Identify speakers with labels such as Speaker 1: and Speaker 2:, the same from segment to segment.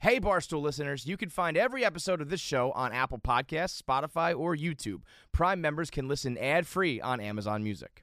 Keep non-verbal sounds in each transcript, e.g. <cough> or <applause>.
Speaker 1: Hey, Barstool listeners, you can find every episode of this show on Apple Podcasts, Spotify, or YouTube. Prime members can listen ad free on Amazon Music.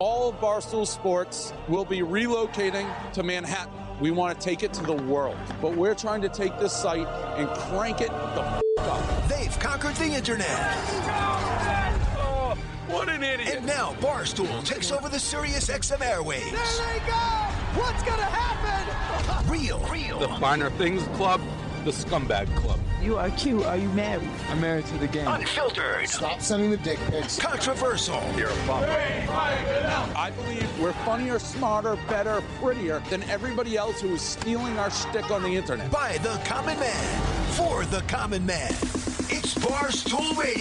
Speaker 2: All of Barstool Sports will be relocating to Manhattan. We want to take it to the world, but we're trying to take this site and crank it the f- up.
Speaker 3: They've conquered the internet.
Speaker 2: Oh, what an idiot!
Speaker 3: And now Barstool takes over the Sirius XM airwaves.
Speaker 4: There they go! What's gonna happen? <laughs>
Speaker 3: Real, real.
Speaker 5: the Finer Things Club, the Scumbag Club.
Speaker 6: You are cute. Are you married?
Speaker 7: I'm married to the game.
Speaker 3: Unfiltered.
Speaker 8: Stop sending the dick pics.
Speaker 3: Controversial.
Speaker 5: You're a bum.
Speaker 2: I believe we're funnier, smarter, better, prettier than everybody else who is stealing our shtick on the internet.
Speaker 3: By the common man. For the common man. It's Barstool Radio.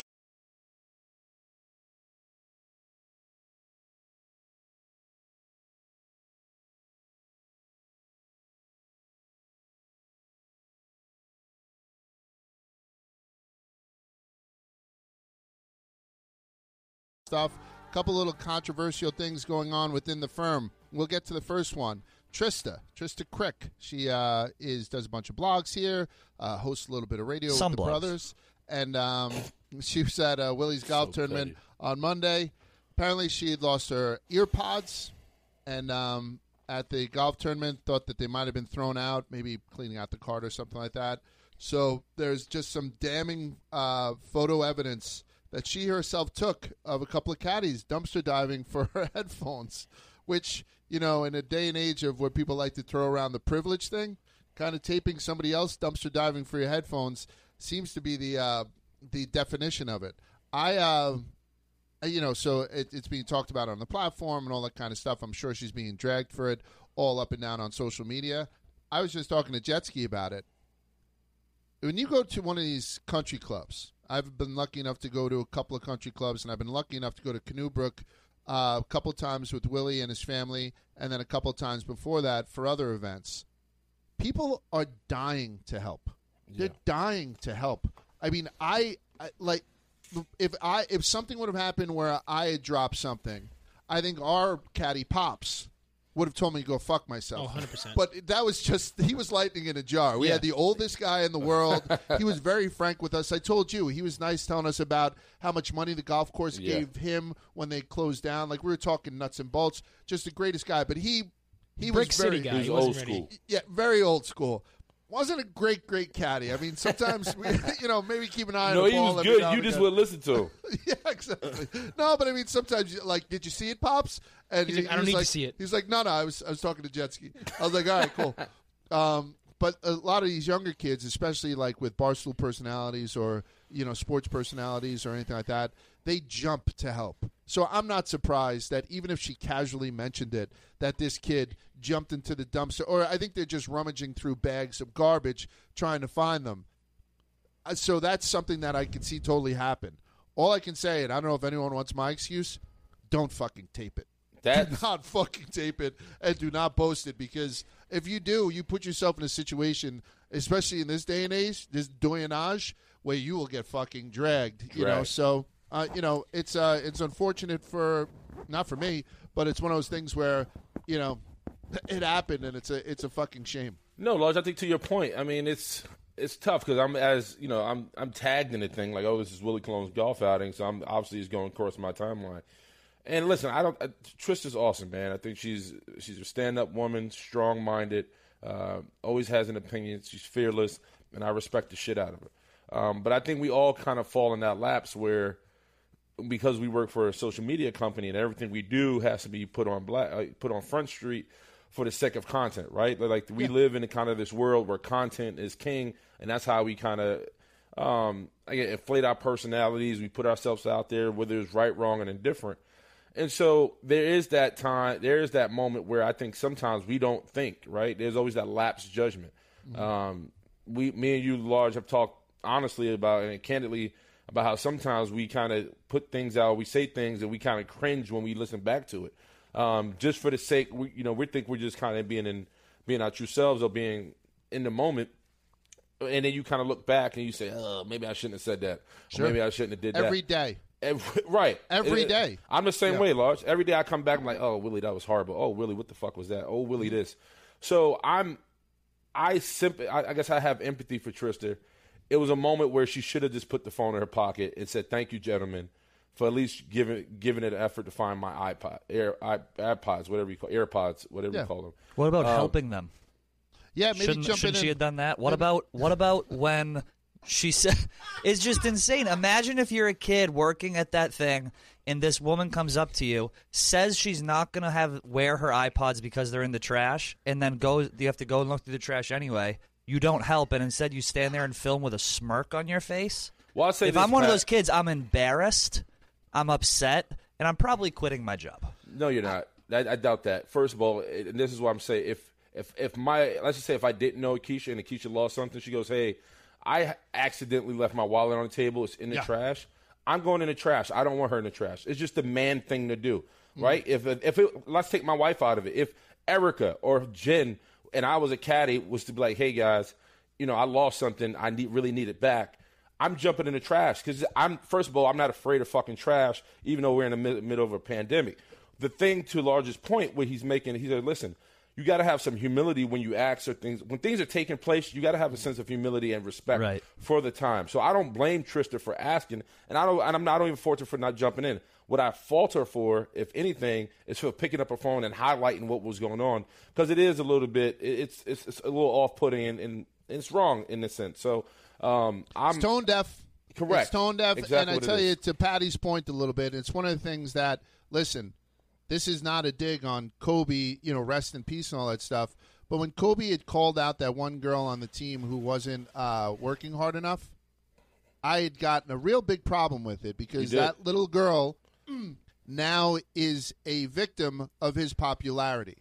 Speaker 8: stuff. Couple little controversial things going on within the firm. We'll get to the first one. Trista, Trista Crick. She uh, is does a bunch of blogs here, uh, hosts a little bit of radio
Speaker 9: Some
Speaker 8: with the
Speaker 9: blogs.
Speaker 8: brothers, and um, <coughs> she was at uh, Willie's golf tournament on Monday. Apparently, she had lost her ear pods, and um, at the golf tournament, thought that they might have been thrown out, maybe cleaning out the cart or something like that. So there's just some damning uh, photo evidence that she herself took of a couple of caddies dumpster diving <laughs> for her headphones, which, you know, in a day and age of where people like to throw around the privilege thing, kind of taping somebody else dumpster diving for your headphones seems to be the uh, the definition of it. I, uh, you know, so it, it's being talked about on the platform and all that kind of stuff. I'm sure she's being dragged for it all up and down on social media. I was just talking to Jetski about it when you go to one of these country clubs, I've been lucky enough to go to a couple of country clubs, and I've been lucky enough to go to Canoe Brook uh, a couple times with Willie and his family, and then a couple times before that for other events. People are dying to help. They're dying to help. I mean, I, I like if I if something would have happened where I had dropped something, I think our caddy pops would have told me to go fuck myself. 100%. But that was just he was lightning in a jar. We had the oldest guy in the world. <laughs> he was very frank with us. I told you, he was nice telling us about how much money the golf course gave him when they closed down. Like we were talking nuts and bolts. Just the greatest guy, but he he was very
Speaker 5: He was old school.
Speaker 8: yeah, very old school. Wasn't a great, great caddy. I mean, sometimes we, <laughs> you know, maybe keep an eye
Speaker 5: No,
Speaker 8: on the
Speaker 5: he
Speaker 8: ball.
Speaker 5: was
Speaker 8: every now
Speaker 5: good. You
Speaker 8: and
Speaker 5: just
Speaker 8: again.
Speaker 5: wouldn't listen
Speaker 8: <laughs>
Speaker 5: to him.
Speaker 8: yeah, exactly. <laughs> No, but I mean, sometimes, you- like, did you see it, pops? And
Speaker 10: He's like, "I don't
Speaker 8: was
Speaker 10: need to
Speaker 8: like-
Speaker 10: see it."
Speaker 8: He's like, no, no. I was, I was talking to Jetski. I was like, all right,
Speaker 10: <laughs>
Speaker 8: cool. Um, but a lot of these younger kids, especially like with barstool personalities or you know sports personalities or anything like that, they jump to help. So I'm not surprised that even if she casually mentioned it, that this kid jumped into the dumpster, or I think they're just rummaging through bags of garbage trying to find them. Uh, so that's something that I can see totally happen. All I can say, and I don't know if anyone wants my excuse, don't fucking tape it. do
Speaker 5: That's
Speaker 8: <laughs> not fucking tape it and do not post it because if you do, you put yourself in a situation, especially in this day and age, this doyenage, where you will get fucking dragged. You know,
Speaker 5: Dragged.
Speaker 8: so uh, you know it's uh, it's unfortunate for not for me, but it's one of those things where you know <laughs> it happened and it's a it's a fucking shame.
Speaker 5: No, Lodge, I think to your point, I mean it's it's tough because I'm as you know I'm I'm tagged in the thing like oh this is Willie Colon's golf outing, so I'm obviously it's going across my timeline. And listen, I don't. Uh, Trista's awesome, man. I think she's she's a stand up woman, strong minded, uh, always has an opinion. She's fearless, and I respect the shit out of her. Um, but I think we all kind of fall in that lapse where because we work for a social media company and everything we do has to be put on black, uh, put on front street for the sake of content, right? Like we live in a kind of this world where content is king, and that's how we kind of um, I guess, inflate our personalities. We put ourselves out there, whether it's right, wrong, and indifferent. And so there is that time, there is
Speaker 8: Mm-hmm.
Speaker 5: that moment where I think sometimes we don't think, right? There's always that lapse judgment. Um, we, me and you, large, have talked honestly about and candidly about how sometimes we kind of put things out, we say things, and we kind of cringe when we listen back to it. Um, just for the sake, we, you know, we think we're just kind of being in, being our true selves or being in the moment. And then you kind of look back and you say, oh, maybe I shouldn't have said that. Or maybe I shouldn't have did that.
Speaker 8: Every day.
Speaker 5: Every, right.
Speaker 8: Every
Speaker 5: It-
Speaker 8: day.
Speaker 5: I'm the same way, Lars. Every day I come back, I'm like, oh, Willie, that was horrible. Oh, Willie, what the fuck was that? Oh, Willie, this. So I'm, I simp- I, I guess I have empathy for Trista. It was a moment where she should have just put the phone in her pocket and said, "Thank you, gentlemen, for at least giving giving it an effort to find my iPod, Air, I, iPods, whatever you call AirPods, whatever
Speaker 8: Yeah.
Speaker 5: you call them." Um,
Speaker 11: What about helping them?
Speaker 8: Yeah, maybe
Speaker 11: shouldn't
Speaker 8: jumping
Speaker 11: shouldn't
Speaker 8: in.
Speaker 11: she have done that? What about what about when she said <laughs> it's just insane. Imagine if you're a kid working at that thing and this woman comes up to you, says she's not gonna have wear her iPods because they're in the trash, and then goes you have to go and look through the trash anyway. You don't help and instead you stand there and film with a smirk on your face.
Speaker 5: Well, I'll say
Speaker 11: if
Speaker 5: this,
Speaker 11: I'm one of
Speaker 5: Pat.
Speaker 11: those kids, I'm embarrassed, I'm upset, and I'm probably quitting my job.
Speaker 5: No, you're not. I, I doubt that. First of all, it- and this is why I'm saying if if if my let's just say if I didn't know Keisha and Keisha lost something, she goes, "Hey, I accidentally left my wallet on the table. It's in the trash. I'm going in the trash. I don't want her in the trash. It's just the man thing to do, right? If if it, let's take my wife out of it. If Erica or Jen and I was a caddy was to be like, "Hey guys, you know, I lost something. I need really need it back." I'm jumping in the trash because I'm first of all I'm not afraid of fucking trash, even though we're in the mid- middle of a pandemic. The thing to largest point where he's making he said, listen, you got to have some humility when you ask or things when things are taking place. You got to have a sense of humility and respect
Speaker 11: Right.
Speaker 5: for the time. So I don't blame Trista for asking, and I don't and I'm not I don't even fault her for not jumping in. What I fault her for, if anything, is for picking up her phone and highlighting what was going on because it is a little bit it- it's it's, it's a little off putting and, and it's wrong in a sense. So. Um, I'm
Speaker 8: It's tone deaf.
Speaker 5: Correct.
Speaker 8: It's tone deaf.
Speaker 5: Exactly
Speaker 8: and I
Speaker 5: what it
Speaker 8: tell you,
Speaker 5: is.
Speaker 8: to Patty's point a little bit, it's one of the things that, listen, this is not a dig on Kobe, you know, rest in peace and all that stuff. But when Kobe had called out that one girl on the team who wasn't uh, working hard enough, I had gotten a real big problem with it because
Speaker 5: did.
Speaker 8: that little girl
Speaker 12: Mm,
Speaker 8: now is a victim of his popularity,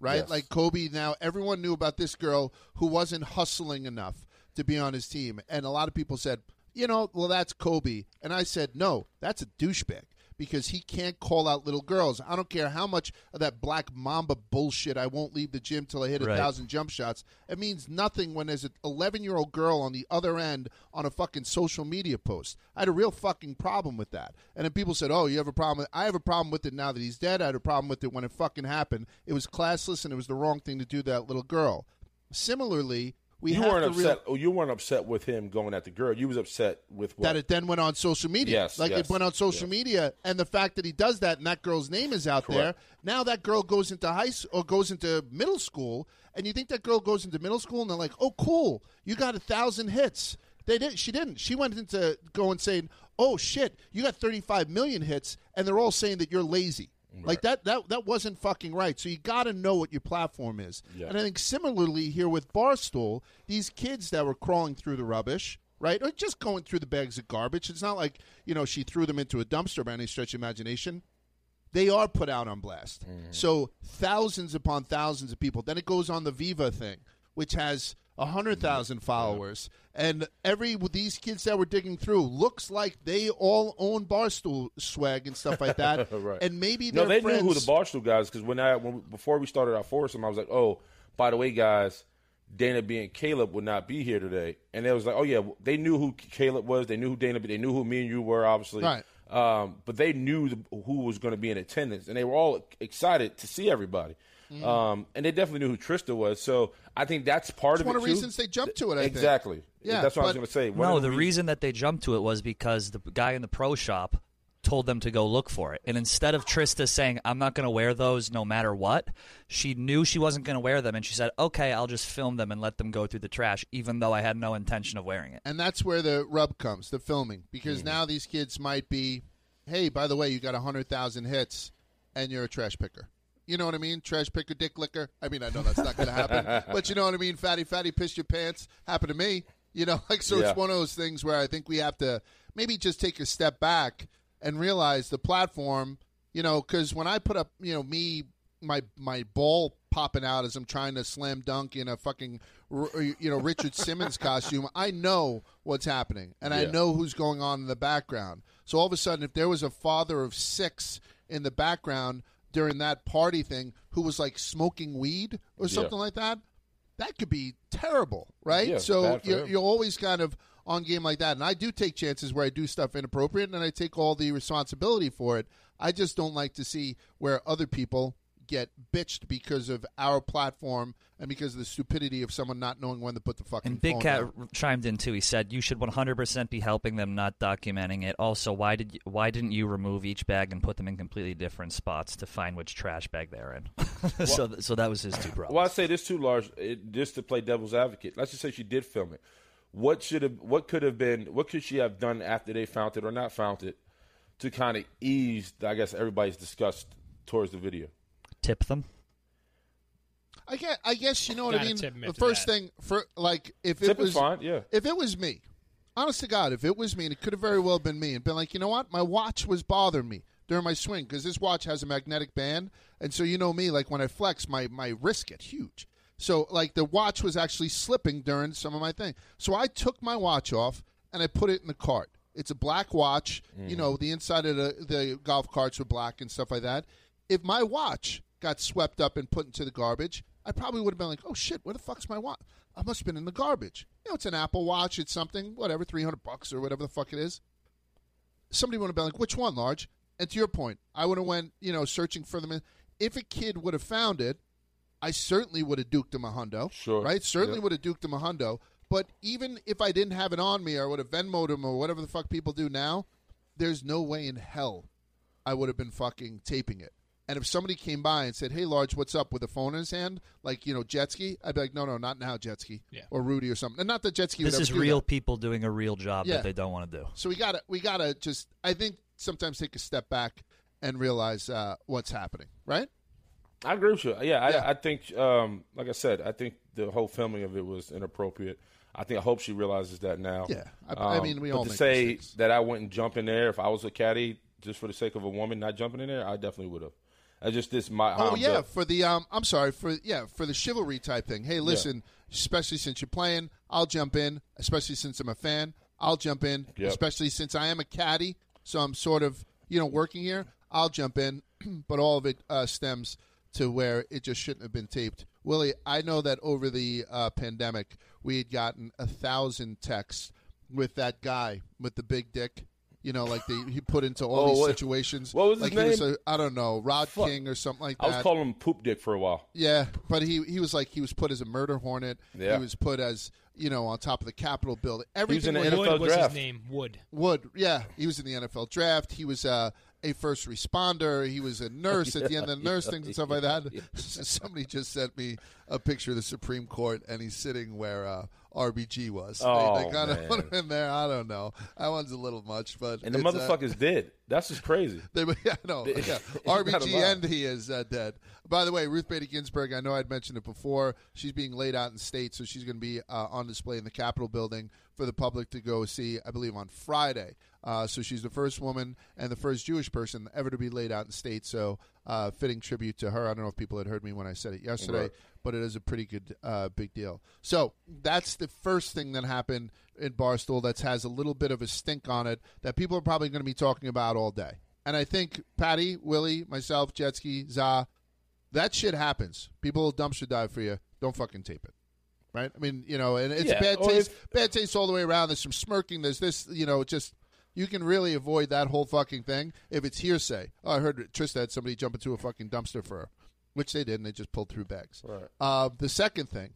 Speaker 8: right?
Speaker 5: Yes.
Speaker 8: Like Kobe, now everyone knew about this girl who wasn't hustling enough to be on his team. And a lot of people said, you know, well, that's Kobe. And I said, no, that's a douchebag because he can't call out little girls. I don't care how much of that black mamba bullshit, I won't leave the gym till I hit a
Speaker 11: Right.
Speaker 8: thousand jump shots. It means nothing when there's an 11 year old girl on the other end on a fucking social media post. I had a real fucking problem with that. And then people said, oh, you have a problem. with- I have a problem with it now that he's dead. I had a problem with it when it fucking happened. It was classless and it was the wrong thing to do to that little girl. Similarly, we
Speaker 5: you
Speaker 8: have
Speaker 5: weren't
Speaker 8: to real-
Speaker 5: upset. oh, you weren't upset with him going at the girl. You was upset with what?
Speaker 8: that it then went on social media.
Speaker 5: Yes,
Speaker 8: like it
Speaker 5: yes,
Speaker 8: went on social
Speaker 5: yes.
Speaker 8: media, and the fact that he does that and that girl's name is out there. Now that girl goes into high s- or goes into middle school, and you think that girl goes into middle school, and they're like, "Oh, cool, you got a thousand hits." They did. She didn't. She went into going saying, "Oh shit, you got thirty-five million hits," and they're all saying that you're lazy. Like that, that that wasn't fucking right. So you got to know what your platform is. And I think similarly here with Barstool, these kids that were crawling through the rubbish, right? Or just going through the bags of garbage. It's not like, you know, she threw them into a dumpster by any stretch of imagination. They are put out on blast.
Speaker 5: Mm-hmm.
Speaker 8: So thousands upon thousands of people. Then it goes on the Viva thing, which has a 100,000
Speaker 5: Mm-hmm.
Speaker 8: followers. And every these kids that were digging through looks like they all own Barstool swag and stuff like
Speaker 5: <laughs>
Speaker 8: that.
Speaker 5: Right.
Speaker 8: And maybe
Speaker 5: no,
Speaker 8: they're
Speaker 5: they
Speaker 8: friends.
Speaker 5: knew who the barstool guys because when I when we- before we started our foursome, I was like, oh, by the way, guys, Dana B and Caleb would not be here today, and they was like, oh yeah, they knew who Caleb was, they knew who Dana, B, they knew who me and you were, obviously,
Speaker 8: Right.
Speaker 5: Um, but they knew the, who was going to be in attendance, and they were all excited to see everybody.
Speaker 8: Mm.
Speaker 5: Um, and they definitely knew who Trista was, so I think that's part of
Speaker 8: one
Speaker 5: it
Speaker 8: of the
Speaker 5: too.
Speaker 8: reasons they jumped to it, I think.
Speaker 5: exactly.
Speaker 8: Yeah,
Speaker 5: that's what I was
Speaker 8: but-
Speaker 5: going to say. One
Speaker 11: No,
Speaker 5: of
Speaker 11: the
Speaker 5: reasons-
Speaker 11: reason that they jumped to it was because the guy in the pro shop told them to go look for it. And instead of Trista saying, I'm not going to wear those no matter what, she knew she wasn't going to wear them. And she said, okay, I'll just film them and let them go through the trash, even though I had no intention of wearing it.
Speaker 8: And that's where the rub comes, the filming, because now these kids might be, hey, by the way, you got 100,000 hits and you're a trash picker. You know what I mean? Trash picker, dick licker. I mean, I know that's not going to happen, but you know what I mean? Fatty, fatty, piss your pants. Happened to me. You know, <laughs> like, so
Speaker 5: Yeah.
Speaker 8: it's one of those things where I think we have to maybe just take a step back and realize the platform, you know, because when I put up, you know, me, my, my ball popping out as I'm trying to slam dunk in a fucking r- you know Richard Simmons costume, I know what's happening and I know who's going on in the background. So all of a sudden, if there was a father of six in the background during that party thing who was like smoking weed or something like that, that could be terrible, right?
Speaker 5: Yeah,
Speaker 8: so
Speaker 5: bad for
Speaker 8: you're,
Speaker 5: him.
Speaker 8: you're always kind of on game like that. And I do take chances where I do stuff inappropriate and I take all the responsibility for it. I just don't like to see where other people get bitched because of our platform and because of the stupidity of someone not knowing when to put the fucking
Speaker 11: And
Speaker 5: Oh,
Speaker 11: Big
Speaker 8: phone
Speaker 11: Cat
Speaker 8: down.
Speaker 11: chimed in too. He said you should 100% be helping them, not documenting it. Also, why did you, why didn't you remove each bag and put them in completely different spots to find which trash bag they're in? <laughs>
Speaker 8: <laughs>
Speaker 11: so, th- so that
Speaker 5: <sighs>
Speaker 11: was his two problems.
Speaker 5: Well, I say this too, Lars. It, just to play devil's advocate, let's just say she did film it. What should have? What could have been? What could she have done after they found it or not found it to kind of ease? I guess everybody's disgust towards the video.
Speaker 11: Tip them.
Speaker 8: I guess, I guess you know what I
Speaker 10: Gotta
Speaker 8: mean.
Speaker 10: tip 'em
Speaker 8: The
Speaker 10: into
Speaker 8: first
Speaker 10: that.
Speaker 8: thing for like if
Speaker 5: Tip
Speaker 8: it
Speaker 5: is
Speaker 8: was
Speaker 5: fine, yeah.
Speaker 8: if it was me, honest to God, if it was me, and it could have very well been me, and been like, you know what, my watch was bothering me during my swing because this watch has a magnetic band, and so you know me, like when I flex, my my wrists get huge. So like the watch was actually slipping during some of my thing. So I took my watch off and I put it in the cart. It's a black watch.
Speaker 5: Mm.
Speaker 8: You know the inside of the, the golf carts were black and stuff like that. If my watch got swept up and put into the garbage, I probably would have been like, "Oh shit, where the fuck's my watch? I must have been in the garbage." You know, it's an Apple Watch, it's something, whatever, three hundred bucks or whatever the fuck it is. Somebody would have been like, "Which one, large?" And to your point, I would have went, you know, searching for them. If a kid would have found it, I certainly would have duked him a hundo.
Speaker 5: Sure.
Speaker 8: Right? Certainly
Speaker 5: Yeah.
Speaker 8: would have duked him a hundo. But even if I didn't have it on me, or I would have Venmoed him or whatever the fuck people do now. There's no way in hell I would have been fucking taping it. And if somebody came by and said, "Hey, large, what's up?" with a phone in his hand, like you know, jet ski, I'd be like, "No, no, not now, jet ski,
Speaker 10: Yeah.
Speaker 8: or Rudy or something." And not that jet ski.
Speaker 11: This
Speaker 8: would ever
Speaker 11: is
Speaker 8: do
Speaker 11: real
Speaker 8: that.
Speaker 11: people doing a real job
Speaker 8: Yeah.
Speaker 11: that they don't want to do.
Speaker 8: So we gotta, we gotta just, I think, sometimes take a step back and realize uh, what's happening. Right?
Speaker 5: I agree with you. Yeah,
Speaker 8: Yeah.
Speaker 5: I, I think, um, like I said, I think the whole filming of it was inappropriate. I think I hope she realizes that now. Um,
Speaker 8: Yeah. I- I mean, we
Speaker 5: but
Speaker 8: all
Speaker 5: to
Speaker 8: make
Speaker 5: say
Speaker 8: mistakes.
Speaker 5: that I wouldn't jump in there if I was a caddy just for the sake of a woman not jumping in there, I definitely would have. I just this my how
Speaker 8: Oh
Speaker 5: I'm
Speaker 8: yeah,
Speaker 5: built.
Speaker 8: for the um, I'm sorry for yeah for the chivalry type thing. Hey, listen, especially since you're playing, I'll jump in. Especially since I'm a fan, I'll jump in.
Speaker 5: Yep.
Speaker 8: Especially since I am a caddy, so I'm sort of you know working here. I'll jump in, <clears throat> but all of it uh, stems to where it just shouldn't have been taped. Willie, I know that over the uh, pandemic, we had gotten a thousand texts with that guy with the big dick. You know, like they, he put into all
Speaker 5: Oh,
Speaker 8: these
Speaker 5: what-
Speaker 8: situations.
Speaker 5: what was his
Speaker 8: like he was
Speaker 5: name?
Speaker 8: a- I don't know, Rod
Speaker 5: Fuck.
Speaker 8: King or something like
Speaker 5: I
Speaker 8: that.
Speaker 5: was calling him poop dick for a while.
Speaker 8: Yeah, but he he was like he was put as a murder hornet.
Speaker 5: Yeah.
Speaker 8: He was put as you know on top of the Capitol building.
Speaker 5: was in
Speaker 8: Everything
Speaker 5: the
Speaker 8: was-
Speaker 5: NFL
Speaker 10: Wood was
Speaker 5: draft.
Speaker 10: his name. Wood.
Speaker 8: Wood, yeah, he was in the NFL draft. He was uh, a first responder. He was a nurse at the
Speaker 5: <laughs>
Speaker 8: end of the nurse things and stuff like that. <laughs> Somebody just sent me a picture of the Supreme Court, and he's sitting where uh, RBG was. they,
Speaker 5: Oh,
Speaker 8: they kinda
Speaker 5: man.
Speaker 8: put him in there. I don't know. That one's a little much, but
Speaker 5: And the
Speaker 8: it's, uh,
Speaker 5: motherfucker's dead. That's just crazy.
Speaker 8: <laughs> They, yeah, no,
Speaker 5: <laughs>
Speaker 8: yeah.
Speaker 5: alive.
Speaker 8: RBG and he is uh, dead. By the way, Ruth Bader Ginsburg. I know I'd mentioned it before. She's being laid out in state, so she's going to be uh, on display in the Capitol building for the public to go see. I believe on Friday. Uh, so she's the first woman and the first Jewish person ever to be laid out in state. So uh, fitting tribute to her. I don't know if people had heard me when I said it yesterday, but it is a pretty good uh, big deal. So that's the first thing that happened in Barstool that has a little bit of a stink on it that people are probably going to be talking about all day. And I think Patty, Willie, myself, Jetski, Za, that shit happens. People will dumpster dive for you. Don't fucking tape it. Right? I mean, you know, and it's
Speaker 5: Yeah,
Speaker 8: bad
Speaker 5: or
Speaker 8: taste. bad taste all the way around. There's some smirking. There's this, you know, just you can really avoid that whole fucking thing if it's hearsay. Oh, I heard Trista had somebody jump into a fucking dumpster for her, which they did, and they just pulled through bags.
Speaker 5: Right.
Speaker 8: Uh, the second thing,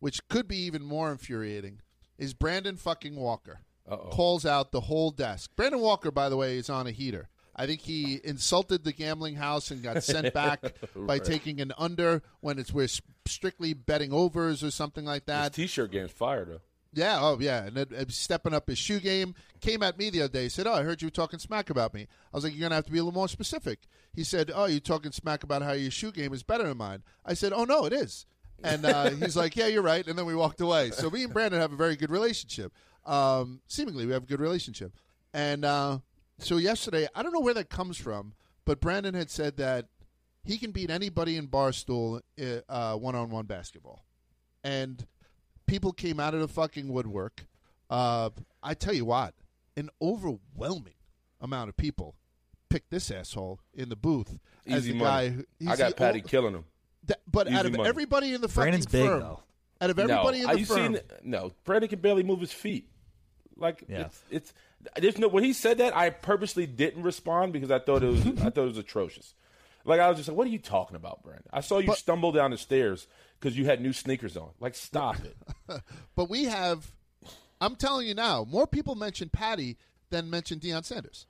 Speaker 8: which could be even more infuriating, is Brandon fucking Walker
Speaker 5: Uh-oh.
Speaker 8: calls out the whole desk. Brandon Walker, by the way, is on a heater. I think he insulted the gambling house and got
Speaker 5: <laughs>
Speaker 8: sent back by taking an under when it's we're s- strictly betting overs or something like
Speaker 5: His
Speaker 8: that.
Speaker 5: t-shirt game's fire though.
Speaker 8: Yeah, oh yeah, and it, it- stepping up his shoe game. Came at me the other day. Said, "Oh, I heard you were talking smack about me." I was like, "You're gonna have to be a little more specific." He said, "Oh, you're talking smack about how your shoe game is better than mine." I said, "Oh no, it is." And uh, he's like, "Yeah, you're right." And then we walked away. So me and Brandon have a very good relationship. Um, seemingly, we have a good relationship. And uh, so yesterday, I don't know where that comes from, but Brandon had said that eh, he can beat anybody in barstool one on one basketball, uh, and people came out of the fucking woodwork. Uh, I tell you what, an overwhelming amount of people picked this asshole in the booth as
Speaker 5: Easy
Speaker 8: the
Speaker 5: money.
Speaker 8: guy. Who,
Speaker 5: I
Speaker 8: he's
Speaker 5: got
Speaker 8: the
Speaker 5: Patty
Speaker 8: ol-
Speaker 5: killing him.
Speaker 8: that- but out
Speaker 5: Easy
Speaker 8: of
Speaker 5: money.
Speaker 8: everabody in the fucking
Speaker 11: Brandon's big,
Speaker 8: firm,
Speaker 11: though.
Speaker 8: out of everybody
Speaker 5: no,
Speaker 8: in
Speaker 5: Have
Speaker 8: the
Speaker 5: you
Speaker 8: firm,
Speaker 5: seen? No, Brandon can barely move his feet. Like
Speaker 11: Yeah.
Speaker 5: it's, it's there's no when he said that I purposely didn't respond because I thought it
Speaker 8: <laughs>
Speaker 5: was I thought it was atrocious. Like I was just like, what are you talking about, Brandon? I saw you stumble down the stairs because you had new sneakers on. Like stop
Speaker 8: <laughs>
Speaker 5: it.
Speaker 8: but we have. I'm telling you now, more people mention Patty than mention Deion Sanders,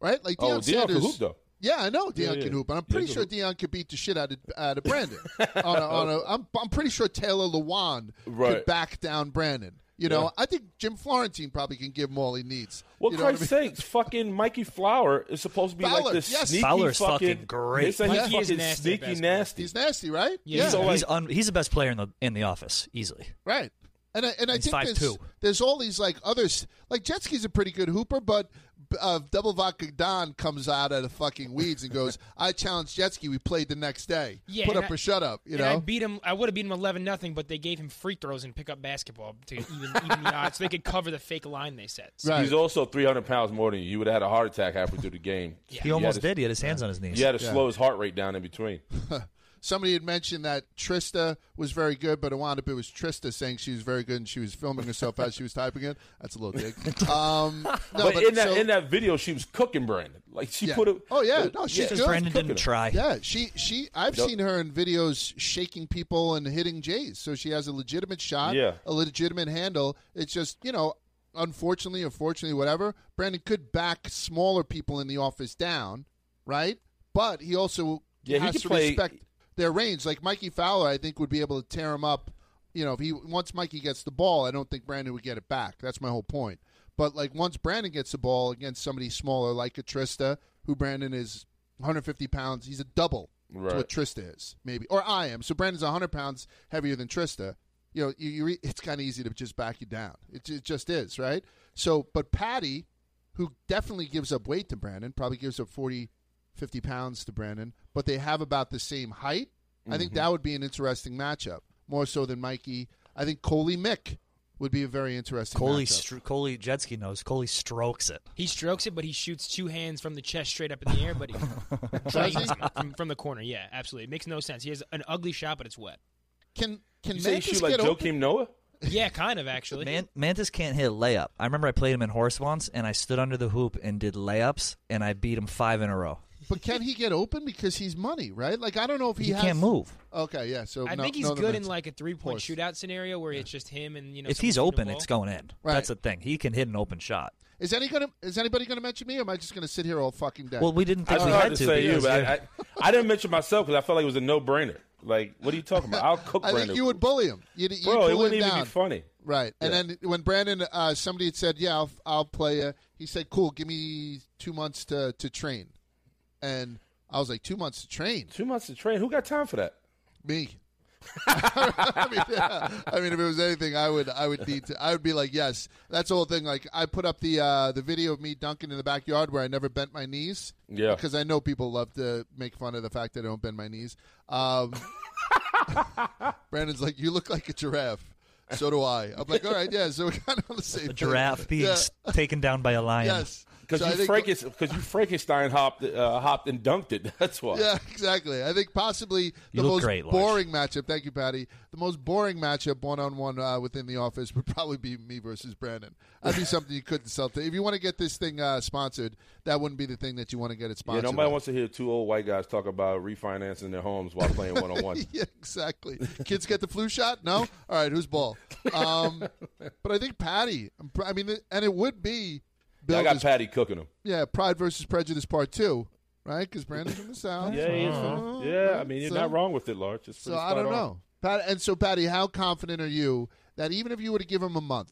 Speaker 8: right? Like
Speaker 5: Oh,
Speaker 8: Deion
Speaker 5: Deion can
Speaker 8: Sanders.
Speaker 5: hoop, though.
Speaker 8: Yeah, I know Deion
Speaker 5: yeah.
Speaker 8: can hoop, and I'm pretty
Speaker 5: can
Speaker 8: sure
Speaker 5: hoop.
Speaker 8: Deion could beat the shit out of out
Speaker 5: <laughs>
Speaker 8: of Brandon. on a, on a, I'm I'm pretty sure Taylor Lewan could
Speaker 5: Right.
Speaker 8: back down Brandon. You know, I think Jim Florentine probably can give him all he needs.
Speaker 5: Well,
Speaker 8: you know what I
Speaker 5: Christ's sakes, fucking Mikey Flower is supposed to be
Speaker 8: Fowler,
Speaker 5: like this
Speaker 8: yes.
Speaker 5: sneaky
Speaker 11: Fowler's
Speaker 5: fucking,
Speaker 11: fucking great.
Speaker 5: They say
Speaker 8: Mikey
Speaker 5: he's
Speaker 8: is
Speaker 5: fucking
Speaker 10: nasty at
Speaker 5: sneaky
Speaker 10: basketball.
Speaker 5: nasty.
Speaker 8: He's nasty, right?
Speaker 10: Yeah.
Speaker 11: he's
Speaker 5: So, like-
Speaker 11: he's, un, he's the best player in the in the office easily.
Speaker 8: Right. And I, and I
Speaker 11: He's
Speaker 8: think there's,
Speaker 11: 5'2".
Speaker 8: there's all these like others like Jetski's a pretty good hooper, but uh, Double Vodka Don comes out of the fucking weeds and goes, <laughs> "I challenge Jetski. We played the next day.
Speaker 10: Yeah,
Speaker 8: Put
Speaker 10: and
Speaker 8: up
Speaker 10: I-
Speaker 8: or shut up." You
Speaker 10: and I
Speaker 8: know,
Speaker 10: beat him. I would have beat him eleven nothing, but they gave him free throws and pick up basketball to even, even
Speaker 8: <laughs>
Speaker 10: the odds, so they could cover the fake line they set. So
Speaker 8: right?
Speaker 5: He's also 300 pounds more than you. You would have had a heart attack halfway through the game.
Speaker 11: He
Speaker 5: You
Speaker 11: almost
Speaker 5: had to-
Speaker 11: did. He had his hands on his knees.
Speaker 5: You had to slow his heart rate down in between.
Speaker 8: <laughs> Somebody had mentioned that Trista was very good, but it wound up it was Trista saying she was very good and she was filming herself as she was typing it. That's a
Speaker 10: <laughs>
Speaker 8: little dig. Um, no,
Speaker 5: but,
Speaker 8: but,
Speaker 5: in that
Speaker 8: so-
Speaker 5: in that video, she was cooking Brandon. Like she
Speaker 8: Yeah.
Speaker 5: put a
Speaker 8: Oh, yeah.
Speaker 5: uh,
Speaker 8: No, she's
Speaker 11: Because
Speaker 8: good.
Speaker 5: cooking
Speaker 11: Brandon didn't
Speaker 5: him.
Speaker 11: try.
Speaker 8: Yeah, she she I've
Speaker 5: Yep.
Speaker 8: seen her in videos shaking people and hitting Jays. So she has a legitimate shot,
Speaker 5: Yeah.
Speaker 8: a legitimate handle. It's just, you know, unfortunately or fortunately whatever, Brandon could back smaller people in the office down, right? But he also
Speaker 5: Yeah, he
Speaker 8: has
Speaker 5: could
Speaker 8: to
Speaker 5: play-
Speaker 8: respect their range. Like Mikey Fowler, I think would be able to tear him up. You know, if he once Mikey gets the ball, I don't think Brandon would get it back. That's my whole point. But like once Brandon gets the ball against somebody smaller like Atrista, who Brandon is 150 pounds, he's a double to
Speaker 5: Right.
Speaker 8: what Trista is, maybe, or I am. So Brandon's 100 pounds heavier than Trista. You know, you, you re- it's kind of easy to just back you down. It, it just is, right? So, but Patty, who definitely gives up weight to Brandon, probably gives up 40, 50 pounds to Brandon, but they have about the same height. I
Speaker 11: Mm-hmm.
Speaker 8: think that would be an interesting matchup, more so than Mikey. I think Coley Mick would be a very interesting
Speaker 11: Coley,
Speaker 8: matchup.
Speaker 11: stro- Coley Jetski knows. Coley strokes it.
Speaker 10: he strokes it, but he shoots two hands from the chest straight up in the air, but
Speaker 8: <laughs>
Speaker 10: he drains him from, from the corner. Yeah, absolutely. It makes no sense. He has an ugly shot, but it's wet.
Speaker 8: can can
Speaker 5: You say you
Speaker 8: Mancus
Speaker 5: shoot like
Speaker 8: get open?
Speaker 5: Joakim Noah?
Speaker 10: <laughs> Yeah, kind of actually.
Speaker 11: Man- Mantis can't hit a layup. I remember I played him in horse once, and I stood under the hoop and did layups, and I beat him five in a row.
Speaker 8: But can he get open because he's money, right? Like I don't know if he,
Speaker 11: He
Speaker 8: has,
Speaker 11: can't move.
Speaker 8: Okay, yeah. So
Speaker 10: I
Speaker 8: no-
Speaker 10: think he's
Speaker 8: no, no,
Speaker 10: good
Speaker 8: no.
Speaker 10: in like a three-point
Speaker 8: Horse.
Speaker 10: shootout scenario where it's just him and you know.
Speaker 11: if he's
Speaker 10: someone shooting
Speaker 11: open,
Speaker 10: the
Speaker 11: it's
Speaker 10: ball.
Speaker 11: going in.
Speaker 8: Right.
Speaker 11: That's the thing. He can hit an open shot.
Speaker 8: Is any gonna is anybody gonna mention me? or Am I just gonna sit here all fucking day?
Speaker 11: Well, we didn't
Speaker 5: I
Speaker 11: think we
Speaker 5: tried
Speaker 11: had
Speaker 5: to
Speaker 11: to.
Speaker 5: say you,
Speaker 11: because-
Speaker 5: but I, I, I didn't mention myself because I felt like it was a no brainer. Like, what are you talking about? I'll cook
Speaker 8: <laughs> I
Speaker 5: Brandon.
Speaker 8: think you would bully him. You'd, you'd
Speaker 5: Bro,
Speaker 8: pull
Speaker 5: it wouldn't
Speaker 8: him
Speaker 5: even
Speaker 8: down.
Speaker 5: be funny.
Speaker 8: Right. And
Speaker 5: Yeah.
Speaker 8: then when Brandon, uh, somebody had said, "Yeah, I'll, I'll play," uh, he said, "Cool, give me two months to to train," and I was like, two months to train?
Speaker 5: Two months to train. Who got time for that?
Speaker 8: Me." <laughs> I, mean, yeah. I mean, if it was anything, I would, I would need to. I would be like, yes, that's the whole thing. Like, I put up the uh, the video of me dunking in the backyard where I never bent my knees.
Speaker 5: Yeah.
Speaker 8: because I know people love to make fun of the fact that I don't bend my knees. Um, <laughs> Brandon's like, you look like a giraffe. So do I. I'm like, all right, yeah. So we're kind of on the same.
Speaker 11: a giraffe being
Speaker 8: Yeah.
Speaker 11: s- taken down by a lion.
Speaker 8: Yes,
Speaker 5: Because
Speaker 8: So I
Speaker 5: you,
Speaker 8: think-
Speaker 5: Franken- 'cause you Frankenstein hopped, uh, hopped and dunked it. <laughs> That's why.
Speaker 8: Yeah, exactly. I think possibly the
Speaker 11: You look
Speaker 8: most
Speaker 11: great, Lars.
Speaker 8: boring matchup. Thank you, Patty. The most boring matchup one on one within the office would probably be me versus Brandon.
Speaker 11: <laughs>
Speaker 8: That'd be something you couldn't sell to. If you want to get this thing uh, sponsored, that wouldn't be the thing that you want to get
Speaker 5: Yeah,
Speaker 8: it sponsored.
Speaker 5: nobody
Speaker 8: on.
Speaker 5: wants to hear two old white guys talk about refinancing their homes while playing one on one.
Speaker 8: yeah, exactly. Kids get the flu shot? No? All right, who's ball? Um, but I think Patty, I'm pr- I mean, <laughs> and it would be Bill
Speaker 5: I got
Speaker 8: is-
Speaker 5: Patty cooking them.
Speaker 8: yeah, Pride versus Prejudice Part 2, right? Because
Speaker 5: <laughs>
Speaker 8: Brandon's from the South.
Speaker 5: Yeah, he is,
Speaker 8: Uh-huh.
Speaker 5: man. yeah. I mean, you're
Speaker 8: So-
Speaker 5: not wrong with it, Large. It's
Speaker 8: So
Speaker 5: pretty
Speaker 8: I
Speaker 5: spot
Speaker 8: don't
Speaker 5: on.
Speaker 8: know. Pat, and so, Patty, how confident are you that even if you were to give him a month,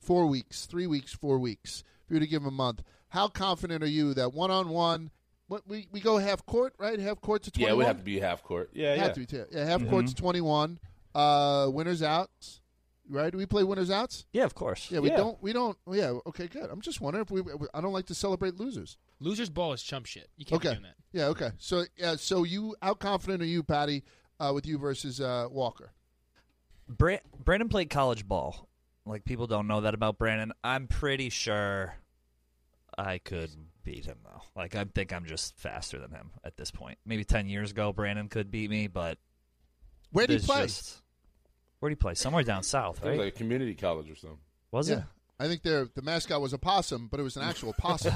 Speaker 8: four weeks, three weeks, four weeks, if you were to give him a month, how confident are you that one on one, what we we go half court, right? Half court to
Speaker 5: Yeah,
Speaker 8: twenty
Speaker 5: it
Speaker 8: one.
Speaker 5: would have to be half court. Yeah, yeah. Mm-hmm.
Speaker 8: to be t- yeah, half court to twenty one. Uh, winners outs, right? Do we play winners outs?
Speaker 11: Yeah, of course.
Speaker 8: Yeah, we
Speaker 5: Yeah.
Speaker 8: don't. We don't. Yeah, okay, good. I'm just wondering if we. I don't like to celebrate losers.
Speaker 10: Loser's ball is chump shit. You can't be
Speaker 8: okay.
Speaker 10: doing that.
Speaker 8: Yeah. Okay. So yeah. So you, how confident are you, Patty, uh, with you versus uh, Walker?
Speaker 11: Bra- Brandon played college ball. Like people don't know that about Brandon. I'm pretty sure I could beat him though. Like I think I'm just faster than him at this point. Maybe ten years ago, Brandon could beat me, but
Speaker 8: Where'd he
Speaker 11: there's
Speaker 8: play?
Speaker 11: just- where'd he play? Somewhere down south,
Speaker 5: It was
Speaker 11: right?
Speaker 5: like a community college or something.
Speaker 11: was
Speaker 8: yeah.
Speaker 11: it?
Speaker 8: I think their the mascot was a possum, but it was
Speaker 11: <laughs>
Speaker 8: an actual possum.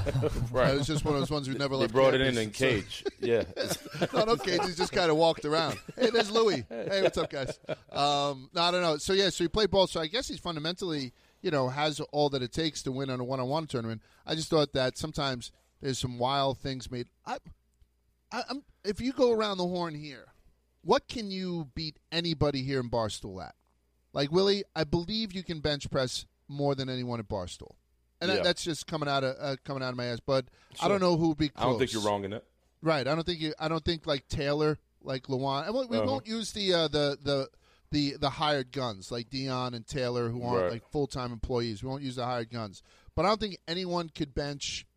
Speaker 5: Right.
Speaker 8: It was just one of those ones who never
Speaker 5: They
Speaker 8: left.
Speaker 5: brought it in
Speaker 8: campus.
Speaker 5: in
Speaker 13: <laughs>
Speaker 5: cage. Yeah.
Speaker 2: <laughs>
Speaker 8: <laughs> no, no cages. Just kind of walked around. Hey, there's Louis. Hey, what's up, guys? Um, no, I don't know. So yeah, so he played ball. So I guess he's fundamentally, you know, has all that it takes to win on a one-on-one tournament. I just thought that sometimes there's some wild things made. I, I, I'm if you go around the horn here, what can you beat anybody here in Barstool at? Like Willie, I believe you can bench press more than anyone at Barstool, and that-
Speaker 5: Yeah.
Speaker 8: that's just coming out of uh, coming out of my ass. But I
Speaker 5: Sure.
Speaker 8: don't know who would be. Close.
Speaker 5: I don't think you're wrong in that.
Speaker 8: Right. I don't think you. I don't think like Taylor, like Lawan. And we we
Speaker 5: Uh-huh.
Speaker 8: won't use the uh, the the the the hired guns like Dion and Taylor, who aren't
Speaker 5: Right.
Speaker 8: like full time employees. We won't use the hired guns. But I don't think anyone could bench,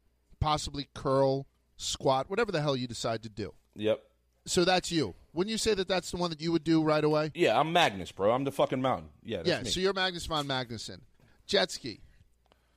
Speaker 8: possibly curl, squat, whatever the hell you decide to do.
Speaker 5: Yep.
Speaker 8: So that's you. Wouldn't you say that that's the one that you would do right away?
Speaker 5: Yeah, I'm Magnus, bro. I'm the fucking mountain. Yeah, that's
Speaker 8: yeah.
Speaker 5: me.
Speaker 8: So you're Magnus von Magnuson, jet ski.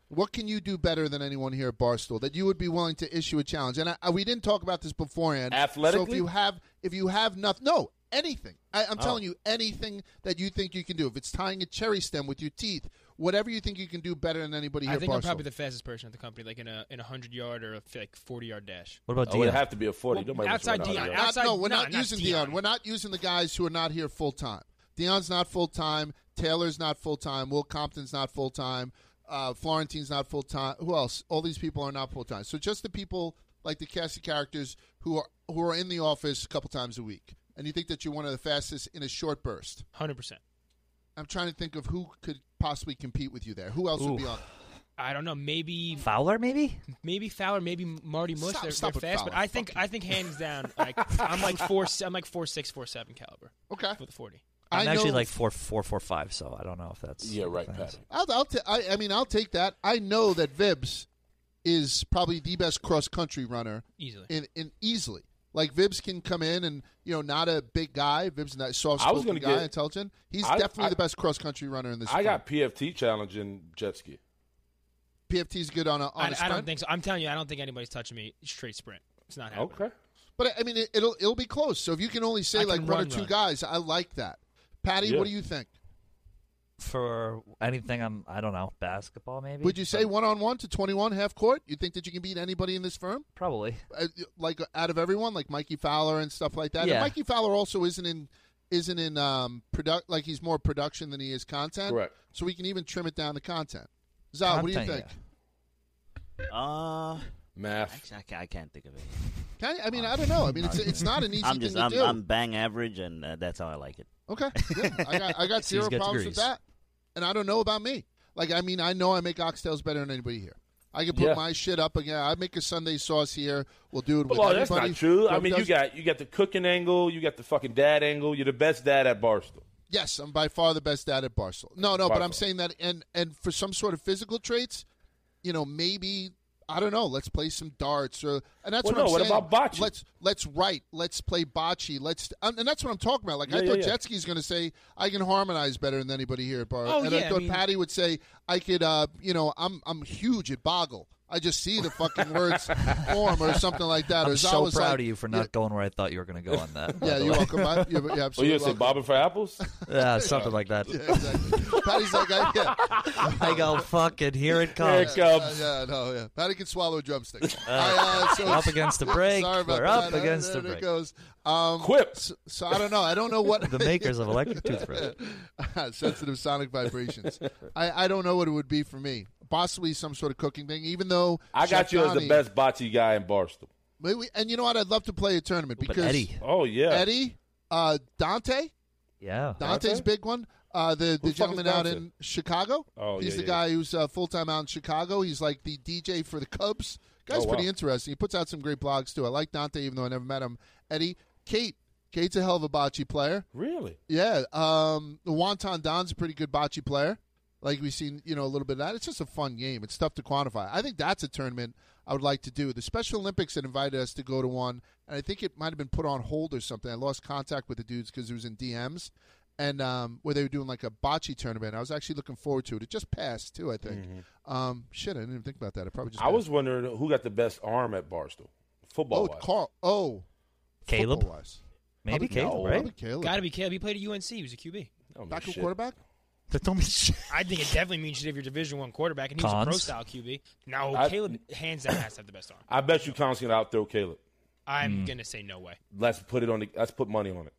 Speaker 8: What can you do better than anyone here at Barstool that you would be willing to issue a challenge? And I, I, we didn't talk about this beforehand. so if
Speaker 5: Athletically?
Speaker 8: you have if you have nothing, no anything. I, I'm telling you anything that you think you can do. If it's tying a cherry stem with your teeth, whatever you think you can do better than anybody here
Speaker 10: I think
Speaker 8: at
Speaker 10: I'm
Speaker 8: Barstool.
Speaker 10: probably the fastest person at the company, like in a in a hundred yard or a like forty yard dash.
Speaker 11: What about
Speaker 5: I Oh, would
Speaker 11: Dion?
Speaker 5: have to be a 40.
Speaker 10: Well,
Speaker 5: Nobody wants
Speaker 10: outside
Speaker 5: to run
Speaker 10: Dion.
Speaker 5: out of
Speaker 8: Not-
Speaker 10: Outside-
Speaker 8: no, we're
Speaker 10: no,
Speaker 8: not
Speaker 10: not
Speaker 8: using
Speaker 10: Dion.
Speaker 8: Dion. We're not using the guys who are not here full time. Dion's not full time. Taylor's not full time. Will Compton's not full time. Uh, Florentine's not full time. Who else? All these people are not full time. So just the people like the cast of characters who are who are in the office a couple times a week. And you think that you're one of the fastest in a short burst.
Speaker 10: Hundred percent.
Speaker 8: I'm trying to think of who could possibly compete with you there. Who else would be
Speaker 11: Ooh.
Speaker 8: on?
Speaker 10: I don't know. Maybe
Speaker 11: Fowler, maybe.
Speaker 10: maybe Fowler, maybe Marty Mush.
Speaker 8: Stop-
Speaker 10: they're,
Speaker 8: stop
Speaker 10: they're
Speaker 8: with
Speaker 10: fast,
Speaker 8: Fowler.
Speaker 10: but I think
Speaker 8: Fuck you.
Speaker 10: I think hands
Speaker 8: <laughs>
Speaker 10: down, like I'm like four, I'm like four six, four seven caliber
Speaker 8: Okay,
Speaker 10: for the forty.
Speaker 11: I'm
Speaker 8: I
Speaker 11: actually
Speaker 8: know-
Speaker 11: like four four four five, so I don't know if that's
Speaker 5: Yeah, right,
Speaker 11: that's-
Speaker 5: Patty.
Speaker 8: I'll, I'll ta- I, I mean, I'll take that. I know that Vibs is probably the best cross country runner
Speaker 10: Easily.
Speaker 8: in, in easily. Like Vibs can come in and you know not a big guy. Vibs not soft
Speaker 5: I was
Speaker 8: spoken
Speaker 5: gonna
Speaker 8: guy,
Speaker 5: get-
Speaker 8: intelligent. He's
Speaker 5: I-
Speaker 8: definitely
Speaker 5: I-
Speaker 8: the best cross country runner in this.
Speaker 5: I got PFT challenge in jet ski.
Speaker 8: sprint. PFT's good on a on a
Speaker 10: I, I
Speaker 8: sprint.
Speaker 10: don't think so. I'm telling you, I don't think anybody's touching me straight sprint. It's not happening.
Speaker 5: Okay.
Speaker 8: But I mean, it, it'll it'll be close. So if you can only say
Speaker 10: I can
Speaker 8: like one or
Speaker 10: run,
Speaker 8: two
Speaker 10: run.
Speaker 8: guys, I like that. Patty,
Speaker 5: Yeah.
Speaker 8: what do you think?
Speaker 11: for anything. I'm I don't know basketball maybe.
Speaker 8: Would you say
Speaker 11: But
Speaker 8: one on one to twenty one half court? You think that you can beat anybody in this firm?
Speaker 11: probably?
Speaker 8: uh, like out of everyone, like Mikey Fowler and stuff like that.
Speaker 11: Yeah.
Speaker 8: And Mikey Fowler also isn't in isn't in um product like he's more production than he is content.
Speaker 5: Correct.
Speaker 8: So we can even trim it down to content. Zod, what do you
Speaker 11: Content,
Speaker 8: think?
Speaker 14: Uh,
Speaker 5: Math.
Speaker 14: actually, I can't, I can't think of it.
Speaker 8: Can I, I mean, I don't know. I mean, it's it's not an easy
Speaker 14: I'm just
Speaker 8: thing to
Speaker 14: I'm,
Speaker 8: do.
Speaker 14: I'm bang average, and uh, that's how I like it.
Speaker 8: Okay, yeah, I got I
Speaker 11: <laughs>
Speaker 8: got
Speaker 11: So he's
Speaker 8: zero
Speaker 11: got
Speaker 8: problems with
Speaker 11: degrees.
Speaker 8: that, and I don't know about me. Like, I mean, I know I make oxtails better than anybody here. I can put
Speaker 5: Yeah.
Speaker 8: my shit up again. I make a Sunday sauce here. We'll do it. With
Speaker 5: Well, that's
Speaker 8: everybody.
Speaker 5: not true. I
Speaker 8: Whoever
Speaker 5: mean, you
Speaker 8: does-
Speaker 5: got you got the cooking angle, you got the fucking dad angle. You're the best dad at Barstool.
Speaker 8: Yes, I'm by far the best dad at Barcelona. No, no,
Speaker 5: By
Speaker 8: but I'm
Speaker 5: far.
Speaker 8: saying that, and and for some sort of physical traits, you know, maybe I don't know. Let's play some darts, or and that's
Speaker 5: Well,
Speaker 8: what I'm
Speaker 5: no, what
Speaker 8: saying.
Speaker 5: about bocce?
Speaker 8: Let's let's write. Let's play bocce. Let's and and that's what I'm talking about. Like I
Speaker 5: Yeah, yeah,
Speaker 8: thought
Speaker 5: yeah.
Speaker 8: Jetski's going to say I can harmonize better than anybody here at Bar,
Speaker 10: Oh,
Speaker 8: and
Speaker 10: yeah,
Speaker 8: I
Speaker 10: I
Speaker 8: thought
Speaker 10: mean-
Speaker 8: Patty would say I could. Uh, you know, I'm I'm huge at boggle. I just see the fucking
Speaker 5: <laughs>
Speaker 8: words form or something like that. or
Speaker 11: I'm
Speaker 8: Zod
Speaker 11: so
Speaker 8: was
Speaker 11: proud
Speaker 8: like-
Speaker 11: of you for not going where I thought you were going to go on that. by
Speaker 8: Yeah,
Speaker 11: the
Speaker 8: you're
Speaker 11: way.
Speaker 8: welcome. bud. You're, you're
Speaker 5: So you're
Speaker 8: absolutely
Speaker 5: say
Speaker 8: welcome.
Speaker 5: bobbing for
Speaker 8: <laughs>
Speaker 5: apples?
Speaker 11: <laughs> Yeah, something like that.
Speaker 8: Yeah, exactly. Patty's like, I, yeah.
Speaker 11: <laughs> I go fucking here it
Speaker 5: Here
Speaker 11: comes.
Speaker 5: it comes.
Speaker 8: Yeah, yeah, no, yeah. Patty can swallow a drumstick. I, uh, so
Speaker 11: up against the break.
Speaker 8: Sorry about
Speaker 11: We're up
Speaker 8: that. Uh,
Speaker 11: against
Speaker 8: there
Speaker 11: the
Speaker 8: It
Speaker 11: break.
Speaker 8: goes. Um,
Speaker 5: Quip.
Speaker 8: So, so I don't know. I don't know what
Speaker 11: The makers of electric toothbrush.
Speaker 8: <laughs> sensitive sonic
Speaker 9: <laughs>
Speaker 8: vibrations. I, I don't know what it would be for me. Possibly some sort of cooking thing. Even though
Speaker 5: I got you as the
Speaker 8: Shafdani-
Speaker 5: best bocce guy in Barstool.
Speaker 8: Maybe we- and you know what? I'd love to play a tournament
Speaker 11: But
Speaker 8: because
Speaker 11: Eddie,
Speaker 5: Oh yeah.
Speaker 8: Eddie, uh, Dante,
Speaker 11: yeah,
Speaker 8: Dante's
Speaker 5: Dante?
Speaker 8: big one. Uh, the
Speaker 5: Who
Speaker 8: the
Speaker 5: the fuck
Speaker 8: gentleman
Speaker 5: is
Speaker 8: out
Speaker 5: Dante?
Speaker 8: in Chicago.
Speaker 5: Oh, yeah,
Speaker 8: he's the
Speaker 5: yeah.
Speaker 8: guy who's uh, full time out in Chicago. He's like the DJ for the Cubs. Guy's
Speaker 5: Oh, wow.
Speaker 8: pretty interesting. He puts out some great blogs too. I like Dante, even though I never met him. Eddie, Kate, Kate's a hell of a bocce player.
Speaker 5: Really?
Speaker 8: Yeah, um, the Wonton Don's a pretty good bocce player. Like we've seen, you know, a little bit of that. It's just a fun game. It's tough to quantify. I think that's a tournament I would like to do. The Special Olympics had invited us to go to one, and I think it might have been put on hold or something. I lost contact with the dudes because it was in DMs, and um, where they were doing like a bocce tournament. I was actually looking forward to it. It just passed too, I think. Um, shit, I didn't even think about that. It probably just
Speaker 5: Mm-hmm. I was wondering who got the best arm at Barstool, football
Speaker 8: Oh,
Speaker 5: wise.
Speaker 8: Carl. Oh,
Speaker 11: Caleb?
Speaker 8: football-wise.
Speaker 11: Maybe
Speaker 8: Probably-
Speaker 5: Oh.
Speaker 11: Caleb,
Speaker 8: no,
Speaker 11: right?
Speaker 8: probably Caleb.
Speaker 10: Got to be Caleb. He played at UNC. He was a QB.
Speaker 8: Backup quarterback.
Speaker 11: That don't mean shit.
Speaker 10: I think it definitely means you have your Division One quarterback, and he was a pro
Speaker 5: Cons?
Speaker 10: style QB. No,
Speaker 5: I-
Speaker 10: Caleb hands down has to have the best arm.
Speaker 5: I bet you Con's gonna outthrow Caleb.
Speaker 10: I'm
Speaker 11: Mm.
Speaker 5: Mm.
Speaker 10: gonna say no way.
Speaker 5: Let's put it on. The, let's put money on it.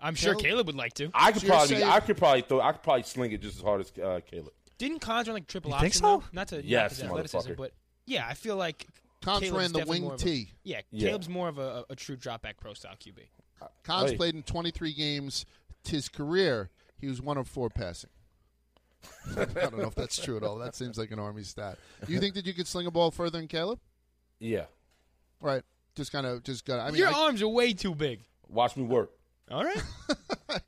Speaker 10: I'm
Speaker 5: Caleb-
Speaker 10: sure Caleb would like to.
Speaker 5: I could probably. I could probably throw. I could probably sling it just as hard as uh, Caleb.
Speaker 10: Didn't Cons run like triple
Speaker 5: You
Speaker 10: option?
Speaker 5: think so?
Speaker 10: Though? Not to not
Speaker 5: Yes,
Speaker 10: to athleticism,
Speaker 5: motherfucker.
Speaker 10: but yeah, I feel like
Speaker 8: Cons
Speaker 10: Caleb's
Speaker 8: ran the
Speaker 10: definitely
Speaker 8: wing
Speaker 10: more of a-
Speaker 8: tee.
Speaker 10: yeah,
Speaker 8: Yeah.
Speaker 10: Caleb's more of a, a true drop back pro style QB.
Speaker 8: Cons
Speaker 10: Hey.
Speaker 8: played in 23 games. His career, he was one of four passing. <laughs> I don't know if that's true at all. That seems like an army stat. Do you think that you could sling a ball further than Caleb?
Speaker 5: Yeah.
Speaker 8: Right. Just kind of, just got. I mean,
Speaker 10: your
Speaker 8: I-
Speaker 10: arms are way too big.
Speaker 5: Watch me work.
Speaker 10: All right.
Speaker 8: <laughs>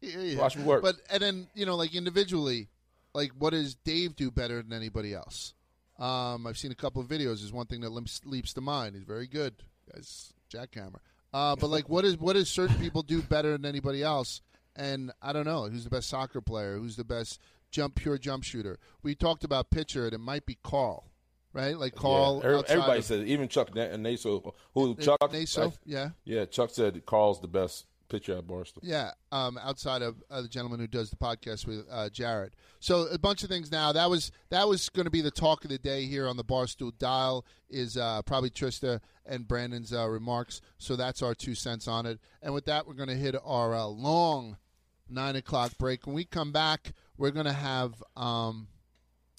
Speaker 8: Yeah, yeah.
Speaker 5: Watch me work.
Speaker 8: But and then you know, like individually, like what does Dave do better than anybody else? Um, I've seen a couple of videos. Is one thing that leaps, leaps to mind. He's very good, guys. Jackhammer. Uh, but like, what is what does certain people do better than anybody else? And I don't know who's the best soccer player, who's the best jump pure jump shooter. We talked about pitcher, and it might be Carl, right? Like Carl.
Speaker 5: Yeah. Every-
Speaker 8: outside
Speaker 5: Everybody
Speaker 8: of-
Speaker 5: said even Chuck Na- Naso. Who
Speaker 8: Na-
Speaker 5: Chuck
Speaker 8: Naso,
Speaker 5: I-
Speaker 8: yeah.
Speaker 5: Yeah. Chuck said Carl's the best pitcher at Barstool.
Speaker 8: Yeah, um, outside of uh, the gentleman who does the podcast with uh, Jared. So a bunch of things now. That was that was going to be the talk of the day here on the Barstool Dial is uh, probably Trista and Brandon's uh, remarks. So that's our two cents on it. And with that, we're going to hit our uh, long nine o'clock break. When we come back, we're going to have. Um,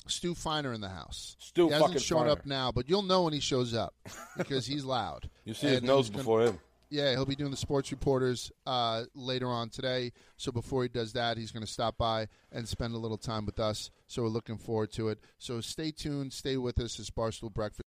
Speaker 8: Stu Feiner in the house.
Speaker 5: Stu
Speaker 8: he hasn't
Speaker 5: fucking
Speaker 8: shown up
Speaker 5: Feiner.
Speaker 8: now, but you'll know when he shows up because he's loud.
Speaker 5: You see his
Speaker 8: And
Speaker 5: nose
Speaker 8: he's gonna-
Speaker 5: before him.
Speaker 8: yeah, he'll be doing the sports reporters uh, later on today. So before he does that, he's going to stop by and spend a little time with us. So we're looking forward to it. So stay tuned, stay with us. It's Barstool Breakfast.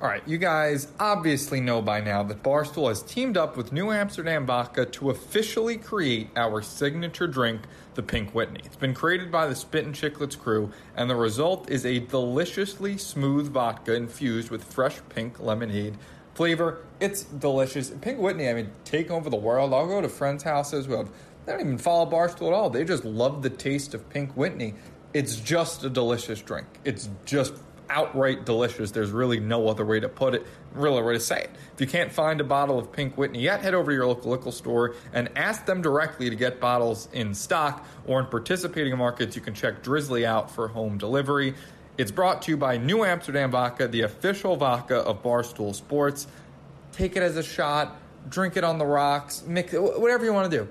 Speaker 15: All right, you guys obviously know by now that Barstool has teamed up with New Amsterdam Vodka to officially create our signature drink, the Pink Whitney. It's been created by the Spit and Chicklets crew, and the result is a deliciously smooth vodka infused with fresh pink lemonade flavor. It's delicious. Pink Whitney, I mean, take over the world. I'll go to friends' houses who have, they don't even follow Barstool at all. They just love the taste of Pink Whitney. It's just a delicious drink. It's just outright delicious. There's really no other way to put it, really way to say it. If you can't find a bottle of Pink Whitney yet, head over to your local liquor store and ask them directly to get bottles in stock or in participating markets. You can check Drizzly out for home delivery. It's brought to you by New Amsterdam Vodka, the official vodka of Barstool Sports. Take it as a shot, drink it on the rocks, mix it, wh- whatever you want to do.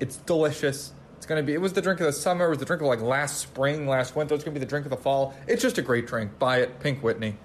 Speaker 15: It's delicious. It's gonna be. It was the drink of the summer. It was the drink of like last spring, last winter. It's gonna be the drink of the fall. It's just a great drink. Buy it, Pink Whitney.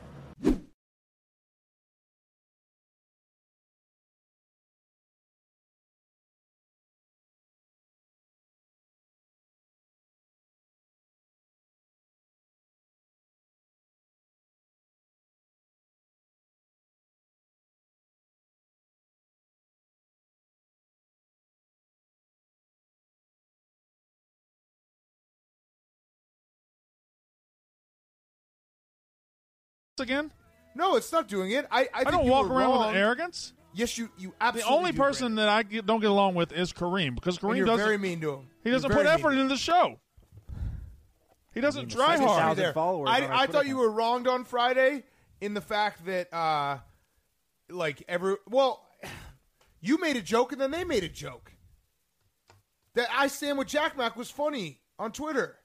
Speaker 13: again?
Speaker 9: No, it's not doing it. I I,
Speaker 13: I
Speaker 9: think
Speaker 13: don't
Speaker 9: you
Speaker 13: walk
Speaker 9: were
Speaker 13: around
Speaker 9: wrong.
Speaker 13: with arrogance.
Speaker 9: Yes, you you
Speaker 13: The
Speaker 9: absolutely.
Speaker 13: only
Speaker 9: do,
Speaker 13: person that I get, don't get along with is Kareem because
Speaker 9: Brandon. And
Speaker 13: Kareem
Speaker 9: you're
Speaker 13: doesn't.
Speaker 9: very mean to him.
Speaker 13: He
Speaker 9: You're
Speaker 13: doesn't
Speaker 9: very
Speaker 13: put
Speaker 9: mean.
Speaker 13: effort into the show. He doesn't try
Speaker 9: Sorry
Speaker 13: hard.
Speaker 9: there. I, I thought you were wronged on Friday in the fact that uh like every well <sighs> you made a joke and then they made a joke. That I stand with Jack Mac was funny on Twitter.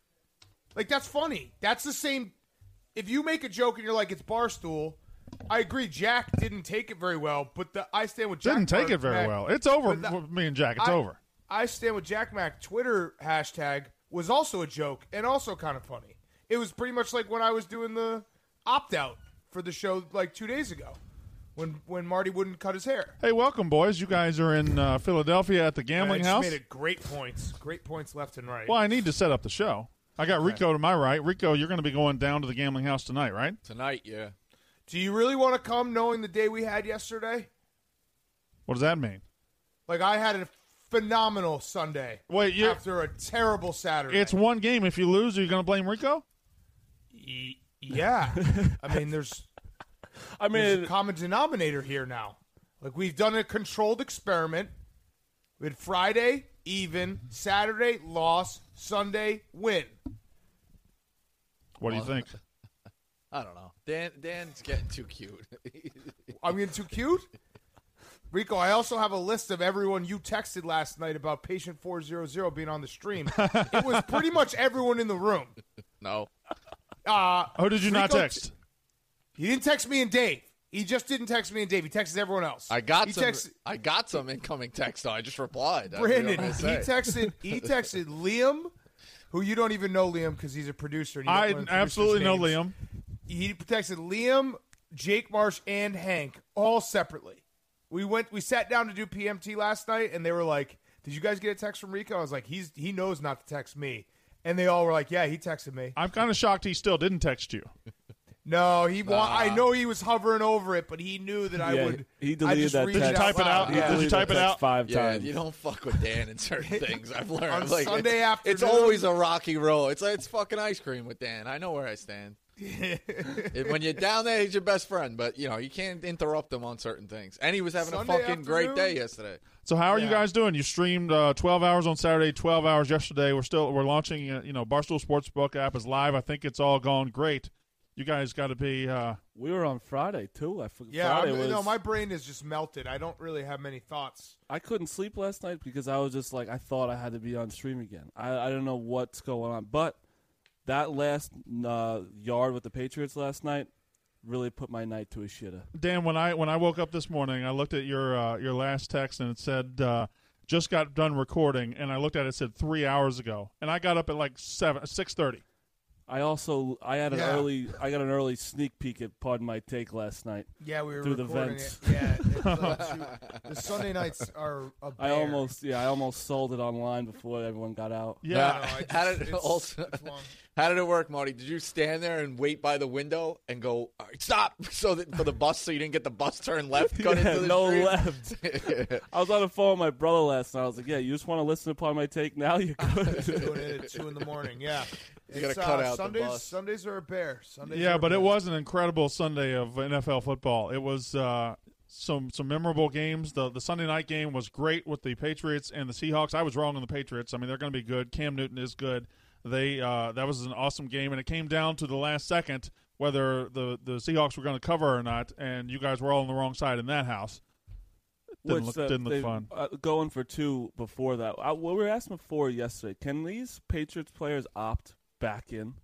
Speaker 9: Like that's funny. That's the same if you make a joke and you're like it's barstool, I agree Jack didn't take it very well, but the I stand with Jack
Speaker 13: Didn't take
Speaker 9: part-
Speaker 13: it very
Speaker 9: Mac-
Speaker 13: well. It's over
Speaker 9: but the-
Speaker 13: with me and Jack. It's
Speaker 9: I-
Speaker 13: over.
Speaker 9: I stand with Jack Mac Twitter hashtag was also a joke and also kind of funny. It was pretty much like when I was doing the opt out for the show like two days ago when when Marty wouldn't cut his hair.
Speaker 13: Hey, welcome, boys. You guys are in uh, Philadelphia at the gambling
Speaker 9: I just
Speaker 13: house.
Speaker 9: made it great points, great points left and right.
Speaker 13: Well, I need to set up the show. I got Rico to my right. Rico, you're going to be going down to the gambling house tonight, right?
Speaker 9: tonight, yeah. Do you really want to come knowing the day we had yesterday?
Speaker 13: What does that mean?
Speaker 9: Like I had a phenomenal Sunday.
Speaker 13: Wait, you-
Speaker 9: after a terrible Saturday.
Speaker 13: It's one game. If you lose, are you going to blame Rico?
Speaker 9: yeah, I mean, there's. <laughs> I mean, a common denominator here now. Like we've done a controlled experiment. We had Friday even, Saturday loss, Sunday win.
Speaker 13: <laughs> What do you
Speaker 9: <laughs>
Speaker 13: think?
Speaker 16: I don't know. Dan Dan's getting too cute.
Speaker 9: <laughs> I'm getting too cute. Rico, I also have a list of everyone you texted last night about patient 400 being on the stream. it was pretty much everyone in the room.
Speaker 16: no.
Speaker 9: Uh,
Speaker 13: Who did you not
Speaker 9: Rico-
Speaker 13: text?
Speaker 9: He didn't text me and Dave. He just didn't text me and Dave. He texts everyone else.
Speaker 16: I got
Speaker 9: he
Speaker 16: some.
Speaker 9: texted
Speaker 16: I got some incoming text. though. I just replied. I- you know
Speaker 9: Brandon.
Speaker 16: what I
Speaker 9: He
Speaker 16: say.
Speaker 9: texted.
Speaker 16: <laughs>
Speaker 13: <laughs>
Speaker 9: He texted Liam, who you don't even know Liam because he's a producer. And you don't
Speaker 13: I
Speaker 9: learn producers'
Speaker 13: absolutely know
Speaker 9: names.
Speaker 13: Liam.
Speaker 9: He texted Liam, Jake Marsh, and Hank all separately. We went. We sat down to do PMT last night, and they were like, "Did you guys get a text from Rico?" I was like, "He's he knows not to text me." And they all were like, "Yeah, he texted me."
Speaker 13: I'm kind of shocked he still didn't text you.
Speaker 9: No, he. Wa-
Speaker 13: Nah.
Speaker 9: I know he was hovering over it, but he knew that I
Speaker 13: Yeah,
Speaker 9: would.
Speaker 13: he
Speaker 9: I
Speaker 13: deleted
Speaker 9: just
Speaker 13: that
Speaker 9: read
Speaker 13: text. Did you
Speaker 9: out
Speaker 13: type it
Speaker 9: loud.
Speaker 13: out? Yeah, Did you deleted type that it text out? five
Speaker 16: yeah,
Speaker 13: times.
Speaker 16: You don't fuck with Dan in
Speaker 9: <laughs>
Speaker 16: certain things. I've learned.
Speaker 9: On
Speaker 16: like,
Speaker 9: Sunday
Speaker 16: it's, it's
Speaker 9: afternoon-
Speaker 16: always a rocky road. It's like it's fucking ice cream with Dan. I know where I stand.
Speaker 9: <laughs>
Speaker 16: If- when you're down there, he's your best friend, but you know you can't interrupt him on certain things. And he was having
Speaker 9: Sunday
Speaker 16: a fucking great
Speaker 9: afternoon?
Speaker 16: day yesterday.
Speaker 13: So how are you guys doing? You streamed uh, 12 hours on Saturday, 12 hours yesterday. We're still we're launching. Uh, you know, Barstool Sportsbook app is live. I think it's all gone great. You guys got to be. Uh,
Speaker 17: we were on Friday too. I forgot.
Speaker 9: Yeah,
Speaker 17: Friday
Speaker 9: I'm-
Speaker 17: was,
Speaker 9: no, my brain is just melted. I don't really have many thoughts.
Speaker 17: I couldn't sleep last night because I was just like I thought I had to be on stream again. I I don't know what's going on, but that last uh, yard with the Patriots last night really put my night to a shitter.
Speaker 13: Dan, when I when I woke up this morning, I looked at your uh, your last text and it said uh, just got done recording, and I looked at it, it said three hours ago, and I got up at like seven six thirty.
Speaker 17: I also I had an
Speaker 13: Yeah.
Speaker 17: early I got an early sneak peek at Pardon My Take last night.
Speaker 9: Yeah, we were
Speaker 17: through the
Speaker 9: recording
Speaker 17: vents. <laughs>
Speaker 9: it. Yeah, it's like two- the Sunday nights are a
Speaker 17: I
Speaker 9: bear.
Speaker 17: almost yeah I almost sold it online before everyone got out.
Speaker 16: Now, Uh, <laughs> how did also, <laughs> how did it work, Marty? Did you stand there and wait by the window and go All right, stop <laughs> so that for the bus so you didn't get the bus turn left?
Speaker 9: <laughs>
Speaker 16: Cut
Speaker 17: Yeah,
Speaker 16: into the
Speaker 17: no
Speaker 16: street? <laughs>
Speaker 17: left. <laughs> I was on the phone with my brother last night. I was like, "Yeah, you just want to listen upon my take
Speaker 13: <laughs>
Speaker 17: now? You
Speaker 9: doing it
Speaker 17: could."
Speaker 9: at two in the morning.
Speaker 16: <laughs>
Speaker 9: Yeah,
Speaker 17: You gotta
Speaker 9: It's,
Speaker 17: cut
Speaker 9: uh,
Speaker 17: out the
Speaker 9: Sundays.
Speaker 17: bus.
Speaker 9: Sundays are a bear. Sundays.
Speaker 13: Yeah,
Speaker 9: are
Speaker 13: but
Speaker 9: a
Speaker 13: it
Speaker 9: bear.
Speaker 13: was an incredible Sunday of NFL football. It was uh, some some memorable games. The the Sunday night game was great with the Patriots and the Seahawks. I was wrong on the Patriots. I mean, they're going to be good. Cam Newton is good. They uh, that was an awesome game, and it came down to the last second whether the the Seahawks were going to cover or not. And you guys were all on the wrong side in that house. It Didn't
Speaker 17: <laughs> Which
Speaker 13: look,
Speaker 17: the-
Speaker 13: didn't look
Speaker 17: they-
Speaker 13: fun.
Speaker 17: Uh, going for two before that. I, what we were asking before yesterday: Can these Patriots players opt back in?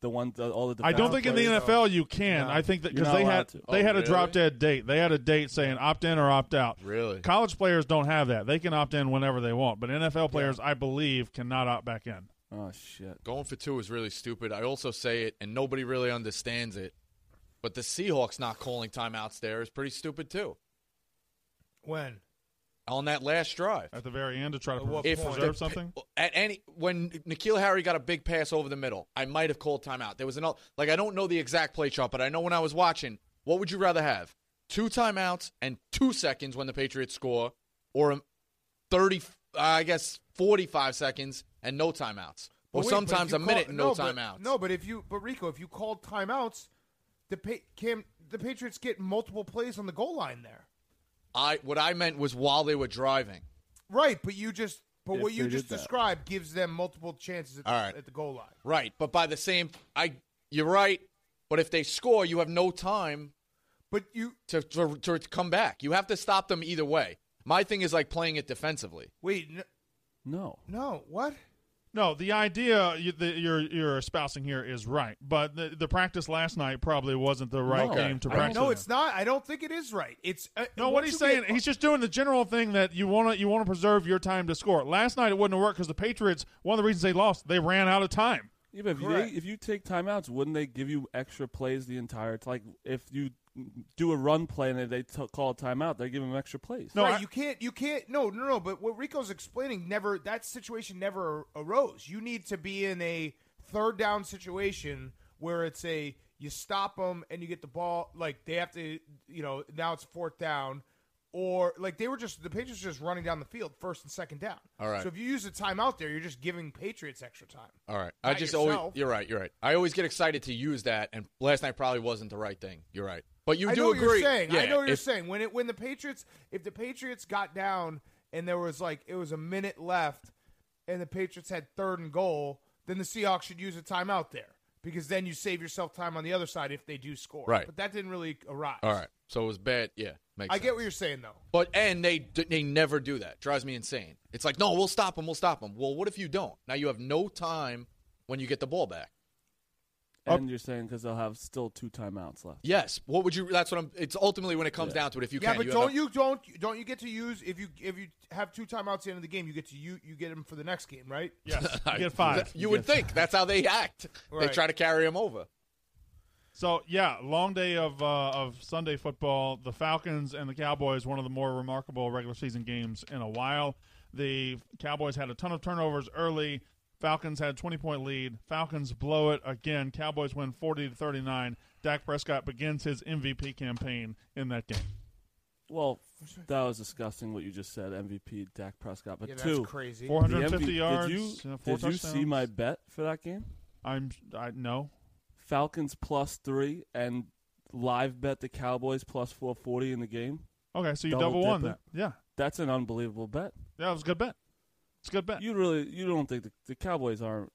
Speaker 17: The one, the, all the.
Speaker 13: I don't think in the
Speaker 17: defensive
Speaker 13: NFL
Speaker 17: players?
Speaker 13: you can.
Speaker 17: No.
Speaker 13: I think that
Speaker 17: You're
Speaker 13: because
Speaker 17: not
Speaker 13: they
Speaker 17: allowed
Speaker 13: had
Speaker 17: to.
Speaker 13: they
Speaker 17: Oh,
Speaker 13: had a
Speaker 17: really?
Speaker 13: drop dead date. They had a date saying opt in or opt out.
Speaker 16: Really?
Speaker 13: College players don't have that. They can opt in whenever they want, but NFL players, I believe, cannot opt back in.
Speaker 17: Oh shit!
Speaker 16: Going for two is really stupid. I also say it, and nobody really understands it. But the Seahawks not calling timeouts there is pretty stupid too.
Speaker 9: when
Speaker 16: On that last drive,
Speaker 13: at the very end, to try to
Speaker 9: what
Speaker 13: preserve
Speaker 16: the-
Speaker 13: something.
Speaker 16: At any when Nikhil Harry got a big pass over the middle, I might have called timeout. There was an like I don't know the exact play chart, but I know when I was watching, what would you rather have? Two timeouts and two seconds when the Patriots score, or thirty, uh, I guess forty-five seconds and no timeouts, or
Speaker 9: But wait, but if
Speaker 16: sometimes
Speaker 9: you
Speaker 16: a minute
Speaker 9: call-
Speaker 16: and no,
Speaker 9: but-
Speaker 16: timeouts.
Speaker 9: No, but if you, but Rico, if you called timeouts, the pa- Cam, the Patriots get multiple plays on the goal line there.
Speaker 16: I what I meant was while they were driving.
Speaker 9: Right, but you just, but
Speaker 16: If
Speaker 9: what you
Speaker 16: they did
Speaker 9: just
Speaker 16: that.
Speaker 9: described gives them multiple chances at, the-
Speaker 16: All right.
Speaker 9: at the goal line.
Speaker 16: Right, but by the same, I you're right. But if they score, you have no time.
Speaker 9: But you
Speaker 16: to to, to come back. You have to stop them either way. My thing is like playing it defensively.
Speaker 9: Wait, no,
Speaker 17: No.
Speaker 9: no what?
Speaker 13: No, the idea you, that you're you're espousing here is right, but the, the practice last night probably wasn't the right
Speaker 9: No.
Speaker 13: game to
Speaker 9: I don't-
Speaker 13: practice.
Speaker 9: No, it's not. I don't think it is right. It's uh,
Speaker 13: No, what
Speaker 9: once
Speaker 13: he's
Speaker 9: you
Speaker 13: saying,
Speaker 9: get-
Speaker 13: he's just doing the general thing that you want to you want to preserve your time to score. Last night it wouldn't have worked because the Patriots. One of the reasons they lost, they ran out of time.
Speaker 17: Yeah, but if, they,
Speaker 13: Correct.
Speaker 17: if you take timeouts, wouldn't they give you extra plays the entire? T- like if you do a run play and they t- call a timeout, they give them extra plays.
Speaker 9: right, you can't. You can't. No, no, no. But what Rico's explaining never that situation never ar- arose. You need to be in a third down situation where it's a you stop them and you get the ball. Like they have to, you know, now it's fourth down, or like they were just the Patriots were just running down the field first and second down.
Speaker 16: All right.
Speaker 9: So if you use a timeout there, you're just giving Patriots extra time.
Speaker 16: All right. I
Speaker 9: Not
Speaker 16: just
Speaker 9: yourself.
Speaker 16: always you're right, you're right. I always get excited to use that and last night probably wasn't the right thing. You're right. But you
Speaker 9: I
Speaker 16: do
Speaker 9: know
Speaker 16: agree.
Speaker 9: What you're saying. I
Speaker 16: Yeah,
Speaker 9: know what you're
Speaker 16: if-
Speaker 9: saying. When it when the Patriots if the Patriots got down and there was like it was a minute left and the Patriots had third and goal, then the Seahawks should use a timeout there because then you save yourself time on the other side if they do score.
Speaker 16: Right.
Speaker 9: But that didn't really arise.
Speaker 16: All right. So it was bad. Yeah. Makes
Speaker 9: I
Speaker 16: sense.
Speaker 9: get what you're saying though.
Speaker 16: But and they d- they never do that. Drives me insane. It's like, "No, we'll stop him. We'll stop him." Well, what if you don't? Now you have no time when you get the ball back.
Speaker 17: And you're saying because they'll have still two timeouts left.
Speaker 16: Yes. What would you that's what I'm it's ultimately when it comes
Speaker 17: Yeah.
Speaker 16: down to it if you
Speaker 9: yeah,
Speaker 16: can
Speaker 9: but
Speaker 16: you have
Speaker 9: don't
Speaker 16: a-
Speaker 9: you don't don't you get to use if you if you have two timeouts at the end of the game, you get to you you get them for the next game, right?
Speaker 16: <laughs> You would think that's how <laughs> they act.
Speaker 9: Right.
Speaker 16: They try to carry him over.
Speaker 13: So yeah, long day of uh, of Sunday football. The Falcons and the Cowboys, one of the more remarkable regular season games in a while. The Cowboys had a ton of turnovers early. Falcons had a 20 point lead. Falcons blow it again. Cowboys win 40 to 39. Dak Prescott begins his MVP campaign in that game.
Speaker 17: Well, that was disgusting what you just said. MVP Dak Prescott, but
Speaker 13: Yeah, that's
Speaker 17: two
Speaker 13: crazy.
Speaker 17: the
Speaker 13: 450
Speaker 17: MVP
Speaker 13: yards,
Speaker 17: Did you,
Speaker 13: uh, four
Speaker 17: did you see
Speaker 13: touchdowns.
Speaker 17: my bet for that game?
Speaker 13: I'm I no.
Speaker 17: Falcons plus three and live bet the Cowboys plus 440 in the game.
Speaker 13: Okay, so you double won
Speaker 17: dipping.
Speaker 13: that. Yeah.
Speaker 17: that's an unbelievable bet.
Speaker 13: Yeah, it was a good bet. It's a good bet.
Speaker 17: You really you don't think the, the Cowboys aren't?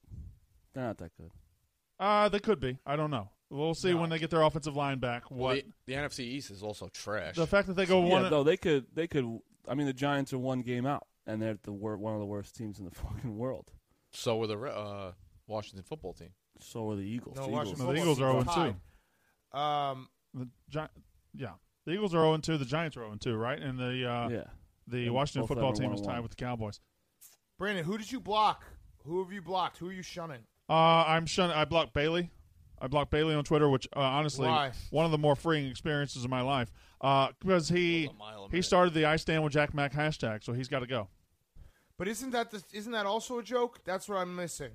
Speaker 17: They're not that good.
Speaker 13: Uh, they could be. I don't know. We'll see when they get their offensive line back. What
Speaker 16: Well, the, the NFC East is also trash.
Speaker 13: The fact that they go
Speaker 17: yeah,
Speaker 13: one-
Speaker 17: though they could they could. I mean, the Giants are one game out, and they're the wor- one of the worst teams in the <laughs> fucking world.
Speaker 16: So were the uh, Washington football team.
Speaker 17: So are the Eagles.
Speaker 9: No,
Speaker 17: The
Speaker 9: Washington
Speaker 13: No, the
Speaker 9: football
Speaker 13: Eagles are 0
Speaker 9: team's tied. Um,
Speaker 13: the Gi- yeah, the Eagles are 0 2. The Giants are 0 2, right? And the uh,
Speaker 17: Yeah.
Speaker 13: the
Speaker 17: And
Speaker 13: Washington
Speaker 17: both of
Speaker 13: football
Speaker 17: them are
Speaker 13: team is
Speaker 17: 1-1.
Speaker 13: tied with the Cowboys.
Speaker 9: Brandon, who did you block? Who have you blocked? Who are you shunning?
Speaker 13: Uh, I'm shun- I blocked Bailey. I blocked Bailey on Twitter, which uh, honestly,
Speaker 9: Why?
Speaker 13: one of the more freeing experiences of my life, uh, because he he started the "I stand with Jack Mack" hashtag, so he's got to go.
Speaker 9: But isn't that the, isn't that also a joke? That's what I'm missing.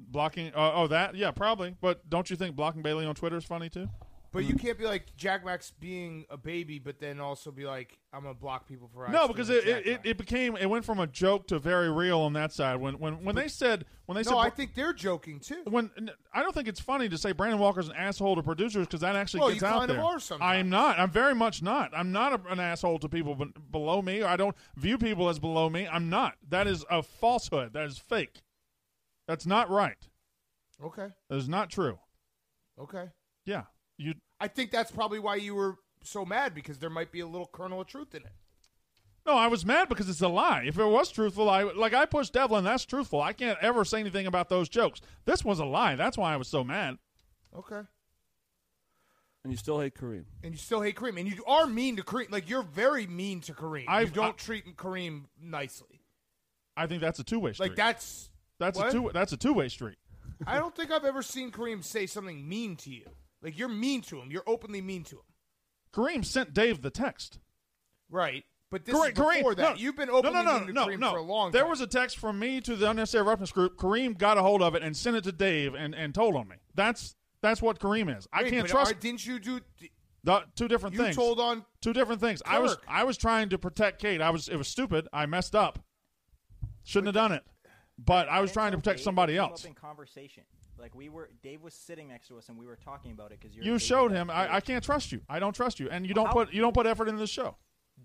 Speaker 13: Blocking, uh, oh that, yeah, probably. But don't you think blocking Bailey on Twitter is funny too?
Speaker 9: But
Speaker 13: Mm.
Speaker 9: you can't be like Jack Max being a baby, but then also be like, I'm gonna block people for
Speaker 13: No,
Speaker 9: actually
Speaker 13: because it,
Speaker 9: with Jack
Speaker 13: it, it, it became it went from a joke to very real on that side. When when when they said when they
Speaker 9: No,
Speaker 13: said
Speaker 9: I think they're joking too.
Speaker 13: When n- I don't think it's funny to say Brandon Walker's an asshole to producers because that actually
Speaker 9: Well,
Speaker 13: gets
Speaker 9: you
Speaker 13: out
Speaker 9: kind of
Speaker 13: there.
Speaker 9: are sometimes.
Speaker 13: I'm not. I'm very much not. I'm not a, an asshole to people b- below me. I don't view people as below me. I'm not. That is a falsehood. That is fake. That's not right.
Speaker 9: Okay,
Speaker 13: That is not true.
Speaker 9: okay.
Speaker 13: Yeah. You
Speaker 9: I think that's probably why you were so mad because there might be a little kernel of truth in it.
Speaker 13: No, I was mad because it's a lie. If it was truthful, I like I pushed Devlin. That's truthful. I can't ever say anything about those jokes. This was a lie. That's why I was so mad.
Speaker 9: Okay.
Speaker 17: And you still hate Kareem.
Speaker 9: And you still hate Kareem, and you are mean to Kareem. Like you're very mean to Kareem. I you
Speaker 13: I've-
Speaker 9: don't
Speaker 13: I-
Speaker 9: treat Kareem nicely.
Speaker 13: I think that's a two way street.
Speaker 9: Like that's
Speaker 13: that's
Speaker 9: what?
Speaker 13: a two that's a two way street.
Speaker 9: I don't think I've ever seen Kareem say something mean to you. Like you're mean to him. You're openly mean to him.
Speaker 13: Kareem sent Dave the text.
Speaker 9: Right. But this
Speaker 13: Kareem,
Speaker 9: is before
Speaker 13: Kareem,
Speaker 9: that.
Speaker 13: no,
Speaker 9: You've been
Speaker 13: no, no,
Speaker 9: openly
Speaker 13: no,
Speaker 9: mean to
Speaker 13: no,
Speaker 9: Kareem
Speaker 13: no.
Speaker 9: for a long
Speaker 13: There
Speaker 9: time.
Speaker 13: was a text from me to the unnecessary roughness group. Kareem got a hold of it and sent it to Dave and, and told on me. That's that's what Kareem is. I
Speaker 9: Wait,
Speaker 13: can't
Speaker 9: but
Speaker 13: trust.
Speaker 9: are- didn't you do?
Speaker 13: The, two different
Speaker 9: You
Speaker 13: things.
Speaker 9: told on
Speaker 13: two different things. I was
Speaker 9: Kirk.
Speaker 13: I was trying to protect Kate. I was it was stupid. I messed up. Shouldn't have done it. But I was trying to protect
Speaker 18: Dave
Speaker 13: somebody
Speaker 18: came up
Speaker 13: else.
Speaker 18: in conversation. Like we were, Dave was sitting next to us and we were talking about it because
Speaker 13: You showed him I, I can't trust you. I don't trust you, and you don't
Speaker 18: How-
Speaker 13: put you don't put effort into the show.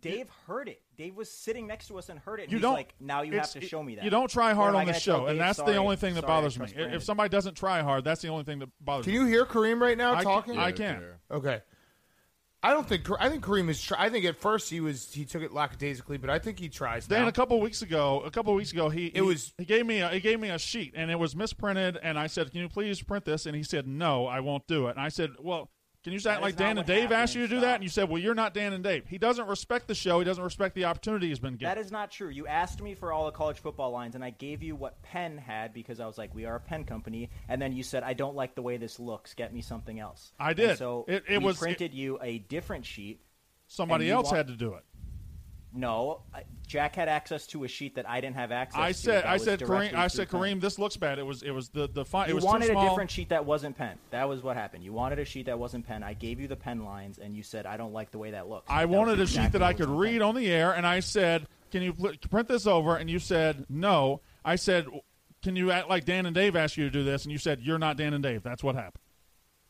Speaker 18: Dave heard it. Dave was sitting next to us and heard it. And
Speaker 13: You
Speaker 18: he's
Speaker 13: don't.
Speaker 18: like, now you have
Speaker 13: it's-
Speaker 18: to show me that.
Speaker 13: You don't try
Speaker 18: Or
Speaker 13: hard
Speaker 18: am I
Speaker 13: on the
Speaker 18: gonna tell
Speaker 13: show, and
Speaker 18: Dave,
Speaker 13: that's
Speaker 18: sorry,
Speaker 13: the only thing that
Speaker 18: sorry, I
Speaker 13: bothers me.
Speaker 18: trust
Speaker 13: If-
Speaker 18: Brandon.
Speaker 13: If somebody doesn't try hard, that's the only thing that bothers
Speaker 9: Can
Speaker 13: me.
Speaker 9: you hear Kareem right now
Speaker 13: I can-
Speaker 9: talking?
Speaker 13: I Yeah, can. yeah.
Speaker 9: Okay. I don't think. I think Kareem is. Try, I think at first he was. He took it lackadaisically, but I think he tries.
Speaker 13: Dan,
Speaker 9: now.
Speaker 13: a couple weeks ago, a couple weeks ago, he it
Speaker 9: was-
Speaker 13: he gave me a, he gave me a sheet and it was misprinted, and I said, "Can you please print this?" And he said, "No, I won't do it." And I said, "Well." Can you just act
Speaker 18: That
Speaker 13: like
Speaker 18: is not
Speaker 13: Dan and
Speaker 18: what
Speaker 13: Dave asked you to
Speaker 18: happened.
Speaker 13: do that? And you said, well, you're not Dan and Dave. He doesn't respect the show. He doesn't respect the opportunity he's been given.
Speaker 18: That is not true. You asked me for all the college football lines, and I gave you what Penn had because I was like, we are a Penn company. And then you said, I don't like the way this looks. Get me something else.
Speaker 13: I
Speaker 18: And
Speaker 13: did.
Speaker 18: so
Speaker 13: It- it
Speaker 18: we
Speaker 13: was-
Speaker 18: printed you a different sheet.
Speaker 13: Somebody
Speaker 18: and you
Speaker 13: else
Speaker 18: wa-
Speaker 13: had to do it.
Speaker 18: No, I- Jack had access to a sheet that I didn't have access.
Speaker 13: I
Speaker 18: to
Speaker 13: said,
Speaker 18: that
Speaker 13: I
Speaker 18: was
Speaker 13: said,
Speaker 18: directly
Speaker 13: Kareem, I
Speaker 18: through
Speaker 13: said,
Speaker 18: Penn.
Speaker 13: Kareem, this looks bad. It was, it was the the font. It
Speaker 18: you
Speaker 13: was
Speaker 18: wanted
Speaker 13: too
Speaker 18: a
Speaker 13: small.
Speaker 18: different sheet that wasn't pen. That was what happened. You wanted a sheet that wasn't pen. I gave you the pen lines, and you said, "I don't like the way that looks."
Speaker 13: I
Speaker 18: That was
Speaker 13: wanted a sheet
Speaker 18: exactly
Speaker 13: that I
Speaker 18: what was
Speaker 13: could
Speaker 18: on
Speaker 13: read on the air, and I said, "Can you pl- print this over?" And you said, "No." I said, "Can you act like Dan and Dave asked you to do this?" And you said, "You're not Dan and Dave." That's what happened.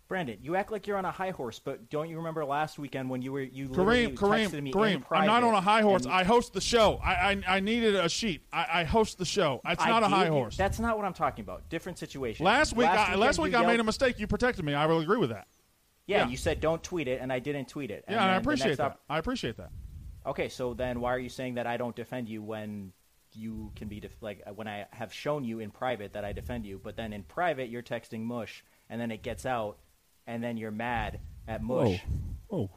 Speaker 18: Brandon, you act like you're on a high horse, but don't you remember last weekend when you were you literally
Speaker 13: Kareem,
Speaker 18: texted
Speaker 13: Kareem,
Speaker 18: me in
Speaker 13: Kareem. I'm
Speaker 18: private,
Speaker 13: not on a high horse.
Speaker 18: and
Speaker 13: I host the show. I I, I needed a sheet. I, I host the show. It's
Speaker 18: I
Speaker 13: not a
Speaker 18: gave
Speaker 13: high
Speaker 18: you-
Speaker 13: horse.
Speaker 18: That's not what I'm talking about. Different situation.
Speaker 13: Last week, I,
Speaker 18: weekend
Speaker 13: last
Speaker 18: you
Speaker 13: week I
Speaker 18: yelled-
Speaker 13: made a mistake. You protected me. I will agree with that.
Speaker 18: Yeah,
Speaker 13: yeah.
Speaker 18: you said don't tweet it, and I didn't tweet it.
Speaker 13: Yeah, and I
Speaker 18: then the next
Speaker 13: appreciate that.
Speaker 18: op-
Speaker 13: I appreciate that.
Speaker 18: Okay, so then why are you saying that I don't defend you when you can be def- like when I have shown you in private that I defend you, but then in private you're texting Mush, and then it gets out, and then you're mad at Mush.
Speaker 17: Oh.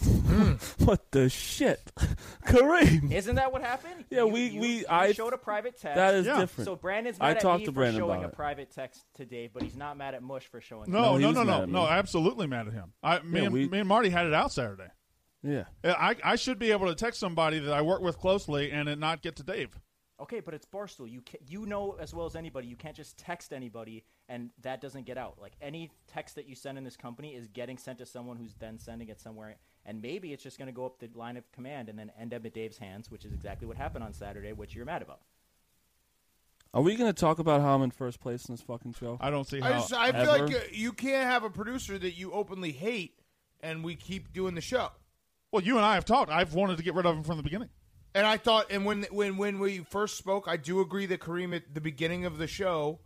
Speaker 13: Mm.
Speaker 17: <laughs> what the shit, <laughs> Kareem?
Speaker 18: Isn't that what happened?
Speaker 17: Yeah,
Speaker 18: You-
Speaker 17: we-
Speaker 18: you-
Speaker 17: we-
Speaker 18: you
Speaker 17: I-
Speaker 18: showed a private text.
Speaker 17: that is Yeah. different.
Speaker 18: So Brandon's
Speaker 17: I
Speaker 18: mad at
Speaker 17: talked
Speaker 18: me
Speaker 17: to
Speaker 18: for
Speaker 17: Brandon
Speaker 18: showing
Speaker 17: about
Speaker 18: a
Speaker 17: it.
Speaker 18: private text to Dave, but he's not mad at Mush for showing.
Speaker 13: No,
Speaker 17: No,
Speaker 13: no,
Speaker 17: he
Speaker 13: no,
Speaker 17: was mad
Speaker 13: no,
Speaker 17: at me.
Speaker 13: no. Absolutely mad at him. I, me,
Speaker 17: Yeah,
Speaker 13: and,
Speaker 17: we-
Speaker 13: me and Marty had it out Saturday.
Speaker 17: Yeah.
Speaker 13: I, I should be able to text somebody that I work with closely and it not get to Dave.
Speaker 18: Okay, but it's Barstool. You can, you know as well as anybody, you can't just text anybody and that doesn't get out. Like any text that you send in this company is getting sent to someone who's then sending it somewhere and maybe it's just going to go up the line of command and then end up at Dave's hands, which is exactly what happened on Saturday, which you're mad about.
Speaker 17: Are we going to talk about how I'm in first place in this fucking show?
Speaker 13: I don't see
Speaker 9: I, just, I feel like uh, you can't have a producer that you openly hate, and we keep doing the show.
Speaker 13: Well, you and I have talked. I've wanted to get rid of him from the beginning.
Speaker 9: And I thought, and when when when we first spoke, I do agree that Kareem at the beginning of the show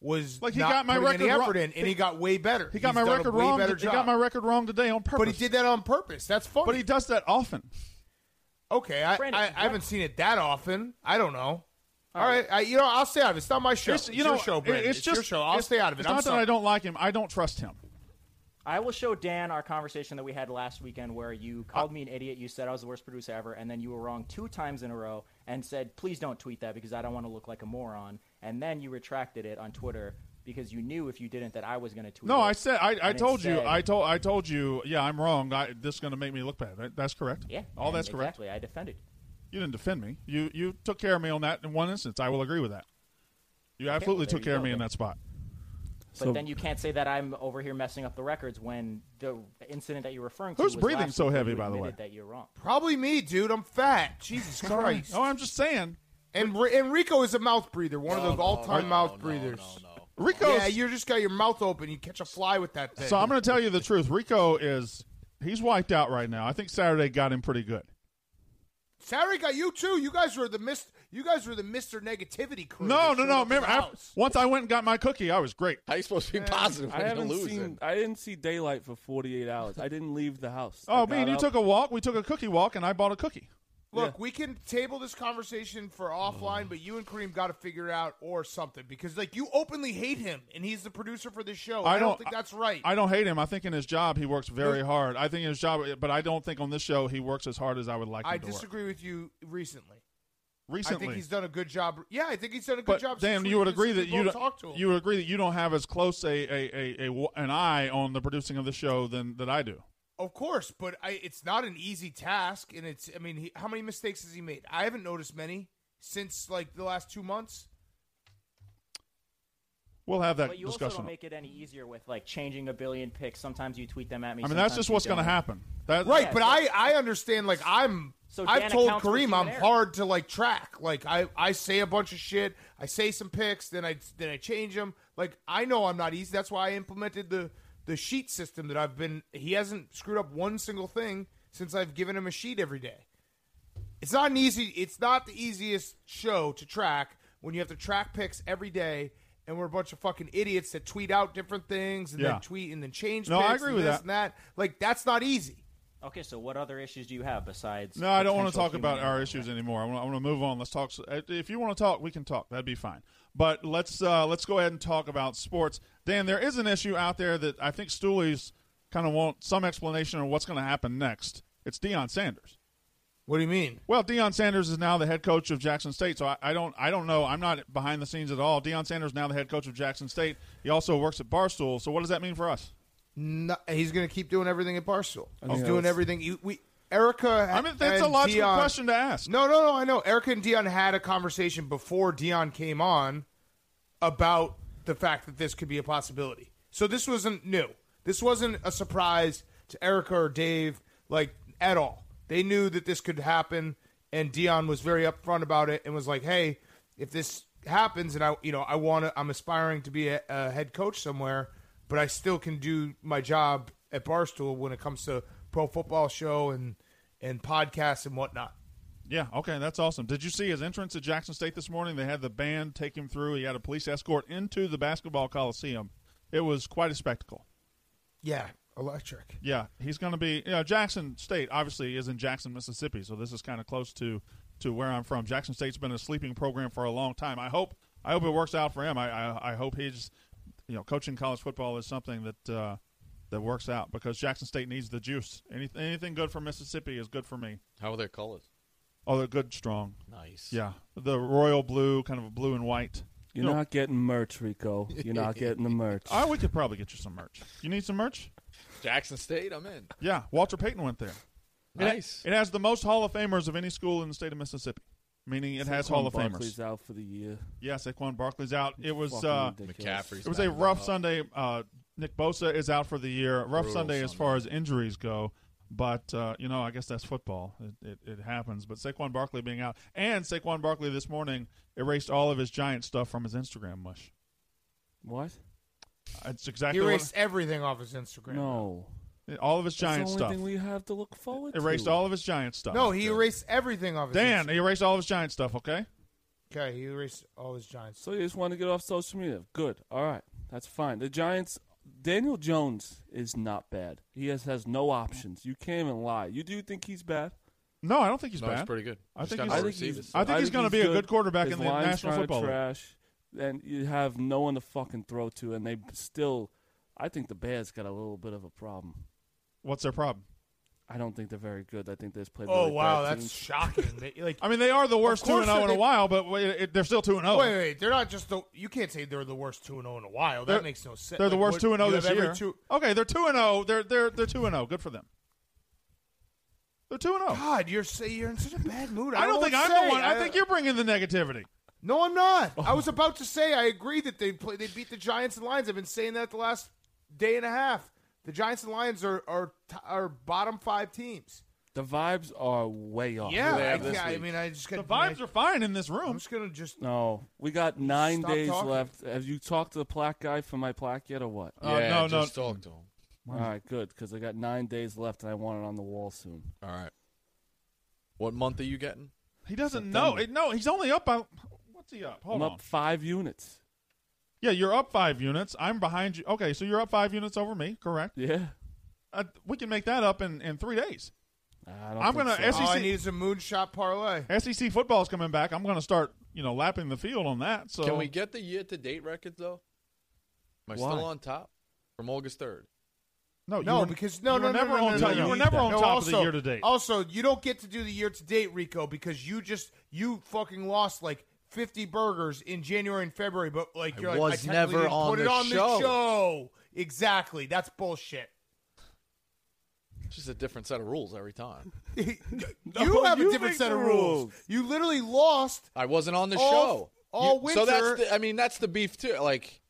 Speaker 9: was
Speaker 13: Like he
Speaker 9: not
Speaker 13: got my
Speaker 9: putting any
Speaker 13: record
Speaker 9: effort
Speaker 13: wrong.
Speaker 9: in, and he
Speaker 13: He-
Speaker 9: got way better.
Speaker 13: He got
Speaker 9: He's
Speaker 13: my
Speaker 9: done a
Speaker 13: record
Speaker 9: way
Speaker 13: wrong.
Speaker 9: Better
Speaker 13: He got
Speaker 9: job.
Speaker 13: my record wrong today on purpose.
Speaker 9: But he did that on purpose. That's funny. But he
Speaker 13: does that often.
Speaker 9: Okay, I,
Speaker 13: Brandon,
Speaker 9: I,
Speaker 13: what-
Speaker 9: I haven't seen it that often. I don't know. All right, I, you know I'll stay out of it. It's not my show.
Speaker 13: It's- you
Speaker 9: It's
Speaker 13: know,
Speaker 9: your show, Brandon.
Speaker 13: It's, just
Speaker 9: your show. I'll
Speaker 13: it's-
Speaker 9: stay out of it.
Speaker 13: It's
Speaker 9: I'm
Speaker 13: not that
Speaker 9: sorry.
Speaker 13: I don't like him. I don't trust him.
Speaker 18: I will show Dan our conversation that we had last weekend where
Speaker 13: Uh,
Speaker 18: you called me an idiot, you said I was the worst producer ever, and then you were wrong two times in a row and said, please don't tweet that because I don't want to look like a moron. And then you retracted it on Twitter because you knew if you didn't that I was going to tweet
Speaker 13: No,
Speaker 18: it.
Speaker 13: I said I, I
Speaker 18: And
Speaker 13: told you
Speaker 18: instead-
Speaker 13: I told I told you yeah I'm wrong. I, this is going to make me look bad. That- That's correct.
Speaker 18: Yeah.
Speaker 13: all
Speaker 18: and
Speaker 13: that's correct.
Speaker 18: Exactly. I defended.
Speaker 13: You didn't defend me. You you took care of me on that in one instance. I will agree with that. You
Speaker 18: well,
Speaker 13: absolutely
Speaker 18: there
Speaker 13: took
Speaker 18: you
Speaker 13: care of
Speaker 18: go
Speaker 13: me in
Speaker 18: then.
Speaker 13: that spot.
Speaker 18: But then you can't say that I'm over here messing up the records when the incident that you're referring to
Speaker 13: Who's
Speaker 18: was
Speaker 13: breathing
Speaker 18: last
Speaker 13: so
Speaker 18: week where
Speaker 13: heavy,
Speaker 18: you
Speaker 13: by the
Speaker 18: admitted
Speaker 13: way?
Speaker 18: That you're wrong.
Speaker 9: Probably me, dude. I'm fat. Jesus Christ.
Speaker 13: Oh, I'm just saying.
Speaker 9: And Re- Enrico is a mouth breather, one of the all-time mouth breathers.
Speaker 13: Rico's-
Speaker 9: yeah, you just got your mouth open. You catch a fly with that thing.
Speaker 13: So I'm going to tell you the truth. Rico is he's wiped out right now. I think Saturday got him pretty good.
Speaker 9: Saturday got you too. You guys were the mist. You guys were the Mister Negativity crew.
Speaker 13: No, no,
Speaker 9: that showed
Speaker 13: no.
Speaker 9: up at
Speaker 13: Remember,
Speaker 9: the
Speaker 13: I,
Speaker 9: house.
Speaker 13: once I went and got my cookie, I was great.
Speaker 16: How are you supposed to be
Speaker 17: I, haven't seen. I didn't see daylight for 48 hours. I didn't leave the house.
Speaker 13: Oh,
Speaker 17: I
Speaker 13: me and
Speaker 17: got
Speaker 13: you
Speaker 17: up-
Speaker 13: took a walk. We took a cookie walk, and I bought a cookie.
Speaker 9: Look, we can table this conversation for offline, but you and Kareem got to figure it out or something because, like, you openly hate him, and he's the producer for this show. I, don't, think that's right.
Speaker 13: I don't hate him. I think in his job he works very hard. I think in his job, but I don't think on this show he works as hard as I would like.
Speaker 9: I
Speaker 13: him to work.
Speaker 9: disagree with you. Recently, I
Speaker 13: Recently.
Speaker 9: think he's done a good job. Yeah, I think he's done a good
Speaker 13: But
Speaker 9: job.
Speaker 13: Dan,
Speaker 9: since
Speaker 13: you
Speaker 9: we-
Speaker 13: would agree
Speaker 9: since
Speaker 13: that
Speaker 9: we
Speaker 13: you
Speaker 9: both
Speaker 13: don't,
Speaker 9: talked to him.
Speaker 13: you would agree that you don't have as close a, a, a, a an eye on the producing of the show than that I do.
Speaker 9: Of course, but I, it's not an easy task, and it's. I mean, he, how many mistakes has he made? I haven't noticed many since like the last two months.
Speaker 13: We'll have that
Speaker 18: but you also
Speaker 13: discussion.
Speaker 18: don't make it any easier with like changing a billion picks. Sometimes you tweet them at me.
Speaker 13: I mean, that's
Speaker 18: sometimes
Speaker 13: just
Speaker 18: you
Speaker 13: what's going to
Speaker 18: don't.
Speaker 13: happen. That,
Speaker 9: right,
Speaker 18: Yeah,
Speaker 9: but
Speaker 18: so-
Speaker 9: I, I understand. Like I'm,
Speaker 18: So Dan
Speaker 9: I've told
Speaker 18: accounts for
Speaker 9: Kareem
Speaker 18: human
Speaker 9: I'm
Speaker 18: error.
Speaker 9: hard to like track. Like I, I say a bunch of shit. I say some picks, then I then I change them. Like I know I'm not easy. That's why I implemented the the sheet system that I've been. He hasn't screwed up one single thing since I've given him a sheet every day. It's not an easy. It's not the easiest show to track when you have to track picks every day. And we're a bunch of fucking idiots that tweet out different things and
Speaker 13: Yeah.
Speaker 9: then tweet and then change.
Speaker 13: No, I
Speaker 9: picks
Speaker 13: agree
Speaker 9: and
Speaker 13: with
Speaker 9: this
Speaker 13: that.
Speaker 9: And that like that's not easy.
Speaker 18: Okay, so what other issues do you have besides?
Speaker 13: No, I don't want to
Speaker 18: potential
Speaker 13: talk
Speaker 18: human
Speaker 13: about
Speaker 18: error?
Speaker 13: our issues anymore. I want, I want to move on. Let's talk. uh, If you want to talk, we can talk. That'd be fine. But let's uh, let's go ahead and talk about sports. Dan, there is an issue out there that I think Stooley's kind of want some explanation on what's going to happen next. It's Deion Sanders.
Speaker 9: What do you mean?
Speaker 13: Well, Deion Sanders is now the head coach of Jackson State, so I, I don't I don't know. I'm not behind the scenes at all. Deion Sanders is now the head coach of Jackson State. He also works at Barstool. So what does that mean for us?
Speaker 9: No, he's going to keep doing everything at Barstool.
Speaker 13: I
Speaker 9: He's
Speaker 13: think
Speaker 9: doing
Speaker 13: that's-
Speaker 9: everything. You, we Erica.
Speaker 13: I mean, that's a
Speaker 9: and
Speaker 13: logical
Speaker 9: Dion-
Speaker 13: question to ask.
Speaker 9: No, no, no. I know Erica and Dion had a conversation before Dion came on about the fact that this could be a possibility. So this wasn't new. This wasn't a surprise to Erica or Dave, like at all. They knew that this could happen, and Dion was very upfront about it and was like, "Hey, if this happens, and I, you know, I want to, I'm aspiring to be a, a head coach somewhere, but I still can do my job at Barstool when it comes to pro football show and and podcasts and whatnot."
Speaker 13: Yeah, okay, that's awesome. Did you see his entrance at Jackson State this morning? They had the band take him through. He had a police escort into the basketball coliseum. It was quite a spectacle.
Speaker 9: Yeah, electric.
Speaker 13: Yeah, he's going to be. You know, Jackson State obviously is in Jackson, Mississippi, so this is kind of close to to where I'm from. Jackson State's been a sleeping program for a long time. I hope I hope it works out for him. I I, I hope he's you know coaching college football is something that uh, that works out because Jackson State needs the juice. Anything anything good for Mississippi is good for me.
Speaker 16: How are their colors?
Speaker 13: Oh, they're good, strong.
Speaker 16: Nice.
Speaker 13: Yeah, the royal blue, kind of a blue and white.
Speaker 17: You're
Speaker 13: You know-
Speaker 17: not getting merch, Rico. You're
Speaker 16: <laughs>
Speaker 17: not getting the merch.
Speaker 13: Oh, we could probably get <laughs> you some merch. You need some merch?
Speaker 16: Jackson State, I'm in.
Speaker 13: Yeah, Walter Payton went there. It-
Speaker 16: Nice.
Speaker 13: It, has the most Hall of Famers of any school in the state of Mississippi, meaning it has
Speaker 17: Saquon
Speaker 13: Hall of
Speaker 17: Barkley's
Speaker 13: Famers.
Speaker 17: out for the year.
Speaker 13: Yeah, Saquon Barkley's out. It was
Speaker 17: Fucking
Speaker 13: uh,
Speaker 17: ridiculous.
Speaker 16: McCaffrey's
Speaker 13: It was a
Speaker 16: not
Speaker 13: rough
Speaker 16: up.
Speaker 13: Sunday. Uh, Nick Bosa is out for the year. Rough
Speaker 16: Brutal
Speaker 13: Sunday, as far as injuries go. But uh, you know, I guess that's football. It, it, it happens. But Saquon Barkley being out, and Saquon Barkley this morning erased all of his giant stuff from his Instagram mush.
Speaker 17: What?
Speaker 13: It's
Speaker 9: He
Speaker 13: exactly what-
Speaker 9: erased everything off his Instagram.
Speaker 17: No.
Speaker 13: all of his
Speaker 17: That's
Speaker 13: giant
Speaker 17: the only
Speaker 13: stuff.
Speaker 17: thing we have to look forward
Speaker 13: erased
Speaker 17: to.
Speaker 13: all of his giant stuff.
Speaker 9: No, he erased everything off his
Speaker 13: Dan, he erased all of his giant stuff. Okay.
Speaker 9: Okay, he erased all his Giants.
Speaker 17: So you just want to get off social media. Good. All right. That's fine. The Giants Daniel Jones is not bad. He has, has no options. You can't even lie. You do think he's bad?
Speaker 13: No, I don't think he's
Speaker 17: No,
Speaker 13: bad.
Speaker 17: he's pretty good.
Speaker 13: I
Speaker 17: He's
Speaker 13: think
Speaker 17: got
Speaker 13: he's,
Speaker 17: no
Speaker 13: I think
Speaker 17: receivers.
Speaker 13: he's, I think he's going to be a good quarterback
Speaker 17: His
Speaker 13: in the
Speaker 17: line's
Speaker 13: National
Speaker 17: kinda
Speaker 13: Football League.
Speaker 17: trash, and you have no one to fucking throw to, and they still. I think the Bears got a little bit of a problem.
Speaker 13: What's their problem?
Speaker 17: I don't think they're very good. I think they just played.
Speaker 9: Oh
Speaker 17: really
Speaker 9: wow,
Speaker 17: bad
Speaker 9: that's
Speaker 17: teams.
Speaker 9: shocking. They- like,
Speaker 13: <laughs> I mean, they are the worst
Speaker 9: Of
Speaker 13: two
Speaker 9: course
Speaker 13: and zero in a
Speaker 9: they-
Speaker 13: while, but wait, it, they're still two and oh.
Speaker 9: wait,
Speaker 13: zero.
Speaker 9: wait, wait, they're not just the. You can't say they're the worst two and zero in a while. That
Speaker 13: They're-
Speaker 9: makes no sense.
Speaker 13: They're the
Speaker 9: Like,
Speaker 13: worst
Speaker 9: what-
Speaker 13: two and zero
Speaker 9: you
Speaker 13: this
Speaker 9: have every
Speaker 13: year.
Speaker 9: two-
Speaker 13: Okay, they're two and zero. They're they're they're two and zero. Good for them. They're two and zero.
Speaker 9: God, you're say you're in such a bad mood. I,
Speaker 13: I don't
Speaker 9: know
Speaker 13: think
Speaker 9: what
Speaker 13: I'm
Speaker 9: to say.
Speaker 13: the one. I, think you're bringing the negativity.
Speaker 9: No, I'm not.
Speaker 13: Oh.
Speaker 9: I was about to say I agree that they play. They beat the Giants and Lions. I've been saying that the last day and a half. The Giants and Lions are are t- are bottom five teams.
Speaker 17: The vibes are way
Speaker 13: Oh,
Speaker 17: off.
Speaker 9: Yeah, I, can't- I mean, I just got
Speaker 13: The vibes are fine in this room.
Speaker 9: I'm just gonna just
Speaker 17: No, we got nine
Speaker 9: Stop
Speaker 17: days
Speaker 9: talking.
Speaker 17: left. Have you talked to the plaque guy for my plaque yet, or what?
Speaker 13: Uh, Yeah, no, no. just
Speaker 16: talk to him.
Speaker 17: All right, good, because I got nine days left, and I want it on the wall soon.
Speaker 16: All right. What month are you getting?
Speaker 13: He doesn't know.
Speaker 17: September.
Speaker 13: It, no, he's only up by. What's he up? Hold
Speaker 17: I'm
Speaker 13: on.
Speaker 17: up five units.
Speaker 13: Yeah, you're up five units. I'm behind you. Okay, so you're up five units over me. Correct.
Speaker 17: Yeah.
Speaker 13: Uh, we can make that up in, in three days.
Speaker 17: I
Speaker 13: I'm gonna E SEC.
Speaker 9: All I need is a moonshot parlay.
Speaker 13: SEC E football's coming back. I'm going to start, you know, lapping the field on that. So
Speaker 16: Can we get the year to date records though? Am I
Speaker 13: Why?
Speaker 16: still on top from August third?
Speaker 13: No, you
Speaker 9: No,
Speaker 13: were,
Speaker 9: because no,
Speaker 13: you
Speaker 9: no,
Speaker 13: were
Speaker 9: no,
Speaker 13: never
Speaker 9: no,
Speaker 13: on
Speaker 9: no,
Speaker 13: top.
Speaker 9: no,
Speaker 13: you
Speaker 9: no.
Speaker 13: were never on
Speaker 9: No,
Speaker 13: top
Speaker 9: also,
Speaker 13: of the year to date.
Speaker 9: Also, you don't get to do the year to date, Rico, because you just you fucking lost like fifty burgers in January and February. But like
Speaker 16: I
Speaker 9: you're like,
Speaker 16: was
Speaker 9: technically
Speaker 16: never
Speaker 9: didn't
Speaker 16: on
Speaker 9: put it
Speaker 16: the
Speaker 9: on
Speaker 16: show.
Speaker 9: the show. Exactly, that's bullshit.
Speaker 16: It's just a different set of rules every time.
Speaker 9: <laughs> you have
Speaker 16: you
Speaker 9: a different
Speaker 16: make
Speaker 9: set
Speaker 16: the
Speaker 9: of rules. You literally lost.
Speaker 16: I wasn't on the
Speaker 9: All-
Speaker 16: show
Speaker 9: all
Speaker 16: You- So that's
Speaker 9: winter-
Speaker 16: the, I mean that's the beef too. Like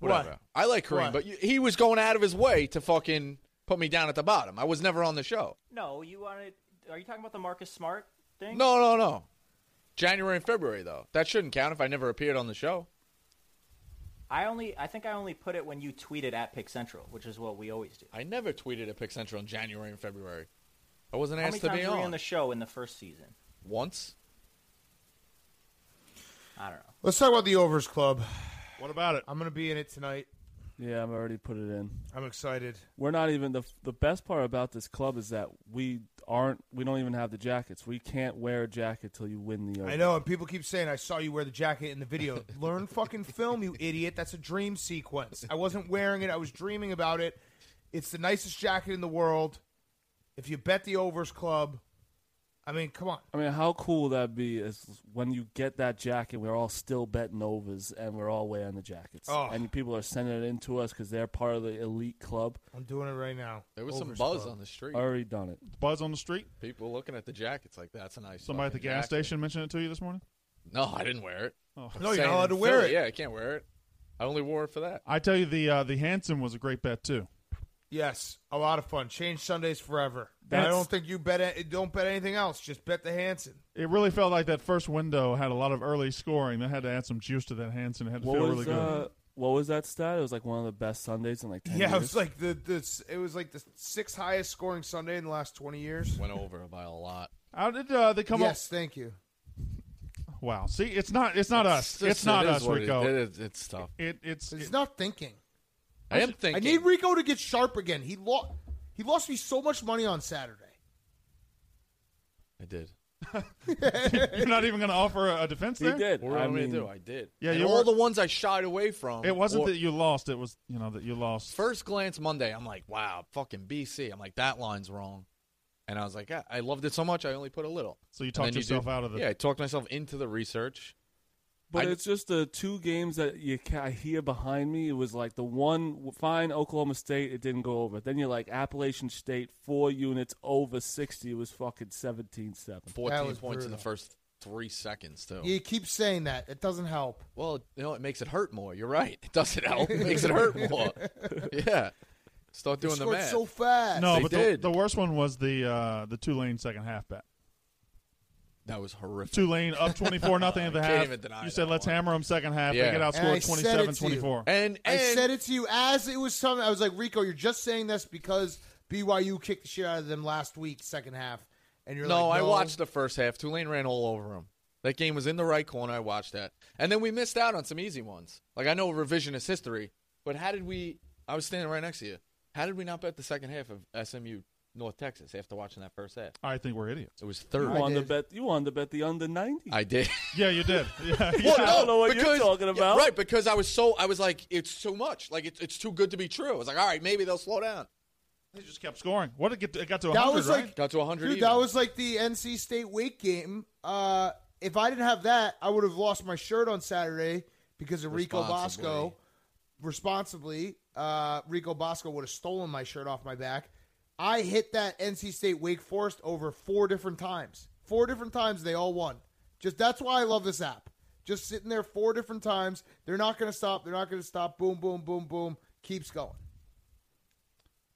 Speaker 16: whatever.
Speaker 9: What?
Speaker 16: I like Kareem,
Speaker 9: What?
Speaker 16: but you, he was going out of his way to fucking put me down at the bottom. I was never on the show.
Speaker 18: No, you wanted. Are you talking about the Marcus Smart thing?
Speaker 16: No, no, no. January and February though. That shouldn't count if I never appeared on the show.
Speaker 18: I only. I think I only put it when you tweeted at Pick Central, which is what we always do.
Speaker 16: I never tweeted at Pick Central in January and February. I wasn't
Speaker 18: How
Speaker 16: asked
Speaker 18: many
Speaker 16: to
Speaker 18: times
Speaker 16: be
Speaker 18: were
Speaker 16: on.
Speaker 18: you on the show in the first season?
Speaker 16: Once.
Speaker 18: I don't know.
Speaker 9: Let's talk about the Overs Club.
Speaker 13: What about it?
Speaker 9: I'm gonna be in it tonight.
Speaker 17: Yeah, I've already put it in.
Speaker 9: I'm excited.
Speaker 17: We're not even the the best part about this club is that we aren't. We don't even have the jackets. We can't wear a jacket till you win the.
Speaker 9: I know, and people keep saying, "I saw you wear the jacket in the video." <laughs> Learn fucking film, you idiot. That's a dream sequence. I wasn't wearing it; I was dreaming about it. It's the nicest jacket in the world. If you bet the overs club, I mean, come on.
Speaker 17: I mean, how cool would that be is when you get that jacket, we're all still betting overs and we're all wearing the jackets.
Speaker 9: Oh.
Speaker 17: And people are sending it in to us because they're part of the elite club.
Speaker 9: I'm doing it right now.
Speaker 16: There was some
Speaker 9: Overs
Speaker 16: buzz
Speaker 9: club.
Speaker 16: on the street.
Speaker 17: Already done it.
Speaker 13: Buzz on the street.
Speaker 16: People looking at the jackets like that's a nice.
Speaker 13: Somebody at the
Speaker 16: fucking
Speaker 13: gas
Speaker 16: jacket."
Speaker 13: station mentioned it to you this morning.
Speaker 16: No, I didn't wear it.
Speaker 13: Oh.
Speaker 16: I'm
Speaker 13: No, you're
Speaker 16: saying
Speaker 13: not allowed
Speaker 16: in
Speaker 13: to wear
Speaker 16: Philly,
Speaker 13: it.
Speaker 16: Yeah, I can't wear it. I only wore it for that.
Speaker 13: I tell you, the uh, the Hanson was a great bet too.
Speaker 9: Yes, a lot of fun. Change Sundays forever. I
Speaker 13: That's-
Speaker 9: don't think you bet. a- Don't bet anything else. Just bet the Hanson.
Speaker 13: It really felt like that first window had a lot of early scoring. That had to add some juice to that Hanson. It had to
Speaker 17: What
Speaker 13: feel
Speaker 17: was,
Speaker 13: really good.
Speaker 17: uh, what was that stat? It was like one of the best Sundays in like 10
Speaker 9: Yeah, it
Speaker 17: years.
Speaker 9: was like the, the it was like the sixth highest scoring Sunday in the last twenty years.
Speaker 16: Went over by a lot.
Speaker 13: How did uh, they come
Speaker 9: yes, thank you.
Speaker 13: up? Wow. See, it's not it's not us.
Speaker 16: just-
Speaker 13: it's not
Speaker 16: it is
Speaker 13: us,
Speaker 16: what it-
Speaker 13: Rico.
Speaker 16: it is- it's tough.
Speaker 13: It, it's
Speaker 9: it's not thinking.
Speaker 16: I am
Speaker 9: should-
Speaker 16: thinking.
Speaker 9: I need Rico to get sharp again. He lost. He lost me so much money on Saturday.
Speaker 16: I did.
Speaker 13: <laughs> You're not even going
Speaker 9: <laughs>
Speaker 13: to offer a, a defense
Speaker 16: He
Speaker 13: there.
Speaker 16: did. What am I gonna do? I did.
Speaker 13: Yeah,
Speaker 16: And
Speaker 13: you
Speaker 16: all
Speaker 13: were-
Speaker 16: the ones I shied away from.
Speaker 13: It wasn't
Speaker 16: were-
Speaker 13: that you lost. It was you know that you lost.
Speaker 16: first glance Monday, I'm like, wow, fucking BC. I'm like, that line's wrong. And I was like, I, I loved it so much, I only put a little.
Speaker 13: So you
Speaker 16: And
Speaker 13: talked
Speaker 16: then
Speaker 13: yourself
Speaker 16: do-
Speaker 13: out of it.
Speaker 16: Yeah, I talked myself into the research.
Speaker 17: But
Speaker 16: I-
Speaker 17: it's just the two games that you ca I hear behind me. It was like the one fine Oklahoma State, it didn't go over. Then you're like Appalachian State, four units over sixty. It was fucking 17-7.
Speaker 16: 14 points in the first three seconds, too.
Speaker 9: You keep saying that. It doesn't help.
Speaker 16: Well, you know, it makes it hurt more. You're right. It doesn't help. It makes it hurt more. Yeah. Start
Speaker 9: They
Speaker 16: doing the
Speaker 9: scored
Speaker 16: math.
Speaker 9: so fast.
Speaker 13: No,
Speaker 16: They
Speaker 13: but
Speaker 16: did.
Speaker 13: The, the worst one was the uh, the two lane second half bet.
Speaker 16: that was horrific.
Speaker 13: Two lane
Speaker 16: <laughs>
Speaker 13: up twenty four nothing at the
Speaker 16: I
Speaker 13: half.
Speaker 16: can't even deny
Speaker 13: you said let's hammer them second half.
Speaker 16: Yeah.
Speaker 13: They get
Speaker 9: And I
Speaker 13: outscored
Speaker 9: said it
Speaker 13: 27
Speaker 9: to you.
Speaker 13: 24.
Speaker 9: I said it to you as it was something. I was like, Rico, you're just saying this because BYU kicked the shit out of them last week, second half, and you're
Speaker 16: no,
Speaker 9: like,
Speaker 16: I watched the first half. Tulane ran all over him. That game was in the right corner. I watched that, and then we missed out on some easy ones. Like I know revisionist history, but how did we? I was standing right next to you. How did we not bet the second half of SMU North Texas after watching that first half?
Speaker 13: I think we're idiots.
Speaker 16: It was third.
Speaker 17: You wanted to bet. You wanted to bet the under ninety.
Speaker 16: I did.
Speaker 13: <laughs> Yeah, you
Speaker 17: <laughs>
Speaker 13: did. Yeah,
Speaker 16: Well,
Speaker 17: I
Speaker 16: no,
Speaker 17: don't know what
Speaker 16: because,
Speaker 17: you're talking
Speaker 16: yeah,
Speaker 17: about.
Speaker 16: right? Because I was so I was like, it's too much. Like it's it's too good to be true. I was like, all right, maybe they'll slow down.
Speaker 13: They just kept scoring. What did it get? To, it got to
Speaker 9: That
Speaker 13: 100,
Speaker 9: was
Speaker 13: right?
Speaker 9: like
Speaker 16: Got to 100
Speaker 9: Dude,
Speaker 16: even.
Speaker 9: that was like the NC State Wake game. Uh, if I didn't have that, I would have lost my shirt on Saturday because of Rico
Speaker 16: Responsibly.
Speaker 9: Bosco. Responsibly, uh, Rico Bosco would have stolen my shirt off my back. I hit that NC State Wake Forest over four different times. Four different times they all won. Just that's why I love this app. Just sitting there four different times. They're not going to stop. They're not going to stop. Boom, boom, boom, boom. Keeps going.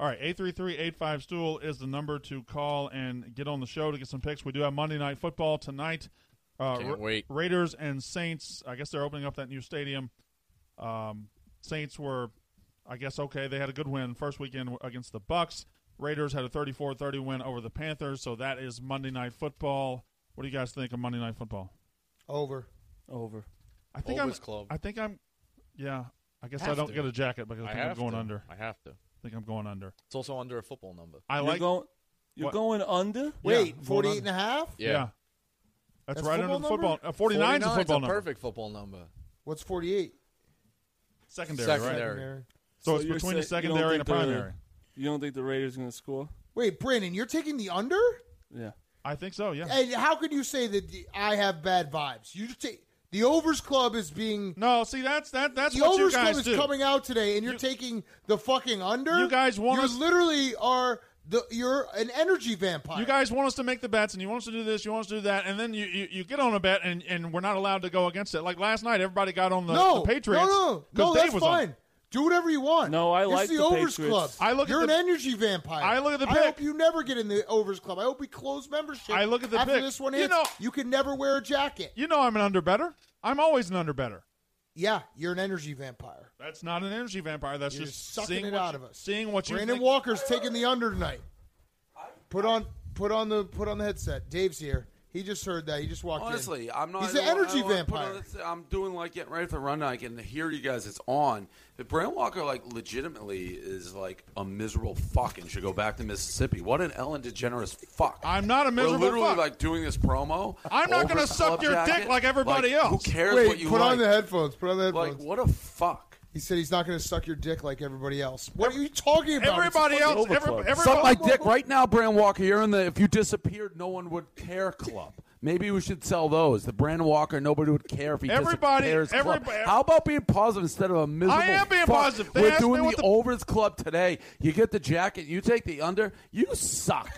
Speaker 13: All right, 833-85 Stool is the number to call and get on the show to get some picks. We do have Monday Night Football tonight. Uh,
Speaker 16: Can't
Speaker 13: Ra-
Speaker 16: wait.
Speaker 13: Raiders and Saints. I guess they're opening up that new stadium. Um, Saints were, I guess, okay. They had a good win first weekend against the Bucks. Raiders had a 34-30 win over the Panthers. So that is Monday Night Football. What do you guys think of Monday Night Football?
Speaker 9: Over.
Speaker 17: Over.
Speaker 13: I think
Speaker 16: Always
Speaker 13: I'm.
Speaker 16: club.
Speaker 13: I think I'm. Yeah, I guess I
Speaker 16: Have
Speaker 13: don't
Speaker 16: to.
Speaker 13: get a jacket because I
Speaker 16: I
Speaker 13: think I am
Speaker 16: have
Speaker 13: going
Speaker 16: to.
Speaker 13: under.
Speaker 16: I have to.
Speaker 13: I think I'm going under.
Speaker 16: It's also under a football number.
Speaker 13: I
Speaker 17: You're
Speaker 13: like
Speaker 17: going- You're
Speaker 13: What?
Speaker 17: going under.
Speaker 9: Wait,
Speaker 13: Yeah,
Speaker 9: forty eight
Speaker 13: hold
Speaker 9: and a half. 48 and a half?
Speaker 13: Yeah. That's,
Speaker 9: That's
Speaker 13: right under the
Speaker 9: football
Speaker 13: football.
Speaker 9: number?
Speaker 13: Uh, 49
Speaker 16: 49
Speaker 13: is a
Speaker 16: 's
Speaker 13: football number.
Speaker 16: perfect football number.
Speaker 9: What's 48?
Speaker 13: Secondary, right?
Speaker 16: Secondary.
Speaker 13: So it's
Speaker 17: you're
Speaker 13: between the
Speaker 17: saying you don't
Speaker 13: secondary and
Speaker 17: think
Speaker 13: a
Speaker 17: the-
Speaker 13: primary.
Speaker 17: You don't think the Raiders are going to score?
Speaker 9: Wait, Brandon, you're taking the under?
Speaker 17: Yeah.
Speaker 13: I think so, yeah.
Speaker 9: And how can you say that the, I have bad vibes? You just take the overs club is being
Speaker 13: No, see that's that that's
Speaker 9: the
Speaker 13: what you
Speaker 9: overs
Speaker 13: guys
Speaker 9: club is
Speaker 13: do.
Speaker 9: coming out today, and you're taking the fucking under.
Speaker 13: You guys want
Speaker 9: you
Speaker 13: us-
Speaker 9: literally are the you're an energy vampire.
Speaker 13: you guys want us to make the bets and you want us to do this, you want us to do that, and then you, you, you get on a bet and, and we're not allowed to go against it. Like last night everybody got on the,
Speaker 9: no,
Speaker 13: the Patriots.
Speaker 9: no, no, no,
Speaker 13: 'cause Dave
Speaker 9: that's
Speaker 13: was on.
Speaker 9: fine. Do whatever you want.
Speaker 17: No, I
Speaker 9: It's
Speaker 17: like
Speaker 9: the,
Speaker 17: the
Speaker 9: overs
Speaker 17: Patriots.
Speaker 9: club.
Speaker 13: I look at
Speaker 9: you're
Speaker 13: the-
Speaker 9: an energy vampire.
Speaker 13: I look at the
Speaker 9: I
Speaker 13: pick.
Speaker 9: hope you never get in the overs club. I hope we close membership.
Speaker 13: I look at the
Speaker 9: after
Speaker 13: pick.
Speaker 9: this one
Speaker 13: You
Speaker 9: hits.
Speaker 13: know-
Speaker 9: you can never wear a jacket.
Speaker 13: You know I'm an under better. I'm always an under better.
Speaker 9: Yeah, you're an energy vampire.
Speaker 13: That's not an energy vampire. That's
Speaker 9: You're
Speaker 13: just
Speaker 9: sucking
Speaker 13: seeing
Speaker 9: it
Speaker 13: what
Speaker 9: out
Speaker 13: you-
Speaker 9: of us.
Speaker 13: Seeing what you
Speaker 9: Brandon
Speaker 13: think.
Speaker 9: Walker's taking the under tonight. Put on put on the put on the headset. Dave's here. He just heard that. He just walked in.
Speaker 2: Honestly, I'm not.
Speaker 9: He's
Speaker 2: I
Speaker 9: an
Speaker 2: don't- I
Speaker 9: energy
Speaker 2: don't wanna put
Speaker 9: vampire.
Speaker 2: on- I'm doing like getting ready for the run. I can hear you guys. It's on. But Brand Walker, like, legitimately is like a miserable fuck and should go back to Mississippi. What an Ellen DeGeneres fuck.
Speaker 13: I'm not a
Speaker 2: We're
Speaker 13: miserable
Speaker 2: literally
Speaker 13: fuck.
Speaker 2: like doing this promo.
Speaker 13: I'm not
Speaker 2: over
Speaker 13: gonna suck
Speaker 2: Club
Speaker 13: your dick
Speaker 2: Jacket.
Speaker 13: like everybody
Speaker 2: Like,
Speaker 13: else.
Speaker 2: Who cares
Speaker 9: Wait,
Speaker 2: what you
Speaker 9: put
Speaker 2: like?
Speaker 9: on the headphones. Put on the headphones.
Speaker 2: Like, what a fuck.
Speaker 9: He said he's not going to suck your dick like everybody else. What are you talking about?
Speaker 2: Everybody
Speaker 9: It's a
Speaker 2: else,
Speaker 9: fucking
Speaker 2: every-
Speaker 9: overclub.
Speaker 2: every- Suck my dick right now, Brand Walker. You're in the. If you disappeared, no one would care. Club. Maybe we should sell those. The Brand Walker. Nobody would care if he
Speaker 13: Everybody-
Speaker 2: disappears. Club.
Speaker 13: everybody-
Speaker 2: How about being positive instead of a miserable?
Speaker 13: I am being
Speaker 2: fuck?
Speaker 13: positive. They
Speaker 2: We're
Speaker 13: asked me
Speaker 2: doing
Speaker 13: what
Speaker 2: the, overs club today. You get the jacket. You take the under. You suck.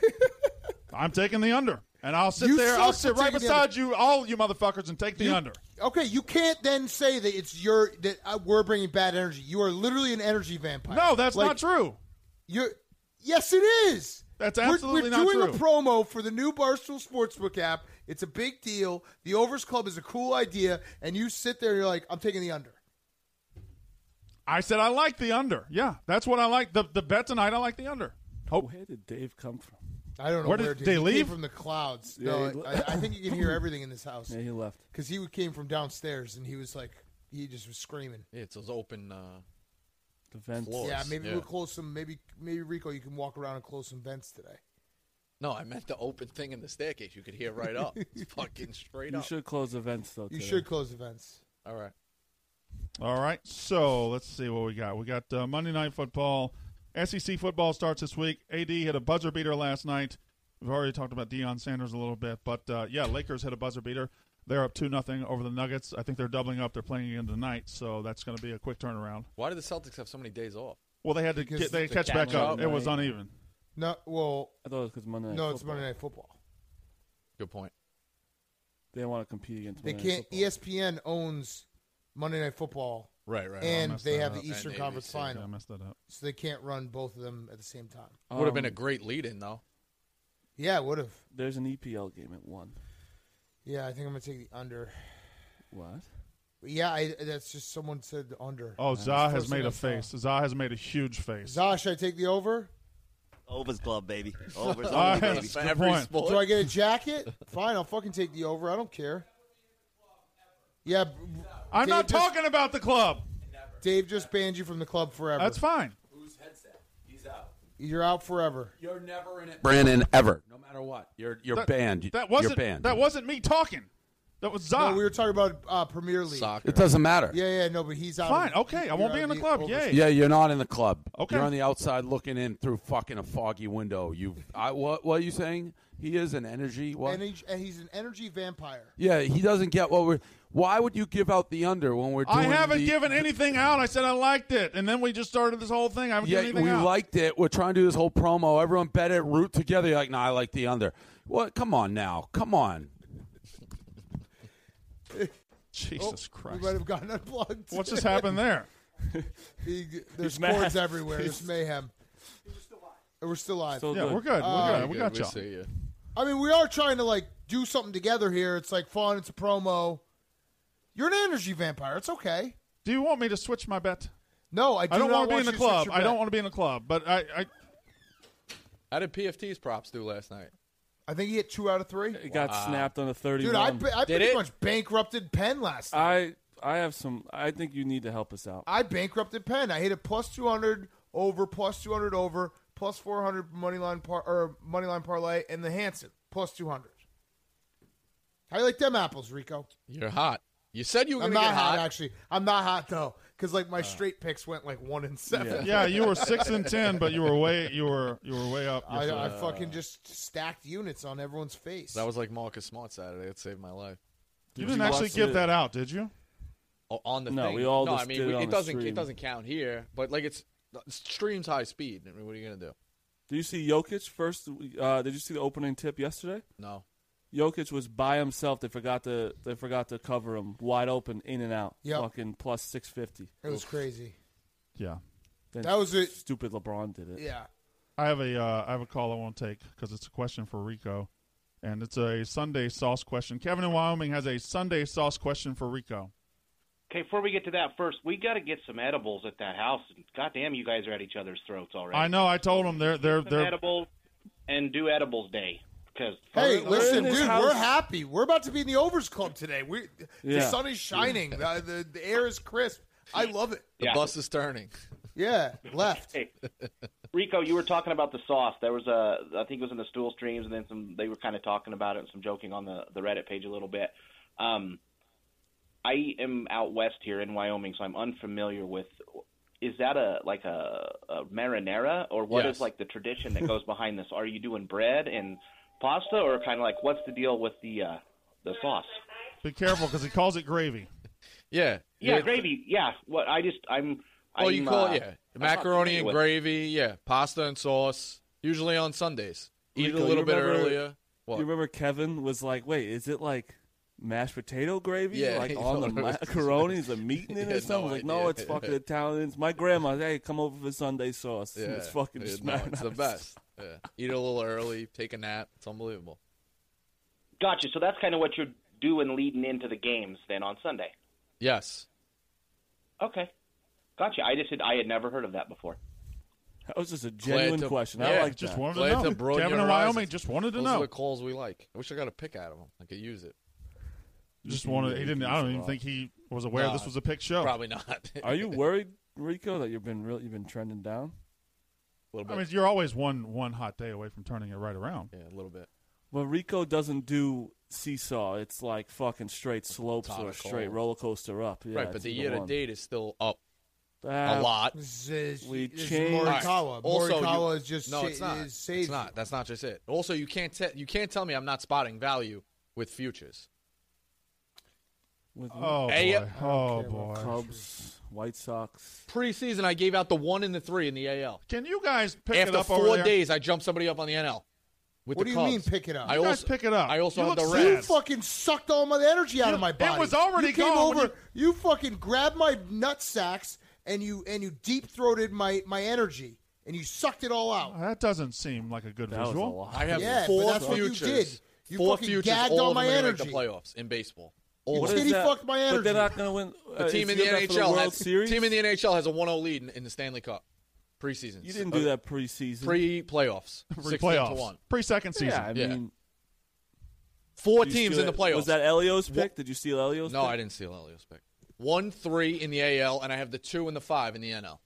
Speaker 13: I'm taking the under, and I'll sit
Speaker 9: You
Speaker 13: there. I'll
Speaker 9: suck
Speaker 13: sit
Speaker 9: for
Speaker 13: right
Speaker 9: taking the
Speaker 13: beside
Speaker 9: under.
Speaker 13: you, all you motherfuckers, and take the
Speaker 9: You-
Speaker 13: under.
Speaker 9: Okay, you can't then say that it's your that uh, we're bringing bad energy. You are literally an energy vampire.
Speaker 13: No, that's not true.
Speaker 9: You're yes, it is.
Speaker 13: That's
Speaker 9: We're-
Speaker 13: absolutely
Speaker 9: we're,
Speaker 13: not
Speaker 9: doing
Speaker 13: true.
Speaker 9: a promo for the new Barstool Sportsbook app. It's a big deal. The Overs Club is a cool idea, and you sit there, and you're like, I'm taking the under.
Speaker 13: I said I like the under. Yeah, that's what I like. The the bet tonight, I like the under. Oh, where
Speaker 17: did Dave come from?
Speaker 9: I don't know
Speaker 13: Where
Speaker 9: where,
Speaker 13: did
Speaker 9: dude.
Speaker 13: they
Speaker 9: He came
Speaker 13: leave?
Speaker 9: from the clouds.
Speaker 17: Yeah,
Speaker 9: no,
Speaker 17: he-
Speaker 9: I, I think you can hear everything in this house.
Speaker 17: <laughs> Yeah, he left.
Speaker 9: because he came from downstairs, and he was like, he just was screaming.
Speaker 16: Yeah, it's those open uh,
Speaker 17: the
Speaker 9: Yeah, maybe
Speaker 16: yeah.
Speaker 9: we'll close some. Maybe maybe Rico, you can walk around and close some vents today.
Speaker 16: No, I meant the open thing in the staircase. You could hear right
Speaker 9: <laughs>
Speaker 16: up. It's fucking straight
Speaker 17: You
Speaker 16: up.
Speaker 17: should close events though.
Speaker 9: You
Speaker 17: today.
Speaker 9: should close events.
Speaker 16: All right.
Speaker 13: All right, so let's see what we got. We got uh, Monday Night Football. SEC football starts this week. AD hit a buzzer beater last night. We've already talked about Deion Sanders a little bit, but uh, yeah, Lakers hit a buzzer beater. They're up two nothing over the Nuggets. I think they're doubling up. They're playing again tonight, so that's going to be a quick turnaround.
Speaker 16: Why do the Celtics have so many days off?
Speaker 13: Well, they had to
Speaker 9: Because
Speaker 13: get they
Speaker 9: the
Speaker 13: catch back
Speaker 9: catch-up,
Speaker 13: up. It was
Speaker 9: right.
Speaker 13: uneven.
Speaker 9: No, well,
Speaker 17: I thought it was because Monday. Night
Speaker 9: no, it's
Speaker 17: Football.
Speaker 9: Monday Night Football.
Speaker 16: Good point.
Speaker 17: They want to compete against.
Speaker 9: They
Speaker 17: Monday Night
Speaker 9: can't. E ESPN owns Monday Night Football.
Speaker 16: Right, right.
Speaker 9: And
Speaker 16: I messed
Speaker 9: they
Speaker 16: that
Speaker 9: have
Speaker 16: up.
Speaker 9: the Eastern
Speaker 16: And
Speaker 9: Conference
Speaker 16: ABC.
Speaker 9: Final.
Speaker 16: Yeah, I messed that up.
Speaker 9: So they can't run both of them at the same time. Um,
Speaker 16: Would have been a great lead in, though.
Speaker 9: Yeah, it would have.
Speaker 17: um, There's an EPL game at one.
Speaker 9: Yeah, I think I'm gonna take the under. Uh,
Speaker 17: What?
Speaker 9: Yeah, I, that's just someone said the under.
Speaker 13: Oh,
Speaker 9: That's
Speaker 13: Zah
Speaker 9: the
Speaker 13: has
Speaker 9: first
Speaker 13: made
Speaker 9: thing I
Speaker 13: a
Speaker 9: saw.
Speaker 13: face. Zah has made a huge face.
Speaker 9: Zah, should I take the over?
Speaker 14: Overs club, baby. Overs
Speaker 13: All
Speaker 14: only,
Speaker 13: right,
Speaker 14: baby.
Speaker 13: that's a good point.
Speaker 9: Do I get a jacket? Fine, I'll fucking take the over. I don't care. Yeah, b-
Speaker 13: I'm not
Speaker 9: just-
Speaker 13: talking about the club.
Speaker 9: Dave just banned you from the club forever.
Speaker 13: That's fine.
Speaker 2: Who's headset? He's out.
Speaker 9: You're out forever.
Speaker 2: You're never in it, Brandon. Ever, no matter what, you're you're
Speaker 13: That-
Speaker 2: banned.
Speaker 13: That wasn't
Speaker 2: you're banned.
Speaker 13: that wasn't me talking. That was Zah.
Speaker 9: No, we were talking about uh, Premier League.
Speaker 2: Soccer. It doesn't matter.
Speaker 9: Yeah, yeah, no, but he's out.
Speaker 13: Fine,
Speaker 9: of-
Speaker 13: okay, I
Speaker 9: you're
Speaker 13: won't
Speaker 9: out
Speaker 13: be
Speaker 9: of
Speaker 13: in the club,
Speaker 9: over-
Speaker 13: yay.
Speaker 2: Yeah, you're not in the club.
Speaker 13: Okay.
Speaker 2: You're on the outside looking in through fucking a foggy window. You, I, what, what are you saying? He is an energy. What?
Speaker 9: And, he- and he's an energy vampire.
Speaker 2: yeah, he doesn't get what we're. Why would you give out the under when we're doing?
Speaker 13: I haven't
Speaker 2: the-
Speaker 13: given
Speaker 9: <laughs>
Speaker 13: anything out. I said I liked it, and then we just started this whole thing. I haven't
Speaker 2: Yeah,
Speaker 13: given anything
Speaker 2: we
Speaker 13: out.
Speaker 2: liked it. We're trying to do this whole promo. Everyone bet it, root together. You're like, no, I like the under. What? Come on now, come on.
Speaker 13: Jesus Christ!
Speaker 9: Oh, We might have gotten unplugged.
Speaker 13: What's just happened there?
Speaker 9: <laughs> He- there's
Speaker 13: mad.
Speaker 9: cords everywhere. There's
Speaker 13: He's-
Speaker 9: mayhem. We're still alive.
Speaker 13: yeah, we're good. We're
Speaker 9: Uh,
Speaker 13: good. We got y'all.
Speaker 9: I mean, we are trying to like do something together here. It's like fun. It's a promo. You're an energy vampire. It's okay.
Speaker 13: Do you want me to switch my bet?
Speaker 9: No, I do
Speaker 13: I don't
Speaker 9: not
Speaker 13: want to be
Speaker 9: want
Speaker 13: in the
Speaker 9: you switch
Speaker 13: club.
Speaker 9: your
Speaker 13: I
Speaker 9: bet.
Speaker 13: don't want to be in the club. But I, I
Speaker 16: How did PFT's props do last night?
Speaker 9: I think he hit two out of three.
Speaker 17: It got snapped on a 31.
Speaker 9: Dude, I, ba- I
Speaker 16: Did
Speaker 9: pretty
Speaker 16: it?
Speaker 9: much bankrupted Penn last night.
Speaker 17: I I have some. I think you need to help us out.
Speaker 9: I bankrupted Penn. I hit a plus two hundred over, plus two hundred over, plus four hundred money line par or money line parlay, and the Hanson plus two hundred. How you like them apples, Rico?
Speaker 16: You're hot. You said you were
Speaker 9: I'm
Speaker 16: going to
Speaker 9: not
Speaker 16: get
Speaker 9: hot,
Speaker 16: hot. Uh.
Speaker 9: actually. I'm not hot though, because like my straight picks went like one and seven.
Speaker 13: yeah, you were six and ten, but
Speaker 9: <laughs>
Speaker 13: you were way you were you were way up.
Speaker 9: I, I
Speaker 13: yesterday.
Speaker 9: fucking just stacked units on everyone's face.
Speaker 16: That was like Marcus Smart Saturday. It saved my life.
Speaker 13: you didn't actually give that out, did you?
Speaker 16: O- on the
Speaker 13: No,
Speaker 16: thing.
Speaker 13: we all
Speaker 16: no,
Speaker 13: just
Speaker 16: I mean
Speaker 13: did it
Speaker 16: we-
Speaker 13: on the
Speaker 16: doesn't
Speaker 13: stream.
Speaker 16: it doesn't count here, but like it's it streams high speed. I mean, what are you gonna do?
Speaker 17: Do you see Jokic first? Uh, did you see the opening tip yesterday?
Speaker 16: No.
Speaker 17: Jokic was by himself. They forgot to they forgot to cover him wide open, in and out.
Speaker 9: Yep.
Speaker 17: Fucking plus six fifty.
Speaker 9: It was crazy.
Speaker 13: Yeah.
Speaker 9: That was it.
Speaker 17: Stupid LeBron did it.
Speaker 9: Yeah.
Speaker 13: I have a uh, I have a call I won't take because it's a question for Rico, and it's a Sunday sauce question. Kevin in Wyoming has a Sunday sauce question for Rico.
Speaker 19: Okay, before we get to that, first we got to get some edibles at that house. Goddamn, you guys are at each other's throats already.
Speaker 13: I know I told him they're they're
Speaker 19: Some
Speaker 13: they're
Speaker 19: edibles and do edibles day because
Speaker 9: Hey, listen,
Speaker 19: this
Speaker 9: dude,
Speaker 19: house-
Speaker 9: we're happy. We're about to be in the Overs Club today. We the
Speaker 16: Yeah.
Speaker 9: sun is shining. the, the the air is crisp. I love it.
Speaker 16: The bus is turning.
Speaker 9: Yeah, left.
Speaker 19: Rico, you were talking about the sauce. There was a, I think it was in the stool streams, and then some. They were kind of talking about it and some joking on the the Reddit page a little bit. Um, I am out west here in Wyoming, so I'm unfamiliar with. Is that a like a, a marinara, or what is
Speaker 1: Yes.
Speaker 19: like the tradition that goes behind this? Are you doing bread and pasta, or kind of like what's the deal with the uh, the sauce?
Speaker 13: Be careful because he calls it gravy.
Speaker 16: Yeah.
Speaker 19: Yeah,
Speaker 16: Yeah.
Speaker 19: gravy. Yeah, what I just I'm.
Speaker 16: Oh, you
Speaker 19: I'm,
Speaker 16: call
Speaker 19: uh,
Speaker 16: it yeah,
Speaker 19: I'm not
Speaker 16: macaroni
Speaker 19: familiar
Speaker 16: and
Speaker 19: with-
Speaker 16: gravy. Yeah, pasta and sauce. Usually on Sundays. Eat
Speaker 17: Rico,
Speaker 16: it a
Speaker 17: you
Speaker 16: little bit
Speaker 17: remember-
Speaker 16: earlier. What?
Speaker 17: You remember Kevin was like, "Wait, is it like mashed potato gravy?
Speaker 16: Yeah,
Speaker 17: like
Speaker 16: you <laughs>
Speaker 17: on the
Speaker 16: know what it
Speaker 17: <laughs>
Speaker 16: was.
Speaker 17: macaroni, is the meat
Speaker 16: <laughs>
Speaker 17: in
Speaker 16: He
Speaker 17: it or
Speaker 16: had
Speaker 17: something?"
Speaker 16: no
Speaker 17: like, no,
Speaker 16: idea.
Speaker 17: it's fucking Italians. My grandma, hey, come over for Sunday sauce.
Speaker 16: Yeah.
Speaker 17: It's fucking
Speaker 16: Yeah,
Speaker 17: just
Speaker 16: no, it's the
Speaker 17: marinara
Speaker 16: best. Yeah. Eat it a little early. Take a nap. It's unbelievable.
Speaker 19: Gotcha. So that's kind of what you're doing leading into the games then on Sunday.
Speaker 16: Yes.
Speaker 19: Okay. Gotcha. I just had, I had never heard of that before.
Speaker 17: That was just a
Speaker 16: Glad
Speaker 17: genuine
Speaker 16: to-
Speaker 17: question.
Speaker 16: yeah,
Speaker 17: I like
Speaker 16: just
Speaker 17: that.
Speaker 16: wanted to Glad know. to broaden Kevin your in Wyoming horizons.
Speaker 13: just wanted to
Speaker 16: Those
Speaker 13: know.
Speaker 16: are the calls we like. I wish I got a pick out of them. I could use it.
Speaker 13: <laughs> Just wanted. He didn't. I don't even think he was aware
Speaker 16: Nah,
Speaker 13: this was a pick show.
Speaker 16: Probably not. <laughs>
Speaker 17: Are you worried, Rico, that you've been really you've been trending down?
Speaker 16: A little
Speaker 13: I mean, you're always one one hot day away from turning it right around.
Speaker 16: Yeah, a little bit.
Speaker 17: Well, Rico doesn't do seesaw. It's like fucking straight slopes or a
Speaker 16: Tonical.
Speaker 17: straight roller coaster up. Yeah,
Speaker 16: right, but
Speaker 17: it's
Speaker 16: the
Speaker 17: either
Speaker 16: year to
Speaker 17: one.
Speaker 16: date is still up
Speaker 17: Uh,
Speaker 16: a lot.
Speaker 17: z- we
Speaker 16: All
Speaker 17: changed-
Speaker 16: right.
Speaker 17: Morikawa.
Speaker 16: Also,
Speaker 17: Morikawa
Speaker 16: you-
Speaker 17: is just
Speaker 16: no,
Speaker 17: sa-
Speaker 16: it's not.
Speaker 17: is
Speaker 16: it's not. That's not just it. Also, you can't te- you can't tell me I'm not spotting value with futures.
Speaker 17: With
Speaker 13: Oh
Speaker 16: Hey,
Speaker 13: boy!
Speaker 16: yep.
Speaker 13: Oh boy!
Speaker 17: Cubs,
Speaker 13: <laughs>
Speaker 17: White Sox.
Speaker 16: Preseason, I gave out the one and the three in the AL.
Speaker 13: Can you guys pick
Speaker 16: After
Speaker 13: it up
Speaker 16: four
Speaker 13: over there?
Speaker 16: days, I jumped somebody up on the NL. With
Speaker 9: What
Speaker 16: the
Speaker 9: do you
Speaker 16: Cubs.
Speaker 9: mean pick it up?
Speaker 16: I
Speaker 9: You guys
Speaker 16: also
Speaker 13: pick it up.
Speaker 16: I also
Speaker 9: You
Speaker 16: have the
Speaker 9: look- You
Speaker 16: Reds.
Speaker 9: fucking sucked all my the energy out of my body.
Speaker 13: was already
Speaker 9: you came
Speaker 13: gone when
Speaker 9: over. You... fucking grabbed my nut sacks and you and you deep throated my my energy and you sucked it all out.
Speaker 13: That doesn't seem like a good
Speaker 9: That was a
Speaker 13: visual.
Speaker 9: lot. I have Yeah, but four that's what you futures. did. You
Speaker 16: four
Speaker 9: fucking
Speaker 16: futures,
Speaker 9: gagged
Speaker 16: all
Speaker 9: on
Speaker 16: of them
Speaker 9: my
Speaker 16: are gonna make the
Speaker 9: energy.
Speaker 16: playoffs in baseball.
Speaker 9: You
Speaker 16: All of them.
Speaker 9: titty fucked my energy.
Speaker 17: But they're not gonna win.
Speaker 16: The
Speaker 17: uh,
Speaker 16: team in the
Speaker 17: is he up for
Speaker 16: NHL
Speaker 17: World
Speaker 16: has
Speaker 17: Series.
Speaker 16: team in the NHL has a 1-0 lead in, in the Stanley Cup preseason.
Speaker 17: You didn't do that preseason.
Speaker 16: Pre
Speaker 9: <laughs>
Speaker 16: playoffs, sixteen to one.
Speaker 13: Pre-second season.
Speaker 17: Yeah, I
Speaker 16: Yeah.
Speaker 17: mean,
Speaker 16: Four
Speaker 17: did you
Speaker 16: teams
Speaker 17: steal
Speaker 16: in the
Speaker 17: that-
Speaker 16: playoffs.
Speaker 17: Was that Elio's pick? Did you steal Elio's?
Speaker 16: No,
Speaker 17: pick?
Speaker 16: I didn't steal Elio's pick. One three in the AL, and I have the two and the five in the NL.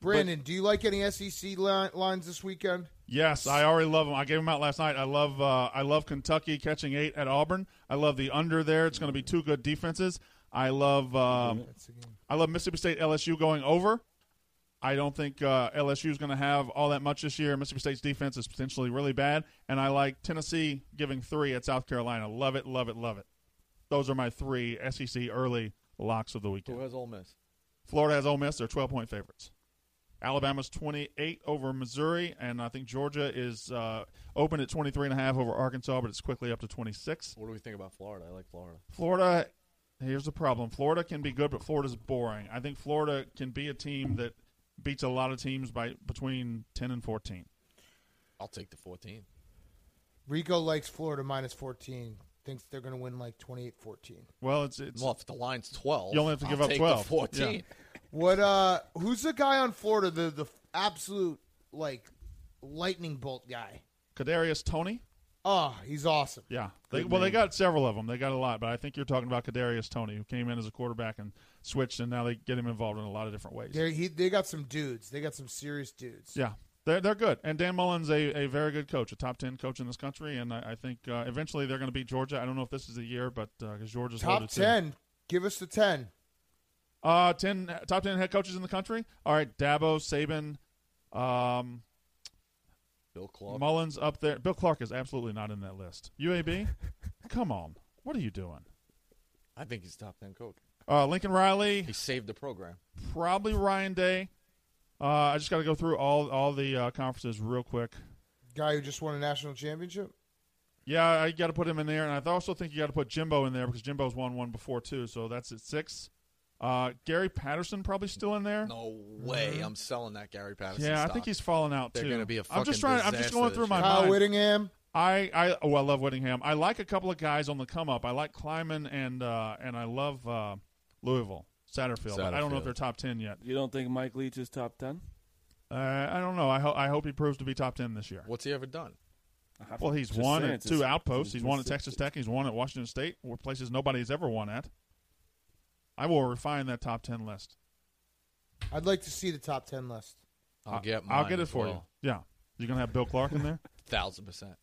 Speaker 9: Brandon, do you like any SEC li- lines this weekend?
Speaker 13: Yes, I already love them. I gave them out last night. I love uh, I love Kentucky catching eight at Auburn. I love the under there. It's going to be two good defenses. I love um, I love Mississippi State LSU going over. I don't think uh, LSU is going to have all that much this year. Mississippi State's defense is potentially really bad, and I like Tennessee giving three at South Carolina. Love it, love it, love it. Those are my three SEC early locks of the weekend.
Speaker 16: Who has Ole Miss?
Speaker 13: Florida has Ole Miss. They're 12 point favorites. Alabama's 28 over Missouri, and I think Georgia is uh, open at 23 and a half over Arkansas, but it's quickly up to 26.
Speaker 16: What do we think about Florida? I like Florida.
Speaker 13: Florida, here's the problem Florida can be good, but Florida's boring. I think Florida can be a team that beats a lot of teams by between 10 and 14.
Speaker 16: I'll take the 14.
Speaker 9: Rico likes Florida minus 14. Thinks they're going to win like 28-14.
Speaker 13: Well, it's it's
Speaker 16: Well, if the line's 12,
Speaker 13: You only have to
Speaker 16: I'll
Speaker 13: give up
Speaker 16: take
Speaker 13: 12.
Speaker 16: The 14.
Speaker 9: What uh who's the guy on Florida the the absolute like lightning bolt guy?
Speaker 13: Kadarius Tony.
Speaker 9: Oh, he's awesome.
Speaker 13: Yeah. They,
Speaker 9: Good
Speaker 13: well, they
Speaker 9: name.
Speaker 13: got several of them. They got a lot, but I think you're talking about Kadarius Tony, who came in as a quarterback and switched, and now they get him involved in a lot of different ways.
Speaker 9: They he they got some dudes. They got some serious dudes.
Speaker 13: Yeah, they're they're good, and Dan Mullen's a, a very good coach, a top ten coach in this country, and I, I think uh, eventually they're going to beat Georgia. I don't know if this is the year, but because Georgia's
Speaker 9: Top
Speaker 13: loaded, too.
Speaker 9: 10. Give us the 10.
Speaker 13: uh, ten top ten head coaches in the country. All right, Dabo, Saban, um,
Speaker 16: Bill Clark.
Speaker 13: Mullins up there. Bill Clark is absolutely not in that list.
Speaker 16: <laughs>
Speaker 13: UAB, come on, what are you doing?
Speaker 16: I think he's top 10 coach.
Speaker 13: Uh, Lincoln Riley,
Speaker 16: He saved the program.
Speaker 13: probably Ryan Day. Uh, I just got to go through all all the uh, conferences real quick.
Speaker 9: Guy who just won a national championship.
Speaker 13: Yeah, I got to put him in there, and I th- also think you got to put Jimbo in there because Jimbo's won one before too, so that's at six. Uh, Gary Patterson probably still in there.
Speaker 16: No way.
Speaker 9: Mm-hmm.
Speaker 16: I'm selling that Gary Patterson.
Speaker 13: Mm-hmm. yeah,
Speaker 16: stock.
Speaker 13: I think he's fallen out
Speaker 16: They're
Speaker 13: too.
Speaker 16: gonna be a
Speaker 13: I'm
Speaker 16: fucking
Speaker 13: just trying. I'm just
Speaker 16: disaster
Speaker 13: going
Speaker 16: this
Speaker 13: through my
Speaker 16: year.
Speaker 9: Kyle
Speaker 13: mind.
Speaker 9: Whittingham.
Speaker 13: I I oh I love Whittingham. I like a couple of guys on the come up. I like Kleiman and uh, and I love uh, Louisville Satterfield. But I don't know if
Speaker 17: Satterfield.
Speaker 13: they're top ten yet.
Speaker 17: You don't think Mike Leach is top ten?
Speaker 13: Uh, I don't know. I hope I hope he proves to be top ten this year.
Speaker 16: What's he ever done?
Speaker 13: Well, he's
Speaker 17: Just
Speaker 13: won
Speaker 17: saying,
Speaker 13: at
Speaker 17: it's
Speaker 13: two
Speaker 17: just-
Speaker 13: outposts.
Speaker 17: it's
Speaker 13: He's won at
Speaker 17: just-
Speaker 13: Texas Tech. He's won at Washington State, where places nobody's ever won at. I will refine that top ten list.
Speaker 9: I'd like to see the top 10 list.
Speaker 16: I'll
Speaker 13: I-
Speaker 16: get
Speaker 13: Uh, I'll
Speaker 16: mine
Speaker 13: get it
Speaker 16: as
Speaker 13: for
Speaker 16: well.
Speaker 13: you. Yeah, you're gonna have Bill Clark in there.
Speaker 16: Thousand percent.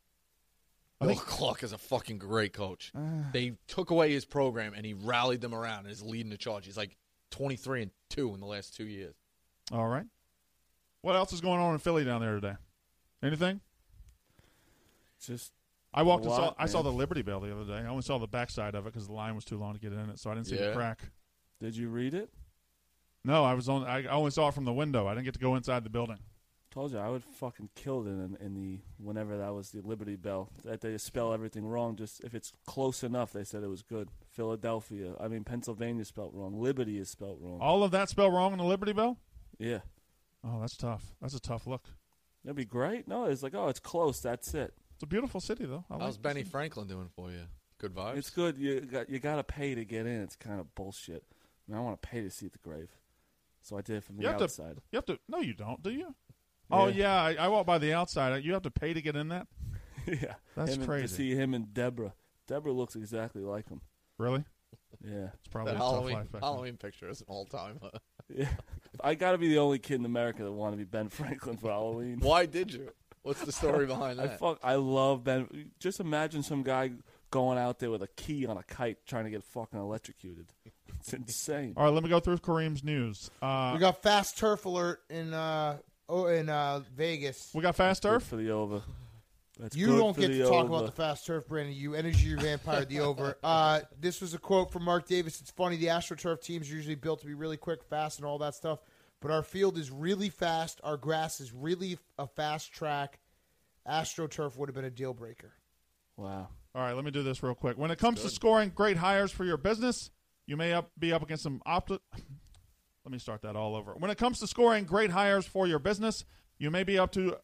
Speaker 16: Bill Clark is a fucking great coach.
Speaker 13: Uh.
Speaker 16: they took away his program and he rallied them around and is leading the charge. He's like 23 and 2 in the last two years.
Speaker 13: All right. What else is going on in Philly down there today? Anything?
Speaker 17: Just
Speaker 13: I walked
Speaker 17: a
Speaker 13: and saw.
Speaker 17: lot,
Speaker 13: I saw
Speaker 17: man.
Speaker 13: the Liberty Bell the other day. I only saw the backside of it because the line was too long to get in it, so I didn't see the
Speaker 17: Yeah.
Speaker 13: crack.
Speaker 17: Did you read it?
Speaker 13: No, I was on. I I only saw it from the window. I didn't get to go inside the building.
Speaker 17: Told you I would fucking kill it in, in the whenever that was the Liberty Bell. That they spell everything wrong. Just if it's close enough, they said it was good. Philadelphia. I mean Pennsylvania spelled wrong. Liberty is spelled wrong.
Speaker 13: All of that spelled wrong in the Liberty Bell.
Speaker 17: Yeah.
Speaker 13: Oh, that's tough. That's a tough look.
Speaker 17: That'd be great. No, it's like oh, it's close. That's it.
Speaker 13: It's a beautiful city though. I
Speaker 16: How's
Speaker 13: like
Speaker 16: Benny Franklin doing for you? Good vibes.
Speaker 17: It's good. You got you got to pay to get in. It's kind of bullshit. I, mean, I want to pay to see the grave, so I did it from the
Speaker 13: You have
Speaker 17: outside.
Speaker 13: to. You have to. No, you don't. Do you? Oh yeah, I, I walk by the outside. You have to pay to get in that.
Speaker 17: <laughs> yeah,
Speaker 13: that's
Speaker 17: Him and-
Speaker 13: crazy.
Speaker 17: To see him and Deborah. Deborah looks exactly like him.
Speaker 13: Really?
Speaker 17: Yeah,
Speaker 13: it's probably
Speaker 16: the Halloween, Halloween picture is an all <laughs> time.
Speaker 17: Yeah, <laughs> I got to be the only kid in America that wanted to be Ben <laughs> Franklin for Halloween.
Speaker 16: Why did you? What's the
Speaker 17: <laughs>
Speaker 16: story behind
Speaker 17: I
Speaker 16: that?
Speaker 17: fuck. I love Ben. Just imagine some guy going out there with a key on a kite trying to get fucking electrocuted. It's insane.
Speaker 13: All right, let me go through Kareem's news. Uh,
Speaker 9: we got fast turf alert in uh oh in uh Vegas.
Speaker 13: we got fast
Speaker 17: Good
Speaker 13: turf.
Speaker 17: for the over. That's
Speaker 9: you
Speaker 17: good
Speaker 9: don't
Speaker 17: for
Speaker 9: get
Speaker 17: the
Speaker 9: to talk
Speaker 17: over.
Speaker 9: about the fast turf, Brandon. You energy your vampire the
Speaker 17: <laughs>
Speaker 9: over. Uh, this was a quote from Mark Davis. It's funny. The AstroTurf teams are usually built to be really quick, fast, and all that stuff. But our field is really fast. Our grass is really a fast track. AstroTurf would have been a deal breaker.
Speaker 17: Wow.
Speaker 13: All right, let me do this real quick. When it comes to scoring great hires for your business, you may up, be up against some opt. <laughs> Let me start that all over. When it comes to scoring great hires for your business, you may be up to.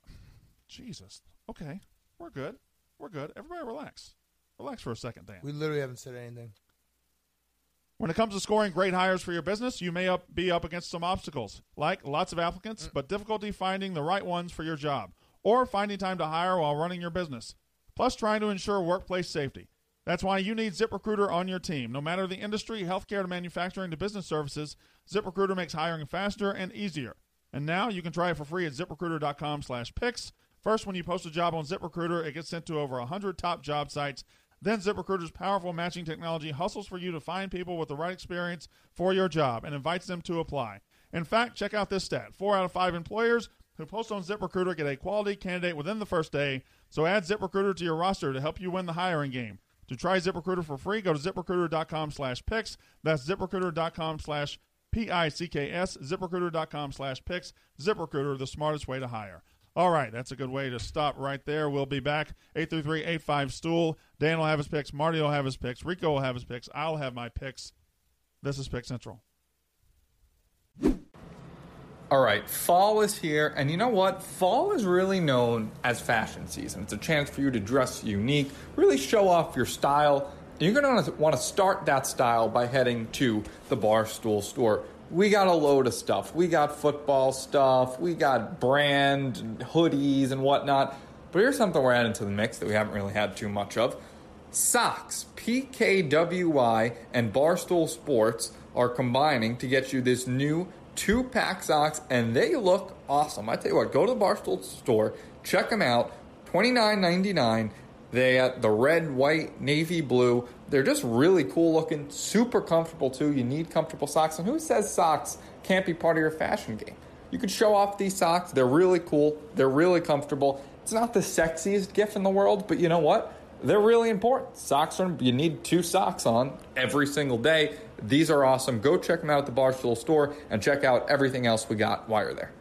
Speaker 13: Jesus. Okay, we're good. We're good. Everybody relax.
Speaker 9: <laughs>
Speaker 13: Relax for a second, Dan.
Speaker 9: We literally haven't said anything.
Speaker 13: When it comes to scoring great hires for your business, you may up, be up against some obstacles, like lots of
Speaker 9: Mm.
Speaker 13: applicants, but difficulty finding the right ones for your job, or finding time to hire while running your business, plus trying to ensure workplace safety. That's why you need ZipRecruiter on your team. No matter the industry, healthcare to manufacturing to business services, ZipRecruiter makes hiring faster and easier. And now you can try it for free at ziprecruiter.com slash picks. First, when you post a job on ZipRecruiter, it gets sent to over 100 top job sites. Then ZipRecruiter's powerful matching technology hustles for you to find people with the right experience for your job and invites them to apply. In fact, check out this stat. Four out of five employers who post on ZipRecruiter get a quality candidate within the first day. So add ZipRecruiter to your roster to help you win the hiring game. To try ZipRecruiter for free, go to ziprecruiter.com slash picks. That's ziprecruiter.com slash P I C K S, ziprecruiter.com slash picks. ZipRecruiter, the smartest way to hire. All right, that's a good way to stop right there. We'll be back. 833-85 Stool. Dan will have his picks. Marty will have his picks. Rico will have his picks. I'll have my picks. This is Pick Central.
Speaker 15: All right, fall is here, and you know what? Fall is really known as fashion season. It's a chance for you to dress unique, really show off your style. And You're going to want to start that style by heading to the Barstool store. We got a load of stuff. We got football stuff, we got brand and hoodies and whatnot. But here's something we're adding to the mix that we haven't really had too much of. Socks, PKWY, and Barstool Sports are combining to get you this new two pack socks, and they look awesome. I tell you what, go to the Barstool store, check them out. Twenty nine ninety nine. They got the red, white, navy blue. They're just really cool looking, super comfortable too. You need comfortable socks, and who says socks can't be part of your fashion game? You can show off these socks. They're really cool. They're really comfortable. It's not the sexiest gift in the world, but you know what? They're really important. Socks are you need two socks on every single day. These are awesome. Go check them out at the Barstool store and check out everything else we got while you're there.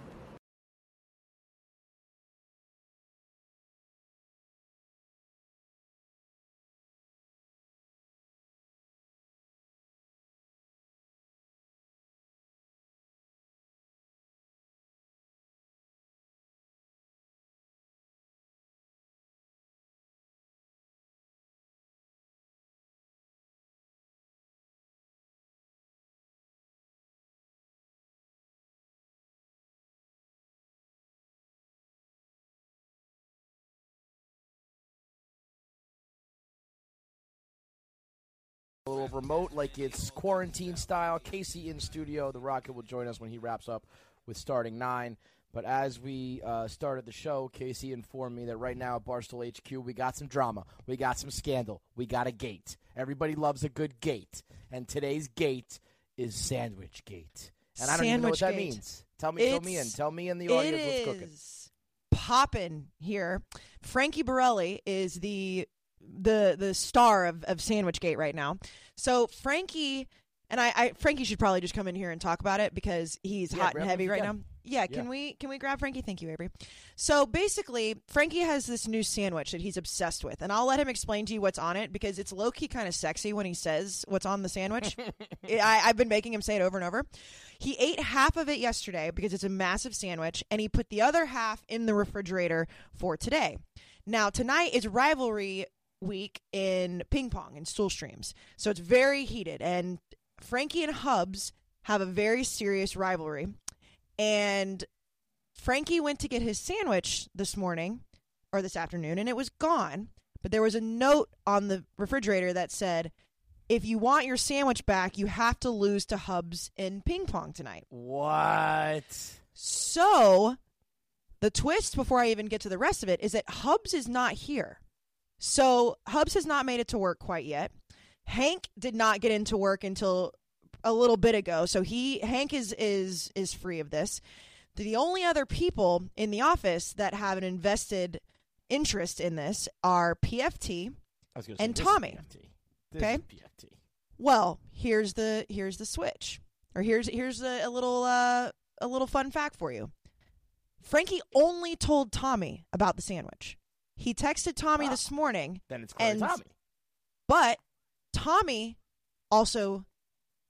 Speaker 1: a little remote, like it's quarantine style. Casey in studio. The Rocket will join us when he wraps up with starting nine. But as we uh, started the show, Casey informed me that right now at Barstool HQ, we got some drama, we got some scandal, we got a gate. Everybody loves a good gate, and today's gate is Sandwich Gate. And I don't even know what that
Speaker 6: Sandwich gate.
Speaker 1: means. Tell me, tell me in,
Speaker 6: It's-
Speaker 1: tell me in the audience
Speaker 6: it
Speaker 1: what's cooking.
Speaker 6: is Popping here. Frankie Borelli is the the the star of, of Sandwich Gate right now. So Frankie and I, I Frankie should probably just come in here and talk about it because he's
Speaker 20: Yeah,
Speaker 6: hot
Speaker 20: grab
Speaker 6: and
Speaker 20: him
Speaker 6: heavy
Speaker 20: if you
Speaker 6: right
Speaker 20: can.
Speaker 6: now. Yeah,
Speaker 20: Yeah.
Speaker 6: can we can we grab Frankie? Thank you, Avery. So basically, Frankie has this new sandwich that he's obsessed with, and I'll let him explain to you what's on it because it's low key kind of sexy when he says what's on the
Speaker 1: <laughs>
Speaker 6: sandwich. I, I've been making him say it over and over. He ate half of it yesterday because it's a massive sandwich, and he put the other half in the refrigerator for today. Now tonight is rivalry week in ping pong and stool streams, so it's very heated. And Frankie and Hubs have a very serious rivalry, and Frankie went to get his sandwich this morning or this afternoon and it was gone. But there was a note on the refrigerator that said, if you want your sandwich back, you have to lose to Hubs in ping pong tonight.
Speaker 1: What?
Speaker 6: So the twist before I even get to the rest of it is that Hubs is not here. So Hubs has not made it to work quite yet. Hank did not get into work until a little bit ago. So he Hank is is is free of this. The only other people in the office that have an invested interest in this are PFT
Speaker 20: I was gonna say,
Speaker 6: and
Speaker 20: this is
Speaker 6: Tommy.
Speaker 20: PFT. This
Speaker 6: Okay.
Speaker 20: is PFT.
Speaker 6: Well, here's the here's the switch, or here's here's a, a little uh, a little fun fact for you. Frankie only told Tommy about the sandwich. He texted Tommy this morning.
Speaker 1: Ah. Then it's clearly
Speaker 6: and-
Speaker 1: Tommy.
Speaker 6: But Tommy also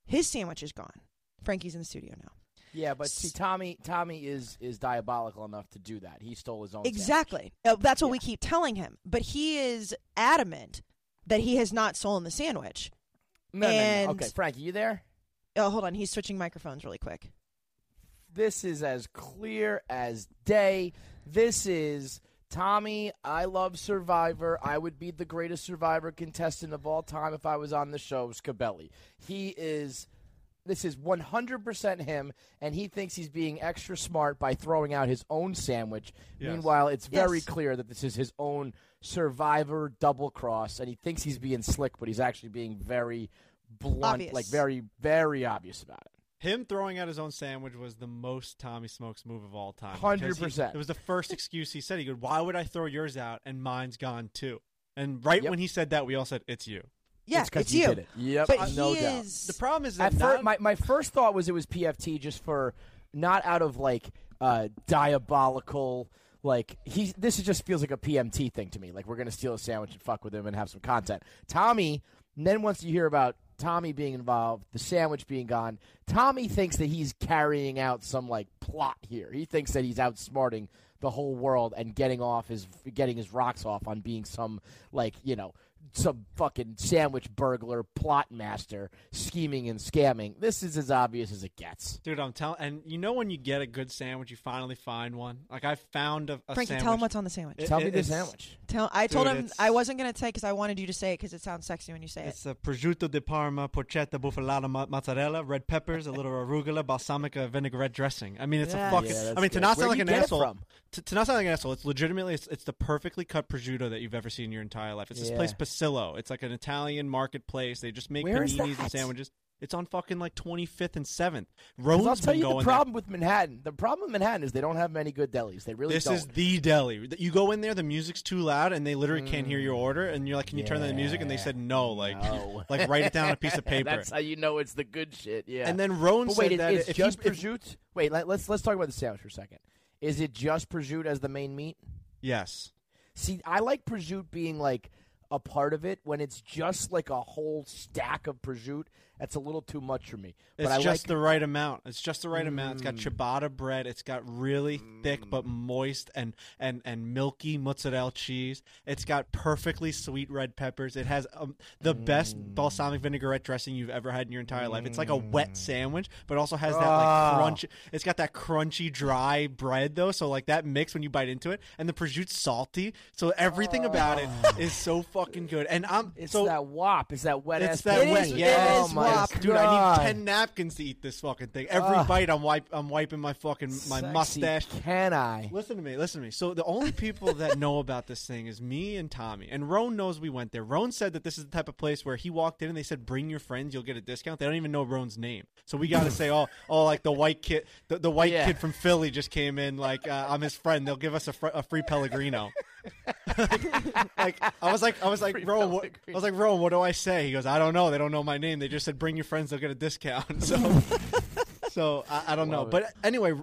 Speaker 6: his sandwich is gone. Frankie's in the studio now.
Speaker 1: Yeah, but see, Tommy, Tommy is is diabolical enough to do that. He stole his own. sandwich.
Speaker 6: Exactly. Uh, That's what we keep telling him. But he is adamant that he has not stolen the sandwich.
Speaker 1: No, no, no.
Speaker 6: and
Speaker 1: Okay, Frankie, you there?
Speaker 6: Oh, hold on. He's switching microphones really quick.
Speaker 1: This is as clear as day. This is Tommy. I love Survivor. I would be the greatest Survivor contestant of all time if I was on the show. Scabelli. He is. This is 100% him, and he thinks he's being extra smart by throwing out his own sandwich.
Speaker 21: Yes.
Speaker 1: Meanwhile, it's very
Speaker 21: Yes.
Speaker 1: clear that this is his own survivor double cross, and he thinks he's being slick, but he's actually being very blunt,
Speaker 12: Obvious.
Speaker 1: like very, very obvious about it.
Speaker 12: Him throwing out his own sandwich was the most Tommy Smokes move of all time.
Speaker 1: 100%.
Speaker 12: Because he- It was the first excuse he said. He goes, "Why would I throw yours out and mine's gone too?" And right when he said that, we all said, "It's you."
Speaker 6: Yeah,
Speaker 1: It's 'cause it's you did you. it. Yep, But no he doubt. is-
Speaker 12: The problem is
Speaker 1: At
Speaker 12: that
Speaker 1: fir-
Speaker 12: not-
Speaker 1: my my first thought was it was PFT just for not out of like uh, diabolical like he this is just feels like a PMT thing to me. Like we're gonna steal a sandwich and fuck with him and have some content. Tommy then once you hear about Tommy being involved, the sandwich being gone, Tommy thinks that he's carrying out some like plot here. He thinks that he's outsmarting the whole world and getting off his getting his rocks off on being some like, you know, some fucking sandwich burglar, plot master, scheming and scamming. This is as obvious as it gets.
Speaker 12: Dude, I'm telling, and you know when you get a good sandwich, you finally find one. Like I found a, a
Speaker 6: Frankie,
Speaker 12: sandwich.
Speaker 6: tell him what's on the sandwich.
Speaker 12: It- it- it's-
Speaker 6: Tell I told
Speaker 12: Dude,
Speaker 6: him
Speaker 12: it's-
Speaker 6: I wasn't gonna say because I wanted you to say it because it sounds sexy when you say it.
Speaker 12: It's a prosciutto di Parma, porchetta, bufalata, mo- mozzarella, red peppers, a little arugula, balsamica, vinaigrette dressing. I mean, it's
Speaker 6: Yeah.
Speaker 12: a fucking.
Speaker 6: Yeah, that's
Speaker 12: I mean, to
Speaker 6: good.
Speaker 12: not sound
Speaker 6: Where'd
Speaker 12: like
Speaker 6: you
Speaker 12: an
Speaker 6: get it
Speaker 12: asshole,
Speaker 6: from?
Speaker 12: to, to not sound like an asshole, it's legitimately it's, it's the perfectly cut prosciutto that you've ever seen in your entire life. It's this place
Speaker 22: Yeah.
Speaker 12: Pasillo. It's like an Italian marketplace. They just make
Speaker 1: Where is
Speaker 12: paninis and
Speaker 1: that?
Speaker 12: sandwiches. It's on fucking like 25th and 7th.
Speaker 1: 'Cause
Speaker 12: Rome's
Speaker 1: I'll tell
Speaker 12: been
Speaker 1: you
Speaker 12: going there.
Speaker 1: the problem with Manhattan. The problem with Manhattan is they don't have many good delis. They really
Speaker 12: this
Speaker 1: don't.
Speaker 12: is the deli. You go in there, the music's too loud, and they literally can't hear your
Speaker 1: Mm.
Speaker 12: order. And you're like, "Can you turn down the music?" And they said, "No." Like, <laughs> like write it down on a piece of paper.
Speaker 1: <laughs> That's how you know Oh, it's the good shit. Yeah.
Speaker 12: And then Roan
Speaker 1: but wait,
Speaker 12: said
Speaker 1: is-
Speaker 12: that
Speaker 1: is
Speaker 12: if he-
Speaker 1: just
Speaker 12: if-
Speaker 1: prosciutto. wait, let, let's let's talk about the sandwich for a second. Is it just prosciutto as the main meat?
Speaker 12: Yes.
Speaker 1: See, I like prosciutto being like a part of it when it's just like a whole stack of prosciutto That's a little too much for me.
Speaker 12: It's
Speaker 1: but I
Speaker 12: just
Speaker 1: like,
Speaker 12: the right amount. It's just the right amount. It's got
Speaker 1: Mm.
Speaker 12: ciabatta bread. It's got really thick but moist and, and, and milky mozzarella cheese. It's got perfectly sweet red peppers. It has um, the best
Speaker 1: Mm.
Speaker 12: balsamic vinaigrette dressing you've ever had in your entire life. It's like a wet sandwich, but also has that
Speaker 1: Mm. Ah.
Speaker 12: like crunch. It's got that crunchy dry bread though, so like that mix when you bite into it, and the prosciutto's salty. So everything about it is so fucking good. And I'm
Speaker 1: Ah. It's
Speaker 12: so
Speaker 1: that wop. It's that wet ass
Speaker 12: it's that
Speaker 1: bread.
Speaker 12: wet.
Speaker 1: It is-
Speaker 12: yeah.
Speaker 1: it is
Speaker 12: Oh my
Speaker 1: wop.
Speaker 12: Dude, I
Speaker 1: God.
Speaker 12: need ten napkins to eat this fucking thing. Every
Speaker 1: Ugh.
Speaker 12: bite, I'm wipe, I'm wiping my fucking my
Speaker 1: Sexy
Speaker 12: mustache.
Speaker 1: Can I?
Speaker 12: Listen to me. Listen to me. So the only people that <laughs> know about this thing is me and Tommy. And Roan knows we went there. Roan said that this is the type of place where he walked in and they said, "Bring your friends, you'll get a discount." They don't even know Roan's name, so we got to say, "Oh, oh, like the white kid, the, the white
Speaker 1: Yeah.
Speaker 12: kid from Philly just came in. Like uh, I'm his friend. They'll give us a, fr- a free Pellegrino." <laughs> like I was like I was like Rowan, what, I was like Rowan, what do I say? He goes, I don't know. They don't know my name. They just said bring your friends. They'll get a discount. <laughs> So, so I, I don't know. Love it. But anyway,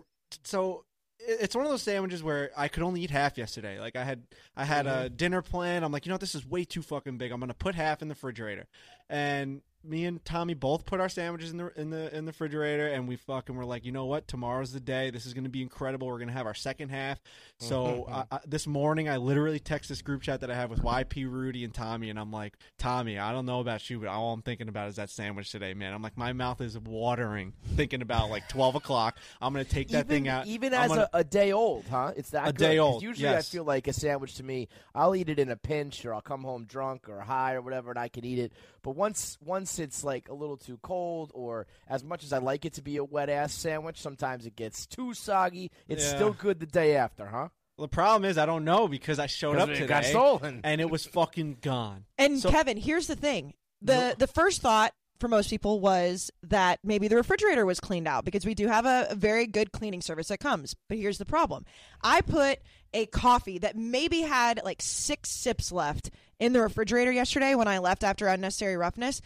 Speaker 12: so it- it's one of those sandwiches where I could only eat half yesterday. Like I had I had a
Speaker 23: Mhm.
Speaker 12: dinner plan. I'm like, you know, what? this is way too fucking big. I'm gonna put half in the refrigerator. And me and Tommy both put our sandwiches in the in the in the refrigerator, and we fucking were like, you know what? Tomorrow's the day. This is gonna be incredible. We're gonna have our second half. So
Speaker 23: Mhm.
Speaker 12: I, I, this morning, I literally text this group chat that I have with YP, Rudy, and Tommy, and I'm like, Tommy, I don't know about you, but all I'm thinking about is that sandwich today, man. I'm like, my mouth is watering thinking about like 12 o'clock. I'm gonna take that
Speaker 1: even,
Speaker 12: thing out.
Speaker 1: Even
Speaker 12: I'm
Speaker 1: as
Speaker 12: gonna-
Speaker 1: a, a day old, huh? It's that
Speaker 12: A
Speaker 1: good.
Speaker 12: day
Speaker 1: 'Cause
Speaker 12: old,
Speaker 1: Usually,
Speaker 12: yes.
Speaker 1: I feel like a sandwich to me. I'll eat it in a pinch, or I'll come home drunk or high or whatever, and I can eat it. But once once it's like a little too cold, or as much as I like it to be a wet ass sandwich, sometimes it gets too soggy. It's
Speaker 12: Yeah.
Speaker 1: still good the day after, huh?
Speaker 12: the problem is I don't know because I showed
Speaker 1: 'Cause
Speaker 12: up today
Speaker 1: it got stolen.
Speaker 12: and it was fucking gone.
Speaker 6: And Kevin, here's the thing: the the first thought for most people was that maybe the refrigerator was cleaned out because we do have a, a very good cleaning service that comes. But here's the problem: I put a coffee that maybe had like six sips left in the refrigerator yesterday when I left after unnecessary roughness.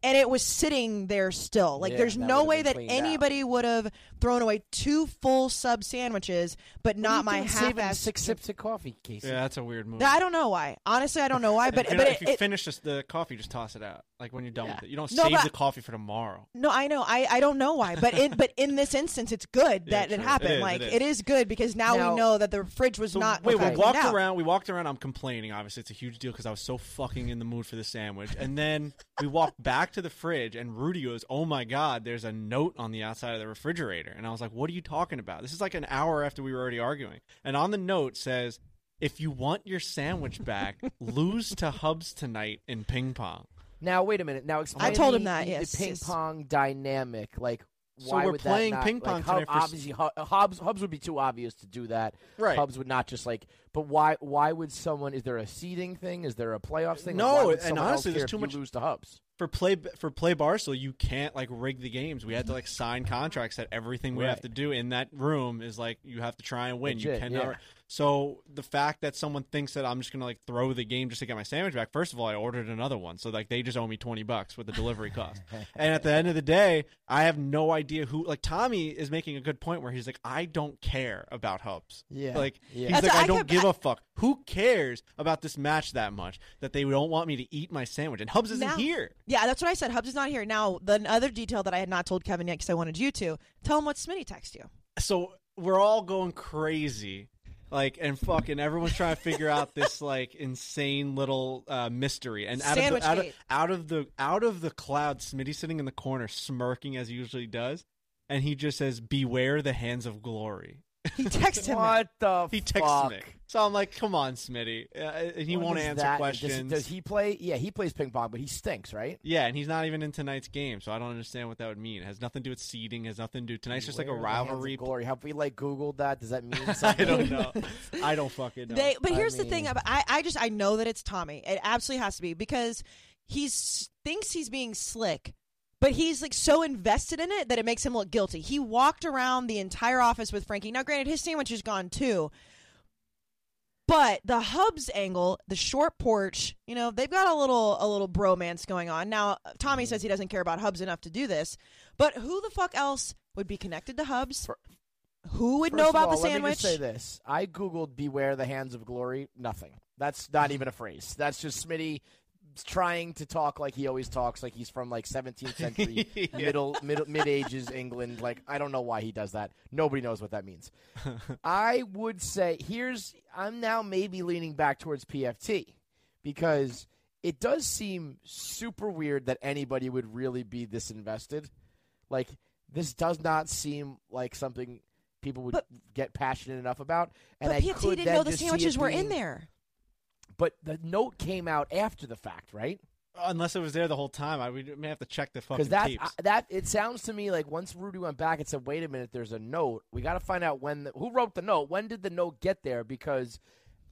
Speaker 6: And it was sitting there still. Like,
Speaker 20: Yeah,
Speaker 6: there's
Speaker 20: that
Speaker 6: no
Speaker 20: would've
Speaker 6: way
Speaker 20: been
Speaker 6: that
Speaker 20: cleaned out.
Speaker 6: anybody would have thrown away two full sub sandwiches, but not my half
Speaker 1: saving
Speaker 6: ass.
Speaker 1: six sips of coffee, Casey.
Speaker 12: Yeah, that's a weird move.
Speaker 6: I don't know why. Honestly, I don't know
Speaker 12: <laughs>
Speaker 6: why. But
Speaker 12: if you,
Speaker 6: but
Speaker 12: if
Speaker 6: it-
Speaker 12: you
Speaker 6: it,
Speaker 12: finish this, the coffee, just toss it out. Like when you're done with it, you don't
Speaker 6: No,
Speaker 12: save
Speaker 6: but-
Speaker 12: the coffee for tomorrow.
Speaker 6: No, I know. I, I don't know why, but in but in this instance, it's good
Speaker 12: Yeah,
Speaker 6: that it
Speaker 12: true.
Speaker 6: happened.
Speaker 12: It is,
Speaker 6: like
Speaker 12: it is.
Speaker 6: it is good because now,
Speaker 12: Now-
Speaker 6: we know that the fridge was
Speaker 12: So
Speaker 6: not.
Speaker 12: wait, we
Speaker 6: cleaned
Speaker 12: walked
Speaker 6: out.
Speaker 12: around. We walked around. I'm complaining. Obviously, it's a huge deal because I was so fucking in the mood for the sandwich. And then we walked back to the fridge, and Rudy goes, "Oh my god, there's a note on the outside of the refrigerator." And I was like, "What are you talking about? This is like an hour after we were already arguing." And on the note says, "If you want your sandwich back, lose to Hubs tonight in ping pong."
Speaker 1: Now wait a minute. Now explain.
Speaker 6: told
Speaker 1: the-
Speaker 6: him that,
Speaker 1: the-
Speaker 6: yes,
Speaker 1: the ping
Speaker 6: yes.
Speaker 1: pong dynamic, like.
Speaker 12: So
Speaker 1: why
Speaker 12: we're
Speaker 1: would
Speaker 12: playing
Speaker 1: that not,
Speaker 12: ping pong
Speaker 1: like, Hub-
Speaker 12: tonight for s-
Speaker 1: obviously, Hu- Hubs Hubs would be too obvious to do that.
Speaker 12: Right.
Speaker 1: Hubs would not just like. But why? Why would someone? Is there a seeding thing? Is there a playoffs thing? Like, why
Speaker 12: No,
Speaker 1: would
Speaker 12: and
Speaker 1: someone else
Speaker 12: honestly,
Speaker 1: care
Speaker 12: there's
Speaker 1: if
Speaker 12: too
Speaker 1: you
Speaker 12: much
Speaker 1: lose to Hubs.
Speaker 12: for play for play Barcel. You can't like rig the games. We had to like sign contracts that everything we have
Speaker 1: Right.
Speaker 12: to do in that room is like you have to try and win. you
Speaker 1: Legit,
Speaker 12: cannot.
Speaker 1: yeah.
Speaker 12: So the fact that someone thinks that I'm just gonna like throw the game just to get my sandwich back. First of all, I ordered another one, so like they just owe me twenty bucks with the delivery
Speaker 1: <laughs>
Speaker 12: cost. and at the end of the day, I have no idea who. Like Tommy is making a good point where he's like, I don't care about hubs.
Speaker 1: Yeah.
Speaker 12: like
Speaker 1: Yeah.
Speaker 12: he's
Speaker 1: That's
Speaker 12: like,
Speaker 1: what
Speaker 12: I,
Speaker 1: I
Speaker 12: don't
Speaker 1: kept-
Speaker 12: give a fuck. Who cares about this match that much that they don't want me to eat my sandwich? And hubs isn't
Speaker 6: Now-
Speaker 12: here.
Speaker 6: Yeah, that's what I said. Hubs is not here now. The other detail that I had not told Kevin yet because I wanted you to tell him what Smitty texted you.
Speaker 12: so we're all going crazy like and fucking everyone's trying to figure out this like insane little uh, mystery and out of,
Speaker 23: Sandwich
Speaker 12: the, out, of,
Speaker 23: gate.
Speaker 12: out of the out of the cloud smitty sitting in the corner smirking as he usually does and he just says beware the hands of glory
Speaker 6: he texted
Speaker 12: him
Speaker 1: What the?
Speaker 12: he texts
Speaker 1: fuck?
Speaker 12: me so i'm like come on smitty uh, and he
Speaker 1: What
Speaker 12: won't
Speaker 1: is
Speaker 12: answer
Speaker 1: that? Does he-
Speaker 12: questions
Speaker 1: Does, he play? Yeah, he plays ping pong, but he stinks, right?
Speaker 12: yeah, and he's not even in tonight's game, so I don't understand what that would mean. It has nothing to do with seeding. Has nothing to do. Tonight's just like a
Speaker 1: Beware the hands of
Speaker 12: rivalry.
Speaker 1: Glory. Have we like Googled
Speaker 12: <laughs>
Speaker 1: that? Does that mean something? <laughs>
Speaker 12: I don't know. I don't fucking know.
Speaker 6: They, but here's the
Speaker 1: mean-
Speaker 6: thing. ab- I, I just I know that it's Tommy. It absolutely has to be because he thinks he's being slick, but he's like so invested in it that it makes him look guilty. He walked around the entire office with Frankie. Now, granted, his sandwich is gone too. But the hubs angle, the short porch, you know, they've got a little a little bromance going on. Now, Tommy
Speaker 1: Mm-hmm.
Speaker 6: says he doesn't care about hubs enough to do this, but who the fuck else would be connected to hubs? who would
Speaker 1: First
Speaker 6: know
Speaker 1: of
Speaker 6: about
Speaker 1: all,
Speaker 6: the
Speaker 1: let me
Speaker 6: sandwich?
Speaker 1: just say this: I googled "Beware the Hands of Glory." Nothing. That's not even a phrase. That's just Smitty trying to talk like he always talks, like he's from
Speaker 6: <laughs>
Speaker 1: like 17th century
Speaker 11: Yeah.
Speaker 1: middle middle mid ages England. Like I don't know why he does that. Nobody knows what
Speaker 6: <laughs>
Speaker 1: that means. I would say here's I'm now maybe leaning back towards PFT because it does seem super weird that anybody would really be this invested. Like this does not seem like something people would get passionate enough about. And
Speaker 6: but
Speaker 1: I
Speaker 6: PFT
Speaker 1: could
Speaker 6: didn't
Speaker 1: then
Speaker 6: know the
Speaker 1: just see it
Speaker 6: sandwiches were in
Speaker 1: being-
Speaker 6: there.
Speaker 1: But the note came out after the fact, right?
Speaker 12: Unless it was there the whole time, I would may have to check the fucking
Speaker 1: Because that
Speaker 12: tapes.
Speaker 1: I- that it sounds to me like once Rudy went back and said, "Wait a minute, there's a note. We got to find out when the, who wrote the note. When did the note get there?" Because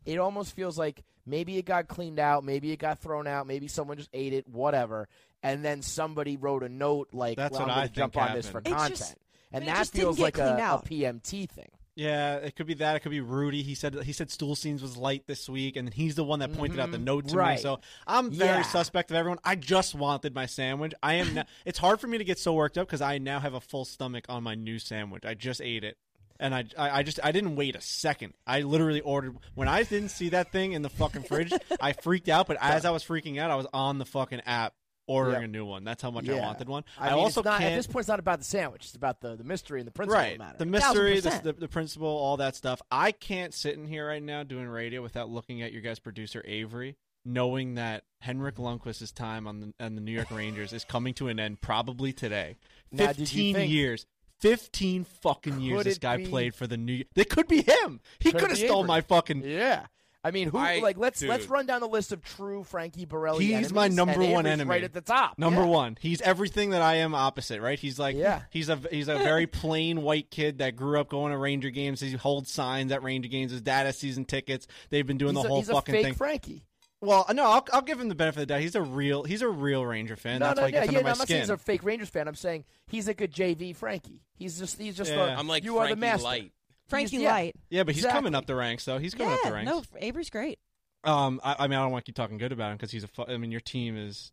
Speaker 1: it almost feels like maybe it got cleaned out, maybe it got thrown out, maybe someone just ate it, whatever, and then somebody wrote a note like,
Speaker 12: That's
Speaker 1: well,
Speaker 12: what
Speaker 1: I'm gonna
Speaker 12: I think
Speaker 1: jump on this for
Speaker 12: happened. It's
Speaker 1: content,"
Speaker 12: just-
Speaker 1: and
Speaker 12: it
Speaker 1: that
Speaker 12: just didn't
Speaker 1: feels
Speaker 12: get
Speaker 1: like
Speaker 12: cleaned
Speaker 1: a,
Speaker 12: out.
Speaker 1: a PMT thing.
Speaker 12: yeah, it could be that. It could be Rudy. He said he said Stool Scenes was light this week, and he's the one that pointed out the
Speaker 1: Mhm.
Speaker 12: note to
Speaker 1: Right.
Speaker 12: me. So I'm very
Speaker 1: Yeah.
Speaker 12: suspect of everyone. I just wanted my sandwich. I am.
Speaker 1: <laughs>
Speaker 12: now, it's hard for me to get so worked up because I now have a full stomach on my new sandwich. I just ate it, and I, I I just I didn't wait a second. I literally ordered when I didn't see that thing in the fucking
Speaker 1: <laughs>
Speaker 12: fridge. I freaked out, but as I was freaking out, I was on the fucking app ordering
Speaker 1: Yep.
Speaker 12: a new one. That's how much I
Speaker 1: Yeah.
Speaker 12: wanted one. I,
Speaker 1: I, mean,
Speaker 12: also
Speaker 1: it's not,
Speaker 12: can't.
Speaker 1: at this point, it's not about the sandwich; it's about the, the mystery and the principle
Speaker 12: Right.
Speaker 1: of the matter.
Speaker 12: The mystery, the, the, the principle, all that stuff. I can't sit in here right now doing radio without looking at your guys' producer, Avery, knowing that Henrik Lundqvist's time on the, on the New York Rangers is coming to an end probably today.
Speaker 1: Now, did you
Speaker 12: 15
Speaker 1: think-
Speaker 12: years. 15 fucking years
Speaker 1: Could
Speaker 12: this
Speaker 1: it
Speaker 12: guy
Speaker 1: be-
Speaker 12: played for the New York. It could be him. He
Speaker 1: Could it
Speaker 12: could have
Speaker 1: be
Speaker 12: stole
Speaker 1: Avery?
Speaker 12: my fucking.
Speaker 1: Yeah. I mean, who
Speaker 12: I-
Speaker 1: like let's let's
Speaker 12: dude.
Speaker 1: run down the list of true Frankie Borelli.
Speaker 12: He's my
Speaker 1: Oh, enemies,
Speaker 12: number
Speaker 1: and
Speaker 12: one
Speaker 1: Avery's
Speaker 12: enemy.
Speaker 1: right at the top.
Speaker 12: Number
Speaker 1: Yeah.
Speaker 12: one. He's everything that I am opposite, right? He's like yeah. he's a he's a very plain white kid that grew up going to Ranger games. He holds signs at Ranger games. His dad has season tickets. They've been doing
Speaker 1: He's
Speaker 12: the
Speaker 1: a-
Speaker 12: whole
Speaker 1: he's a
Speaker 12: fucking
Speaker 1: fake
Speaker 12: thing.
Speaker 1: Frankie.
Speaker 12: Well, no, I'll, I'll give him the benefit of the doubt. He's a real he's a real Ranger fan.
Speaker 1: no,
Speaker 12: That's
Speaker 1: no,
Speaker 12: why he
Speaker 1: yeah,
Speaker 12: gets
Speaker 1: yeah.
Speaker 12: under my
Speaker 1: no, I'm not saying
Speaker 12: skin.
Speaker 1: he's a fake Rangers fan. I'm saying he's a good JV Frankie. He's just he's just
Speaker 12: Yeah.
Speaker 1: the,
Speaker 12: I'm like
Speaker 1: you are the
Speaker 12: Frankie
Speaker 1: master.
Speaker 12: Light. <laughs>
Speaker 1: He's-
Speaker 6: Frankie
Speaker 1: yeah.
Speaker 6: Light.
Speaker 12: yeah, but he's
Speaker 1: Exactly.
Speaker 12: coming up the ranks, though. He's coming up the
Speaker 6: Yeah,
Speaker 12: ranks.
Speaker 6: no, Avery's great.
Speaker 12: Um, I, I mean, I don't want to keep talking good about him because he's a. Fu- I mean, your team is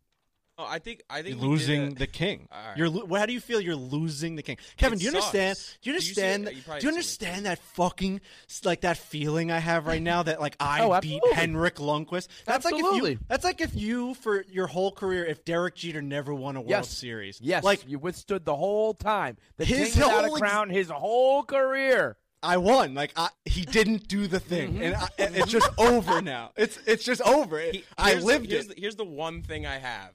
Speaker 23: Oh, I think I think
Speaker 12: You're
Speaker 23: we did
Speaker 12: losing
Speaker 23: a-
Speaker 12: the king.
Speaker 23: All right.
Speaker 12: You're lo- well, how do you feel? You're losing the king,
Speaker 23: It
Speaker 12: Kevin. do you understand?
Speaker 23: sucks.
Speaker 12: Do you
Speaker 23: Do you see
Speaker 12: understand?
Speaker 23: it?
Speaker 12: that-
Speaker 23: You probably
Speaker 12: do you
Speaker 23: see me
Speaker 12: understand that fucking s- like that feeling I have right now
Speaker 23: <laughs>
Speaker 12: that like I Oh, beat absolutely. Henrik Lundqvist? That's like if
Speaker 1: Absolutely.
Speaker 12: you. That's like if you for your whole career, if Derek Jeter never won a World
Speaker 1: Yes.
Speaker 12: Series,
Speaker 1: Yes,
Speaker 12: like
Speaker 1: you withstood the whole time. The
Speaker 12: His
Speaker 1: king without a
Speaker 12: whole ex-
Speaker 1: crown, his whole career.
Speaker 12: I won. Like I, he didn't do the
Speaker 23: Mm-hmm.
Speaker 12: thing, and I, and it's just over now. It's it's just over. It- I
Speaker 23: Here's the-
Speaker 12: lived
Speaker 23: here's
Speaker 12: it.
Speaker 23: The, here's the one thing I have.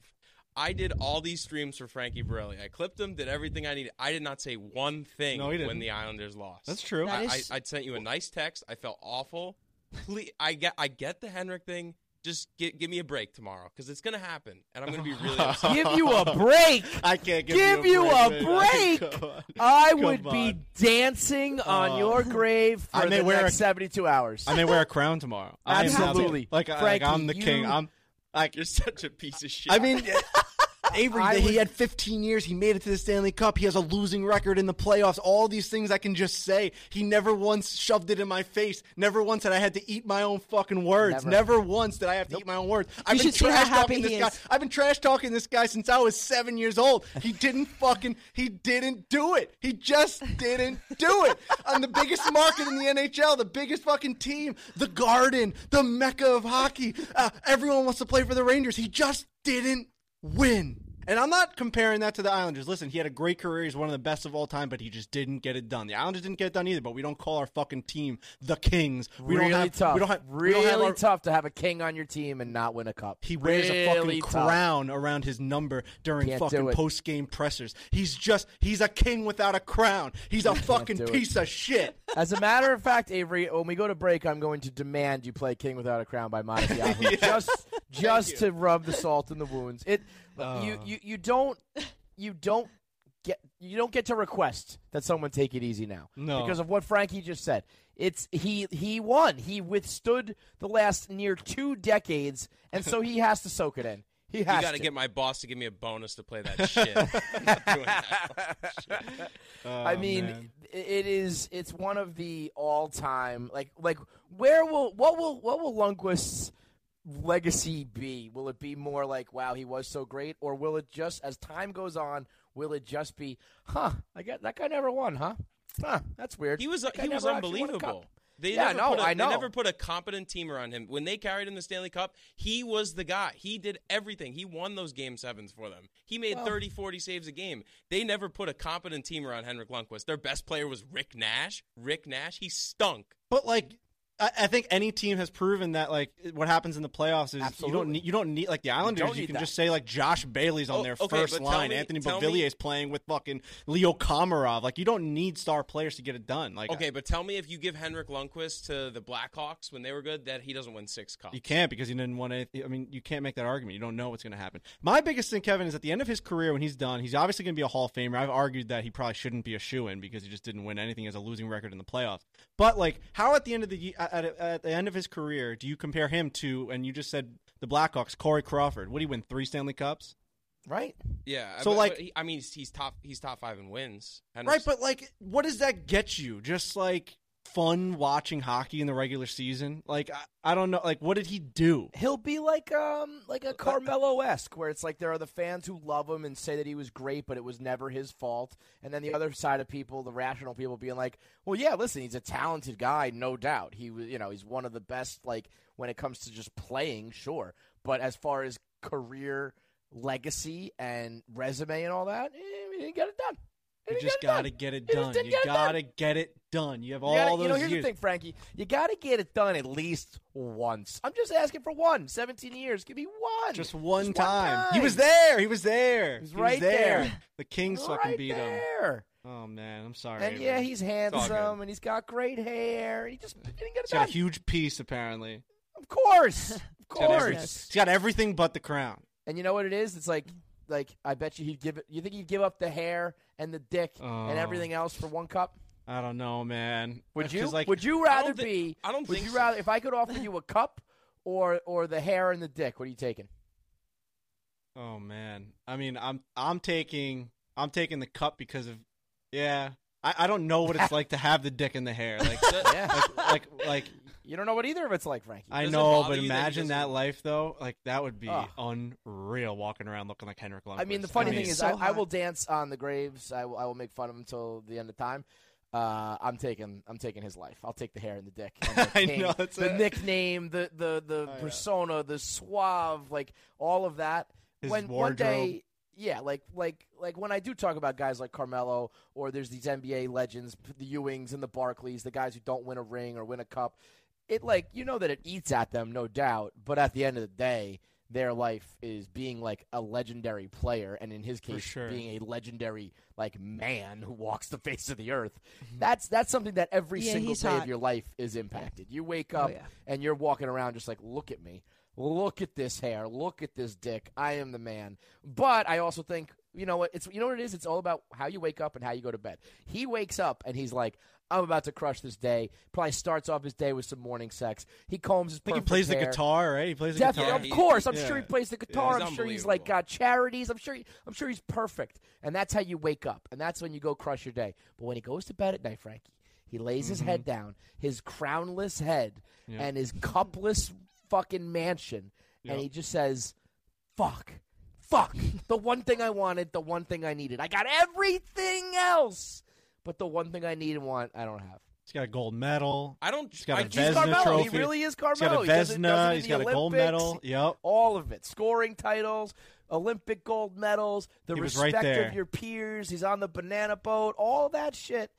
Speaker 23: I did all these streams for Frankie Borelli. I clipped them, did everything I needed. I did not say one thing
Speaker 12: No, he didn't.
Speaker 23: when the Islanders lost.
Speaker 12: That's true. That
Speaker 23: I,
Speaker 12: is-
Speaker 23: I, I sent you a nice text. I felt awful. Please, I get I get the Henrik thing. Just gi- give me a break tomorrow because it's gonna happen, and I'm gonna be
Speaker 12: <laughs>
Speaker 23: really upset.
Speaker 1: Give you a
Speaker 23: <laughs>
Speaker 1: break.
Speaker 12: I can't
Speaker 23: give
Speaker 1: give
Speaker 23: you
Speaker 1: you
Speaker 23: a
Speaker 12: <laughs>
Speaker 1: a
Speaker 23: break,
Speaker 1: break.
Speaker 23: man. Come on.
Speaker 1: I
Speaker 23: Come
Speaker 1: would be
Speaker 23: on.
Speaker 1: dancing on
Speaker 12: Oh.
Speaker 1: your grave for
Speaker 12: I may
Speaker 1: the
Speaker 12: wear
Speaker 1: next
Speaker 12: a-
Speaker 1: 72 hours.
Speaker 12: I may wear a
Speaker 1: <laughs>
Speaker 12: crown tomorrow. I am now the-
Speaker 1: Absolutely.
Speaker 12: like, I- like I'm the
Speaker 1: Frankie,
Speaker 12: king.
Speaker 1: you-
Speaker 12: I'm like
Speaker 23: you're such a piece of shit. <laughs>
Speaker 12: I mean, Avery, I he would- had 15 years. He made it to the Stanley Cup. He has a losing record in the playoffs. All these things I can just say. He never once shoved it in my face. Never once that I had to eat my own fucking words. Never, Never. once did I have to eat my own words. I've been should see how trash happy talking this he guy. is. I've been trash talking this guy since I was seven years old. He didn't fucking. He didn't do it. He just didn't do it. On the biggest market in the NHL, the biggest fucking team, the Garden, the mecca of hockey. Uh, everyone wants to play for the Rangers. He just didn't win. And I'm not comparing that to the Islanders. Listen, he had a great career. He's one of the best of all time, but he just didn't get it done. The Islanders didn't get it done either. But we don't call our fucking team the Kings. We
Speaker 1: really
Speaker 12: don't have.
Speaker 1: tough.
Speaker 12: We don't have.
Speaker 1: really
Speaker 12: we don't have our-
Speaker 1: tough to have a king on your team and not win a cup.
Speaker 12: he wears a
Speaker 1: Really
Speaker 12: fucking
Speaker 1: tough.
Speaker 12: crown around his number during
Speaker 1: Can't do
Speaker 12: fucking
Speaker 1: it.
Speaker 12: post game pressers. He's just he's a king without a crown. He's a fucking
Speaker 1: do it.
Speaker 12: piece of shit.
Speaker 1: As a matter of fact, Avery, when we go to break, I'm going to demand you play "King Without a Crown" by Monty Yahoo, just just to rub the salt in the wounds. It you,
Speaker 11: Oh.
Speaker 1: you you don't you don't get you don't get to request that someone take it easy now
Speaker 11: No.
Speaker 1: because of what Frankie just said. It's he he won. He withstood the last near two decades, and so he has to soak it in. He
Speaker 23: you
Speaker 1: has
Speaker 23: gotta
Speaker 1: to.
Speaker 23: get my boss to give me a bonus to play that
Speaker 12: <laughs>
Speaker 23: shit. <laughs> I'm not doing that. Shit.
Speaker 12: Oh,
Speaker 23: Oh,
Speaker 1: I mean, i- it is. It's one of the all-time. Like, like where will what will what will Lundqvist's legacy be? Will it be more like, wow, he was so great, or will it just as time goes on, will it just be, huh? I got that guy never won, huh? Huh? That's weird.
Speaker 23: He was
Speaker 1: That guy
Speaker 23: he was
Speaker 1: never actually won a cup.
Speaker 23: unbelievable. They
Speaker 21: Yeah,
Speaker 23: never
Speaker 21: no,
Speaker 23: put a,
Speaker 21: I know.
Speaker 23: They never put a competent team around him. When they carried him the Stanley Cup, he was the guy. He did everything. He won those game sevens for them. He made
Speaker 21: Well-
Speaker 23: thirty, forty 30, 40 saves a game. They never put a competent team around Henrik Lundqvist. Their best player was Rick Nash. Rick Nash, he stunk.
Speaker 12: But like, I, I think any team has proven that like what happens in the playoffs is you don't
Speaker 23: Absolutely.
Speaker 12: need you don't need like the Islanders. You,
Speaker 23: need
Speaker 12: can
Speaker 23: that.
Speaker 12: just say like Josh Bailey's on
Speaker 23: Oh,
Speaker 12: their
Speaker 23: okay,
Speaker 12: first
Speaker 23: but tell
Speaker 12: line.
Speaker 23: me-
Speaker 12: Anthony
Speaker 23: tell me-
Speaker 12: Bevillier's playing with fucking Leo Komarov. Like you don't need star players to get it done. Like uh,
Speaker 23: okay, but tell me if you give Henrik Lundqvist to the Blackhawks when they were good, that he doesn't win six cups.
Speaker 12: You can't because you didn't want to. I mean, you can't make that argument. You don't know what's going to happen. My biggest thing, Kevin, is at the end of his career, when he's done, he's obviously going to be a Hall of Famer. I've argued that he probably shouldn't be a shoe in because he just didn't win anything as a losing record in the playoffs. But like, how at the end of the ye- at, at, at the end of his career do you compare him to? And you just said the Blackhawks, Corey Crawford. What do you win? Three Stanley Cups, right?
Speaker 23: Yeah.
Speaker 12: So,
Speaker 23: but-
Speaker 12: like-
Speaker 23: but he- I mean, he's, he's top. He's top five in wins.
Speaker 12: Right,
Speaker 23: Henrik's-
Speaker 12: but like, what does that get you? Just like fun watching hockey in the regular season. Like, I, I don't know. Like, what did he do?
Speaker 1: He'll be like um like a Carmelo esque, where it's like there are the fans who love him and say that he was great, but it was never his fault. And then the other side of people, the rational people, being like, well, yeah, listen, he's a talented guy, no doubt. He was, you know, he's one of the best. Like when it comes to just playing, sure, but as far as career legacy and resume and all that, eh, he didn't get it done. He
Speaker 12: You
Speaker 1: didn't
Speaker 12: just
Speaker 1: get it done.
Speaker 12: got to get it
Speaker 1: You just
Speaker 12: done.
Speaker 1: didn't
Speaker 12: You
Speaker 1: get it done.
Speaker 12: got to get it done. You have all
Speaker 1: you gotta-
Speaker 12: those
Speaker 1: you know, here's
Speaker 12: years.
Speaker 1: the thing, Frankie. You got to get it done at least once. I'm just asking for one. 17 years. Give me one.
Speaker 12: Just one time. He
Speaker 1: time.
Speaker 12: was there. He was there. He
Speaker 1: was right
Speaker 12: there.
Speaker 1: there.
Speaker 12: The Kings fucking
Speaker 1: Right
Speaker 12: beat
Speaker 1: there.
Speaker 12: him. Oh man, I'm sorry.
Speaker 1: And yeah,
Speaker 12: man.
Speaker 1: he's
Speaker 12: It's all good.
Speaker 1: handsome and he's got great hair. He just he didn't get it
Speaker 12: He's got
Speaker 1: done.
Speaker 12: a huge piece apparently. <laughs>
Speaker 1: Of course. Of
Speaker 12: He's got every-
Speaker 1: course.
Speaker 12: he's got everything but the crown.
Speaker 1: And you know what it is? It's like like I bet you he'd give it you think he'd give up the hair and the dick
Speaker 12: Oh.
Speaker 1: and everything else for one cup?
Speaker 12: I don't know, man.
Speaker 1: Would
Speaker 12: That's
Speaker 1: you
Speaker 12: 'cause, Like,
Speaker 1: would you rather be I don't would
Speaker 12: think
Speaker 1: you
Speaker 12: so.
Speaker 1: rather if I could offer you a cup or or the hair and the dick, what are you taking?
Speaker 12: Oh man. I mean, I'm I'm taking I'm taking the cup because of yeah. I, I don't know what
Speaker 1: <laughs>
Speaker 12: it's like to have the dick in the hair. Like
Speaker 1: yeah.
Speaker 12: like like, like
Speaker 1: You don't know what either of it's like, Frankie.
Speaker 12: I know, but imagine that, life though. Like that would be
Speaker 1: Ugh.
Speaker 12: unreal walking around looking like Henrik Lundqvist.
Speaker 1: I mean, the funny thing
Speaker 12: mean,
Speaker 1: is, I, I will dance on the graves. I will, I will make fun of him until the end of time. Uh, I'm taking, I'm taking his life. I'll take the hair and the dick.
Speaker 12: <laughs>
Speaker 1: And the
Speaker 12: I
Speaker 1: king,
Speaker 12: know, Oh, that's
Speaker 1: the
Speaker 12: it.
Speaker 1: nickname, the the the persona, the suave, like all of that.
Speaker 12: His
Speaker 1: when
Speaker 12: wardrobe.
Speaker 1: one day, yeah, like like like when I do talk about guys like Carmelo, or there's these NBA legends, p- the Ewings and the Barclays, the guys who don't win a ring or win a cup. It like you know that it eats at them, no doubt. But at the end of the day, their life is being like a legendary player, and in his case,
Speaker 12: sure.
Speaker 1: being a legendary like man who walks the face of the earth. That's that's something that every
Speaker 6: Yeah,
Speaker 1: single
Speaker 6: he's
Speaker 1: day
Speaker 6: hot.
Speaker 1: of your life is impacted. You wake
Speaker 6: Oh,
Speaker 1: up
Speaker 6: yeah.
Speaker 1: and you're walking around just like, look at me. Look at this hair. Look at this dick. I am the man. But I also think, you know what? It's you know what it is. It's all about how you wake up and how you go to bed. He wakes up and he's like, I'm about to crush this day. Probably starts off his day with some morning sex. He combs his.
Speaker 12: I think he
Speaker 1: perfect
Speaker 12: plays the
Speaker 1: hair.
Speaker 12: guitar, right? He plays the
Speaker 1: Definitely,
Speaker 12: guitar.
Speaker 1: of course. I'm sure he
Speaker 12: Yeah.
Speaker 1: plays the
Speaker 12: Yeah.
Speaker 1: guitar.
Speaker 12: He's
Speaker 1: I'm sure he's like got charities. I'm sure. He, I'm sure he's perfect. And that's how you wake up, and that's when you go crush your day. But when he goes to bed at night, Frankie, he lays his head
Speaker 12: Mm-hmm.
Speaker 1: down, his crownless head,
Speaker 24: Yeah.
Speaker 1: and his cupless fucking mansion,
Speaker 24: Yeah.
Speaker 1: and he just says, "Fuck." Fuck! The one thing I wanted, the one thing I needed. I got everything else, but the one thing I need and want, I don't have.
Speaker 12: He's got a gold medal.
Speaker 23: I don't.
Speaker 12: He's got a
Speaker 1: I- he's
Speaker 12: Vesna
Speaker 1: Carmelo. He
Speaker 12: trophy.
Speaker 1: really is Carmelo.
Speaker 12: He's
Speaker 1: He
Speaker 12: got a
Speaker 1: does it- does
Speaker 12: Vesna.
Speaker 1: it
Speaker 12: He's
Speaker 1: in
Speaker 12: got
Speaker 1: the
Speaker 12: a gold
Speaker 1: Olympics.
Speaker 12: medal. Yep.
Speaker 1: all of it scoring titles olympic gold medals the
Speaker 12: He was right
Speaker 1: respect
Speaker 12: there.
Speaker 1: of your peers he's on the banana boat all that shit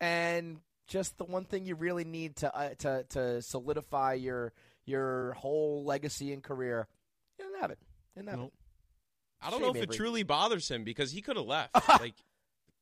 Speaker 1: and just the one thing you really need to uh, to to solidify your your whole legacy and career you didn't have it You didn't have it
Speaker 23: I don't
Speaker 1: Shame,
Speaker 23: know if
Speaker 1: Avery.
Speaker 23: it truly bothers him because he could have
Speaker 12: <laughs>
Speaker 23: left. like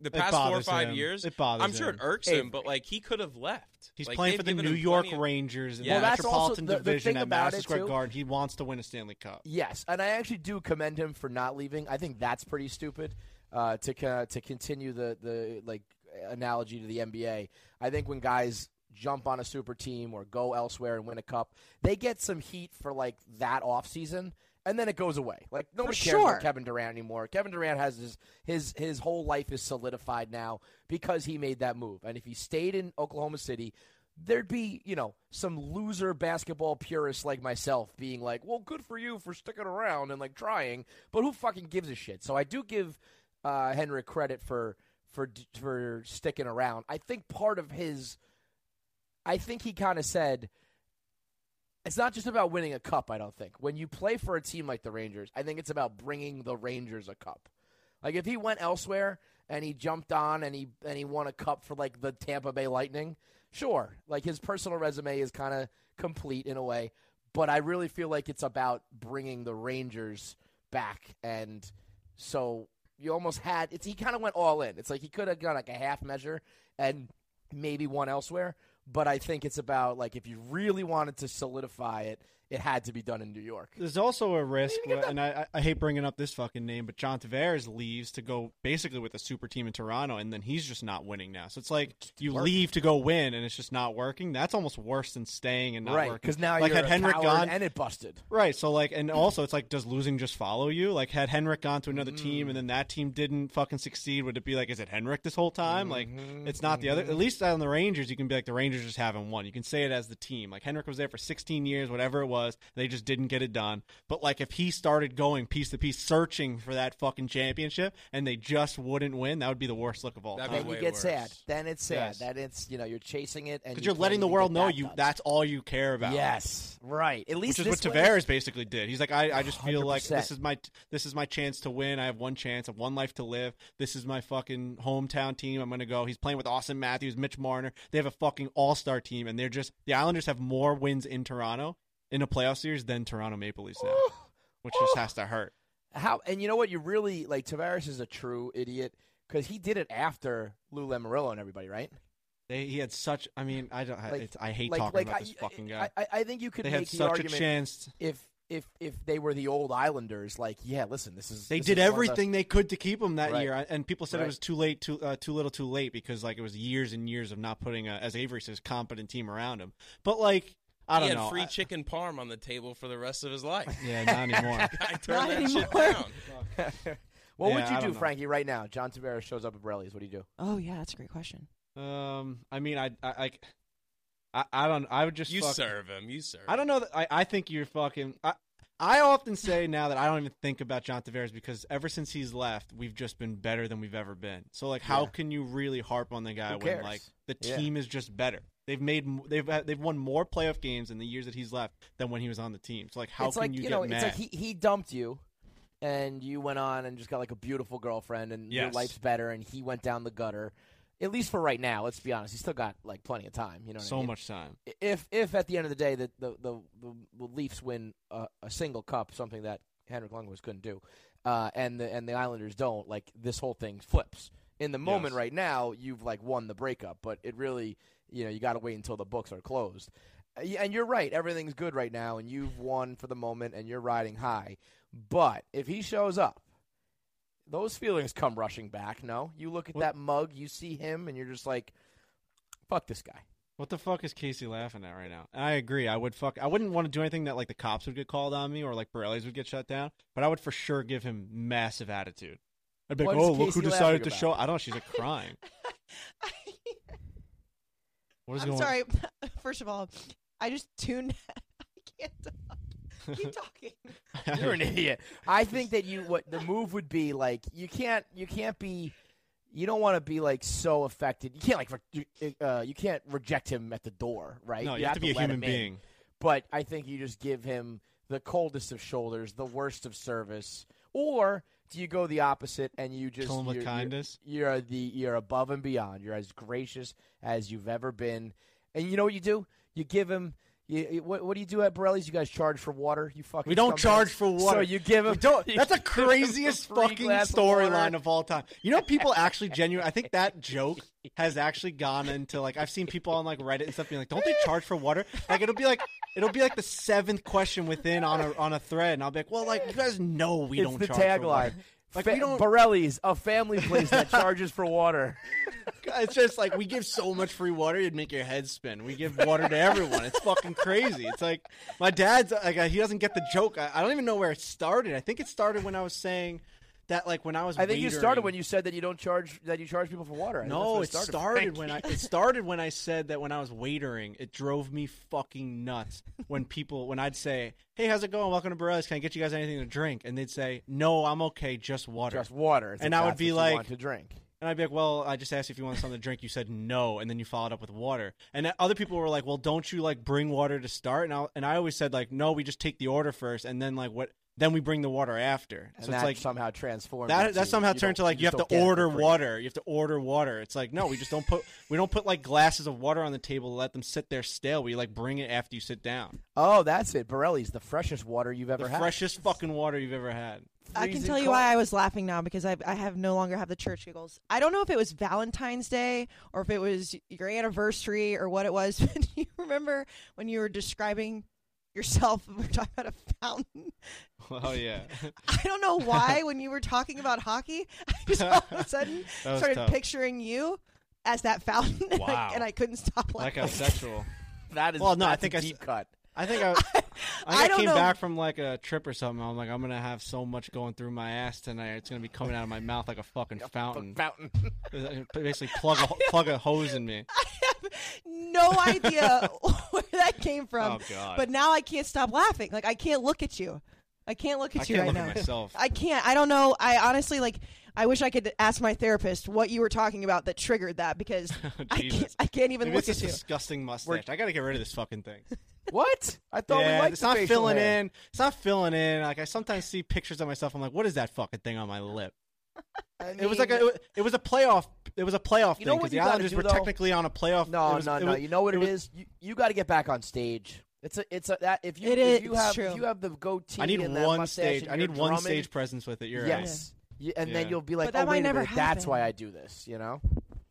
Speaker 23: the
Speaker 12: It
Speaker 23: past four or
Speaker 12: bothers
Speaker 23: five
Speaker 12: him.
Speaker 23: years,
Speaker 12: It bothers
Speaker 23: I'm sure
Speaker 12: him.
Speaker 23: it irks
Speaker 12: Avery.
Speaker 23: him, but like he could have left.
Speaker 12: He's
Speaker 23: Like,
Speaker 12: playing
Speaker 23: they've
Speaker 12: for the
Speaker 23: given
Speaker 12: New
Speaker 23: him
Speaker 12: York
Speaker 23: plenty of-
Speaker 12: Rangers in
Speaker 23: Yeah.
Speaker 1: Well,
Speaker 12: the
Speaker 1: that's also
Speaker 12: Metropolitan
Speaker 1: the- the
Speaker 12: Division
Speaker 1: thing
Speaker 12: at
Speaker 1: about
Speaker 12: Madison
Speaker 1: it,
Speaker 12: Square
Speaker 1: too.
Speaker 12: Garden. He wants to win a Stanley Cup.
Speaker 1: Yes, and I actually do commend him for not leaving. I think that's pretty stupid uh, to co- to continue the the like analogy to the NBA. I think when guys jump on a super team or go elsewhere and win a cup, they get some heat for like that off season. And then it goes away. Like nobody cares
Speaker 6: sure.
Speaker 1: about Kevin Durant anymore. Kevin Durant has his, his his whole life is solidified now because he made that move. And if he stayed in Oklahoma City, there'd be, you know, some loser basketball purist like myself being like, well, good for you for sticking around and like trying, but who fucking gives a shit? So I do give uh, Henrik credit for for for sticking around. I think part of his I think he kind of said it's not just about winning a cup, I don't think. When you play for a team like the Rangers, I think it's about bringing the Rangers a cup. Like if he went elsewhere and he jumped on and he and he won a cup for like the Tampa Bay Lightning, sure. Like his personal resume is kind of complete in a way, but I really feel like it's about bringing the Rangers back and so you almost had it's he kind of went all in. It's like he could have gone like a half measure and maybe won elsewhere, but I think it's about like if you really wanted to solidify it, it had to be done in New York.
Speaker 12: There's also a risk, where- and I, I I hate bringing up this fucking name, but John Tavares leaves to go basically with a super team in Toronto, and then he's just not winning now. So it's like you
Speaker 1: work.
Speaker 12: leave to go win, and it's just not working. That's almost worse than staying and not
Speaker 1: right,
Speaker 12: working.
Speaker 1: because now
Speaker 12: like
Speaker 1: you're
Speaker 12: had
Speaker 1: a
Speaker 12: Henrik
Speaker 1: coward
Speaker 12: gone,
Speaker 1: and it busted.
Speaker 12: Right. So like, and also it's like, does losing just follow you? Like, had Henrik gone to another team and then that team didn't fucking succeed, would it be like, is it Henrik this whole time? Like, it's not the other. At least on the Rangers, you can be like, the Rangers just haven't won. You can say it as the team. Like Henrik was there for 16 years, whatever it was, they just didn't get it done. But like, if he started going piece to piece, searching for that fucking championship, and they just wouldn't win, that would be the worst look of all
Speaker 1: Then
Speaker 12: time.
Speaker 1: you get sad. Then it's sad.
Speaker 12: Yes.
Speaker 1: That it's you know you're chasing it and
Speaker 12: Because you're letting the world know
Speaker 1: that
Speaker 12: you
Speaker 1: done.
Speaker 12: that's all you care about.
Speaker 1: Yes, right. At least
Speaker 12: which
Speaker 1: this
Speaker 12: is what
Speaker 1: way-
Speaker 12: Tavares basically did. He's like, I, I just feel like
Speaker 1: 100%.
Speaker 12: this is my this is my chance to win. I have one chance, I have one life to live. This is my fucking hometown team. I'm gonna go. He's playing with Austin Matthews, Mitch Marner. They have a fucking all star team, and they're just the Islanders have more wins in Toronto in a playoff series than Toronto Maple Leafs now, which just has to hurt.
Speaker 1: How and you know what? You really like Tavares is a true idiot because he did it after Lou Lamarillo and everybody, right?
Speaker 12: They, he had such. I mean, I don't.
Speaker 1: Like-
Speaker 12: it's, I hate
Speaker 1: like-
Speaker 12: talking
Speaker 1: like,
Speaker 12: about
Speaker 1: I-
Speaker 12: this fucking guy.
Speaker 1: I, I, I think you could
Speaker 12: They
Speaker 1: make
Speaker 12: had
Speaker 1: the
Speaker 12: such a
Speaker 1: argument
Speaker 12: chance.
Speaker 1: if if if they were the old Islanders, like yeah, listen, this is
Speaker 12: They
Speaker 1: this
Speaker 12: did
Speaker 1: is one of the-
Speaker 12: everything they <laughs> could to keep him that
Speaker 1: Right.
Speaker 12: year, I- and people said
Speaker 1: Right.
Speaker 12: it was too late, too uh, too little, too late because like it was years and years of not putting, a, as Avery says, competent team around him. But like, I don't
Speaker 23: he had
Speaker 12: know.
Speaker 23: free
Speaker 12: I-
Speaker 23: chicken parm on the table for the rest of his life.
Speaker 12: <laughs> Yeah,
Speaker 23: <laughs>
Speaker 12: not anymore.
Speaker 23: I turned
Speaker 12: Not
Speaker 23: that shit
Speaker 12: anymore.
Speaker 23: down.
Speaker 1: <laughs>
Speaker 12: <laughs>
Speaker 1: What
Speaker 12: Yeah,
Speaker 1: would you
Speaker 12: I
Speaker 1: do,
Speaker 12: don't know.
Speaker 1: Frankie, right now? John Tavares shows up at Brelli's. What do you do?
Speaker 6: Oh yeah, that's a great question.
Speaker 12: um, I mean, I I like, I, I don't. I would just
Speaker 23: You
Speaker 12: fuck-
Speaker 23: serve him. You serve.
Speaker 12: I don't know. That, I I think you're fucking. I, I often say now that I don't even think about John Tavares because ever since he's left, we've just been better than we've ever been. So like, how
Speaker 1: Yeah.
Speaker 12: can you really harp on the guy
Speaker 1: Who
Speaker 12: when
Speaker 1: cares?
Speaker 12: like the
Speaker 1: Yeah.
Speaker 12: team is just better? They've made m- they've had- they've won more playoff games in the years that he's left than when he was on the team. So like, how
Speaker 1: it's
Speaker 12: can
Speaker 1: like
Speaker 12: you,
Speaker 1: know,
Speaker 12: get
Speaker 1: it's
Speaker 12: mad?
Speaker 1: like he, he dumped you, and you went on and just got like a beautiful girlfriend, and your
Speaker 12: Yes.
Speaker 1: life's better, and he went down the gutter. At least for right now, let's be honest, he's still got like plenty of time. You know, what I
Speaker 12: so
Speaker 1: mean?
Speaker 12: much time.
Speaker 1: If if at the end of the day that the the, the the Leafs win a, a single cup, something that Henrik Lundqvist couldn't do, uh, and the and the Islanders don't, like this whole thing flips. In the moment
Speaker 21: Yes.
Speaker 1: right now, you've like won the breakup, but it really, you know, you got to wait until the books are closed. Uh, yeah, And you're right, everything's good right now, and you've won for the moment, and you're riding high. But if he shows up, those feelings come rushing back. No, you look at that mug, you see him, and you're just like, "Fuck this guy."
Speaker 12: What the fuck is Casey laughing at right now? And I agree. I would fuck. I wouldn't want to do anything that like the cops would get called on me or like Borelli's would get shut down. But I would for sure give him massive attitude. I'd be like,
Speaker 1: What is
Speaker 12: oh, look who
Speaker 1: Casey
Speaker 12: decided to
Speaker 1: laughing
Speaker 12: show.
Speaker 1: about?
Speaker 12: I don't. know. She's like
Speaker 1: <laughs>
Speaker 12: crying. what is
Speaker 6: I'm
Speaker 12: going?
Speaker 6: sorry. <laughs> First of all, I just tuned. <laughs> I can't talk.
Speaker 12: <laughs>
Speaker 6: <laughs> Keep talking.
Speaker 1: <laughs> You're an idiot. I think that you what the move would be like you can't you can't be you don't want to be like so affected. You can't like re- uh, you can't reject him at the door, right?
Speaker 12: No, you have to be a
Speaker 1: let
Speaker 12: human
Speaker 1: him in.
Speaker 12: being.
Speaker 1: But I think you just give him the coldest of shoulders, the worst of service, or do you go the opposite and you just
Speaker 12: Kill him with
Speaker 1: you're- you're-
Speaker 12: kindness?
Speaker 1: You're, the you're above and beyond. You're as gracious as you've ever been, and you know what you do? You give him. You, you- what, what do you do at Borelli's? You guys charge for water? You fucking
Speaker 12: We don't
Speaker 1: scumbags.
Speaker 12: charge for water.
Speaker 1: So you give him.
Speaker 12: We
Speaker 1: <laughs>
Speaker 12: don't. <laughs>
Speaker 1: you
Speaker 12: That's the
Speaker 1: give him a
Speaker 12: craziest
Speaker 1: free
Speaker 12: fucking
Speaker 1: glass of
Speaker 12: storyline
Speaker 1: water.
Speaker 12: of all time. You know, people actually genuine. I think that joke has actually gone into like I've seen people on like Reddit and stuff being like, "Don't they charge for water?" Like it'll be like it'll be like the seventh question within on a on a thread, and I'll be like, "Well, like you guys know we
Speaker 1: it's
Speaker 12: don't."
Speaker 1: the
Speaker 12: charge For
Speaker 1: tagline.
Speaker 12: water. Like
Speaker 1: Fa-
Speaker 12: we don't.
Speaker 1: Borelli's, a family place that charges for water.
Speaker 12: <laughs> It's just like we give so much free water, it'd make your head spin. We give water to everyone. It's fucking crazy. It's like my dad's like he doesn't get the joke. I, I don't even know where it started. I think it started when I was saying that like when I was.
Speaker 1: I think you
Speaker 12: waitering-
Speaker 1: started when you said that you don't charge that you charge people for water. I think
Speaker 12: No, it
Speaker 1: that's where
Speaker 12: started, when I
Speaker 1: <laughs> Frankie.
Speaker 12: it started when I said that when I was waitering, it drove me fucking nuts when people when I'd say, "Hey, how's it going? Welcome to Burrell's. Can I get you guys anything to drink?" and they'd say, "No, I'm okay, just water."
Speaker 1: Just water. It's
Speaker 12: And
Speaker 1: like,
Speaker 12: I would
Speaker 1: that's
Speaker 12: be
Speaker 1: what you
Speaker 12: like,
Speaker 1: want to drink.
Speaker 12: And I'd be like, well, I just asked you if you wanted something to drink. You said no, and then you followed up with water. And then other people were like, well, don't you like bring water to start? And I and I always said like, no, we just take the order first, and then like what? Then we bring the water after.
Speaker 1: And
Speaker 12: so
Speaker 1: that
Speaker 12: it's like
Speaker 1: somehow transformed.
Speaker 12: that
Speaker 1: into
Speaker 12: that somehow
Speaker 1: you
Speaker 12: turned to
Speaker 1: don't-
Speaker 12: like you
Speaker 1: just
Speaker 12: have
Speaker 1: don't
Speaker 12: to
Speaker 1: get it for
Speaker 12: order
Speaker 1: free.
Speaker 12: water. You have to order water. It's like no, we just don't put we don't put like glasses of water on the table to let them sit there stale. We like bring it after you sit down.
Speaker 1: Oh, that's it. Borelli's the freshest water you've ever
Speaker 12: The
Speaker 1: had.
Speaker 12: freshest fucking water you've ever had.
Speaker 6: I can tell you why I was laughing now because I I have no longer have the church giggles. I don't know if it was Valentine's Day or if it was your anniversary or what it was. <laughs> But you remember when you were describing yourself <laughs> and we were talking about a fountain?
Speaker 12: <laughs>
Speaker 6: <laughs>
Speaker 12: Oh yeah.
Speaker 6: I
Speaker 12: <laughs>
Speaker 6: don't know why when you were talking about hockey, I just all of a sudden
Speaker 12: That was
Speaker 6: started
Speaker 12: tough.
Speaker 6: picturing you as that fountain, <laughs> and,
Speaker 12: Wow.
Speaker 6: I, and I couldn't stop
Speaker 12: Like
Speaker 6: laughing.
Speaker 12: how sexual. <laughs>
Speaker 1: that is
Speaker 12: well, no, I
Speaker 1: that's
Speaker 12: think
Speaker 1: a
Speaker 12: I
Speaker 1: deep
Speaker 12: s-
Speaker 1: <laughs> cut.
Speaker 12: I think I, I, think I,
Speaker 6: I don't
Speaker 12: came
Speaker 6: know.
Speaker 12: back from like a trip or something. I'm like, I'm gonna have so much going through my ass tonight. It's gonna be coming out of my mouth like a fucking fountain.
Speaker 1: Fountain.
Speaker 12: <laughs> Basically, plug a ho- plug a hose in me.
Speaker 6: no idea <laughs> where that came from.
Speaker 12: Oh, God.
Speaker 6: But now I can't stop laughing. Like I can't look at you. I can't look at
Speaker 12: I
Speaker 6: you
Speaker 12: can't
Speaker 6: right
Speaker 12: look at
Speaker 6: now.
Speaker 12: myself.
Speaker 6: I can't. I don't know. I honestly like. I wish I could ask my therapist what you were talking about that triggered that
Speaker 12: <laughs>
Speaker 6: because <laughs> I, can't, I can't even
Speaker 12: Maybe
Speaker 6: look
Speaker 12: it's
Speaker 6: at
Speaker 12: this
Speaker 6: you.
Speaker 12: disgusting mustache. I gotta get rid of this fucking thing.
Speaker 1: What? <laughs> I thought
Speaker 12: yeah,
Speaker 1: we liked
Speaker 12: it's
Speaker 1: the
Speaker 12: not
Speaker 1: facial
Speaker 12: filling
Speaker 1: hair.
Speaker 12: in. It's not filling in. Like I sometimes see pictures of myself. I'm like, what is that fucking thing on my lip? it was like a, it wa- it was a playoff. It was a playoff
Speaker 1: You know
Speaker 12: thing because
Speaker 1: what
Speaker 12: the
Speaker 1: you gotta
Speaker 12: Islanders
Speaker 1: do,
Speaker 12: were
Speaker 1: though?
Speaker 12: technically on a playoff.
Speaker 1: No,
Speaker 12: it was-
Speaker 1: no,
Speaker 12: it
Speaker 1: no.
Speaker 12: was-
Speaker 1: You know what
Speaker 12: it
Speaker 1: it
Speaker 12: was-
Speaker 1: is? You, you got to get back on stage. It's a it's a that if you
Speaker 6: It
Speaker 1: if you
Speaker 6: is
Speaker 1: have
Speaker 6: true.
Speaker 1: if you have the goatee.
Speaker 12: I need
Speaker 1: and that
Speaker 12: one
Speaker 1: mustache
Speaker 12: stage.
Speaker 1: and
Speaker 12: I
Speaker 1: you're
Speaker 12: need one
Speaker 1: drumming,
Speaker 12: stage presence with it. You're right.
Speaker 1: yes. You- and then
Speaker 12: Yeah.
Speaker 1: you'll be like,
Speaker 6: But that
Speaker 1: oh
Speaker 6: might
Speaker 1: wait a
Speaker 6: never
Speaker 1: minute, that's
Speaker 6: happen.
Speaker 1: why I do this. You know?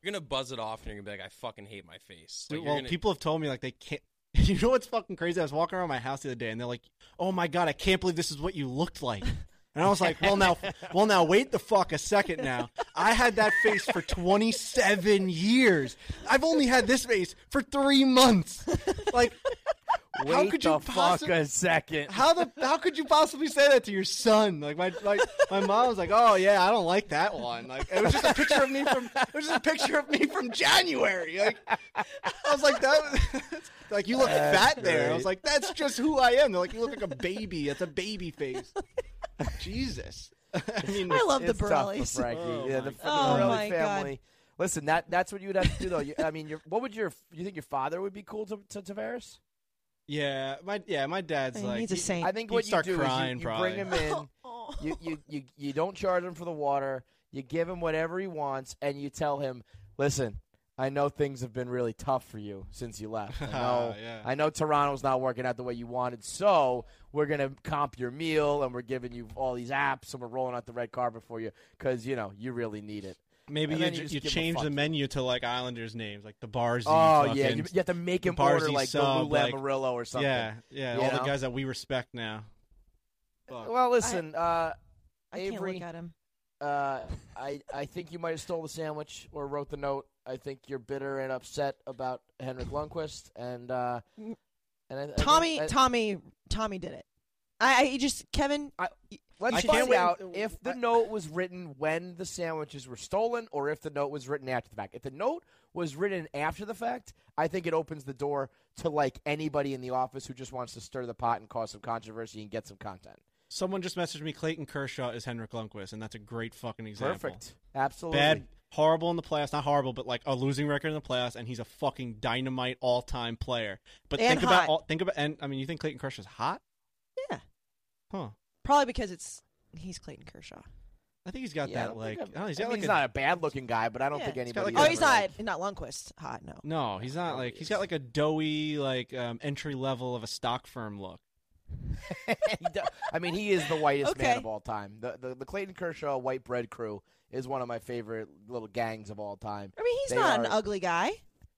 Speaker 23: You're gonna buzz it off, and you're gonna be like, "I fucking hate my face." Like, you're
Speaker 12: Dude, well,
Speaker 23: gonna-
Speaker 12: people have told me like they can't. <laughs> You know what's fucking crazy? I was walking around my house the other day, and they're like, "Oh my god, I can't believe this is what you looked
Speaker 1: <laughs>
Speaker 12: like." And I was like, "Well now, well now, wait the fuck a second now. I had that face for 27 years. I've only had this face for three months. Like, how
Speaker 1: Wait
Speaker 12: could
Speaker 1: the
Speaker 12: you
Speaker 1: fuck
Speaker 12: possibly?"
Speaker 1: a second.
Speaker 12: How the how could you possibly say that to your son? Like my like my mom was like, oh yeah, I don't like that one. Like it was just a picture of me from it was just a picture of me from January. Like I was like that was- <laughs> like you look
Speaker 1: That's
Speaker 12: fat there. I
Speaker 1: great.
Speaker 12: was like that's just who I am. They're like you look like a baby. That's a baby face. Jesus. <laughs> I mean,
Speaker 6: I love the
Speaker 1: it's tough for
Speaker 6: Borellis.
Speaker 1: Frankie.
Speaker 6: Oh
Speaker 1: yeah,
Speaker 6: my
Speaker 1: the
Speaker 6: God.
Speaker 1: fucking
Speaker 6: Oh
Speaker 1: Borelli
Speaker 6: my God.
Speaker 1: family. Listen, that that's what you would have to do though. You, I mean, your, what would your you think your father would be cool to to Tavares?
Speaker 12: yeah, my yeah, my dad's like he-
Speaker 1: I think
Speaker 12: he'd
Speaker 1: what you
Speaker 12: start
Speaker 1: do
Speaker 12: crying,
Speaker 1: is you- you,
Speaker 12: probably.
Speaker 1: bring him in. you, you you you don't charge him for the water. You give him whatever he wants, and you tell him, "Listen, I know things have been really tough for you since you
Speaker 12: <laughs>
Speaker 1: left. I know,
Speaker 12: Ah, Yeah.
Speaker 1: I know Toronto's not working out the way you wanted. So we're gonna comp your meal, and we're giving you all these apps, and we're rolling out the red carpet for you because you know you really need it.
Speaker 12: Maybe
Speaker 1: And
Speaker 12: you,
Speaker 1: then
Speaker 12: ju-
Speaker 1: just
Speaker 12: you
Speaker 1: give him a
Speaker 12: change
Speaker 1: fuck
Speaker 12: the
Speaker 1: you.
Speaker 12: menu to like Islanders names, like the Barzy.
Speaker 1: Oh,
Speaker 12: fucking-
Speaker 1: yeah, you- you have to make
Speaker 12: the
Speaker 1: him order,
Speaker 12: Barzy
Speaker 1: like, the
Speaker 12: sub,
Speaker 1: Lou
Speaker 12: like-
Speaker 1: Lamarillo or something.
Speaker 12: Yeah, yeah,
Speaker 1: You
Speaker 12: all
Speaker 1: know?
Speaker 12: the guys that we respect now.
Speaker 1: Well, listen, uh,
Speaker 6: I can't
Speaker 1: Avery,
Speaker 6: look at him.
Speaker 1: Uh, I I think you might have stole the sandwich or wrote the note. I think you're bitter and upset about Henrik Lundqvist and uh, and I, I think-
Speaker 6: Tommy,
Speaker 1: I-
Speaker 6: Tommy, Tommy did it. I, I just Kevin.
Speaker 1: Let's
Speaker 6: I can't
Speaker 1: find
Speaker 6: wait-
Speaker 1: out if the note was written when the sandwiches were stolen or if the note was written after the fact. If the note was written after the fact, I think it opens the door to like anybody in the office who just wants to stir the pot and cause some controversy and get some content.
Speaker 12: Someone just messaged me Clayton Kershaw is Henrik Lundqvist, and that's a great fucking example.
Speaker 1: Perfect. Absolutely.
Speaker 12: Bad, horrible in the playoffs, not horrible, but like a losing record in the playoffs, and he's a fucking dynamite all time player. But
Speaker 6: And
Speaker 12: think about
Speaker 6: hot.
Speaker 12: all, think about, and I mean, you think Clayton Kershaw's hot?
Speaker 6: Yeah,
Speaker 12: Huh.
Speaker 6: probably because it's he's Clayton Kershaw.
Speaker 12: I think he's got
Speaker 1: Yeah, I
Speaker 12: that
Speaker 1: don't
Speaker 12: like.
Speaker 1: think I've-
Speaker 12: oh, he's
Speaker 1: I
Speaker 12: got
Speaker 1: mean,
Speaker 12: like
Speaker 1: he's
Speaker 12: a-
Speaker 1: not a bad looking guy, but I don't
Speaker 6: Yeah.
Speaker 1: think
Speaker 12: got,
Speaker 1: anybody. Oh,
Speaker 12: like,
Speaker 6: oh,
Speaker 1: ever,
Speaker 6: he's
Speaker 1: like-
Speaker 6: not not Lundquist hot. No,
Speaker 12: No, he's not like he's got like a doughy like um, entry level of a stock firm look.
Speaker 1: he do- I mean, he is the whitest man
Speaker 6: Okay.
Speaker 1: of all time. The, the the Clayton Kershaw White Bread Crew is one of my favorite little gangs of all time.
Speaker 6: I mean he's
Speaker 1: They
Speaker 6: not
Speaker 1: are-
Speaker 6: an ugly guy.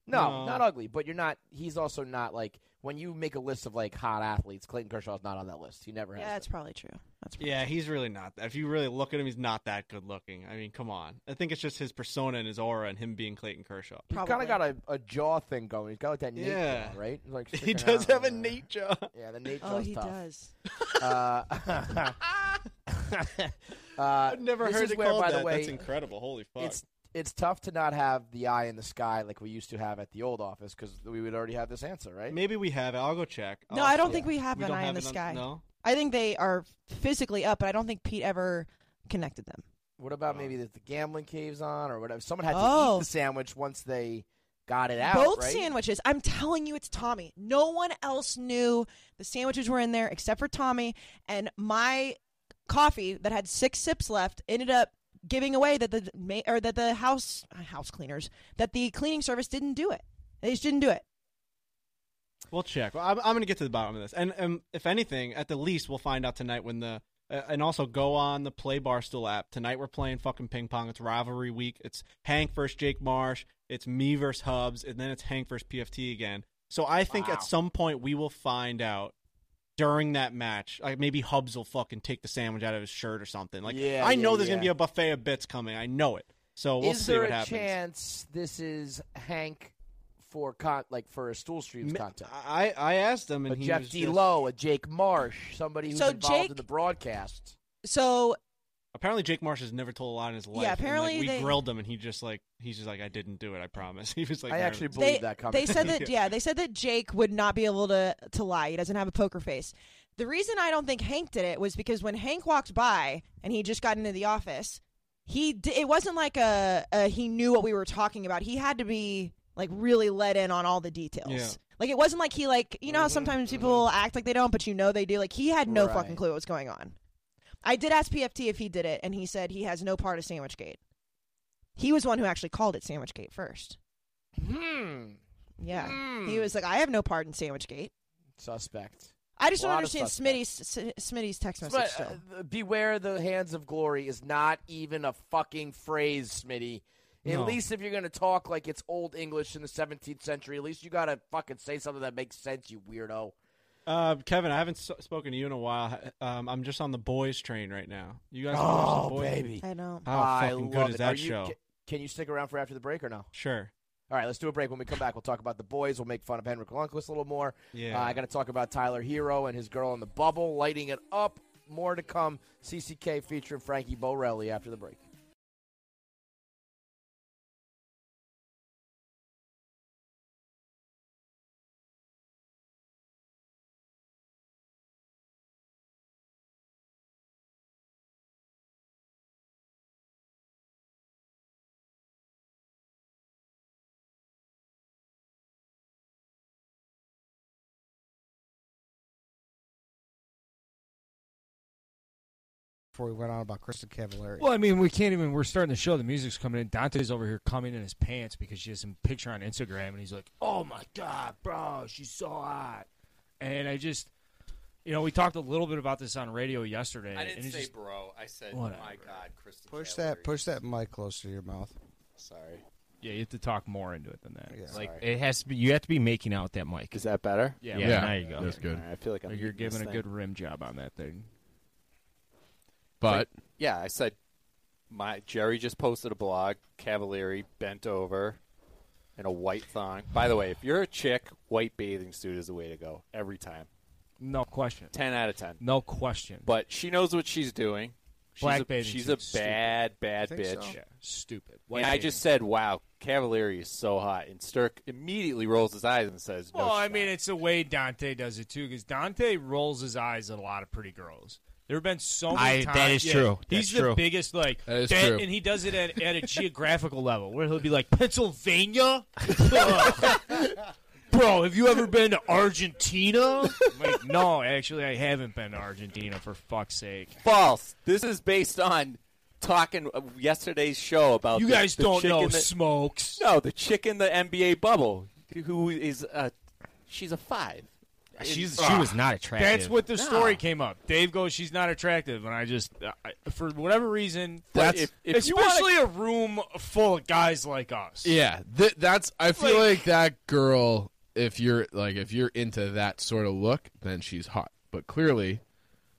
Speaker 1: No,
Speaker 12: No.
Speaker 1: not ugly, but you're not. He's also not like when you make a list of like hot athletes. Clayton Kershaw's not on that list. He never has.
Speaker 6: Yeah, that's probably true. That's
Speaker 12: Yeah, he's really not. that- If you really look at him, he's not that good looking. I mean, come on. I think it's just his persona and his aura and him being Clayton Kershaw.
Speaker 1: He's kind of got a, a jaw thing going. He's got like that Nate
Speaker 12: Yeah.
Speaker 1: jaw, right? He's, Like
Speaker 12: <laughs> He
Speaker 1: sticking
Speaker 12: does
Speaker 1: out,
Speaker 12: have a
Speaker 1: uh,
Speaker 12: Nate jaw.
Speaker 1: Yeah, the Nate
Speaker 6: Oh,
Speaker 1: jaw's
Speaker 6: he
Speaker 1: tough. <laughs>
Speaker 6: does.
Speaker 1: Uh, <laughs> I've
Speaker 12: never heard it
Speaker 1: Uh, where,
Speaker 12: called
Speaker 1: by The
Speaker 12: that.
Speaker 1: way,
Speaker 12: That's incredible. Holy fuck.
Speaker 1: It's it's tough to not have the eye in the sky like we used to have at the old office because we would already have this answer, right?
Speaker 12: Maybe we have it. I'll go check.
Speaker 1: Oh,
Speaker 6: No,
Speaker 12: I'll-
Speaker 6: I don't think we have an
Speaker 12: don't
Speaker 6: eye in the
Speaker 12: it on-
Speaker 6: sky.
Speaker 12: no.
Speaker 6: I think they are physically up, but I don't think Pete ever connected them.
Speaker 1: What about maybe that the gambling caves on or whatever? Someone had to
Speaker 6: Oh.
Speaker 1: eat the sandwich once they got it out.
Speaker 6: Both
Speaker 1: right?
Speaker 6: sandwiches. I'm telling you, it's Tommy. No one else knew the sandwiches were in there except for Tommy. And my coffee that had six sips left ended up giving away that the ma- or that the house uh, house cleaners that the cleaning service didn't do it. They just didn't do it.
Speaker 12: We'll check. Well, I'm, I'm going to get to the bottom of this, and um, if anything, at the least, we'll find out tonight when the. Uh, and also go on the Play Barstool app tonight. We're playing fucking ping pong. It's rivalry week. It's Hank versus Jake Marsh. It's me versus Hubs, and then it's Hank versus PFT again. So I think
Speaker 24: Wow.
Speaker 12: at some point we will find out during that match. Like maybe Hubs will fucking take the sandwich out of his shirt or something. Like
Speaker 1: Yeah,
Speaker 12: I know
Speaker 1: yeah,
Speaker 12: there's
Speaker 1: yeah.
Speaker 12: gonna be a buffet of bits coming. I know it. So we'll
Speaker 1: is
Speaker 12: see
Speaker 1: there
Speaker 12: what
Speaker 1: a
Speaker 12: happens.
Speaker 1: chance this is Hank for con- like for a stool streams
Speaker 12: Ma-
Speaker 1: content?
Speaker 12: I I asked him, and
Speaker 1: a
Speaker 12: he
Speaker 1: Jeff
Speaker 12: was
Speaker 1: D.
Speaker 12: just-
Speaker 1: Lowe, a Jake Marsh, somebody who's
Speaker 6: So
Speaker 1: involved in
Speaker 6: Jake-
Speaker 1: the broadcast.
Speaker 6: So
Speaker 12: Apparently, Jake Marsh has never told a lie in his life. and,
Speaker 6: Yeah,
Speaker 12: like,
Speaker 6: apparently
Speaker 12: we
Speaker 6: they-
Speaker 12: grilled him, and he just like he's just like, I didn't do it. I promise. <laughs> He was like,
Speaker 1: I
Speaker 12: "No."
Speaker 1: actually believe
Speaker 6: they, They said
Speaker 12: <laughs>
Speaker 1: <laughs>
Speaker 6: that yeah, they said that Jake would not be able to to lie. He doesn't have a poker face. The reason I don't think Hank did it was because when Hank walked by and he just got into the office, he d- it wasn't like a, a he knew what we were talking about. He had to be like really let in on all the details.
Speaker 20: Yeah.
Speaker 6: Like it wasn't like he like you know how sometimes people act like they don't, but you know they do. Like he had no
Speaker 20: Right.
Speaker 6: fucking clue what was going on. I did ask PFT if he did it, and he said he has no part of Sandwichgate. He was one who actually called it Sandwichgate first.
Speaker 1: Hmm.
Speaker 6: Yeah. He was like, I have no part in Sandwichgate.
Speaker 1: Suspect.
Speaker 6: I just don't
Speaker 1: Lot of
Speaker 6: understand
Speaker 1: suspect.
Speaker 6: Smitty's S- Smitty's text message
Speaker 1: But,
Speaker 6: still.
Speaker 1: uh, beware the hands of glory is not even a fucking phrase, Smitty. At
Speaker 12: No.
Speaker 1: least if you're going to talk like it's old English in the 17th century, at least you got to fucking say something that makes sense, you weirdo.
Speaker 12: Uh, Kevin, I haven't s spoken to you in a while. Um, I'm just on the boys train right now. You guys, wanna watch the
Speaker 1: Oh,
Speaker 12: boys?
Speaker 1: baby.
Speaker 6: I know.
Speaker 12: How
Speaker 1: I
Speaker 12: fucking
Speaker 1: love
Speaker 12: good is
Speaker 1: it. Are
Speaker 12: that
Speaker 1: you-
Speaker 12: show?
Speaker 1: ca- Can you stick around for after the break or no?
Speaker 12: Sure.
Speaker 1: All right, let's do a break. When we come back, we'll talk about the boys. We'll make fun of Henrik Lundqvist a little more.
Speaker 12: Yeah.
Speaker 1: Uh, I got to talk about Tyler Hero and his girl in the bubble, lighting it up. More to come. CCK featuring Frankie Borelli after the break.
Speaker 22: before we went on about Kristen Cavallari.
Speaker 25: Well, I mean, we can't even. We're starting the show. The music's coming in. Dante's over here coming in his pants because she has some picture on Instagram, and he's like, "Oh my god, bro, she's so hot." And I just, you know, we talked a little bit about this on radio yesterday.
Speaker 26: I
Speaker 25: and
Speaker 26: didn't
Speaker 25: it's
Speaker 26: say
Speaker 25: just-
Speaker 26: bro. I said,
Speaker 25: Whatever.
Speaker 26: my God, Kristen.
Speaker 22: Push
Speaker 26: Cavallari.
Speaker 22: that, push that mic closer to your mouth.
Speaker 26: Sorry.
Speaker 25: Yeah, you have to talk more into it than that.
Speaker 22: Yeah.
Speaker 25: like
Speaker 26: Sorry.
Speaker 25: it has to be. You have to be making out with that mic. Is that better? Yeah.
Speaker 22: Yeah,
Speaker 25: Now you go.
Speaker 22: that's good.
Speaker 26: I feel like I'm eating
Speaker 25: you're
Speaker 26: this
Speaker 25: giving a
Speaker 26: thing.
Speaker 25: good rim job on that thing.
Speaker 26: But yeah, I said my Jerry just posted a blog. Cavalieri bent over in a white thong. By the way, if you're a chick, white bathing suit is the way to go every time.
Speaker 25: No question.
Speaker 26: Ten out of ten.
Speaker 25: No question.
Speaker 26: But she knows what she's doing. She's
Speaker 25: Black
Speaker 26: a,
Speaker 25: bathing
Speaker 26: She's a
Speaker 25: suit's stupid.
Speaker 26: bad, bad
Speaker 25: Think so?
Speaker 26: bitch.
Speaker 25: Yeah, stupid. White
Speaker 26: And I
Speaker 25: bathing
Speaker 26: just said, "Wow, Cavalieri is so hot." And Stirk immediately rolls his eyes and says, "No,
Speaker 25: Well, I mean, it's the way Dante does it too, because Dante rolls his eyes at a lot of pretty girls. There have been so many
Speaker 27: I-
Speaker 25: times.
Speaker 27: that is
Speaker 25: yeah,
Speaker 27: true.
Speaker 25: He's
Speaker 27: That's
Speaker 25: the
Speaker 27: true.
Speaker 25: biggest like,
Speaker 27: That is true.
Speaker 25: and he does it at, at a geographical level where he'll be like Pennsylvania,
Speaker 26: <laughs>
Speaker 25: bro. Have you ever been to Argentina? I'm like, no, actually, I haven't been to Argentina for fuck's sake.
Speaker 26: False. This is based on talking of yesterday's show about
Speaker 25: You
Speaker 26: the-
Speaker 25: guys
Speaker 26: the
Speaker 25: don't
Speaker 26: chick
Speaker 25: know
Speaker 26: in the-
Speaker 25: smokes.
Speaker 26: No, the chick in the NBA bubble who is a she's a five.
Speaker 25: Uh, She's-
Speaker 26: Ah.
Speaker 27: she was not attractive.
Speaker 25: That's what the
Speaker 26: No.
Speaker 25: story came up. Dave goes, she's not attractive, and I just, I, for whatever reason,
Speaker 27: But
Speaker 25: that's
Speaker 27: if- if you wanna-
Speaker 25: especially a room full of guys like us.
Speaker 27: Yeah, th- that's. I feel like, that girl. If you're like, if you're into that sort of look, then she's hot. But clearly,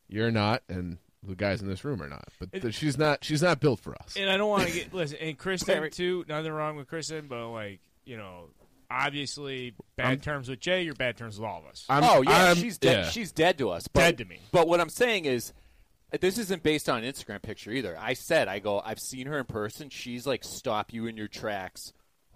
Speaker 27: you're not, and the guys in this room are not. But th- she's not. She's not built for us.
Speaker 25: And I don't want to get listen. And Kristen
Speaker 26: Very-
Speaker 25: too. Nothing wrong with Kristen, but like you know, obviously bad
Speaker 26: I'm-
Speaker 25: terms with Jay. You're bad terms with all of us.
Speaker 26: oh yeah, she's dead. She's dead to us. But,
Speaker 25: Dead to me.
Speaker 26: But what I'm saying is, uh, this isn't based on an Instagram picture either. I said I go. I've seen her in person. She's like stop you in your tracks.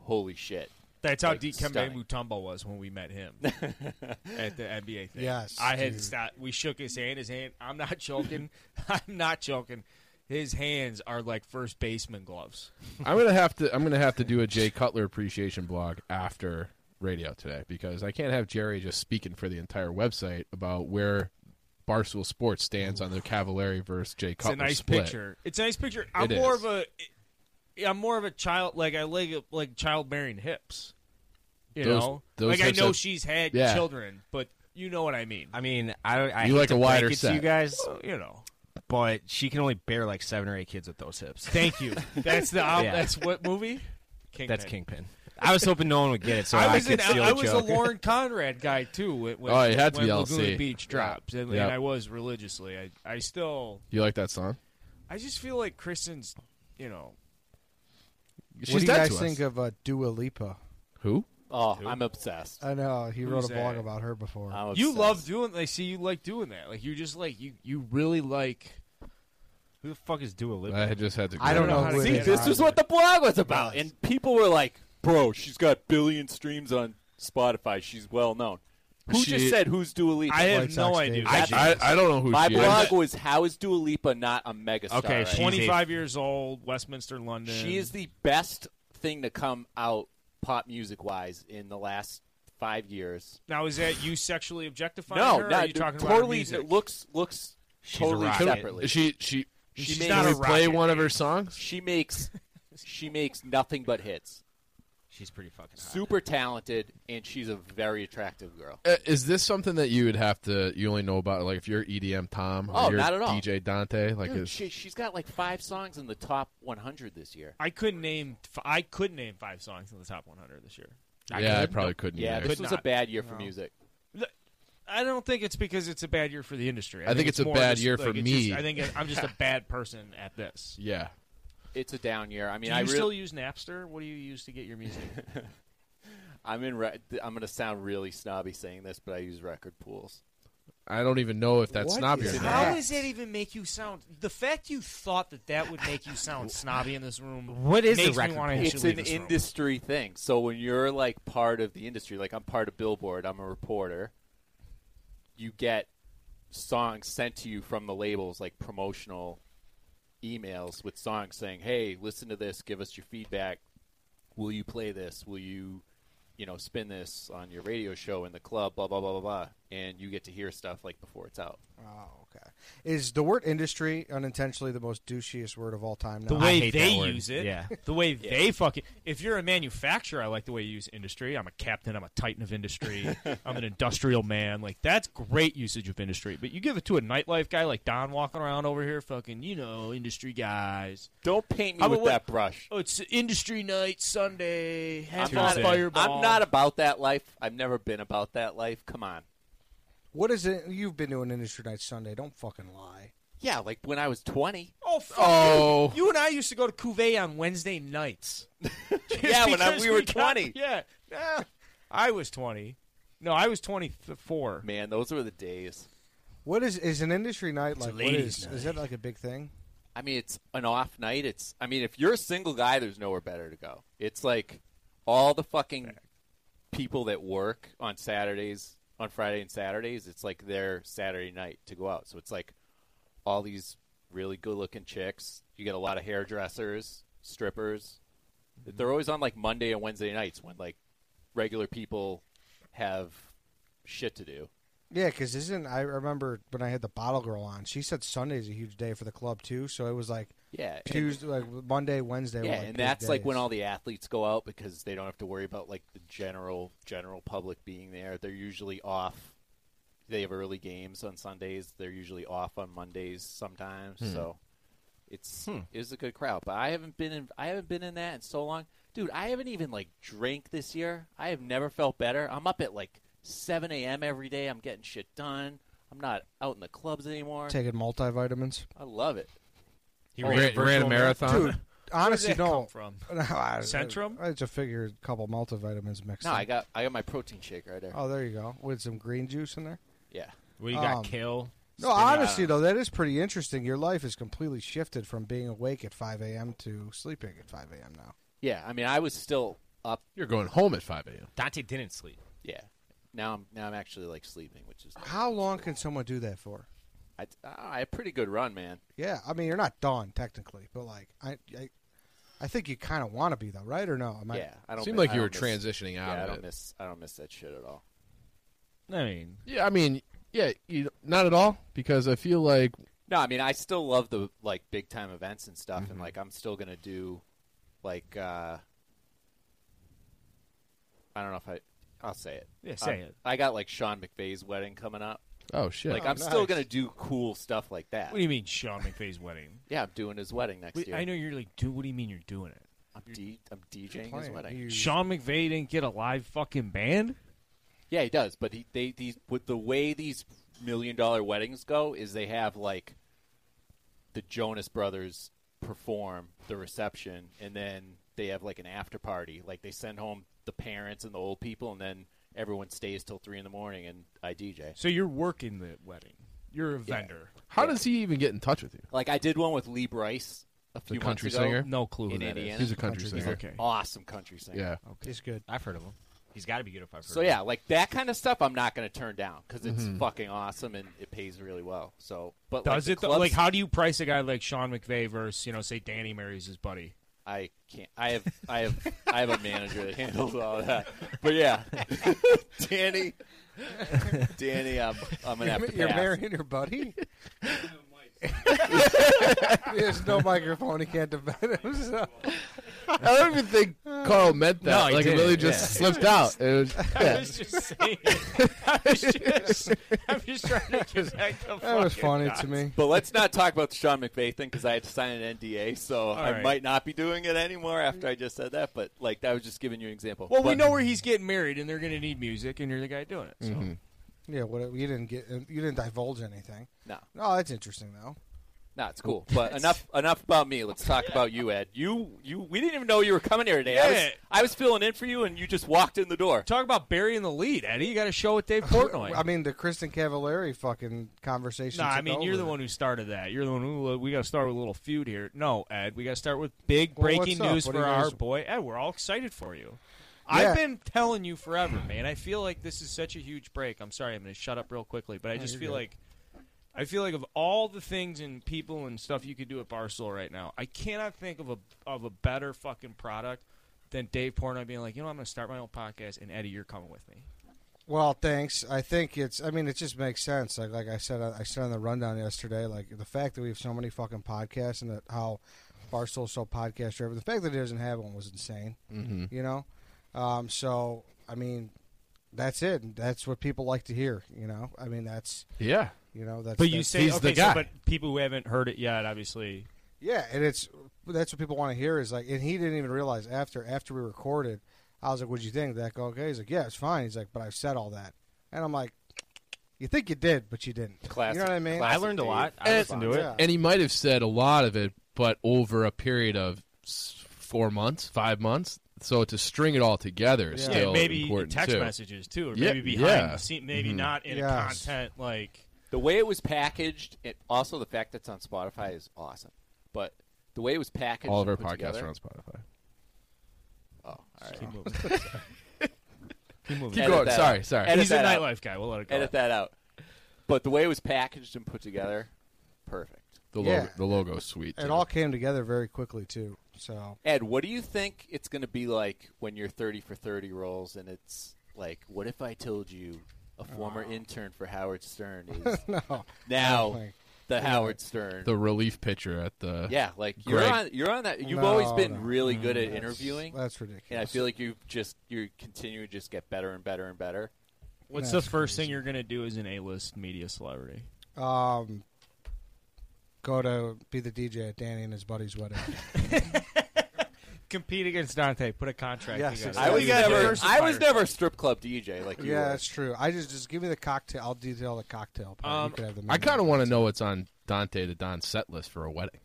Speaker 26: Holy shit.
Speaker 25: That's how
Speaker 26: Like,
Speaker 25: Dikembe
Speaker 26: stunning.
Speaker 25: Mutombo was when we met him at the NBA thing.
Speaker 26: Yes,
Speaker 25: I had
Speaker 26: dude.
Speaker 25: <laughs> stopped. We shook his hand. His hand. I'm not joking. I'm not joking. His hands are like first baseman gloves.
Speaker 27: I'm gonna have to. I'm gonna have to do a Jay Cutler appreciation blog after radio today because I can't have Jerry just speaking for the entire website about where Barstool Sports stands on the Cavallari versus Jay
Speaker 25: It's
Speaker 27: Cutler
Speaker 25: a nice
Speaker 27: split.
Speaker 25: picture. It's a nice picture. I'm
Speaker 27: It
Speaker 25: more
Speaker 27: is.
Speaker 25: of a I'm more of a child like I like like childbearing hips. You
Speaker 27: Those-
Speaker 25: know?
Speaker 27: those
Speaker 25: like I
Speaker 27: hips
Speaker 25: know
Speaker 27: have-
Speaker 25: she's had
Speaker 27: Yeah.
Speaker 25: children, but you know what I mean.
Speaker 28: I mean, I don't. I
Speaker 27: You
Speaker 28: hate
Speaker 27: like
Speaker 28: to
Speaker 27: a
Speaker 28: break
Speaker 27: wider
Speaker 28: it to
Speaker 27: set.
Speaker 28: you guys.
Speaker 25: you know.
Speaker 28: But she can only bear like seven or eight kids with those hips.
Speaker 25: Thank
Speaker 28: <laughs>
Speaker 25: you. That's the um,
Speaker 28: Yeah.
Speaker 25: that's what movie? Kingpin.
Speaker 28: That's Kingpin. I was hoping no one would get it, so
Speaker 25: I
Speaker 28: I,
Speaker 25: was
Speaker 28: could
Speaker 25: an-
Speaker 28: steal
Speaker 25: I
Speaker 28: a
Speaker 25: was a
Speaker 28: joke. <laughs>
Speaker 25: Lauren Conrad guy too. When, when-
Speaker 27: Oh, it had to
Speaker 25: when
Speaker 27: be
Speaker 25: Laguna
Speaker 27: LC.
Speaker 25: Beach drops, and, and
Speaker 27: Yeah.
Speaker 25: I was religiously. I I still
Speaker 27: You like that song?
Speaker 25: I just feel like Kristen's. You know,
Speaker 22: what
Speaker 27: She's
Speaker 22: do you
Speaker 27: dead
Speaker 22: guys
Speaker 27: to us.
Speaker 22: think of uh, Dua Lipa?
Speaker 27: Who?
Speaker 26: Oh, I'm obsessed.
Speaker 22: I know he wrote
Speaker 25: Who's
Speaker 22: a blog
Speaker 25: that?
Speaker 22: about her before.
Speaker 25: you love doing. I see you like doing that. Like you just like you. You really like. Who the fuck is Dua Lipa?
Speaker 27: I just had to.
Speaker 26: I don't know.
Speaker 25: how to
Speaker 26: See,
Speaker 25: get
Speaker 26: this
Speaker 25: around
Speaker 26: is
Speaker 25: it.
Speaker 26: what the blog was about, and people were like, "Bro, she's got billion streams on Spotify. She's well known." Who
Speaker 27: She-
Speaker 26: just said who's Dua Lipa?
Speaker 25: I have White no Sox idea.
Speaker 26: I,
Speaker 25: Dave. I- I- I
Speaker 27: don't know who
Speaker 26: My
Speaker 27: she is.
Speaker 26: blog was how is Dua Lipa not a megastar?
Speaker 25: Okay,
Speaker 26: right?
Speaker 25: twenty-five years old, Westminster, London.
Speaker 26: She is the best thing to come out pop music wise in the last five years.
Speaker 25: Now is that you sexually objectifying
Speaker 26: No,
Speaker 25: her? or
Speaker 26: no,
Speaker 25: are you talking about her
Speaker 26: totally
Speaker 25: music?
Speaker 26: it looks looks totally separately.
Speaker 27: She she
Speaker 26: She
Speaker 27: she
Speaker 26: may
Speaker 27: can
Speaker 26: not
Speaker 27: we
Speaker 26: a
Speaker 27: play
Speaker 26: rocket.
Speaker 27: one of her songs.
Speaker 26: She makes she makes nothing but hits.
Speaker 28: She's pretty fucking
Speaker 26: super talented, and she's a very attractive girl.
Speaker 27: Uh, Is this something that you would have to? You only know about like if you're EDM Tom or
Speaker 26: Oh,
Speaker 27: you're
Speaker 26: not at all.
Speaker 27: DJ Dante. Like,
Speaker 26: Dude,
Speaker 27: is,
Speaker 26: she, she's got like five songs in the top 100 this year.
Speaker 25: I couldn't name. f- I could name five songs in the top 100 this year.
Speaker 27: yeah, I
Speaker 26: could-
Speaker 27: probably couldn't.
Speaker 26: Yeah,
Speaker 27: either.
Speaker 26: this was a bad year for music.
Speaker 25: I don't think it's because it's a bad year for the industry.
Speaker 27: I think it's a
Speaker 25: more
Speaker 27: bad
Speaker 25: just,
Speaker 27: year
Speaker 25: like,
Speaker 27: for
Speaker 25: it's
Speaker 27: me.
Speaker 25: just- I think I'm just a bad <laughs> person at this.
Speaker 27: Yeah.
Speaker 26: It's a down year. I mean,
Speaker 25: do you
Speaker 26: I
Speaker 25: still
Speaker 26: really,
Speaker 25: use Napster? What do you use to get your
Speaker 26: <laughs>
Speaker 25: music?
Speaker 26: I'm in. Re- I'm going to sound really snobby saying this, but I use record pools.
Speaker 27: I don't even know if that's
Speaker 26: What
Speaker 27: snobby
Speaker 26: is
Speaker 27: or
Speaker 26: that?
Speaker 27: not.
Speaker 25: How does that even make you sound? The fact you thought that that would make
Speaker 27: <laughs>
Speaker 25: you sound snobby in this room. makes me wanna actually
Speaker 26: It's an
Speaker 25: leave this room.
Speaker 26: industry thing. So when you're like part of the industry, like I'm part of Billboard, I'm a reporter. You get songs sent to you from the labels, like promotional emails with songs saying, "Hey, listen to this. Give us your feedback. Will you play this? Will you, you know, spin this on your radio show in the club? Blah blah blah blah blah." And you get to hear stuff like before it's out.
Speaker 22: Oh, okay. Is the word industry unintentionally the most douchiest word of all time? Now?
Speaker 25: The way they use it,
Speaker 22: <laughs> yeah.
Speaker 25: the way they fucking. If you're a manufacturer, I like the way you use industry. I'm a captain. I'm a titan of
Speaker 22: <laughs>
Speaker 25: industry. I'm an industrial man. Like that's great usage of industry. But you give it to a nightlife guy like Don walking around over here, fucking you know, industry guys.
Speaker 26: Don't paint me
Speaker 25: I'm a
Speaker 26: with
Speaker 25: wa-
Speaker 26: that brush.
Speaker 25: Oh, it's industry night Sunday. Have
Speaker 26: I'm
Speaker 25: a
Speaker 26: not,
Speaker 25: fireball.
Speaker 26: I'm not about that life. I've never been about that life. Come on.
Speaker 22: What is it? You've been to an industry night Sunday. Don't fucking lie.
Speaker 26: Yeah, like when I was 20.
Speaker 25: Oh, fuck you.
Speaker 22: Oh.
Speaker 25: You. and I used to go to Cuvée on Wednesday nights. <laughs>
Speaker 26: <laughs>
Speaker 25: Just
Speaker 26: Yeah, when I-
Speaker 25: because
Speaker 26: we were
Speaker 25: got-
Speaker 13: <laughs>
Speaker 26: 20.
Speaker 25: yeah. Nah, I was 20. No, I was 24.
Speaker 26: Man, those were the days.
Speaker 22: What is is an industry night
Speaker 26: It's a
Speaker 22: like? What
Speaker 26: ladies'
Speaker 22: is is that like a big thing?
Speaker 26: I mean, it's an off night. It's I mean, if you're a single guy, there's nowhere better to go. It's like all the fucking people that work on Saturdays, on Friday and Saturdays, it's like their Saturday night to go out. So it's like all these really good-looking chicks. You get a lot of hairdressers, strippers. They're always on like Monday and Wednesday nights when like regular people have shit to do.
Speaker 22: Yeah, because isn't I remember when I had the bottle girl on? She said Sunday's a huge day for the club too. So it was like
Speaker 26: Yeah, and-
Speaker 22: Tuesday, like Monday, Wednesday. were,
Speaker 26: Yeah,
Speaker 22: like,
Speaker 26: and
Speaker 22: big
Speaker 26: that's days. like when all the athletes go out because they don't have to worry about like the general general public being there. They're usually off. They have early games on Sundays. They're usually off on Mondays sometimes. Hmm. So it's Hmm. it's a good crowd. But I haven't been in I haven't been in that in so long, dude. I haven't even like drank this year. I have never felt better. I'm up at like 7 a.m. every day. I'm getting shit done. I'm not out in the clubs anymore.
Speaker 22: taking multivitamins.
Speaker 26: I love it.
Speaker 25: He
Speaker 22: Oh,
Speaker 25: ran-
Speaker 22: yeah.
Speaker 25: ran a marathon?
Speaker 22: Dude, honestly,
Speaker 26: Where did that
Speaker 22: no.
Speaker 26: come from?
Speaker 22: <laughs> No, I-
Speaker 26: Um, Centrum?
Speaker 22: I just figured a couple multivitamins mixed.
Speaker 26: No,
Speaker 22: in.
Speaker 26: I got I got my protein shake right there.
Speaker 22: Oh, there you go. With some green juice in there.
Speaker 26: Yeah.
Speaker 25: What do you got,
Speaker 22: Um,
Speaker 25: Kale?
Speaker 22: No,
Speaker 26: uh,
Speaker 22: honestly though, that is pretty interesting. Your life is completely shifted from being awake at 5 a.m. to sleeping at 5 a.m. now.
Speaker 26: Yeah, I mean, I was still up.
Speaker 27: You're going home at five a.m.
Speaker 26: Dante didn't sleep. Yeah, now I'm now I'm actually like sleeping, which is
Speaker 22: How long can someone do that for?
Speaker 26: I, I a pretty good run, man.
Speaker 22: Yeah, I mean you're not Dawn technically, but like I, I, I think you kind of want to be though, right? Or no? Am I,
Speaker 26: yeah, I don't.
Speaker 27: Seemed
Speaker 26: miss-
Speaker 27: like
Speaker 26: I
Speaker 27: you
Speaker 26: don't
Speaker 27: were
Speaker 26: miss-
Speaker 27: transitioning out
Speaker 26: Yeah, I
Speaker 27: of
Speaker 26: don't
Speaker 27: it.
Speaker 26: miss. I don't miss that shit at all.
Speaker 27: I mean, yeah, I mean, yeah, you, not at all because I feel like
Speaker 26: No, I mean I still love the like big time events and stuff,
Speaker 25: Mm-hmm.
Speaker 26: and like I'm still gonna do, like uh I don't know if I I'll say it.
Speaker 25: Yeah, say
Speaker 26: Um,
Speaker 25: it.
Speaker 26: I got like Sean McVay's wedding coming up.
Speaker 27: Oh, shit.
Speaker 26: Like
Speaker 25: Oh,
Speaker 26: I'm still
Speaker 25: nice.
Speaker 26: gonna do cool stuff like that.
Speaker 25: What do you mean, Sean McVay's wedding?
Speaker 26: Yeah, I'm doing his wedding next
Speaker 25: Wait,
Speaker 26: year.
Speaker 25: I know you're like, dude. What do you mean you're doing it?
Speaker 26: I'm, D- I'm DJing his
Speaker 25: Playing.
Speaker 26: wedding.
Speaker 25: Sean McVay didn't get a live fucking band.
Speaker 26: Yeah, he does. But he, they these with the way these million dollar weddings go is they have like the Jonas Brothers perform the reception, and then they have like an after party. Like they send home the parents and the old people, and then everyone stays till three in the morning, and I DJ.
Speaker 25: So you're working the wedding. You're a vendor.
Speaker 27: how does he even get in touch with you?
Speaker 26: Like I did one with Lee Bryce a few
Speaker 27: country
Speaker 26: months ago.
Speaker 27: singer? No clue who
Speaker 26: in
Speaker 27: that is.
Speaker 26: Indiana.
Speaker 27: He's a country
Speaker 26: He's
Speaker 27: singer.
Speaker 26: an
Speaker 27: Okay.
Speaker 26: Awesome country singer.
Speaker 27: Yeah.
Speaker 22: He's good.
Speaker 28: I've heard of him. He's got to be good if I've heard.
Speaker 26: So
Speaker 28: of
Speaker 26: yeah,
Speaker 28: him.
Speaker 26: like that kind of stuff, I'm not going to turn down because it's
Speaker 25: Mhm.
Speaker 26: fucking awesome and it pays really well. So, but
Speaker 25: Does
Speaker 26: like, the
Speaker 25: it though?
Speaker 26: clubs-
Speaker 25: Like,
Speaker 26: <laughs>
Speaker 25: how do you price a guy like Sean McVay versus you know, say Danny marries his buddy?
Speaker 26: I can't. I have. I have. I have a manager that handles all that. But
Speaker 25: <laughs>
Speaker 26: yeah, Danny, Danny, I'm. I'm gonna have to
Speaker 22: You're
Speaker 26: pass.
Speaker 22: marrying your buddy. <laughs> There's no microphone. He can't defend himself.
Speaker 27: I don't even think Carl meant that. like it really just slipped out. It was,
Speaker 26: <laughs>
Speaker 25: I was just saying. I was just, <laughs> I'm just trying to connect the fucking dots.
Speaker 26: But let's not talk about the Sean McVay thing because I had to sign an NDA, so I
Speaker 25: right.
Speaker 26: might not be doing it anymore after I just said that. But like, that was just giving you an example.
Speaker 25: Well, we
Speaker 26: But-
Speaker 25: know where he's getting married, and they're going to need music, and you're the guy doing it. So.
Speaker 22: <laughs> Yeah, what you didn't get, uh, you didn't divulge anything.
Speaker 26: No.
Speaker 22: Oh, that's interesting though.
Speaker 26: No, it's cool. But enough enough about me. Let's talk about you, Ed. You you we didn't even know you were coming here today. I was-
Speaker 25: Yeah.
Speaker 26: I was filling in for you and you just walked in the door.
Speaker 25: Talk about burying the lead, Eddie. You got a show with Dave <laughs> Portnoy.
Speaker 22: I mean, the Kristen Cavallari fucking conversation.
Speaker 25: No, I
Speaker 22: took
Speaker 25: mean you're
Speaker 22: over.
Speaker 25: the one who started that. You're the one who uh, we got to start with a little feud here. No, Ed, we got to start with big
Speaker 22: Well,
Speaker 25: breaking
Speaker 22: what's up?
Speaker 25: news
Speaker 22: What do
Speaker 25: for
Speaker 22: you
Speaker 25: our
Speaker 22: guys-
Speaker 25: boy Ed. We're all excited for you.
Speaker 22: Yeah.
Speaker 25: I've been telling you forever, man. I feel like this is such a huge break. I'm sorry, I'm going to shut up real quickly, but I
Speaker 22: No,
Speaker 25: just
Speaker 22: you're
Speaker 25: feel
Speaker 22: good.
Speaker 25: like I feel like of all the things and people and stuff you could do at Barstool right now, I cannot think of a of a better fucking product than Dave Portnoy being like, you know, I'm going to start my own podcast, and Eddie, you're coming with me.
Speaker 22: Well, thanks. I think it's. I mean, it just makes sense. Like, like I said, I, I said on the rundown yesterday. Like the fact that we have so many fucking podcasts and that how Barstool's so podcast driven. The fact that he doesn't have one was insane.
Speaker 27: Mhm.
Speaker 22: You know, um, so I mean, that's it. That's what people like to hear. You know, I mean, that's
Speaker 27: Yeah.
Speaker 22: You know, that's
Speaker 25: But you
Speaker 22: that's-
Speaker 25: say okay, So, but people who haven't heard it yet, obviously,
Speaker 22: Yeah, and it's that's what people want to hear is like, and he didn't even realize after after we recorded, I was like, "What'd you think?" That go okay? He's like, "Yeah, it's fine." He's like, "But I've said all that," and I'm like, "You think you did, but you didn't." You know what I mean?
Speaker 27: And-
Speaker 22: Yeah.
Speaker 27: And he might have said a lot of it, but over a period of s- four months, five months. So to string it all together is
Speaker 25: Yeah,
Speaker 27: still
Speaker 25: maybe
Speaker 27: important
Speaker 25: text
Speaker 27: too.
Speaker 25: messages too, or
Speaker 27: Yeah,
Speaker 25: maybe behind
Speaker 27: yeah. Mm-hmm.
Speaker 25: the scene, maybe not in
Speaker 26: Yes.
Speaker 25: content like.
Speaker 26: The way it was packaged, it, also the fact that it's on Spotify is awesome. But the way it was packaged,
Speaker 27: All of our
Speaker 26: and put
Speaker 27: podcasts
Speaker 26: together-
Speaker 27: are on Spotify.
Speaker 26: Oh, all right. <laughs>
Speaker 25: Keep moving. Keep moving.
Speaker 27: Keep
Speaker 26: Edit
Speaker 27: going.
Speaker 26: that
Speaker 27: Sorry,
Speaker 26: out.
Speaker 27: sorry.
Speaker 26: Edit
Speaker 25: He's a
Speaker 26: that out.
Speaker 25: nightlife guy. We'll let it go.
Speaker 26: Edit that out. But the way it was packaged and put together, perfect.
Speaker 27: The logo,
Speaker 26: Yeah.
Speaker 27: the logo's sweet.
Speaker 22: It all came together very quickly too. So
Speaker 26: Ed, what do you think it's going to be like when you're 30 for 30 rolls and it's like, what if I told you a former intern for Howard
Speaker 22: <laughs>
Speaker 26: Stern is
Speaker 22: No. Oh
Speaker 26: now
Speaker 27: Definitely.
Speaker 26: the
Speaker 27: Yeah.
Speaker 26: Howard Stern?
Speaker 27: The relief pitcher at the
Speaker 26: yeah, like you're
Speaker 27: Greg-
Speaker 26: on you're on that. You've
Speaker 22: No,
Speaker 26: always been
Speaker 22: no. Mm,
Speaker 26: really good at
Speaker 22: That's-
Speaker 26: interviewing.
Speaker 22: that's
Speaker 26: And I
Speaker 22: ridiculous.
Speaker 26: feel like you just you continue to just get better and better and better.
Speaker 25: What's the first thing you're gonna do as an A-list media celebrity?
Speaker 22: um, go to be the DJ at Danny and his buddy's
Speaker 26: <laughs>
Speaker 22: wedding.
Speaker 25: Compete against Dante. Put a contract
Speaker 22: Yes,
Speaker 25: together.
Speaker 22: exactly. I was never-
Speaker 26: I was never a strip club DJ like you.
Speaker 22: yeah,
Speaker 26: were.
Speaker 22: that's true. I just just give me the cocktail. I'll detail the cocktail. Part.
Speaker 26: Um,
Speaker 22: you could have the
Speaker 27: I
Speaker 22: menu.
Speaker 27: kind of want to know what's on Dante the Don set list for a wedding.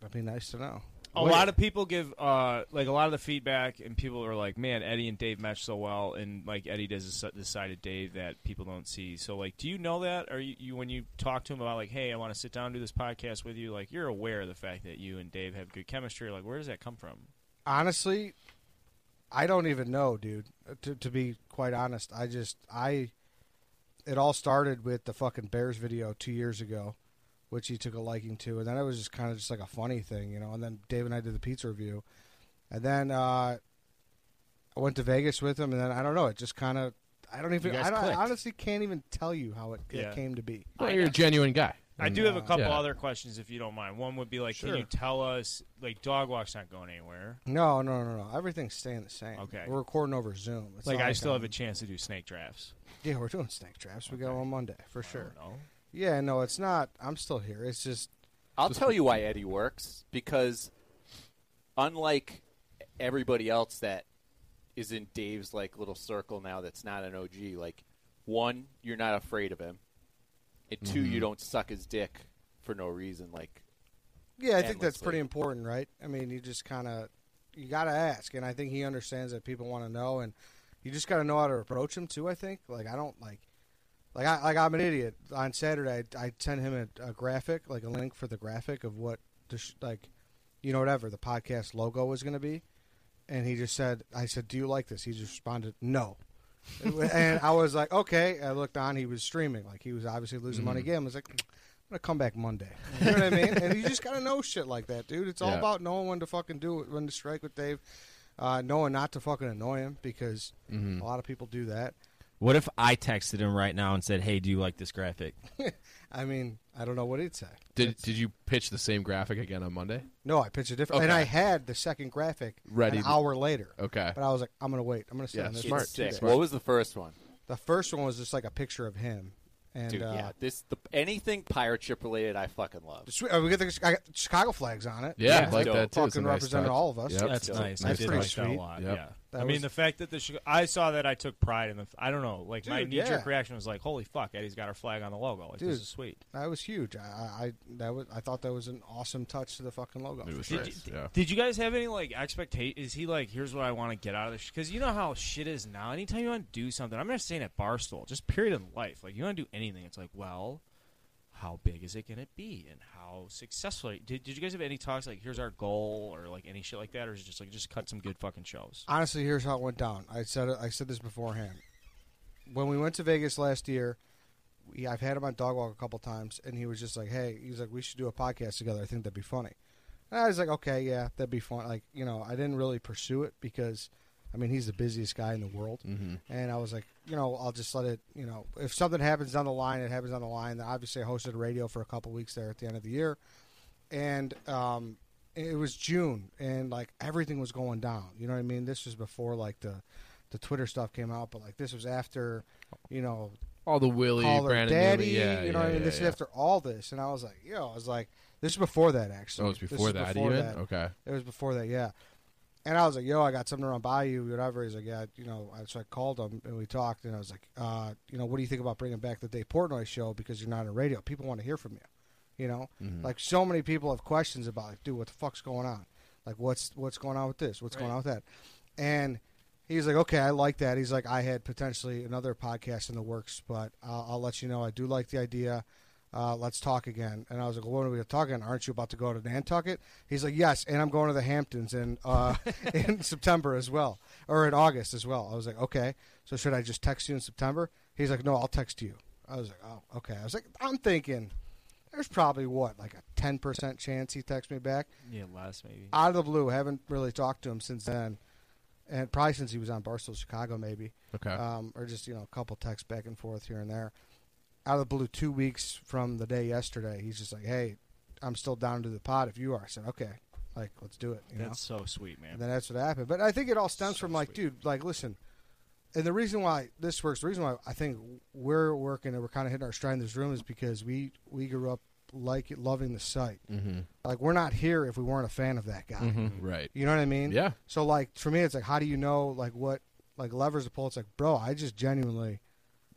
Speaker 22: That'd be nice to know.
Speaker 25: a lot of people give uh, like a lot of the feedback, and people are like, "Man, Eddie and Dave match so well," and like Eddie does a s- the side of Dave that people don't see. So, like, do you know that? Or you, you when you talk to him about like, "Hey, I want to sit down and do this podcast with you," like, you're aware of the fact that you and Dave have good chemistry. Like, where does that come from?
Speaker 22: honestly, I don't even know, dude. Uh, To, to be quite honest, I just I it all started with the fucking Bears video two years ago which he took a liking to, and then it was just kind of just like a funny thing, you know. And then Dave and I did the pizza review, and then uh, I went to Vegas with him, and then I don't know, it just kind of I don't
Speaker 12: You
Speaker 22: even
Speaker 12: guys
Speaker 22: I, don't, I
Speaker 12: clicked.
Speaker 22: honestly can't even tell you how it, it
Speaker 25: Yeah.
Speaker 22: came to be.
Speaker 27: Well, you're a genuine guy.
Speaker 25: I
Speaker 27: And,
Speaker 25: do have
Speaker 27: uh,
Speaker 25: a couple
Speaker 27: yeah.
Speaker 25: other questions if you don't mind. One would be like,
Speaker 22: Sure.
Speaker 25: can you tell us like dog walk's not going anywhere?
Speaker 22: No, no, no, no. Everything's staying the same.
Speaker 25: Okay.
Speaker 22: we're recording over Zoom. It's
Speaker 25: like
Speaker 22: not
Speaker 25: I still
Speaker 22: I'm-
Speaker 25: have a chance to do snake drafts.
Speaker 22: Yeah, we're doing snake traps. We go on Monday for sure.
Speaker 25: No.
Speaker 22: Yeah, no, it's not. I'm still here. It's just.
Speaker 26: I'll I'll tell you
Speaker 22: <laughs>
Speaker 26: why Eddie works because unlike everybody else that is in Dave's like little circle now that's not an OG, like one, you're not afraid of him. And 2 you
Speaker 22: Mhm.
Speaker 26: don't suck his dick for no reason like
Speaker 22: Yeah, I think that's
Speaker 26: endlessly.
Speaker 22: pretty important, right? I mean, you just kind of you got to ask, and I think he understands that people want to know, and you just got to know how to approach him too. I think like I don't like like I like I'm an idiot. On Saturday, I, I sent him a, a graphic, like a link for the graphic of what the sh- like you know whatever the podcast logo was going to be, and he just said, I said, do you like this? He just responded, no. <laughs> and I was like, okay. I looked on. He was streaming. Like he was obviously losing money
Speaker 25: Mhm.
Speaker 22: again. I was like, "Mm, I'm gonna come back Monday. <laughs> You know what I mean? And you just
Speaker 13: <laughs>
Speaker 22: gotta know shit like that, dude. It's all
Speaker 25: Yeah.
Speaker 22: about knowing when to fucking do it, when to strike with Dave, uh, knowing not to fucking annoy him because
Speaker 26: Mm-hmm.
Speaker 28: Mhm.
Speaker 22: a lot of people do that. <laughs>
Speaker 28: What if I texted him right now and said, "Hey, do you like this graphic?"
Speaker 22: I mean, I don't know what he'd say.
Speaker 27: Did Did you pitch the same graphic again on Monday?
Speaker 22: No, I pitched a different, and
Speaker 27: Okay.
Speaker 22: I had the second graphic
Speaker 27: Ready
Speaker 22: an
Speaker 27: to-
Speaker 22: hour later.
Speaker 27: Okay.
Speaker 22: but I was like, I'm gonna wait. I'm gonna sit
Speaker 26: Yeah,
Speaker 22: on this.
Speaker 26: smart.
Speaker 22: for two
Speaker 26: Sick.
Speaker 22: days.
Speaker 26: What was the first one?
Speaker 22: The first one was just like a picture of him, and
Speaker 26: Dude,
Speaker 22: uh,
Speaker 26: yeah, this the, anything pirate ship related I fucking love.
Speaker 22: Sweet. Uh, we got the I got Chicago flags on it.
Speaker 26: Yeah, I like
Speaker 22: dope.
Speaker 26: that too. It's a
Speaker 22: Fucking
Speaker 26: nice
Speaker 22: represented
Speaker 26: touch.
Speaker 22: all of us.
Speaker 26: Yep. That's That's nice. I
Speaker 22: That's
Speaker 25: did
Speaker 22: pretty
Speaker 25: like
Speaker 22: sweet.
Speaker 25: that a lot. Yeah.
Speaker 22: That
Speaker 25: I
Speaker 22: was-
Speaker 25: mean, the fact that the Chica- I saw that I took pride in the. I don't know, like my
Speaker 22: Dude,
Speaker 25: knee jerk
Speaker 22: yeah.
Speaker 25: reaction was like, "Holy fuck, Eddie's got our flag on the logo! Like
Speaker 22: Dude,
Speaker 25: this is sweet."
Speaker 22: That was huge. I, I I- that was I thought that was an awesome touch to the fucking logo. for sure.
Speaker 25: Did, you, did you guys have any like expectation? Is he like, here's what I want to get out of this? Because you know how shit is now. Anytime you want to do something, I'm not saying at barstool, just period in life. Like you want to do anything, it's like, well, how big is it going to be, and how successful? Did, did you guys have any talks like, here's our goal, or like any shit like that, or is it just like just cut some good fucking shows?
Speaker 22: Honestly, here's how it went down. I said I said this beforehand. When we went to Vegas last year, we, I've had him on dog walk a couple times, and he was just like, "Hey, he was like, we should do a podcast together. I think that'd be funny." And I was like, "Okay, yeah, that'd be fun." Like, you know, I didn't really pursue it because, I mean, he's the busiest guy in the world,
Speaker 25: Mm-hmm.
Speaker 27: Mhm.
Speaker 22: and I was like, you know, I'll just let it. You know, if something happens down the line, it happens down the line. Then obviously, I hosted radio for a couple weeks there at the end of the year, and um, it was June, and like everything was going down. You know what I mean? This was before like the the Twitter stuff came out, but like this was after, you know,
Speaker 27: All the Willie,
Speaker 22: call her
Speaker 27: Brandon
Speaker 22: daddy.
Speaker 27: Newman, yeah,
Speaker 22: you
Speaker 27: yeah,
Speaker 22: know, what I mean,
Speaker 27: yeah,
Speaker 22: this
Speaker 27: yeah.
Speaker 22: is after all this, and I was like, yo, I was like, this is before that actually.
Speaker 27: Oh, it's
Speaker 22: This
Speaker 27: before
Speaker 22: is
Speaker 27: that
Speaker 22: before
Speaker 27: even?
Speaker 22: that.
Speaker 27: Okay.
Speaker 22: it was before that, yeah. And I was like, yo, I got something around by you, whatever. He's like, yeah, you know. I- So I called him and we talked, and I was like, uh, you know, what do you think about bringing back the Dave Portnoy show because you're not on radio? People want to hear from you. You know,
Speaker 25: Mhm.
Speaker 22: like so many people have questions about, like, dude, what the fuck's going on? Like, what's what's going on with this? What's going on with that? And he's like, okay, I like that. He's like, I had potentially another podcast in the works, but I'll, I'll let you know. I do like the idea. Uh, let's talk again. And I was like, well, what are we talking? Aren't you about to go to Nantucket? He's like, yes, and I'm going to the Hamptons in uh, in September as well, or in August as well. I was like, okay. So should I just text you in September? He's like, no, I'll text you. I was like, oh, okay. I was like, I'm thinking there's probably what like a 10% chance he texts me back
Speaker 25: Yeah, last maybe.
Speaker 22: out of the blue. Haven't really talked to him since then, and probably since he was on Barstool Chicago, maybe.
Speaker 27: Okay.
Speaker 22: Um, or just you know a couple texts back and forth here and there. Out of the blue, two weeks from the day yesterday, he's just like, "Hey, I'm still down to the pot. If you are, I said, okay, like let's do it." You know?
Speaker 25: That's so sweet, man.
Speaker 22: And then that's what happened. But I think it all stems from like, dude, like listen. And the reason why this works, the reason why I think we're working and we're kind of hitting our stride in this room is because we we grew up like it, loving the site.
Speaker 27: Mhm.
Speaker 22: Like we're not here if we weren't a fan of that guy.
Speaker 27: Mhm. Right.
Speaker 22: You know what I mean?
Speaker 27: Yeah.
Speaker 22: So like for me, it's like, how do you know like what like levers to pull? It's like, bro, I just genuinely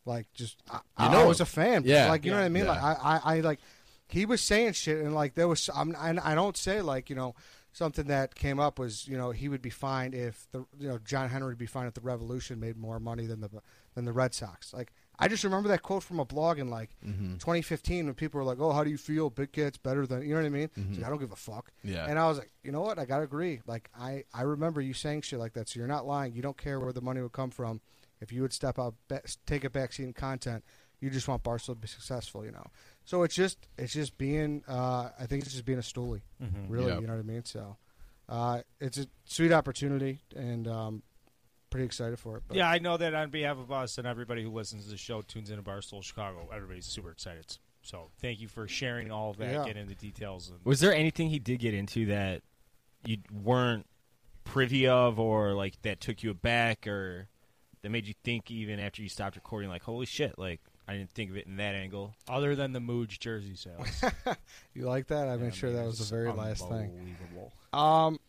Speaker 22: like just I,
Speaker 27: You
Speaker 22: I
Speaker 27: know
Speaker 22: was
Speaker 27: him.
Speaker 22: a fan.
Speaker 27: Yeah.
Speaker 22: Like you know
Speaker 27: Yeah.
Speaker 22: what I mean?
Speaker 27: Yeah.
Speaker 22: Like I, I I like he was saying shit and like there was I'm and I don't say like you know something that came up was you know he would be fine if the you know John Henry would be fine if the Revolution made more money than the than the Red Sox. Like I just remember that quote from a blog in like
Speaker 17: Mm-hmm.
Speaker 9: Mm-hmm.
Speaker 22: 2015 when people were like, "Oh, how do you feel? Big Cat's better than you know what I mean?" It's
Speaker 27: Mhm.
Speaker 22: like, I don't give a fuck.
Speaker 27: Yeah.
Speaker 22: And I was like, you know what? I gotta agree. Like I I remember you saying shit like that. So you're not lying. You don't care where the money would come from. If you would step out, ba- take a backseat in content, You just want Barstool to be successful, you know. So it's just it's just being uh, I think it's just being a stoolie, Mhm. really. Yeah. You know what I mean? So uh, it's a sweet opportunity, and um, pretty excited for it. But.
Speaker 25: Yeah, I know that on behalf of us and everybody who listens to the show, tunes into Barstool Chicago, everybody's super excited. So thank you for sharing all of that,
Speaker 22: Yeah.
Speaker 25: getting the details. And
Speaker 28: Was there anything he did get into that you weren't privy of, or like that took you aback, or that made you think even after you stopped recording, like, holy shit, like I didn't think of it in that angle, other than the Mooge jersey sales?
Speaker 22: You like that? I made sure that was the
Speaker 28: it's
Speaker 22: very last thing.
Speaker 28: unbelievable.
Speaker 22: Um,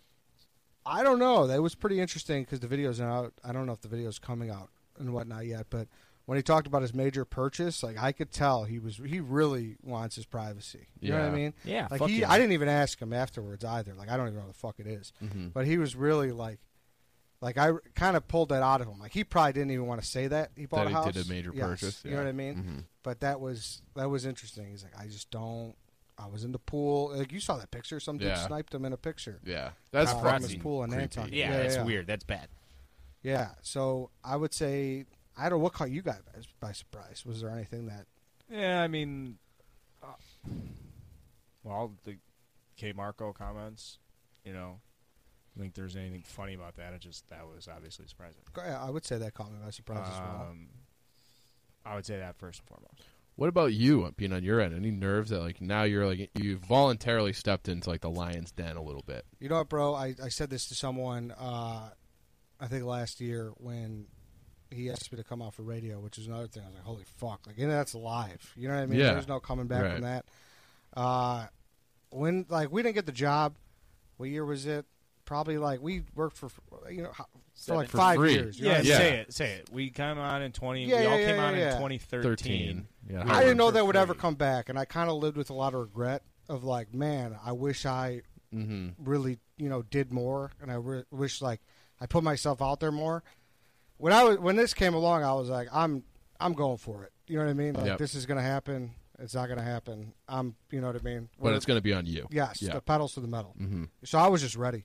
Speaker 22: I don't know. That was pretty interesting because the video's not out. I don't know if the video's coming out and whatnot yet, but when he talked about his major purchase, like I could tell he was he really wants his privacy. You know what
Speaker 28: Yeah.
Speaker 22: I mean?
Speaker 28: Yeah,
Speaker 22: Like
Speaker 28: fuck
Speaker 22: he,
Speaker 28: yeah.
Speaker 22: I didn't even ask him afterwards either. Like I don't even know what the fuck it is.
Speaker 27: Mm-hmm.
Speaker 28: Mhm.
Speaker 22: but he was really like. Like I kind of pulled that out of him. Like he probably didn't even want to say that he bought
Speaker 27: That
Speaker 22: a
Speaker 27: he
Speaker 22: house.
Speaker 27: did a major
Speaker 22: Yes.
Speaker 27: purchase,
Speaker 22: You know
Speaker 27: yeah.
Speaker 22: what I mean?
Speaker 27: Mhm.
Speaker 22: But that was that was interesting. He's like, I just don't. I was in the pool. Like you saw that picture. Some dude
Speaker 27: Yeah.
Speaker 22: sniped him in a picture.
Speaker 27: Yeah. That's
Speaker 22: Uh, in his
Speaker 27: fucking
Speaker 22: pool in
Speaker 27: creepy.
Speaker 22: Nantucket.
Speaker 27: Yeah, that's
Speaker 28: weird. That's bad.
Speaker 22: Yeah. So I would say I don't know what caught you guys by surprise. Was there anything that
Speaker 28: Yeah, I mean, uh, well, the K Marco comments, you know, I don't think there's anything funny about that. It just that was obviously surprising.
Speaker 22: I would say that caught me by surprise as well.
Speaker 28: Um, I would say that first and foremost.
Speaker 27: What about you being on your end? Any nerves that like now you're like you voluntarily stepped into like the lion's den a little bit?
Speaker 22: You know what, bro? I, I said this to someone, uh, I think last year when he asked me to come out for radio, which is another thing. I was like, holy fuck. Like, and that's live. You know what I mean?
Speaker 19: Yeah.
Speaker 22: There's no coming back from
Speaker 19: Right.
Speaker 22: that. Uh, when, like, we didn't get the job. What year was it? Probably, like, we worked for, you know, ho- for like five years. you know
Speaker 28: Yeah,
Speaker 22: what I mean?
Speaker 28: say it, say it. We came on in twenty.
Speaker 22: Yeah,
Speaker 28: we all
Speaker 22: yeah,
Speaker 28: came
Speaker 22: yeah,
Speaker 28: on
Speaker 22: yeah.
Speaker 28: in twenty thirteen.
Speaker 27: Yeah.
Speaker 22: I didn't know that would ever come back, and I kind of lived with a lot of regret of like, man, I wish I
Speaker 27: Mhm.
Speaker 22: really, you know, did more, and I re- wish like I put myself out there more. When I was when this came along, I was like, I'm I'm going for it. You know what I mean? Like
Speaker 27: Yep.
Speaker 22: this is gonna happen. It's not gonna happen. I'm, you know what I mean?
Speaker 27: But it's gonna be on you.
Speaker 22: Yes,
Speaker 27: Yeah.
Speaker 22: the pedals to the metal.
Speaker 27: Mhm.
Speaker 22: So I was just ready.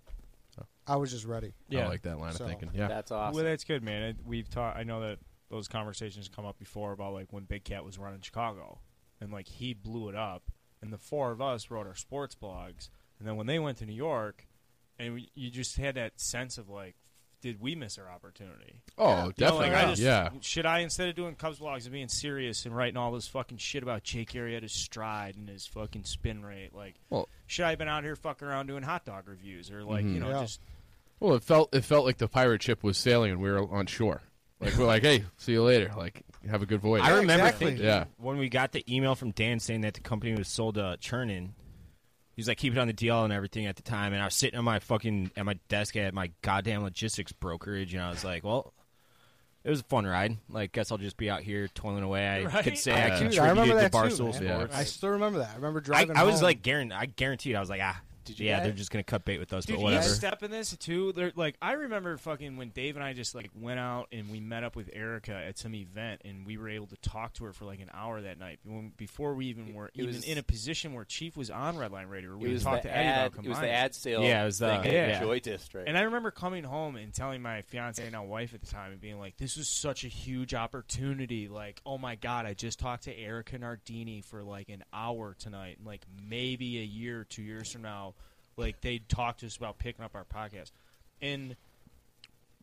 Speaker 22: I was just ready.
Speaker 27: Yeah. I like that line of thinking. Yeah. That's awesome.
Speaker 28: Well, that's good, man. I- We've taught. I know that those conversations come up before about like when Big Cat was running Chicago, and like he blew it up, and the four of us wrote our sports blogs, and then when they went to New York, and we, you just had that sense of like, did we miss our opportunity?
Speaker 27: Oh,
Speaker 28: You know, like,
Speaker 27: definitely.
Speaker 28: I just-
Speaker 27: Yeah.
Speaker 25: Should I instead of doing Cubs vlogs and being serious and writing all this fucking shit about Jake Arrieta's stride and his fucking spin rate, like,
Speaker 27: Well-
Speaker 25: should I have been out here fucking around doing hot dog reviews or like,
Speaker 27: Mhm.
Speaker 25: you know,
Speaker 22: Mm-hmm.
Speaker 27: Yeah.
Speaker 25: just
Speaker 27: Well, it felt it felt like the pirate ship was sailing and we were on shore. Like we're like, hey, see you later. Like have a good voyage.
Speaker 28: I remember thinking
Speaker 27: yeah.
Speaker 28: when we got the email from Dan saying that the company was sold to Churnin. He was like, keep it on the DL and everything at the time. And I was sitting on my fucking at my desk at my goddamn logistics brokerage, and I was like, well. It was a fun ride. Like, guess I'll just be out here toiling away. I
Speaker 22: Right?
Speaker 28: could say
Speaker 22: Yeah.
Speaker 28: I
Speaker 22: Dude,
Speaker 28: contributed
Speaker 22: I remember
Speaker 28: to
Speaker 22: that too,
Speaker 28: Barstool
Speaker 22: man.
Speaker 28: Sports.
Speaker 22: I still remember that. I remember
Speaker 28: I,
Speaker 22: driving.
Speaker 28: I was
Speaker 22: home.
Speaker 28: like, guaranteed. I guaranteed. I was like, ah,
Speaker 25: you
Speaker 28: yeah,
Speaker 25: guys-
Speaker 28: they're just gonna cut bait with us,
Speaker 25: Dude,
Speaker 28: but whatever.
Speaker 25: each step in this too. They're, like I remember fucking when Dave and I just like went out and we met up with Erica at some event and we were able to talk to her for like an hour that night when, before we even were
Speaker 26: it
Speaker 25: even
Speaker 26: was-
Speaker 25: in a position where Chief was on Redline Radio. We
Speaker 26: It was
Speaker 25: talked
Speaker 26: the
Speaker 25: to Eddie
Speaker 26: ad-
Speaker 25: about
Speaker 26: it was the
Speaker 25: Kamani.
Speaker 26: ad sale
Speaker 28: Yeah, it was the-
Speaker 26: thing at
Speaker 28: yeah.
Speaker 26: Joy District.
Speaker 25: And I remember coming home and telling my fiance now wife at the time and being like, "This was such a huge opportunity. Like, oh my god, I just talked to Erica Nardini for like an hour tonight, and like maybe a year, or two years from now, like they'd talk to us about picking up our podcast." And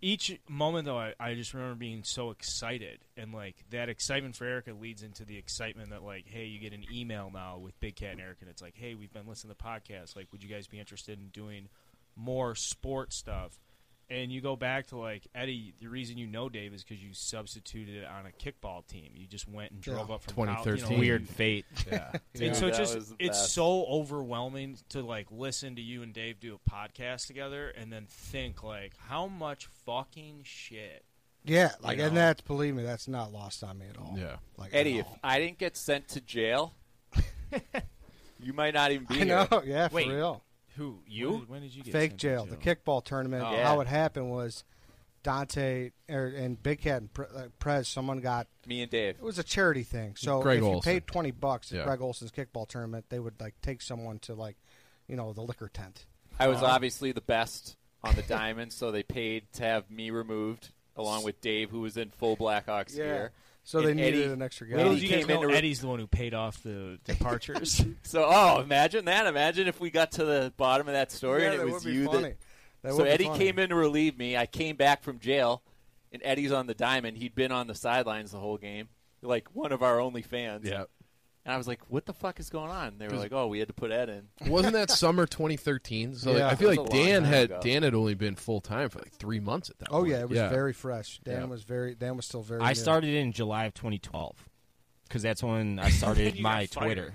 Speaker 25: each moment though, I, I just remember being so excited, and like that excitement for Erica leads into the excitement that like, hey, you get an email now with Big Cat and Erica, and it's like, hey, we've been listening to the podcast. Like, would you guys be interested in doing? more sports stuff. And you go back to like Eddie. The reason you know Dave is because you substituted it on a kickball team. You just went and drove
Speaker 28: Yeah.
Speaker 25: up from
Speaker 28: 2013.
Speaker 25: Cal- you know,
Speaker 28: Weird
Speaker 25: you-
Speaker 28: fate.
Speaker 25: Yeah.
Speaker 28: Yeah.
Speaker 25: <laughs> And so
Speaker 28: That
Speaker 25: it's
Speaker 28: was the
Speaker 25: just it's
Speaker 28: best.
Speaker 25: so overwhelming to like listen to you and Dave do a podcast together, and then think like how much fucking shit.
Speaker 22: yeah, like,
Speaker 25: you
Speaker 22: and
Speaker 25: know?
Speaker 22: that's believe me, that's not lost on me at all.
Speaker 27: Yeah,
Speaker 22: like
Speaker 26: Eddie, if I didn't get sent to
Speaker 22: <laughs>
Speaker 26: jail, you might not even be
Speaker 22: I know,
Speaker 26: here.
Speaker 22: yeah, for
Speaker 26: Wait,
Speaker 22: real.
Speaker 25: Who
Speaker 26: you?
Speaker 25: When did, when did you get
Speaker 22: fake
Speaker 25: sent to
Speaker 22: jail, the kickball tournament.
Speaker 25: Oh. Yeah.
Speaker 22: How it happened was Dante er, and Big Cat and Pre- uh, Prez. Someone got
Speaker 26: Me and Dave.
Speaker 22: It was a charity thing. So
Speaker 26: Greg
Speaker 22: if
Speaker 26: Olson.
Speaker 22: you paid twenty bucks at
Speaker 26: Yeah.
Speaker 22: Greg Olson's kickball tournament, they would like take someone to like, you know, the liquor tent.
Speaker 26: I was
Speaker 25: Oh,
Speaker 22: Uh,
Speaker 26: obviously the best on the diamond, so they paid to have me removed along with Dave, who was in full Blackhawks
Speaker 22: Yeah.
Speaker 26: gear.
Speaker 22: So they
Speaker 26: And
Speaker 22: needed
Speaker 26: Eddie-
Speaker 22: an extra guy.
Speaker 28: Little did you guys
Speaker 26: came in
Speaker 28: know
Speaker 26: to re-
Speaker 28: Eddie's the one who paid off the departures.
Speaker 26: So, oh, imagine that. Imagine if we got to the bottom of that story
Speaker 22: Yeah,
Speaker 26: and it
Speaker 22: that
Speaker 26: was
Speaker 22: would be
Speaker 26: you
Speaker 22: funny. That
Speaker 26: so
Speaker 22: would be
Speaker 26: Eddie
Speaker 22: funny.
Speaker 26: came in to relieve me. I came back from jail, and Eddie's on the diamond. He'd been on the sidelines the whole game, like one of our only fans.
Speaker 27: Yeah.
Speaker 26: And I was like, "What the fuck is going on?" And they were
Speaker 27: 'Cause-
Speaker 26: like, "Oh, we had to put Ed in."
Speaker 27: <laughs> Wasn't that summer 2013? So like,
Speaker 26: Yeah.
Speaker 27: I feel
Speaker 26: That was
Speaker 27: like
Speaker 26: a long
Speaker 27: Dan
Speaker 26: time
Speaker 27: had
Speaker 26: ago.
Speaker 27: Dan had only been full time for like three months at that.
Speaker 22: Oh
Speaker 27: point.
Speaker 22: yeah, it was very fresh. Dan
Speaker 27: Yeah.
Speaker 22: was very Dan was still very.
Speaker 28: I
Speaker 22: new.
Speaker 28: started in July of 2012 because that's when I <laughs> started
Speaker 22: You
Speaker 28: my
Speaker 22: got fired.
Speaker 28: Twitter.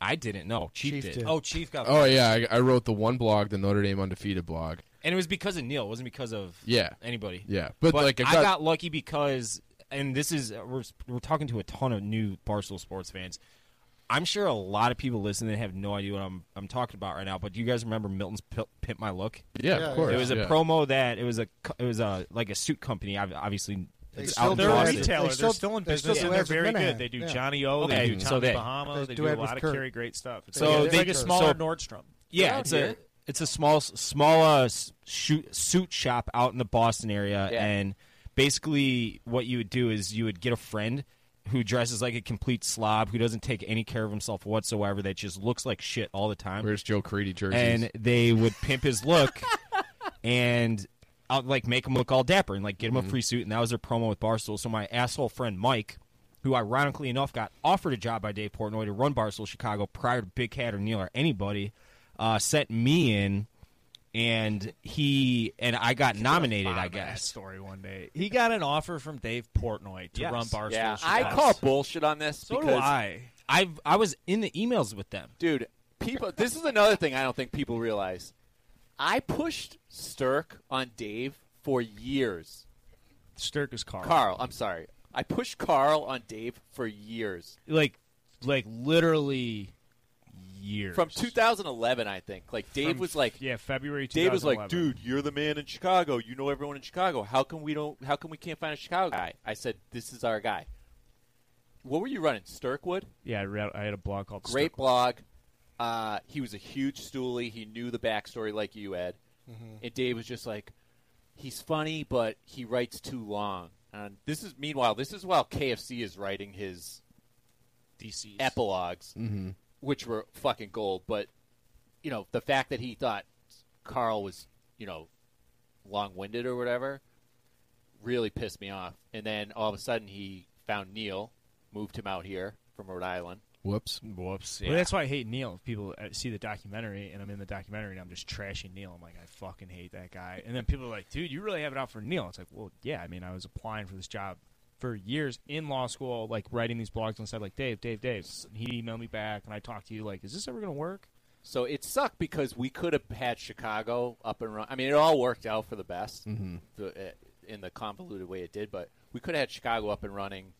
Speaker 28: I didn't know. Chief,
Speaker 22: Chief
Speaker 28: did.
Speaker 22: did.
Speaker 28: Oh, Chief got.
Speaker 27: Oh
Speaker 28: fired.
Speaker 27: yeah, I, I wrote the one blog, the Notre Dame undefeated blog.
Speaker 28: and it was because of Neil. It wasn't because of
Speaker 27: Yeah.
Speaker 28: anybody.
Speaker 27: Yeah, but, like, I
Speaker 28: I
Speaker 27: got-
Speaker 28: got lucky because, and this is we're we're talking to a ton of new Barstool sports fans. I'm sure a lot of people listening have no idea what I'm I'm talking about right now. But do you guys remember Milton's Pil- Pimp My Look?
Speaker 27: Yeah, of Yeah, course,
Speaker 28: It was a
Speaker 27: yeah.
Speaker 28: promo that it was a co- it was a like a suit company. ob- Obviously,
Speaker 25: They
Speaker 28: it's
Speaker 25: still
Speaker 28: out in
Speaker 25: do it.
Speaker 28: Boston.
Speaker 25: They're retailer. They're They're still in still- business, they're and they're still very doing good. Minahan. They do Yeah. Johnny O, they
Speaker 28: Okay,
Speaker 25: do
Speaker 28: so
Speaker 25: Tommy
Speaker 28: they,
Speaker 25: Bahama, they do a
Speaker 28: Ed with
Speaker 25: lot of
Speaker 28: Kurt.
Speaker 25: carry great stuff. It's
Speaker 28: so
Speaker 25: like- it's
Speaker 28: they,
Speaker 25: like a
Speaker 28: so-
Speaker 25: smaller Nordstrom.
Speaker 28: Yeah,
Speaker 25: Yeah,
Speaker 28: it's
Speaker 25: yeah.
Speaker 28: a it's a small small uh, s- shoot, suit shop out in the Boston area,
Speaker 26: Yeah.
Speaker 28: and basically what you would do is you would get a friend who dresses like a complete slob who doesn't take any care of himself whatsoever that just looks like shit all the time.
Speaker 27: Where's Joe Creedy jerseys?
Speaker 28: And they would pimp his look and out like make him look all dapper and like get him
Speaker 26: Mm-hmm.
Speaker 27: Mhm.
Speaker 28: a free suit and that was their promo with Barstool. So my asshole friend Mike, who ironically enough got offered a job by Dave Portnoy to run Barstool Chicago prior to Big Cat or Neil or anybody, uh, sent me in and he and I got nominated, I guess.
Speaker 25: Story one day. He got an offer from Dave Portnoy to
Speaker 28: Yes.
Speaker 25: run Barstool.
Speaker 26: yeah, I
Speaker 25: Chicago.
Speaker 26: call bullshit on this.
Speaker 25: So do
Speaker 26: because
Speaker 25: I.
Speaker 28: I I was in the emails with them,
Speaker 26: dude. People, this is another thing I don't think people realize. I pushed Sturk on Dave for years.
Speaker 25: Sturk is Carl.
Speaker 26: Carl, I'm sorry. I pushed Carl on Dave for years.
Speaker 25: like like literally years
Speaker 26: From 2011, I think. Like Dave
Speaker 25: From-
Speaker 26: was like,
Speaker 25: yeah, February.
Speaker 26: Dave was like,
Speaker 25: 2011.
Speaker 26: dude, you're the man in Chicago. You know everyone in Chicago. How come we don't? How come we can't find a Chicago guy? I said, this is our guy. What were you running, Sturkwood?
Speaker 25: Yeah, I, read, I had a blog called
Speaker 26: Great blog. Uh, he was a huge stoolie. He knew the backstory like you, Ed.
Speaker 25: Mhm.
Speaker 26: And Dave was just like, he's funny, but he writes too long. And this is meanwhile, this is while KFC is writing his
Speaker 25: DCs.
Speaker 26: epilogues,
Speaker 25: Mm-hmm.
Speaker 27: Mhm.
Speaker 26: which were fucking gold. But you know, the fact that he thought Carl was you know long-winded or whatever really pissed me off. And then all of a sudden, he found Neil, moved him out here from Rhode Island.
Speaker 27: Whoops.
Speaker 28: Whoops.
Speaker 25: Well, that's why I hate Neil. If People uh, see the documentary, and I'm in the documentary, and I'm just trashing Neil. I'm like, I fucking hate that guy. And then people are like, dude, you really have it out for Neil. It's like, well, yeah. I mean, I was applying for this job for years in law school, like writing these blogs and stuff. Like, Dave, Dave, Dave. And he emailed me back, and I talked to you. Like, is this ever gonna work?
Speaker 26: So it sucked because we could have had Chicago up and run. I mean, it all worked out for the best
Speaker 28: Mm-hmm.
Speaker 27: Mhm.
Speaker 26: the, uh, in the convoluted way it did, but we could have had Chicago up and running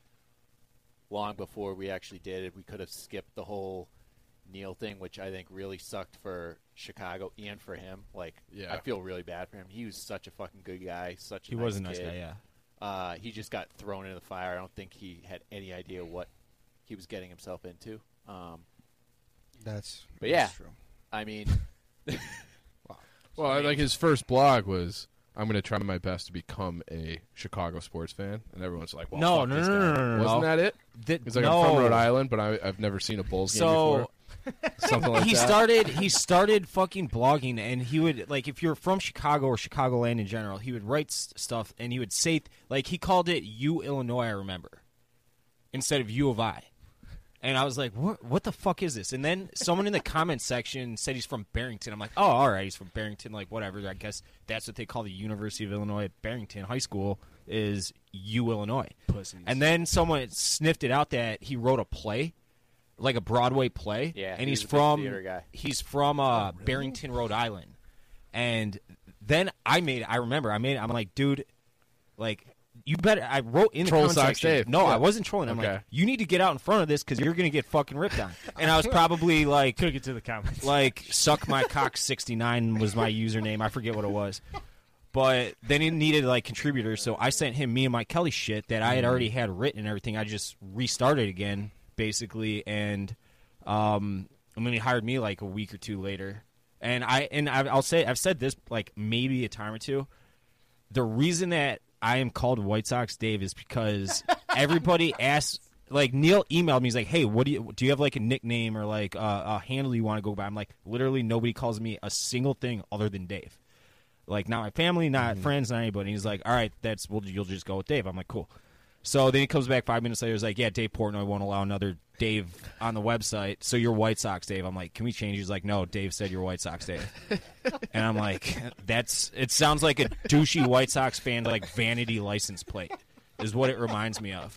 Speaker 26: long before we actually did it. We could have skipped the whole Neil thing, which I think really sucked for Chicago and for him. Like,
Speaker 28: Yeah.
Speaker 26: I feel really bad for him. He was such a fucking good guy. Such a
Speaker 28: He
Speaker 26: nice
Speaker 28: was a nice
Speaker 26: kid.
Speaker 28: guy, yeah.
Speaker 26: Uh, he just got thrown into the fire. I don't think he had any idea what he was getting himself into. Um,
Speaker 22: That's
Speaker 26: but yeah,
Speaker 22: that's true.
Speaker 26: I
Speaker 28: <laughs>
Speaker 26: mean, <laughs>
Speaker 27: Well, like his first blog was, "I'm going to try my best to become a Chicago sports fan," and everyone's like, well,
Speaker 28: No,
Speaker 27: fuck
Speaker 28: no,
Speaker 27: this
Speaker 28: no,
Speaker 27: guy.
Speaker 28: no, no, no,
Speaker 27: wasn't
Speaker 28: no.
Speaker 27: that it?"
Speaker 28: That-
Speaker 27: He's like, "I'm from
Speaker 28: no.
Speaker 27: Rhode Island, but I, I've never seen a Bulls game
Speaker 28: So- <laughs>
Speaker 27: before." Something like
Speaker 28: he
Speaker 27: that.
Speaker 28: started he started fucking blogging and he would like if you're from chicago or chicagoland in general he would write s- stuff and he would say th- like he called it u illinois i remember instead of u of i and i was like what what the fuck is this and then someone in the comment section said he's from barrington i'm like oh all right he's from barrington like whatever i guess that's what they call the university of illinois at barrington high school is u illinois
Speaker 25: Pussies.
Speaker 28: and then someone sniffed it out that he wrote a play like a broadway play
Speaker 26: Yeah,
Speaker 28: and
Speaker 26: he
Speaker 28: he's
Speaker 26: was a big
Speaker 28: from
Speaker 26: theater guy.
Speaker 28: he's from uh, Barrington, Rhode Island, and then I made I remember I made I'm like, dude, like you better. I wrote in the
Speaker 27: Troll
Speaker 28: comment
Speaker 27: socks
Speaker 28: section-
Speaker 27: Dave.
Speaker 28: No,
Speaker 27: Yeah.
Speaker 28: I wasn't trolling. I'm
Speaker 27: Okay.
Speaker 28: like, you need to get out in front of this because you're gonna get fucking
Speaker 27: <laughs>
Speaker 28: ripped on. And I was probably like,
Speaker 25: took it to the comments.
Speaker 28: Like, suck my cock sixty nine was my username. I forget what
Speaker 27: <laughs>
Speaker 28: it was. But then it needed like contributors, so I sent him me and my Kelly shit that I had already had written and everything. I just restarted again, basically, and um, and then he hired me like a week or two later. And I and I, I'll say I've said this like maybe a time or two. The reason that I am called White Sox Dave is because everybody asks. Like Neil emailed me, he's like, "Hey, what do you do? You have like a nickname or like uh, a handle you want to go by?" I'm like, literally nobody calls me a single thing other than Dave. Like not my family, not friends, not anybody. He's like, "All right, that's well, you'll just go with Dave." I'm like, "Cool." So then he comes back five minutes later. He's like, "Yeah, Dave Portnoy won't allow another Dave on the website, so you're White Sox Dave." I'm like, "Can we change?" He's like, "No, Dave said you're White Sox Dave," and I'm like, "That's it. Sounds like a douchey White Sox fan like vanity license plate is what it reminds me of."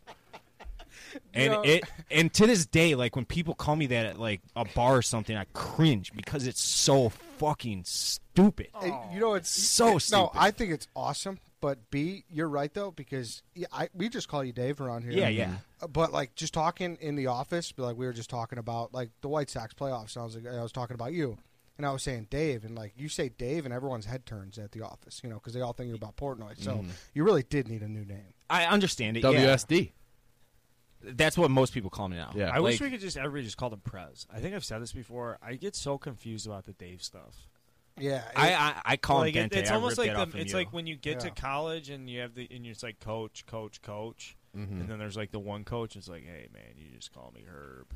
Speaker 28: And
Speaker 22: No.
Speaker 28: it and to this day, like when people call me that at like a bar or something, I cringe because it's so fucking stupid.
Speaker 22: Hey, you know it's
Speaker 28: so
Speaker 22: No,
Speaker 28: stupid.
Speaker 22: I think it's awesome. But B, you're right though because yeah, I, we just call you Dave around here.
Speaker 28: Yeah, yeah.
Speaker 22: Uh, But like just talking in the office, like we were just talking about like the White Sox playoffs. And I was like, I was talking about you, and I was saying Dave, and like you say Dave, and everyone's head turns at the office, you know, because they all think you're about Portnoy. So
Speaker 28: Mhm.
Speaker 22: you really did need a new name.
Speaker 28: I understand it. yeah.
Speaker 27: WSD.
Speaker 28: That's what most people call me now.
Speaker 22: Yeah.
Speaker 28: Yeah,
Speaker 25: I wish we could just everybody just called him Prez. I think I've said this before. I get so confused about the Dave stuff.
Speaker 22: Yeah,
Speaker 28: I- I- I call him
Speaker 25: like, it-
Speaker 28: Dente.
Speaker 25: It's
Speaker 28: I
Speaker 25: almost
Speaker 28: ripped
Speaker 25: like
Speaker 28: that
Speaker 25: the-
Speaker 28: off from
Speaker 25: it's
Speaker 28: you.
Speaker 25: like when you get to
Speaker 28: Yeah.
Speaker 25: college and you have the and you're just like coach, coach, coach,
Speaker 28: Mhm.
Speaker 25: and then there's like the one coach is like, hey man, you just call me Herb,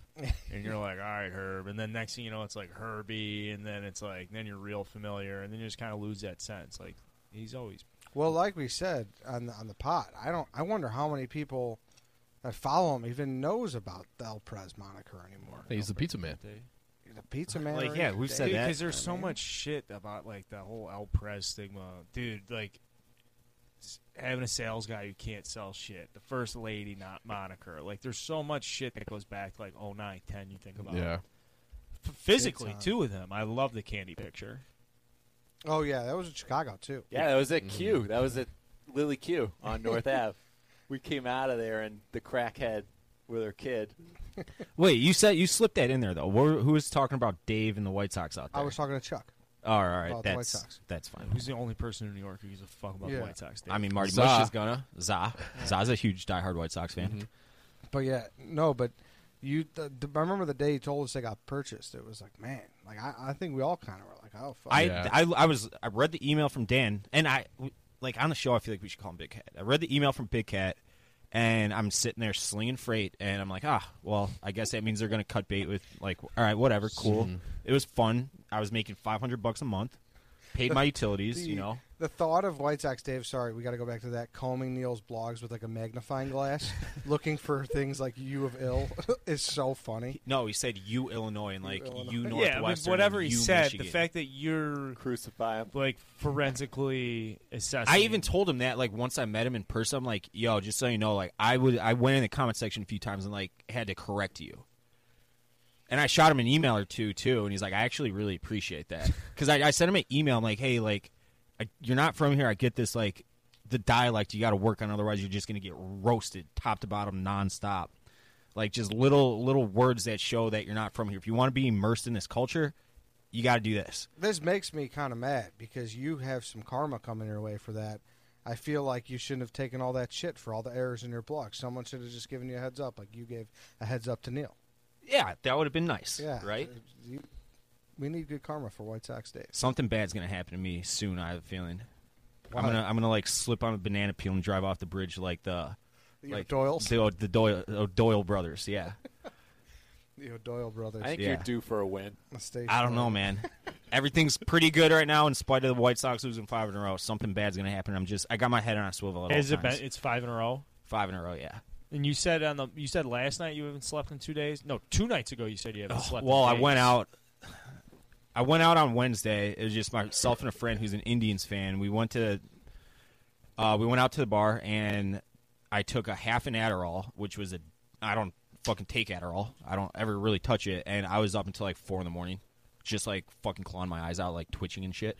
Speaker 25: and you're like, all right, Herb, and then next thing you know, it's like Herbie, and then it's like then you're real familiar, and then you just kind of lose that sense. Like he's always
Speaker 22: Well, like we said on the, on the pot, I don't. I wonder how many people that follow him even knows about the El Prez moniker anymore.
Speaker 27: Hey, he's the pizza man.
Speaker 22: The pizza man. or Dave.
Speaker 25: because there's so much shit about like the whole El Prez stigma, dude. Like s- having a sales guy who can't sell shit, the first lady not moniker. Like there's so much shit that goes back to, like oh nine ten. You think about
Speaker 27: Yeah.
Speaker 25: F- physically
Speaker 22: Big time.
Speaker 25: too with him. I love the candy picture.
Speaker 22: Oh yeah, that was in Chicago too.
Speaker 24: Yeah, that was at
Speaker 28: Mm-hmm.
Speaker 24: Q. That was at Lily Q
Speaker 26: <laughs>
Speaker 24: on North Ave. We came out of there and the crackhead with her kid.
Speaker 28: Wait, you said you slipped that in there though. Who who was talking about Dave and the White Sox out there?
Speaker 22: I was talking to Chuck.
Speaker 28: all right, all right,
Speaker 22: about the
Speaker 28: that's
Speaker 22: White Sox.
Speaker 28: that's fine.
Speaker 25: Who's the only person in New York who gives a fuck about
Speaker 22: Yeah.
Speaker 25: the White Sox? Dave?
Speaker 28: I mean, Marty
Speaker 22: Za.
Speaker 28: Mush is gonna Za. Mm-hmm.
Speaker 22: Yeah.
Speaker 28: Za's a huge diehard White Sox fan.
Speaker 22: But yeah, no, but you. The, the, I remember the day you told us they got purchased. It was like, man, like I, I think we all kind of were like, oh fuck.
Speaker 28: I, I I was I read the email from Dan and I like on the show I feel like we should call him Big Cat. I read the email from Big Cat and I'm sitting there slinging freight and I'm like ah well I guess that means they're gonna cut bait with like all right whatever cool
Speaker 25: Hmm.
Speaker 22: Mhm.
Speaker 28: it was fun I was making 500 bucks a month paid
Speaker 25: <laughs>
Speaker 28: my utilities
Speaker 22: The-
Speaker 28: you know
Speaker 22: The thought of White Sox Dave, sorry, we got to go back to that, combing Neil's blogs with like a
Speaker 28: <laughs>
Speaker 22: magnifying glass, looking for things like you of ill, <laughs> is so funny.
Speaker 28: no he said you Illinois and like you
Speaker 25: Yeah, I mean,
Speaker 28: Northwestern
Speaker 25: whatever
Speaker 28: and
Speaker 25: he
Speaker 28: you
Speaker 25: said,
Speaker 28: Michigan.
Speaker 25: the fact that you're
Speaker 24: crucify him,
Speaker 25: like forensically assessing.
Speaker 28: I even told him that like once I met him in person, I'm like, yo, just so you know, like I would I went in the comment section a few times and like had to correct you. And I shot him an email or two too, and he's like, I actually really appreciate <laughs> that because I, I sent him an email. I'm like, hey, like I, you're not from here. I get this like the dialect you got to work on, otherwise you're just gonna get roasted top to bottom nonstop. Like just little little words that show that you're not from here. If you want to be immersed in this culture, you got to do this.
Speaker 22: This makes me kind of mad because you have some karma coming your way for that. I feel like you shouldn't have taken all that shit for all the errors in your blog. Someone should have just given you a heads up, like you gave a heads up to Neil.
Speaker 28: Yeah, that would have been nice.
Speaker 22: Yeah, Uh,
Speaker 28: right.
Speaker 22: You- We need good karma for White Sox Dave.
Speaker 28: something bad's gonna happen to me soon. I have a feeling.
Speaker 22: Why?
Speaker 28: I'm gonna I'm gonna like slip on a banana peel and drive off the bridge like the
Speaker 22: The
Speaker 28: like
Speaker 22: O'Doyles?
Speaker 28: the, the Doyle the Doyle brothers. Yeah,
Speaker 22: The O'Doyle brothers.
Speaker 24: I think
Speaker 28: Yeah.
Speaker 24: you're due for a win.
Speaker 28: I don't know,
Speaker 22: <laughs>
Speaker 28: man. Everything's pretty good right now, in spite of the White Sox losing five in a row. Something bad's gonna happen. I'm just I got my head on a swivel. At
Speaker 25: Has
Speaker 28: all
Speaker 25: it been-
Speaker 28: times.
Speaker 25: it's five in a row.
Speaker 28: Five in a row, yeah.
Speaker 25: And you said on the you said last night you haven't slept in two days. No, two nights ago you said you haven't slept.
Speaker 28: Well,
Speaker 25: in
Speaker 28: I
Speaker 25: days.
Speaker 28: went out. I went out on Wednesday. It was just myself and a friend who's an Indians fan. We went to, uh, we went out to the bar and I took a half an Adderall, which was a I don't fucking take Adderall. I don't ever really touch it, and I was up until like four in the morning, just like fucking clawing my eyes out, like twitching and shit.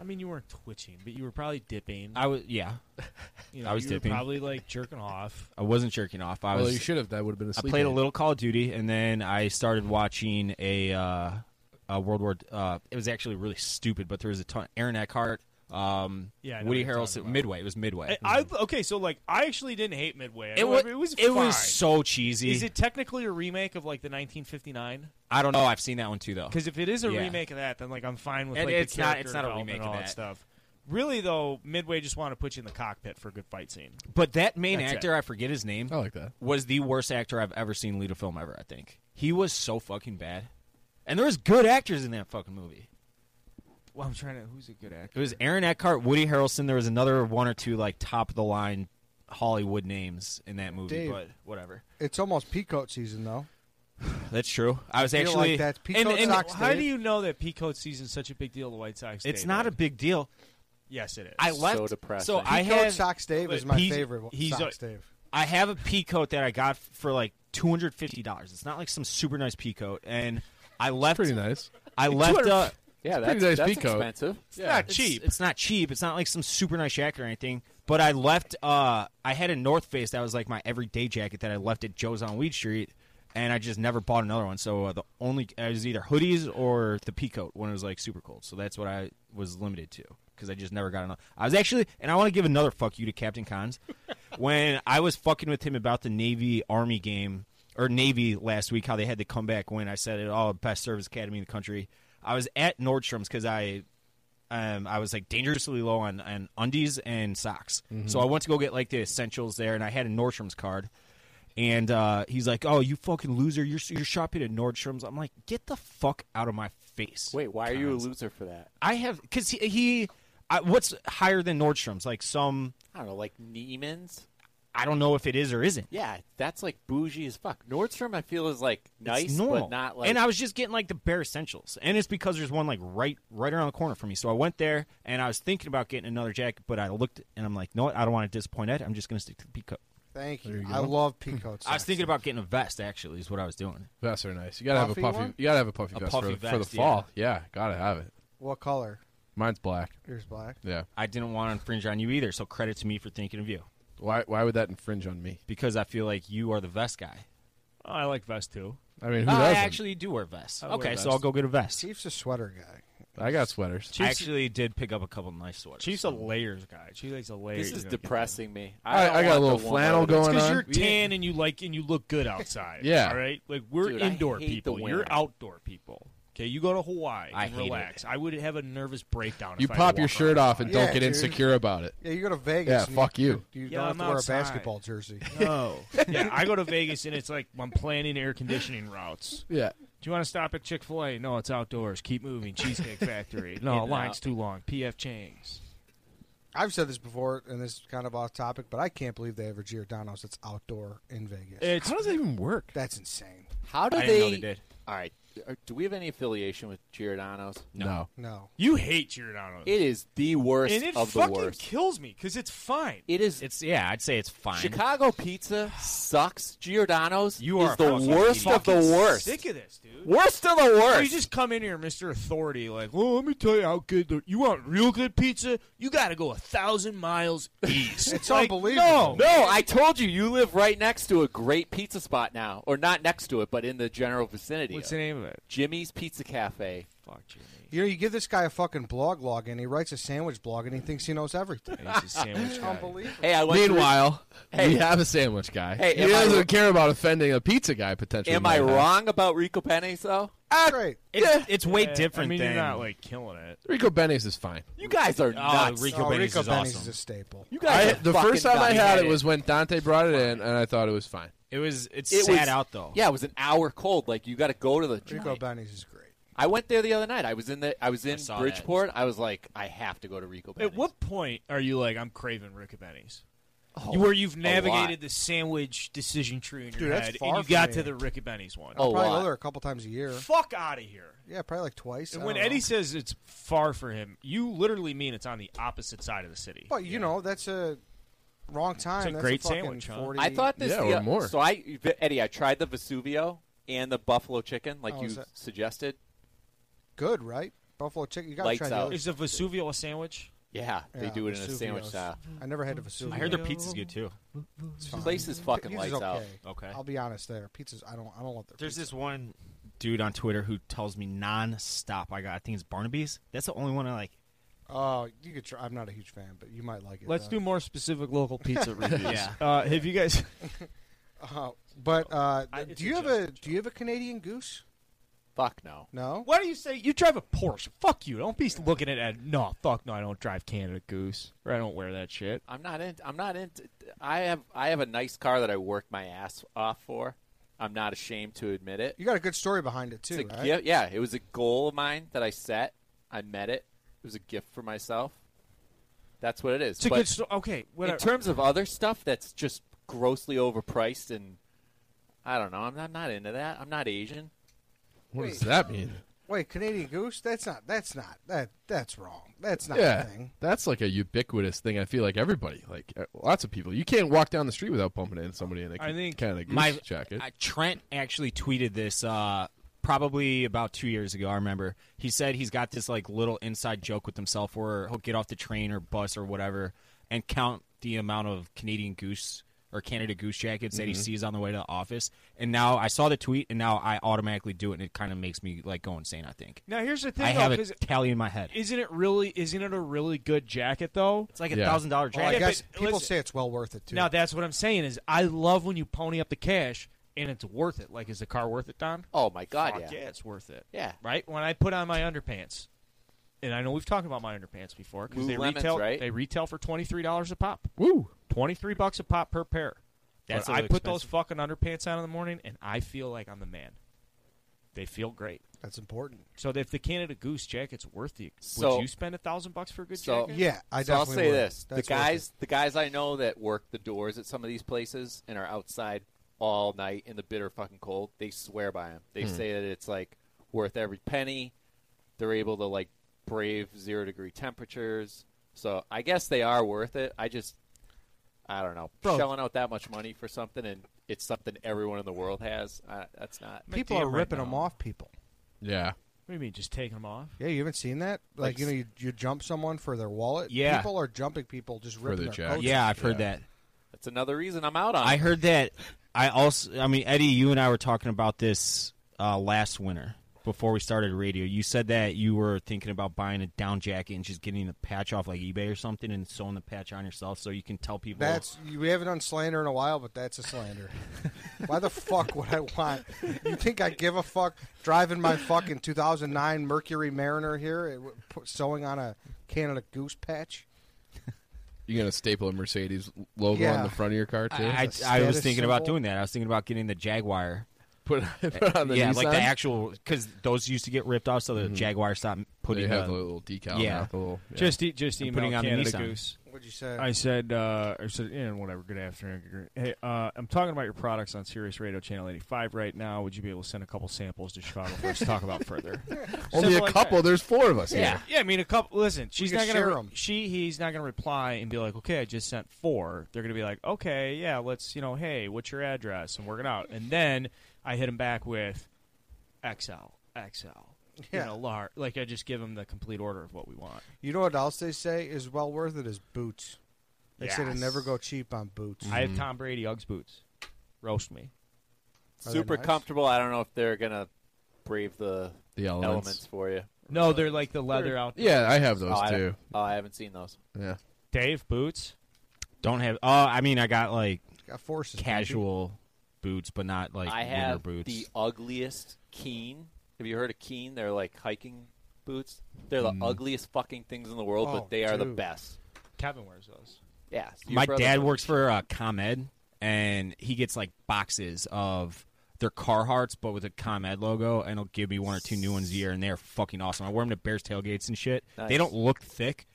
Speaker 25: I mean, you weren't twitching, but you were probably dipping.
Speaker 28: I was yeah.
Speaker 25: <laughs> You know,
Speaker 28: I was
Speaker 25: you were
Speaker 28: dipping.
Speaker 25: probably like jerking off.
Speaker 28: I wasn't jerking off. I
Speaker 27: Well,
Speaker 28: was.
Speaker 27: you should have. That would have been a
Speaker 28: I
Speaker 27: sleep
Speaker 28: played a
Speaker 27: aid.
Speaker 28: little Call of Duty, and then I started watching a, uh, a World War. Uh, it was actually really stupid, but there was a ton. Aaron Eckhart, um,
Speaker 25: Yeah, I know
Speaker 28: Woody
Speaker 25: what you're Eh,
Speaker 28: Harrelson, Midway. It was Midway.
Speaker 25: I, I okay, so like I actually didn't hate Midway. I
Speaker 28: it,
Speaker 25: know
Speaker 28: was,
Speaker 25: every- it was
Speaker 28: it was
Speaker 25: fine.
Speaker 28: so cheesy.
Speaker 25: Is it technically a remake of like the 1959?
Speaker 28: I don't know. I've seen that one too, though.
Speaker 25: Because if it is a
Speaker 28: Yeah.
Speaker 25: remake of that, then like I'm fine with
Speaker 28: And
Speaker 25: like
Speaker 28: it's
Speaker 25: the
Speaker 28: not-
Speaker 25: character
Speaker 28: it's not a
Speaker 25: development
Speaker 28: remake
Speaker 25: and
Speaker 28: of
Speaker 25: all
Speaker 28: that.
Speaker 25: stuff. Really though, Midway just wanted to put you in the cockpit for a good fight scene.
Speaker 28: But that main
Speaker 25: That's it.
Speaker 28: actor, I forget his name. I
Speaker 27: like that.
Speaker 28: Was the worst actor I've ever seen lead a film ever. I think he was so fucking bad. And there was good actors in that fucking movie.
Speaker 25: Well, I'm trying to. Who's a good actor?
Speaker 28: It was Aaron Eckhart, Woody Harrelson. There was another one or two like top of the line Hollywood names in that movie.
Speaker 22: Dave,
Speaker 28: But whatever.
Speaker 22: It's almost peacoat season though.
Speaker 28: That's true. I was
Speaker 22: Feel
Speaker 28: actually
Speaker 22: like that's
Speaker 28: and- and-
Speaker 25: how do you know that Peacoat season is such a big deal to White Sox?
Speaker 28: It's
Speaker 25: Day,
Speaker 28: not
Speaker 25: though?
Speaker 28: a big deal.
Speaker 25: Yes, it is.
Speaker 28: I left. So I
Speaker 22: Peacoat
Speaker 28: have
Speaker 22: Sox Dave is
Speaker 28: but
Speaker 22: my
Speaker 28: he's-
Speaker 22: favorite one-
Speaker 28: He's
Speaker 22: Sox
Speaker 28: a,
Speaker 22: Dave.
Speaker 28: I have a peacoat that I got f- for like two hundred fifty dollars. It's not like some super nice peacoat, and I left. pretty
Speaker 27: nice.
Speaker 28: I left. Uh,
Speaker 26: yeah, that's, that's expensive.
Speaker 28: It's not cheap. It's not cheap. It's not like some super nice jacket or anything. But I left. Uh, I had a North Face that was like my everyday jacket that I left at Joe's on Weed Street, and I just never bought another one. So uh, the only it was either hoodies or the peacoat when it was like super cold. So that's what I was limited to because I just never got another. I was actually, and I want to give another fuck you to Captain Cons when I was fucking with him about the Navy Army game or Navy last week, how they had the comeback win. I said it all best service academy in the country. I was at Nordstrom's because I um, I was like dangerously low on, on undies and socks.
Speaker 26: Mm-hmm.
Speaker 17: Mhm.
Speaker 28: So I went to go get like the essentials there, and I had a Nordstrom's card. And uh, he's like, "Oh, you fucking loser! You're you're shopping at Nordstrom's." I'm like, "Get the fuck out of my face!" Wait,
Speaker 26: Why are you a loser for that?
Speaker 28: I have because he, he I, what's higher than Nordstrom's? Like some
Speaker 26: I don't know, like Neiman's.
Speaker 28: I don't know if it is or isn't.
Speaker 26: Yeah, that's like bougie as fuck. Nordstrom, I feel, is like nice,
Speaker 28: it's normal.
Speaker 26: but not like.
Speaker 28: and I was just getting like the bare essentials, and it's because there's one like right right around the corner from me. So I went there, and I was thinking about getting another jacket, but I looked and I'm like, no, what? I don't want to disappoint Ed. I'm just gonna stick to the peacoat.
Speaker 22: Thank
Speaker 28: There
Speaker 22: you.
Speaker 28: you
Speaker 22: I
Speaker 28: go.
Speaker 22: love peacoat.
Speaker 28: I was thinking about getting a vest. Actually, is what I was doing.
Speaker 27: Vests are nice. You gotta have a puffy. You gotta have a puffy vest for, for the
Speaker 28: yeah.
Speaker 27: fall. Yeah. gotta have it.
Speaker 22: What color?
Speaker 27: Mine's black.
Speaker 22: Yours black.
Speaker 27: Yeah.
Speaker 28: I didn't want to infringe on you either, so credit to me for thinking of you.
Speaker 27: Why? Why would that infringe on me?
Speaker 28: Because I feel like you are the vest guy.
Speaker 25: Oh, I like vest too.
Speaker 27: I mean, who
Speaker 28: I
Speaker 27: doesn't?
Speaker 28: actually do wear vests.
Speaker 25: I wear
Speaker 28: okay, so
Speaker 25: vests.
Speaker 28: I'll go get a vest.
Speaker 22: Chief's a sweater guy.
Speaker 27: I got sweaters.
Speaker 28: I actually did pick up a couple nice sweaters.
Speaker 25: Chief's a layers guy. She likes a layers.
Speaker 26: this is depressing me.
Speaker 27: I-
Speaker 26: don't
Speaker 27: I got a
Speaker 26: want
Speaker 27: little
Speaker 26: the warm
Speaker 27: flannel
Speaker 26: weather.
Speaker 27: going
Speaker 25: It's because
Speaker 27: on.
Speaker 25: you're
Speaker 27: Yeah.
Speaker 25: tan and you like and you look good outside.
Speaker 27: Yeah.
Speaker 25: All right. Like we're
Speaker 26: Dude, I
Speaker 25: indoor
Speaker 26: hate the
Speaker 25: people.
Speaker 26: winter.
Speaker 25: You're outdoor people. Okay. You go to Hawaii
Speaker 27: I
Speaker 25: and
Speaker 27: hate it.
Speaker 25: relax. I would have a nervous breakdown.
Speaker 27: You
Speaker 25: if I had to
Speaker 27: pop your
Speaker 25: walk
Speaker 27: shirt
Speaker 25: around
Speaker 27: off and
Speaker 25: Hawaii.
Speaker 27: don't get insecure about it.
Speaker 22: Yeah, you go to Vegas.
Speaker 27: Yeah,
Speaker 22: and
Speaker 27: fuck you.
Speaker 22: You,
Speaker 25: Yeah,
Speaker 22: don't have
Speaker 25: I'm
Speaker 22: to wear
Speaker 25: outside.
Speaker 22: a
Speaker 25: <laughs>
Speaker 22: basketball jersey.
Speaker 25: No. yeah, I go to Vegas and it's like I'm planning air conditioning routes.
Speaker 27: Yeah.
Speaker 25: Do you want to stop at Chick Fil A? No, it's outdoors. Keep
Speaker 26: <laughs>
Speaker 25: moving. Cheesecake Factory. No,
Speaker 22: In-N-Out.
Speaker 25: line's too long. P.F. Chang's.
Speaker 22: I've said this before, and this is kind of off topic, but I can't believe they have a Giordano's that's outdoor in Vegas.
Speaker 25: It's- How does
Speaker 27: that even work?
Speaker 22: That's insane.
Speaker 26: How do
Speaker 22: I
Speaker 26: they?
Speaker 22: didn't know they did.
Speaker 26: All right. uh, Do we have any affiliation with Giordano's?
Speaker 27: No.
Speaker 22: No.
Speaker 25: You hate Giordano's.
Speaker 26: It is the worst
Speaker 25: and it
Speaker 26: of the
Speaker 25: fucking
Speaker 26: worst.
Speaker 25: kills me because it's fine.
Speaker 26: It is.
Speaker 28: It's yeah. I'd say it's fine.
Speaker 26: Chicago pizza sucks. Giordano's
Speaker 28: You
Speaker 26: is
Speaker 25: are
Speaker 26: the
Speaker 25: fucking
Speaker 26: worst of the
Speaker 25: fucking
Speaker 26: worst.
Speaker 25: Sick of this, dude.
Speaker 26: Worst of the
Speaker 25: Or
Speaker 26: worst.
Speaker 25: you just come in here, Mister Authority, like, well, let me tell you how good. The, you want real good pizza? You got to go a thousand
Speaker 26: <laughs>
Speaker 25: miles east. Like, No,
Speaker 26: No, I told you, you live right next to a great pizza spot now, or not next to it, but in the general vicinity.
Speaker 22: What's
Speaker 25: the name of it?
Speaker 26: Jimmy's Pizza Cafe.
Speaker 25: Fuck Jimmy.
Speaker 22: You know, you give this guy a fucking blog log, and he writes a sandwich blog, and he thinks he knows everything. <laughs>
Speaker 26: Unbelievable. Hey, I went to-
Speaker 27: Meanwhile,
Speaker 26: Hey.
Speaker 27: we have a sandwich guy.
Speaker 26: Hey,
Speaker 27: he
Speaker 26: am I-
Speaker 27: doesn't care about offending a pizza guy potentially.
Speaker 26: Am I
Speaker 27: might have.
Speaker 26: wrong about Rico Pennies though?
Speaker 22: Ah, right.
Speaker 28: It's, it's way
Speaker 26: Yeah, I
Speaker 28: different.
Speaker 26: mean,
Speaker 28: than
Speaker 26: you're not,
Speaker 25: like killing it.
Speaker 27: Rico Benny's is fine.
Speaker 26: You guys are
Speaker 28: Oh,
Speaker 26: nuts.
Speaker 28: Rico Oh, Benny's Rico is Benny's awesome.
Speaker 22: is a staple.
Speaker 26: You guys,
Speaker 27: I-
Speaker 26: are
Speaker 27: the
Speaker 26: fucking
Speaker 27: first time I
Speaker 26: nuts.
Speaker 27: had it was when Dante brought it in, and I thought it was fine.
Speaker 28: It was. It's
Speaker 26: It
Speaker 28: sat
Speaker 26: was-
Speaker 28: out though.
Speaker 26: Yeah, it was an hour cold. Like you got to go to the.
Speaker 22: Rico
Speaker 26: joint.
Speaker 22: Benny's is great.
Speaker 26: I went there the other night. I was in the. I was in
Speaker 25: saw that.
Speaker 26: Bridgeport. I was like, I have to go to Rico. Benny's.
Speaker 25: At what point are you like, I'm craving Rick Benny's?
Speaker 26: Oh,
Speaker 25: You- Where you've
Speaker 26: a
Speaker 25: navigated the sandwich decision tree in your
Speaker 22: Dude, that's
Speaker 25: head,
Speaker 22: far
Speaker 25: and you
Speaker 22: from
Speaker 25: got
Speaker 22: me.
Speaker 25: to the Rick Benny's one.
Speaker 22: I probably go there a couple times a year.
Speaker 25: Fuck out of here.
Speaker 22: Yeah, probably like twice.
Speaker 25: And
Speaker 22: I
Speaker 25: when
Speaker 22: don't know.
Speaker 25: Eddie says it's far for him, you literally mean it's on the opposite side of the city.
Speaker 22: But you know, that's a wrong time.
Speaker 25: It's a
Speaker 22: That's
Speaker 25: great
Speaker 22: fucking
Speaker 25: sandwich, huh?
Speaker 22: 40
Speaker 26: I thought this.
Speaker 22: Yeah,
Speaker 26: the,
Speaker 22: or more.
Speaker 26: So I, Eddie, I tried the Vesuvio and the buffalo chicken, like
Speaker 22: Oh,
Speaker 26: you
Speaker 22: is that-
Speaker 26: suggested.
Speaker 22: good, right? Buffalo chicken. You gotta
Speaker 26: Lights
Speaker 22: try the
Speaker 26: out.
Speaker 22: other-
Speaker 25: Is the Vesuvio a sandwich?
Speaker 26: Yeah, they
Speaker 22: Yeah,
Speaker 26: do it in a
Speaker 22: Vesuvio's.
Speaker 26: sandwich style.
Speaker 22: I never had a Vesuvio.
Speaker 28: I heard their pizza's good too.
Speaker 26: This place is fucking
Speaker 22: Pizza's
Speaker 26: lights out.
Speaker 22: okay. I'll be honest. There, pizzas. I don't. I don't love their.
Speaker 28: There's this one dude on Twitter who tells me nonstop. I got. I think it's Barnaby's. That's the only one I like.
Speaker 22: Oh, you could try. I'm not a huge fan, but you might like it.
Speaker 25: Let's do more
Speaker 26: <laughs>
Speaker 25: specific local pizza reviews.
Speaker 22: Yeah.
Speaker 25: Uh, have you guys?
Speaker 22: <laughs> Uh, but uh,
Speaker 25: I- it's
Speaker 22: do you have a do you have a Canadian goose?
Speaker 26: Fuck no.
Speaker 22: No.
Speaker 25: Why do you say you drive a Porsche? Fuck you! Don't be looking at Ed. No, fuck no! I don't drive Canada Goose or I don't wear that shit.
Speaker 26: I'm not in. I'm not into. I have. I have a nice car that I work my ass off for. I'm not ashamed to admit it.
Speaker 22: You got a good story behind it too,
Speaker 26: It's a
Speaker 22: right?
Speaker 26: gift. Yeah, it was a goal of mine that I set. I met it. It was a gift for myself. That's what it is.
Speaker 25: It's a
Speaker 26: But
Speaker 25: good sto- okay,
Speaker 26: In
Speaker 25: whatever.
Speaker 26: terms of other stuff, that's just grossly overpriced, and I don't know. I'm not, I'm not into that. I'm not Asian.
Speaker 22: What
Speaker 26: does that mean?
Speaker 22: Wait, Canadian Goose? That's not. That's not. That. That's wrong. That's not
Speaker 27: yeah,
Speaker 22: a thing.
Speaker 27: that's like a ubiquitous thing. I feel like everybody, like uh, lots of people, you can't walk down the street without bumping into somebody in a
Speaker 28: I think
Speaker 27: kind of
Speaker 28: my-
Speaker 27: jacket.
Speaker 28: uh, Trent actually tweeted this uh, probably about two years ago. I remember he said he's got this like little inside joke with himself where he'll get off the train or bus or whatever and count the amount of Canadian goose or Canada goose jackets that he
Speaker 26: Mhm.
Speaker 28: sees on the way to the office. And now I saw the tweet, and now I automatically do it, and it kind of makes me like go insane. I think.
Speaker 25: Now here's the thing.
Speaker 28: I
Speaker 25: though,
Speaker 28: have a
Speaker 25: 'cause-
Speaker 28: tally in my head.
Speaker 25: Isn't it really? Isn't it a really good jacket though? It's
Speaker 28: like a Yeah. $1,000
Speaker 22: Well, I
Speaker 28: jacket.
Speaker 22: guess
Speaker 28: Yeah, but
Speaker 22: people
Speaker 28: listen-
Speaker 22: say it's well worth it too.
Speaker 25: Now that's what I'm saying is I love when you pony up the cash and it's worth it. Like, is the car worth it, Don?
Speaker 26: Oh my god,
Speaker 25: Fuck
Speaker 26: yeah.
Speaker 25: yeah, it's worth it.
Speaker 26: Yeah.
Speaker 25: right. When I put on my underpants, and I know we've talked about my underpants before because they
Speaker 26: Lululemons,
Speaker 25: retail
Speaker 26: right?
Speaker 25: they retail for twenty three dollars a pop.
Speaker 27: Woo,
Speaker 25: twenty three bucks a pop per pair.
Speaker 28: That's
Speaker 25: But
Speaker 28: a
Speaker 25: I
Speaker 28: little
Speaker 25: put those fucking underpants on in the morning, and I feel like I'm the man. They feel great.
Speaker 22: That's important.
Speaker 25: So if the Canada Goose jacket's worth you,
Speaker 26: So-
Speaker 25: would you spend a thousand bucks for a good
Speaker 26: So
Speaker 25: jacket?
Speaker 26: so I'll say this:
Speaker 22: That's
Speaker 26: the
Speaker 22: worth
Speaker 26: guys, the guys I know that work the doors at some of these places and are outside all night in the bitter fucking cold, they swear by them. They
Speaker 27: Hmm.
Speaker 26: say that it's like worth every penny. They're able to like brave zero degree temperatures. So I guess they are worth it. I just, I don't know,
Speaker 22: Bro.
Speaker 26: shelling out that much money for something and it's something everyone in the world has. I, that's not.
Speaker 22: People are ripping them off. People.
Speaker 27: Yeah.
Speaker 25: What do you mean, just taking them off?
Speaker 22: Yeah, you haven't seen that?
Speaker 25: Like
Speaker 22: Like, you know,
Speaker 25: s-
Speaker 22: you, you jump someone for their wallet.
Speaker 26: Yeah.
Speaker 22: people are jumping people just ripping their, coats.
Speaker 28: Yeah, I've heard that.
Speaker 26: That's another reason I'm out on.
Speaker 28: I
Speaker 26: it.
Speaker 28: heard that. I also, I mean, Eddie, you and I were talking about this uh, last winter before we started radio. You said that you were thinking about buying a down jacket and just getting the patch off like eBay or something and sewing the patch on yourself so you can tell people.
Speaker 22: That's you- we haven't done slander in a while, but that's a slander. Why the fuck would I want? You think I give a fuck driving my fucking 2009 Mercury Mariner here, it, w- put- sewing on a Canada Goose patch?
Speaker 27: You're gonna staple a Mercedes logo
Speaker 22: Yeah.
Speaker 27: on the front of your car too.
Speaker 28: I, I, I was thinking about doing that. I was thinking about getting the Jaguar.
Speaker 27: Put, put on <laughs> the
Speaker 28: yeah, like the
Speaker 27: Nissan?
Speaker 28: actual because those used to get ripped off, so the
Speaker 27: Mhm.
Speaker 28: Jaguar stopped putting
Speaker 27: They have
Speaker 28: the,
Speaker 27: the little decal
Speaker 28: Yeah,
Speaker 27: now, the little-
Speaker 25: Just e-
Speaker 29: just
Speaker 28: And
Speaker 29: email
Speaker 28: putting on the
Speaker 29: Canada
Speaker 28: Nissan.
Speaker 29: Goose.
Speaker 22: What'd you say?
Speaker 29: I said, uh, I said, yeah, whatever. Good afternoon. Good- Hey, uh, I'm talking about your products on Sirius Radio Channel 85 right now. Would you be able to send a couple samples to Chicago for us to talk about further?
Speaker 27: Only
Speaker 25: Simple
Speaker 27: a
Speaker 25: like
Speaker 27: couple.
Speaker 25: that.
Speaker 27: There's four of us
Speaker 25: Yeah,
Speaker 27: here.
Speaker 25: yeah. I mean, a couple. Listen, she's
Speaker 29: could
Speaker 25: not gonna.
Speaker 29: share
Speaker 25: re-
Speaker 29: 'em.
Speaker 25: She, he's not gonna reply and be like, "Okay, I just sent four. They're gonna be like, "Okay, yeah, let's, you know, hey, what's your address?" and work it out. And then I hit him back with XL, XL,
Speaker 22: Yeah.
Speaker 25: you know, lar- Like I just give him the complete order of what we want.
Speaker 22: You know what else they say is well worth it is boots. They say to
Speaker 25: Yes.
Speaker 22: never go cheap on boots.
Speaker 25: I
Speaker 27: Mm-hmm.
Speaker 25: have Tom Brady Uggs boots. Roast me.
Speaker 26: Are super comfortable. I don't know if they're gonna brave the
Speaker 27: The elements.
Speaker 26: for you.
Speaker 25: No, they're like the leather
Speaker 26: They're-
Speaker 25: outdoor.
Speaker 27: Yeah, I have
Speaker 26: Oh,
Speaker 27: those
Speaker 26: I
Speaker 27: too.
Speaker 26: Oh, I haven't seen those.
Speaker 27: Yeah.
Speaker 25: Dave boots.
Speaker 28: Don't have. Oh, I mean, I got like
Speaker 22: got forces,
Speaker 28: casual boots, but not like
Speaker 26: I
Speaker 28: winter
Speaker 26: have
Speaker 28: boots.
Speaker 26: the ugliest Keen. Have you heard of Keen? They're like hiking boots. They're the
Speaker 28: Mm.
Speaker 26: ugliest fucking things in the world,
Speaker 25: Oh,
Speaker 26: but they are the
Speaker 25: dude.
Speaker 26: best.
Speaker 25: Kevin wears those.
Speaker 26: Yeah. so your
Speaker 28: My
Speaker 26: brother
Speaker 28: dad
Speaker 26: does.
Speaker 28: works for uh, ComEd, and he gets like boxes of their Carhartts, but with a ComEd logo, and he'll give me one or two new ones a year, and they're fucking awesome. I wear them to Bears tailgates and shit.
Speaker 25: Nice.
Speaker 28: They don't look thick,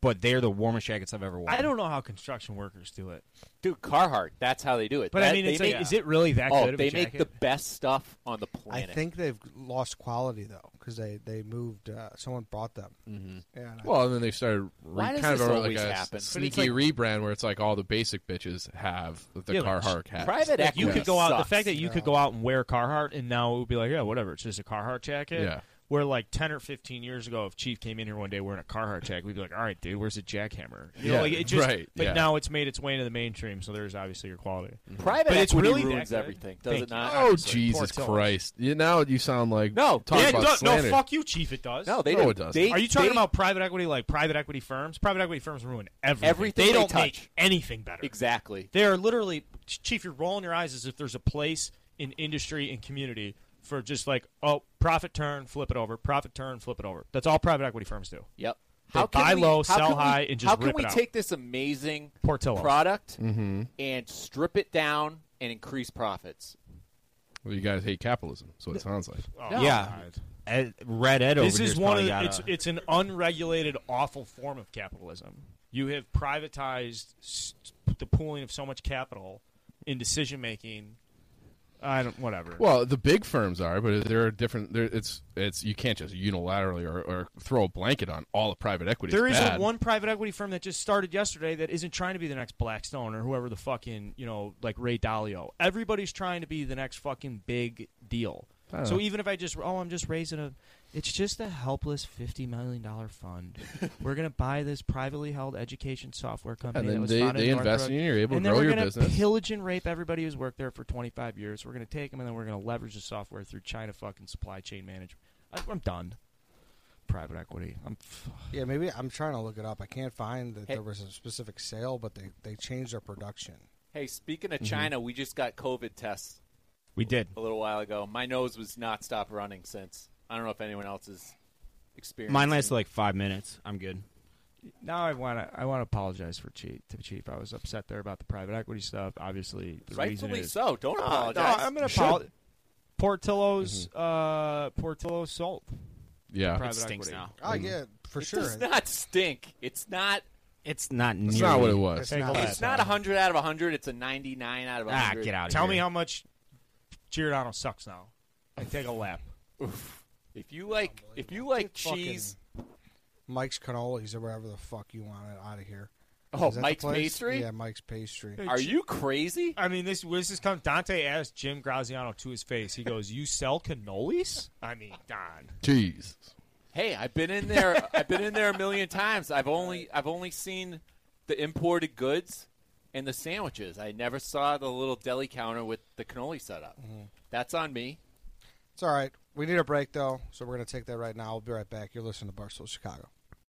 Speaker 28: but they're the warmest jackets I've ever worn.
Speaker 25: I don't know how construction workers do it.
Speaker 26: Dude, Carhartt. That's how they do it.
Speaker 25: But
Speaker 26: That-
Speaker 25: I mean,
Speaker 26: they
Speaker 25: it's like,
Speaker 26: make-
Speaker 25: is it really that
Speaker 26: oh,
Speaker 25: good? Of
Speaker 26: they
Speaker 25: a
Speaker 26: make
Speaker 25: jacket?
Speaker 26: the best stuff on the
Speaker 22: I
Speaker 26: planet.
Speaker 22: think they've lost quality though because they they moved. Uh, someone bought them. Mm-hmm. Yeah,
Speaker 27: Well, and then they started re-
Speaker 22: Why does
Speaker 27: kind of
Speaker 22: this
Speaker 27: a, like
Speaker 22: always
Speaker 27: a s-
Speaker 22: happen? But it's
Speaker 27: sneaky rebrand where it's like all the basic bitches have the
Speaker 25: Yeah, like,
Speaker 27: Carhartt hat.
Speaker 25: like, You could go out. The fact that you could go out and wear Carhartt, and now it would be like, yeah, whatever. It's just a Carhartt jacket.
Speaker 27: Yeah.
Speaker 25: Where like ten or fifteen years ago, if Chief came in here one day wearing a Carhartt jacket, we'd be like, all right, dude, where's the jackhammer? You know,
Speaker 26: Yeah,
Speaker 25: like, it just,
Speaker 26: right,
Speaker 25: But
Speaker 26: yeah.
Speaker 25: now it's made its way into the mainstream, so there's obviously your quality.
Speaker 26: Private
Speaker 25: but it's
Speaker 26: equity
Speaker 25: really
Speaker 26: ruins
Speaker 25: that good.
Speaker 26: everything, does
Speaker 25: Thank
Speaker 26: it
Speaker 25: you.
Speaker 26: not?
Speaker 27: Oh
Speaker 26: Obviously.
Speaker 27: Jesus
Speaker 26: Poor Tillman.
Speaker 27: Christ! You, now you sound like
Speaker 26: No,
Speaker 27: talk
Speaker 25: Yeah,
Speaker 27: about
Speaker 25: no, no,
Speaker 27: slander.
Speaker 25: fuck you, Chief. It does.
Speaker 26: No, they
Speaker 27: No, don't- it doesn't. they-
Speaker 25: Are you talking
Speaker 26: they-
Speaker 25: about private equity, like private equity firms? Private equity firms ruin everything.
Speaker 26: Everything they
Speaker 25: don't
Speaker 26: touch.
Speaker 25: make anything better.
Speaker 26: Exactly.
Speaker 25: They are literally, Chief. You're rolling your eyes as if there's a place in industry and community for just like oh profit turn, flip it over, profit turn, flip it over. That's all private equity firms do.
Speaker 26: Yep.
Speaker 25: They
Speaker 26: How can
Speaker 25: buy
Speaker 26: we-
Speaker 25: low,
Speaker 26: how
Speaker 25: sell
Speaker 26: can we-
Speaker 25: high, and just
Speaker 26: how can
Speaker 25: rip
Speaker 26: we
Speaker 25: it out.
Speaker 26: take this amazing
Speaker 25: Portillo.
Speaker 26: product
Speaker 27: Mhm.
Speaker 26: and strip it down and increase profits?
Speaker 27: Well, you guys hate capitalism, so it sounds like.
Speaker 25: Oh, Yeah.
Speaker 28: Ed, Red Ed over
Speaker 25: this
Speaker 28: here
Speaker 25: is
Speaker 28: has
Speaker 25: one
Speaker 28: probably
Speaker 25: of the,
Speaker 28: got
Speaker 25: it's
Speaker 28: a-
Speaker 25: it's an unregulated, awful form of capitalism. You have privatized s- the pooling of so much capital in decision making. I don't whatever.
Speaker 27: Well, the big firms are, but there are different. There, it's it's you can't just unilaterally or, or throw a blanket on all of private equity.
Speaker 25: There
Speaker 27: It's
Speaker 25: isn't
Speaker 27: bad.
Speaker 25: one private equity firm that just started yesterday that isn't trying to be the next Blackstone or whoever the fucking you know like Ray Dalio. Everybody's trying to be the next fucking big deal.
Speaker 24: I don't
Speaker 25: So
Speaker 24: know.
Speaker 25: even if I just oh I'm just raising a, it's just a helpless fifty million
Speaker 27: <laughs>
Speaker 25: dollar fund. We're gonna buy this privately held education software company.
Speaker 27: then
Speaker 25: that was
Speaker 27: they-
Speaker 25: founded
Speaker 27: they
Speaker 25: in
Speaker 27: invest
Speaker 25: Northrop,
Speaker 27: in you, you're able to
Speaker 25: and then
Speaker 27: grow
Speaker 25: we're
Speaker 27: your
Speaker 25: gonna
Speaker 27: business.
Speaker 25: Pillage and rape everybody who's worked there for twenty five years. We're gonna take them and then we're gonna leverage the software through China fucking supply chain management. I- I'm done. Private equity. I'm
Speaker 22: Yeah, maybe I'm trying to look it up. I can't find that
Speaker 26: Hey.
Speaker 22: there was a specific sale, but they, they changed their production.
Speaker 26: Hey, speaking of
Speaker 28: Mm-hmm.
Speaker 22: Mhm.
Speaker 26: China, we just got COVID tests
Speaker 22: We did.
Speaker 26: a little while ago. My nose was not stopped running since. I don't know if anyone else has experienced.
Speaker 28: Mine lasted like five minutes. I'm good.
Speaker 25: Now I want to I want to apologize for cheap to cheap. I was upset there about the private equity stuff. Obviously, the reason
Speaker 26: Rightfully
Speaker 25: is-
Speaker 26: so. Don't
Speaker 25: No,
Speaker 26: apologize.
Speaker 25: No, I'm going
Speaker 26: You
Speaker 25: to
Speaker 26: should.
Speaker 25: apologize. Portillo's
Speaker 27: Mm-hmm.
Speaker 25: uh, Portillo's salt.
Speaker 27: Yeah. It
Speaker 25: private
Speaker 26: stinks
Speaker 25: equity.
Speaker 26: now.
Speaker 22: Oh, yeah, for
Speaker 26: it
Speaker 22: sure.
Speaker 26: does not stink. It's not.
Speaker 28: It's not.
Speaker 27: That's not what it was.
Speaker 28: Take all
Speaker 26: It's
Speaker 28: that.
Speaker 26: not a hundred out of hundred. It's a ninety-nine out of
Speaker 28: Ah,
Speaker 26: hundred.
Speaker 28: get out of
Speaker 25: Tell
Speaker 28: here.
Speaker 25: me how much Giordano sucks now, and take a lap.
Speaker 26: If you like, if you like
Speaker 22: Fucking
Speaker 26: cheese,
Speaker 22: Mike's cannolis or whatever the fuck you want it out of here.
Speaker 26: Oh,
Speaker 22: Is that the
Speaker 26: Mike's
Speaker 22: place?
Speaker 26: Pastry?
Speaker 22: Yeah, Mike's pastry.
Speaker 26: crazy?
Speaker 25: I mean, this this is come. Dante asked Jim Graziano to his face. He goes, "You sell cannolis?" I mean, Don.
Speaker 27: Jeez.
Speaker 26: hey, I've been in there. I've been in there a million times. I've only, I've only seen the imported goods and the sandwiches. I never saw the little deli counter with the cannoli setup.
Speaker 22: Mm-hmm.
Speaker 26: That's on me.
Speaker 22: It's all right. We need a break though, so we're gonna take that right now. We'll be right back. You're listening to Barstool Chicago.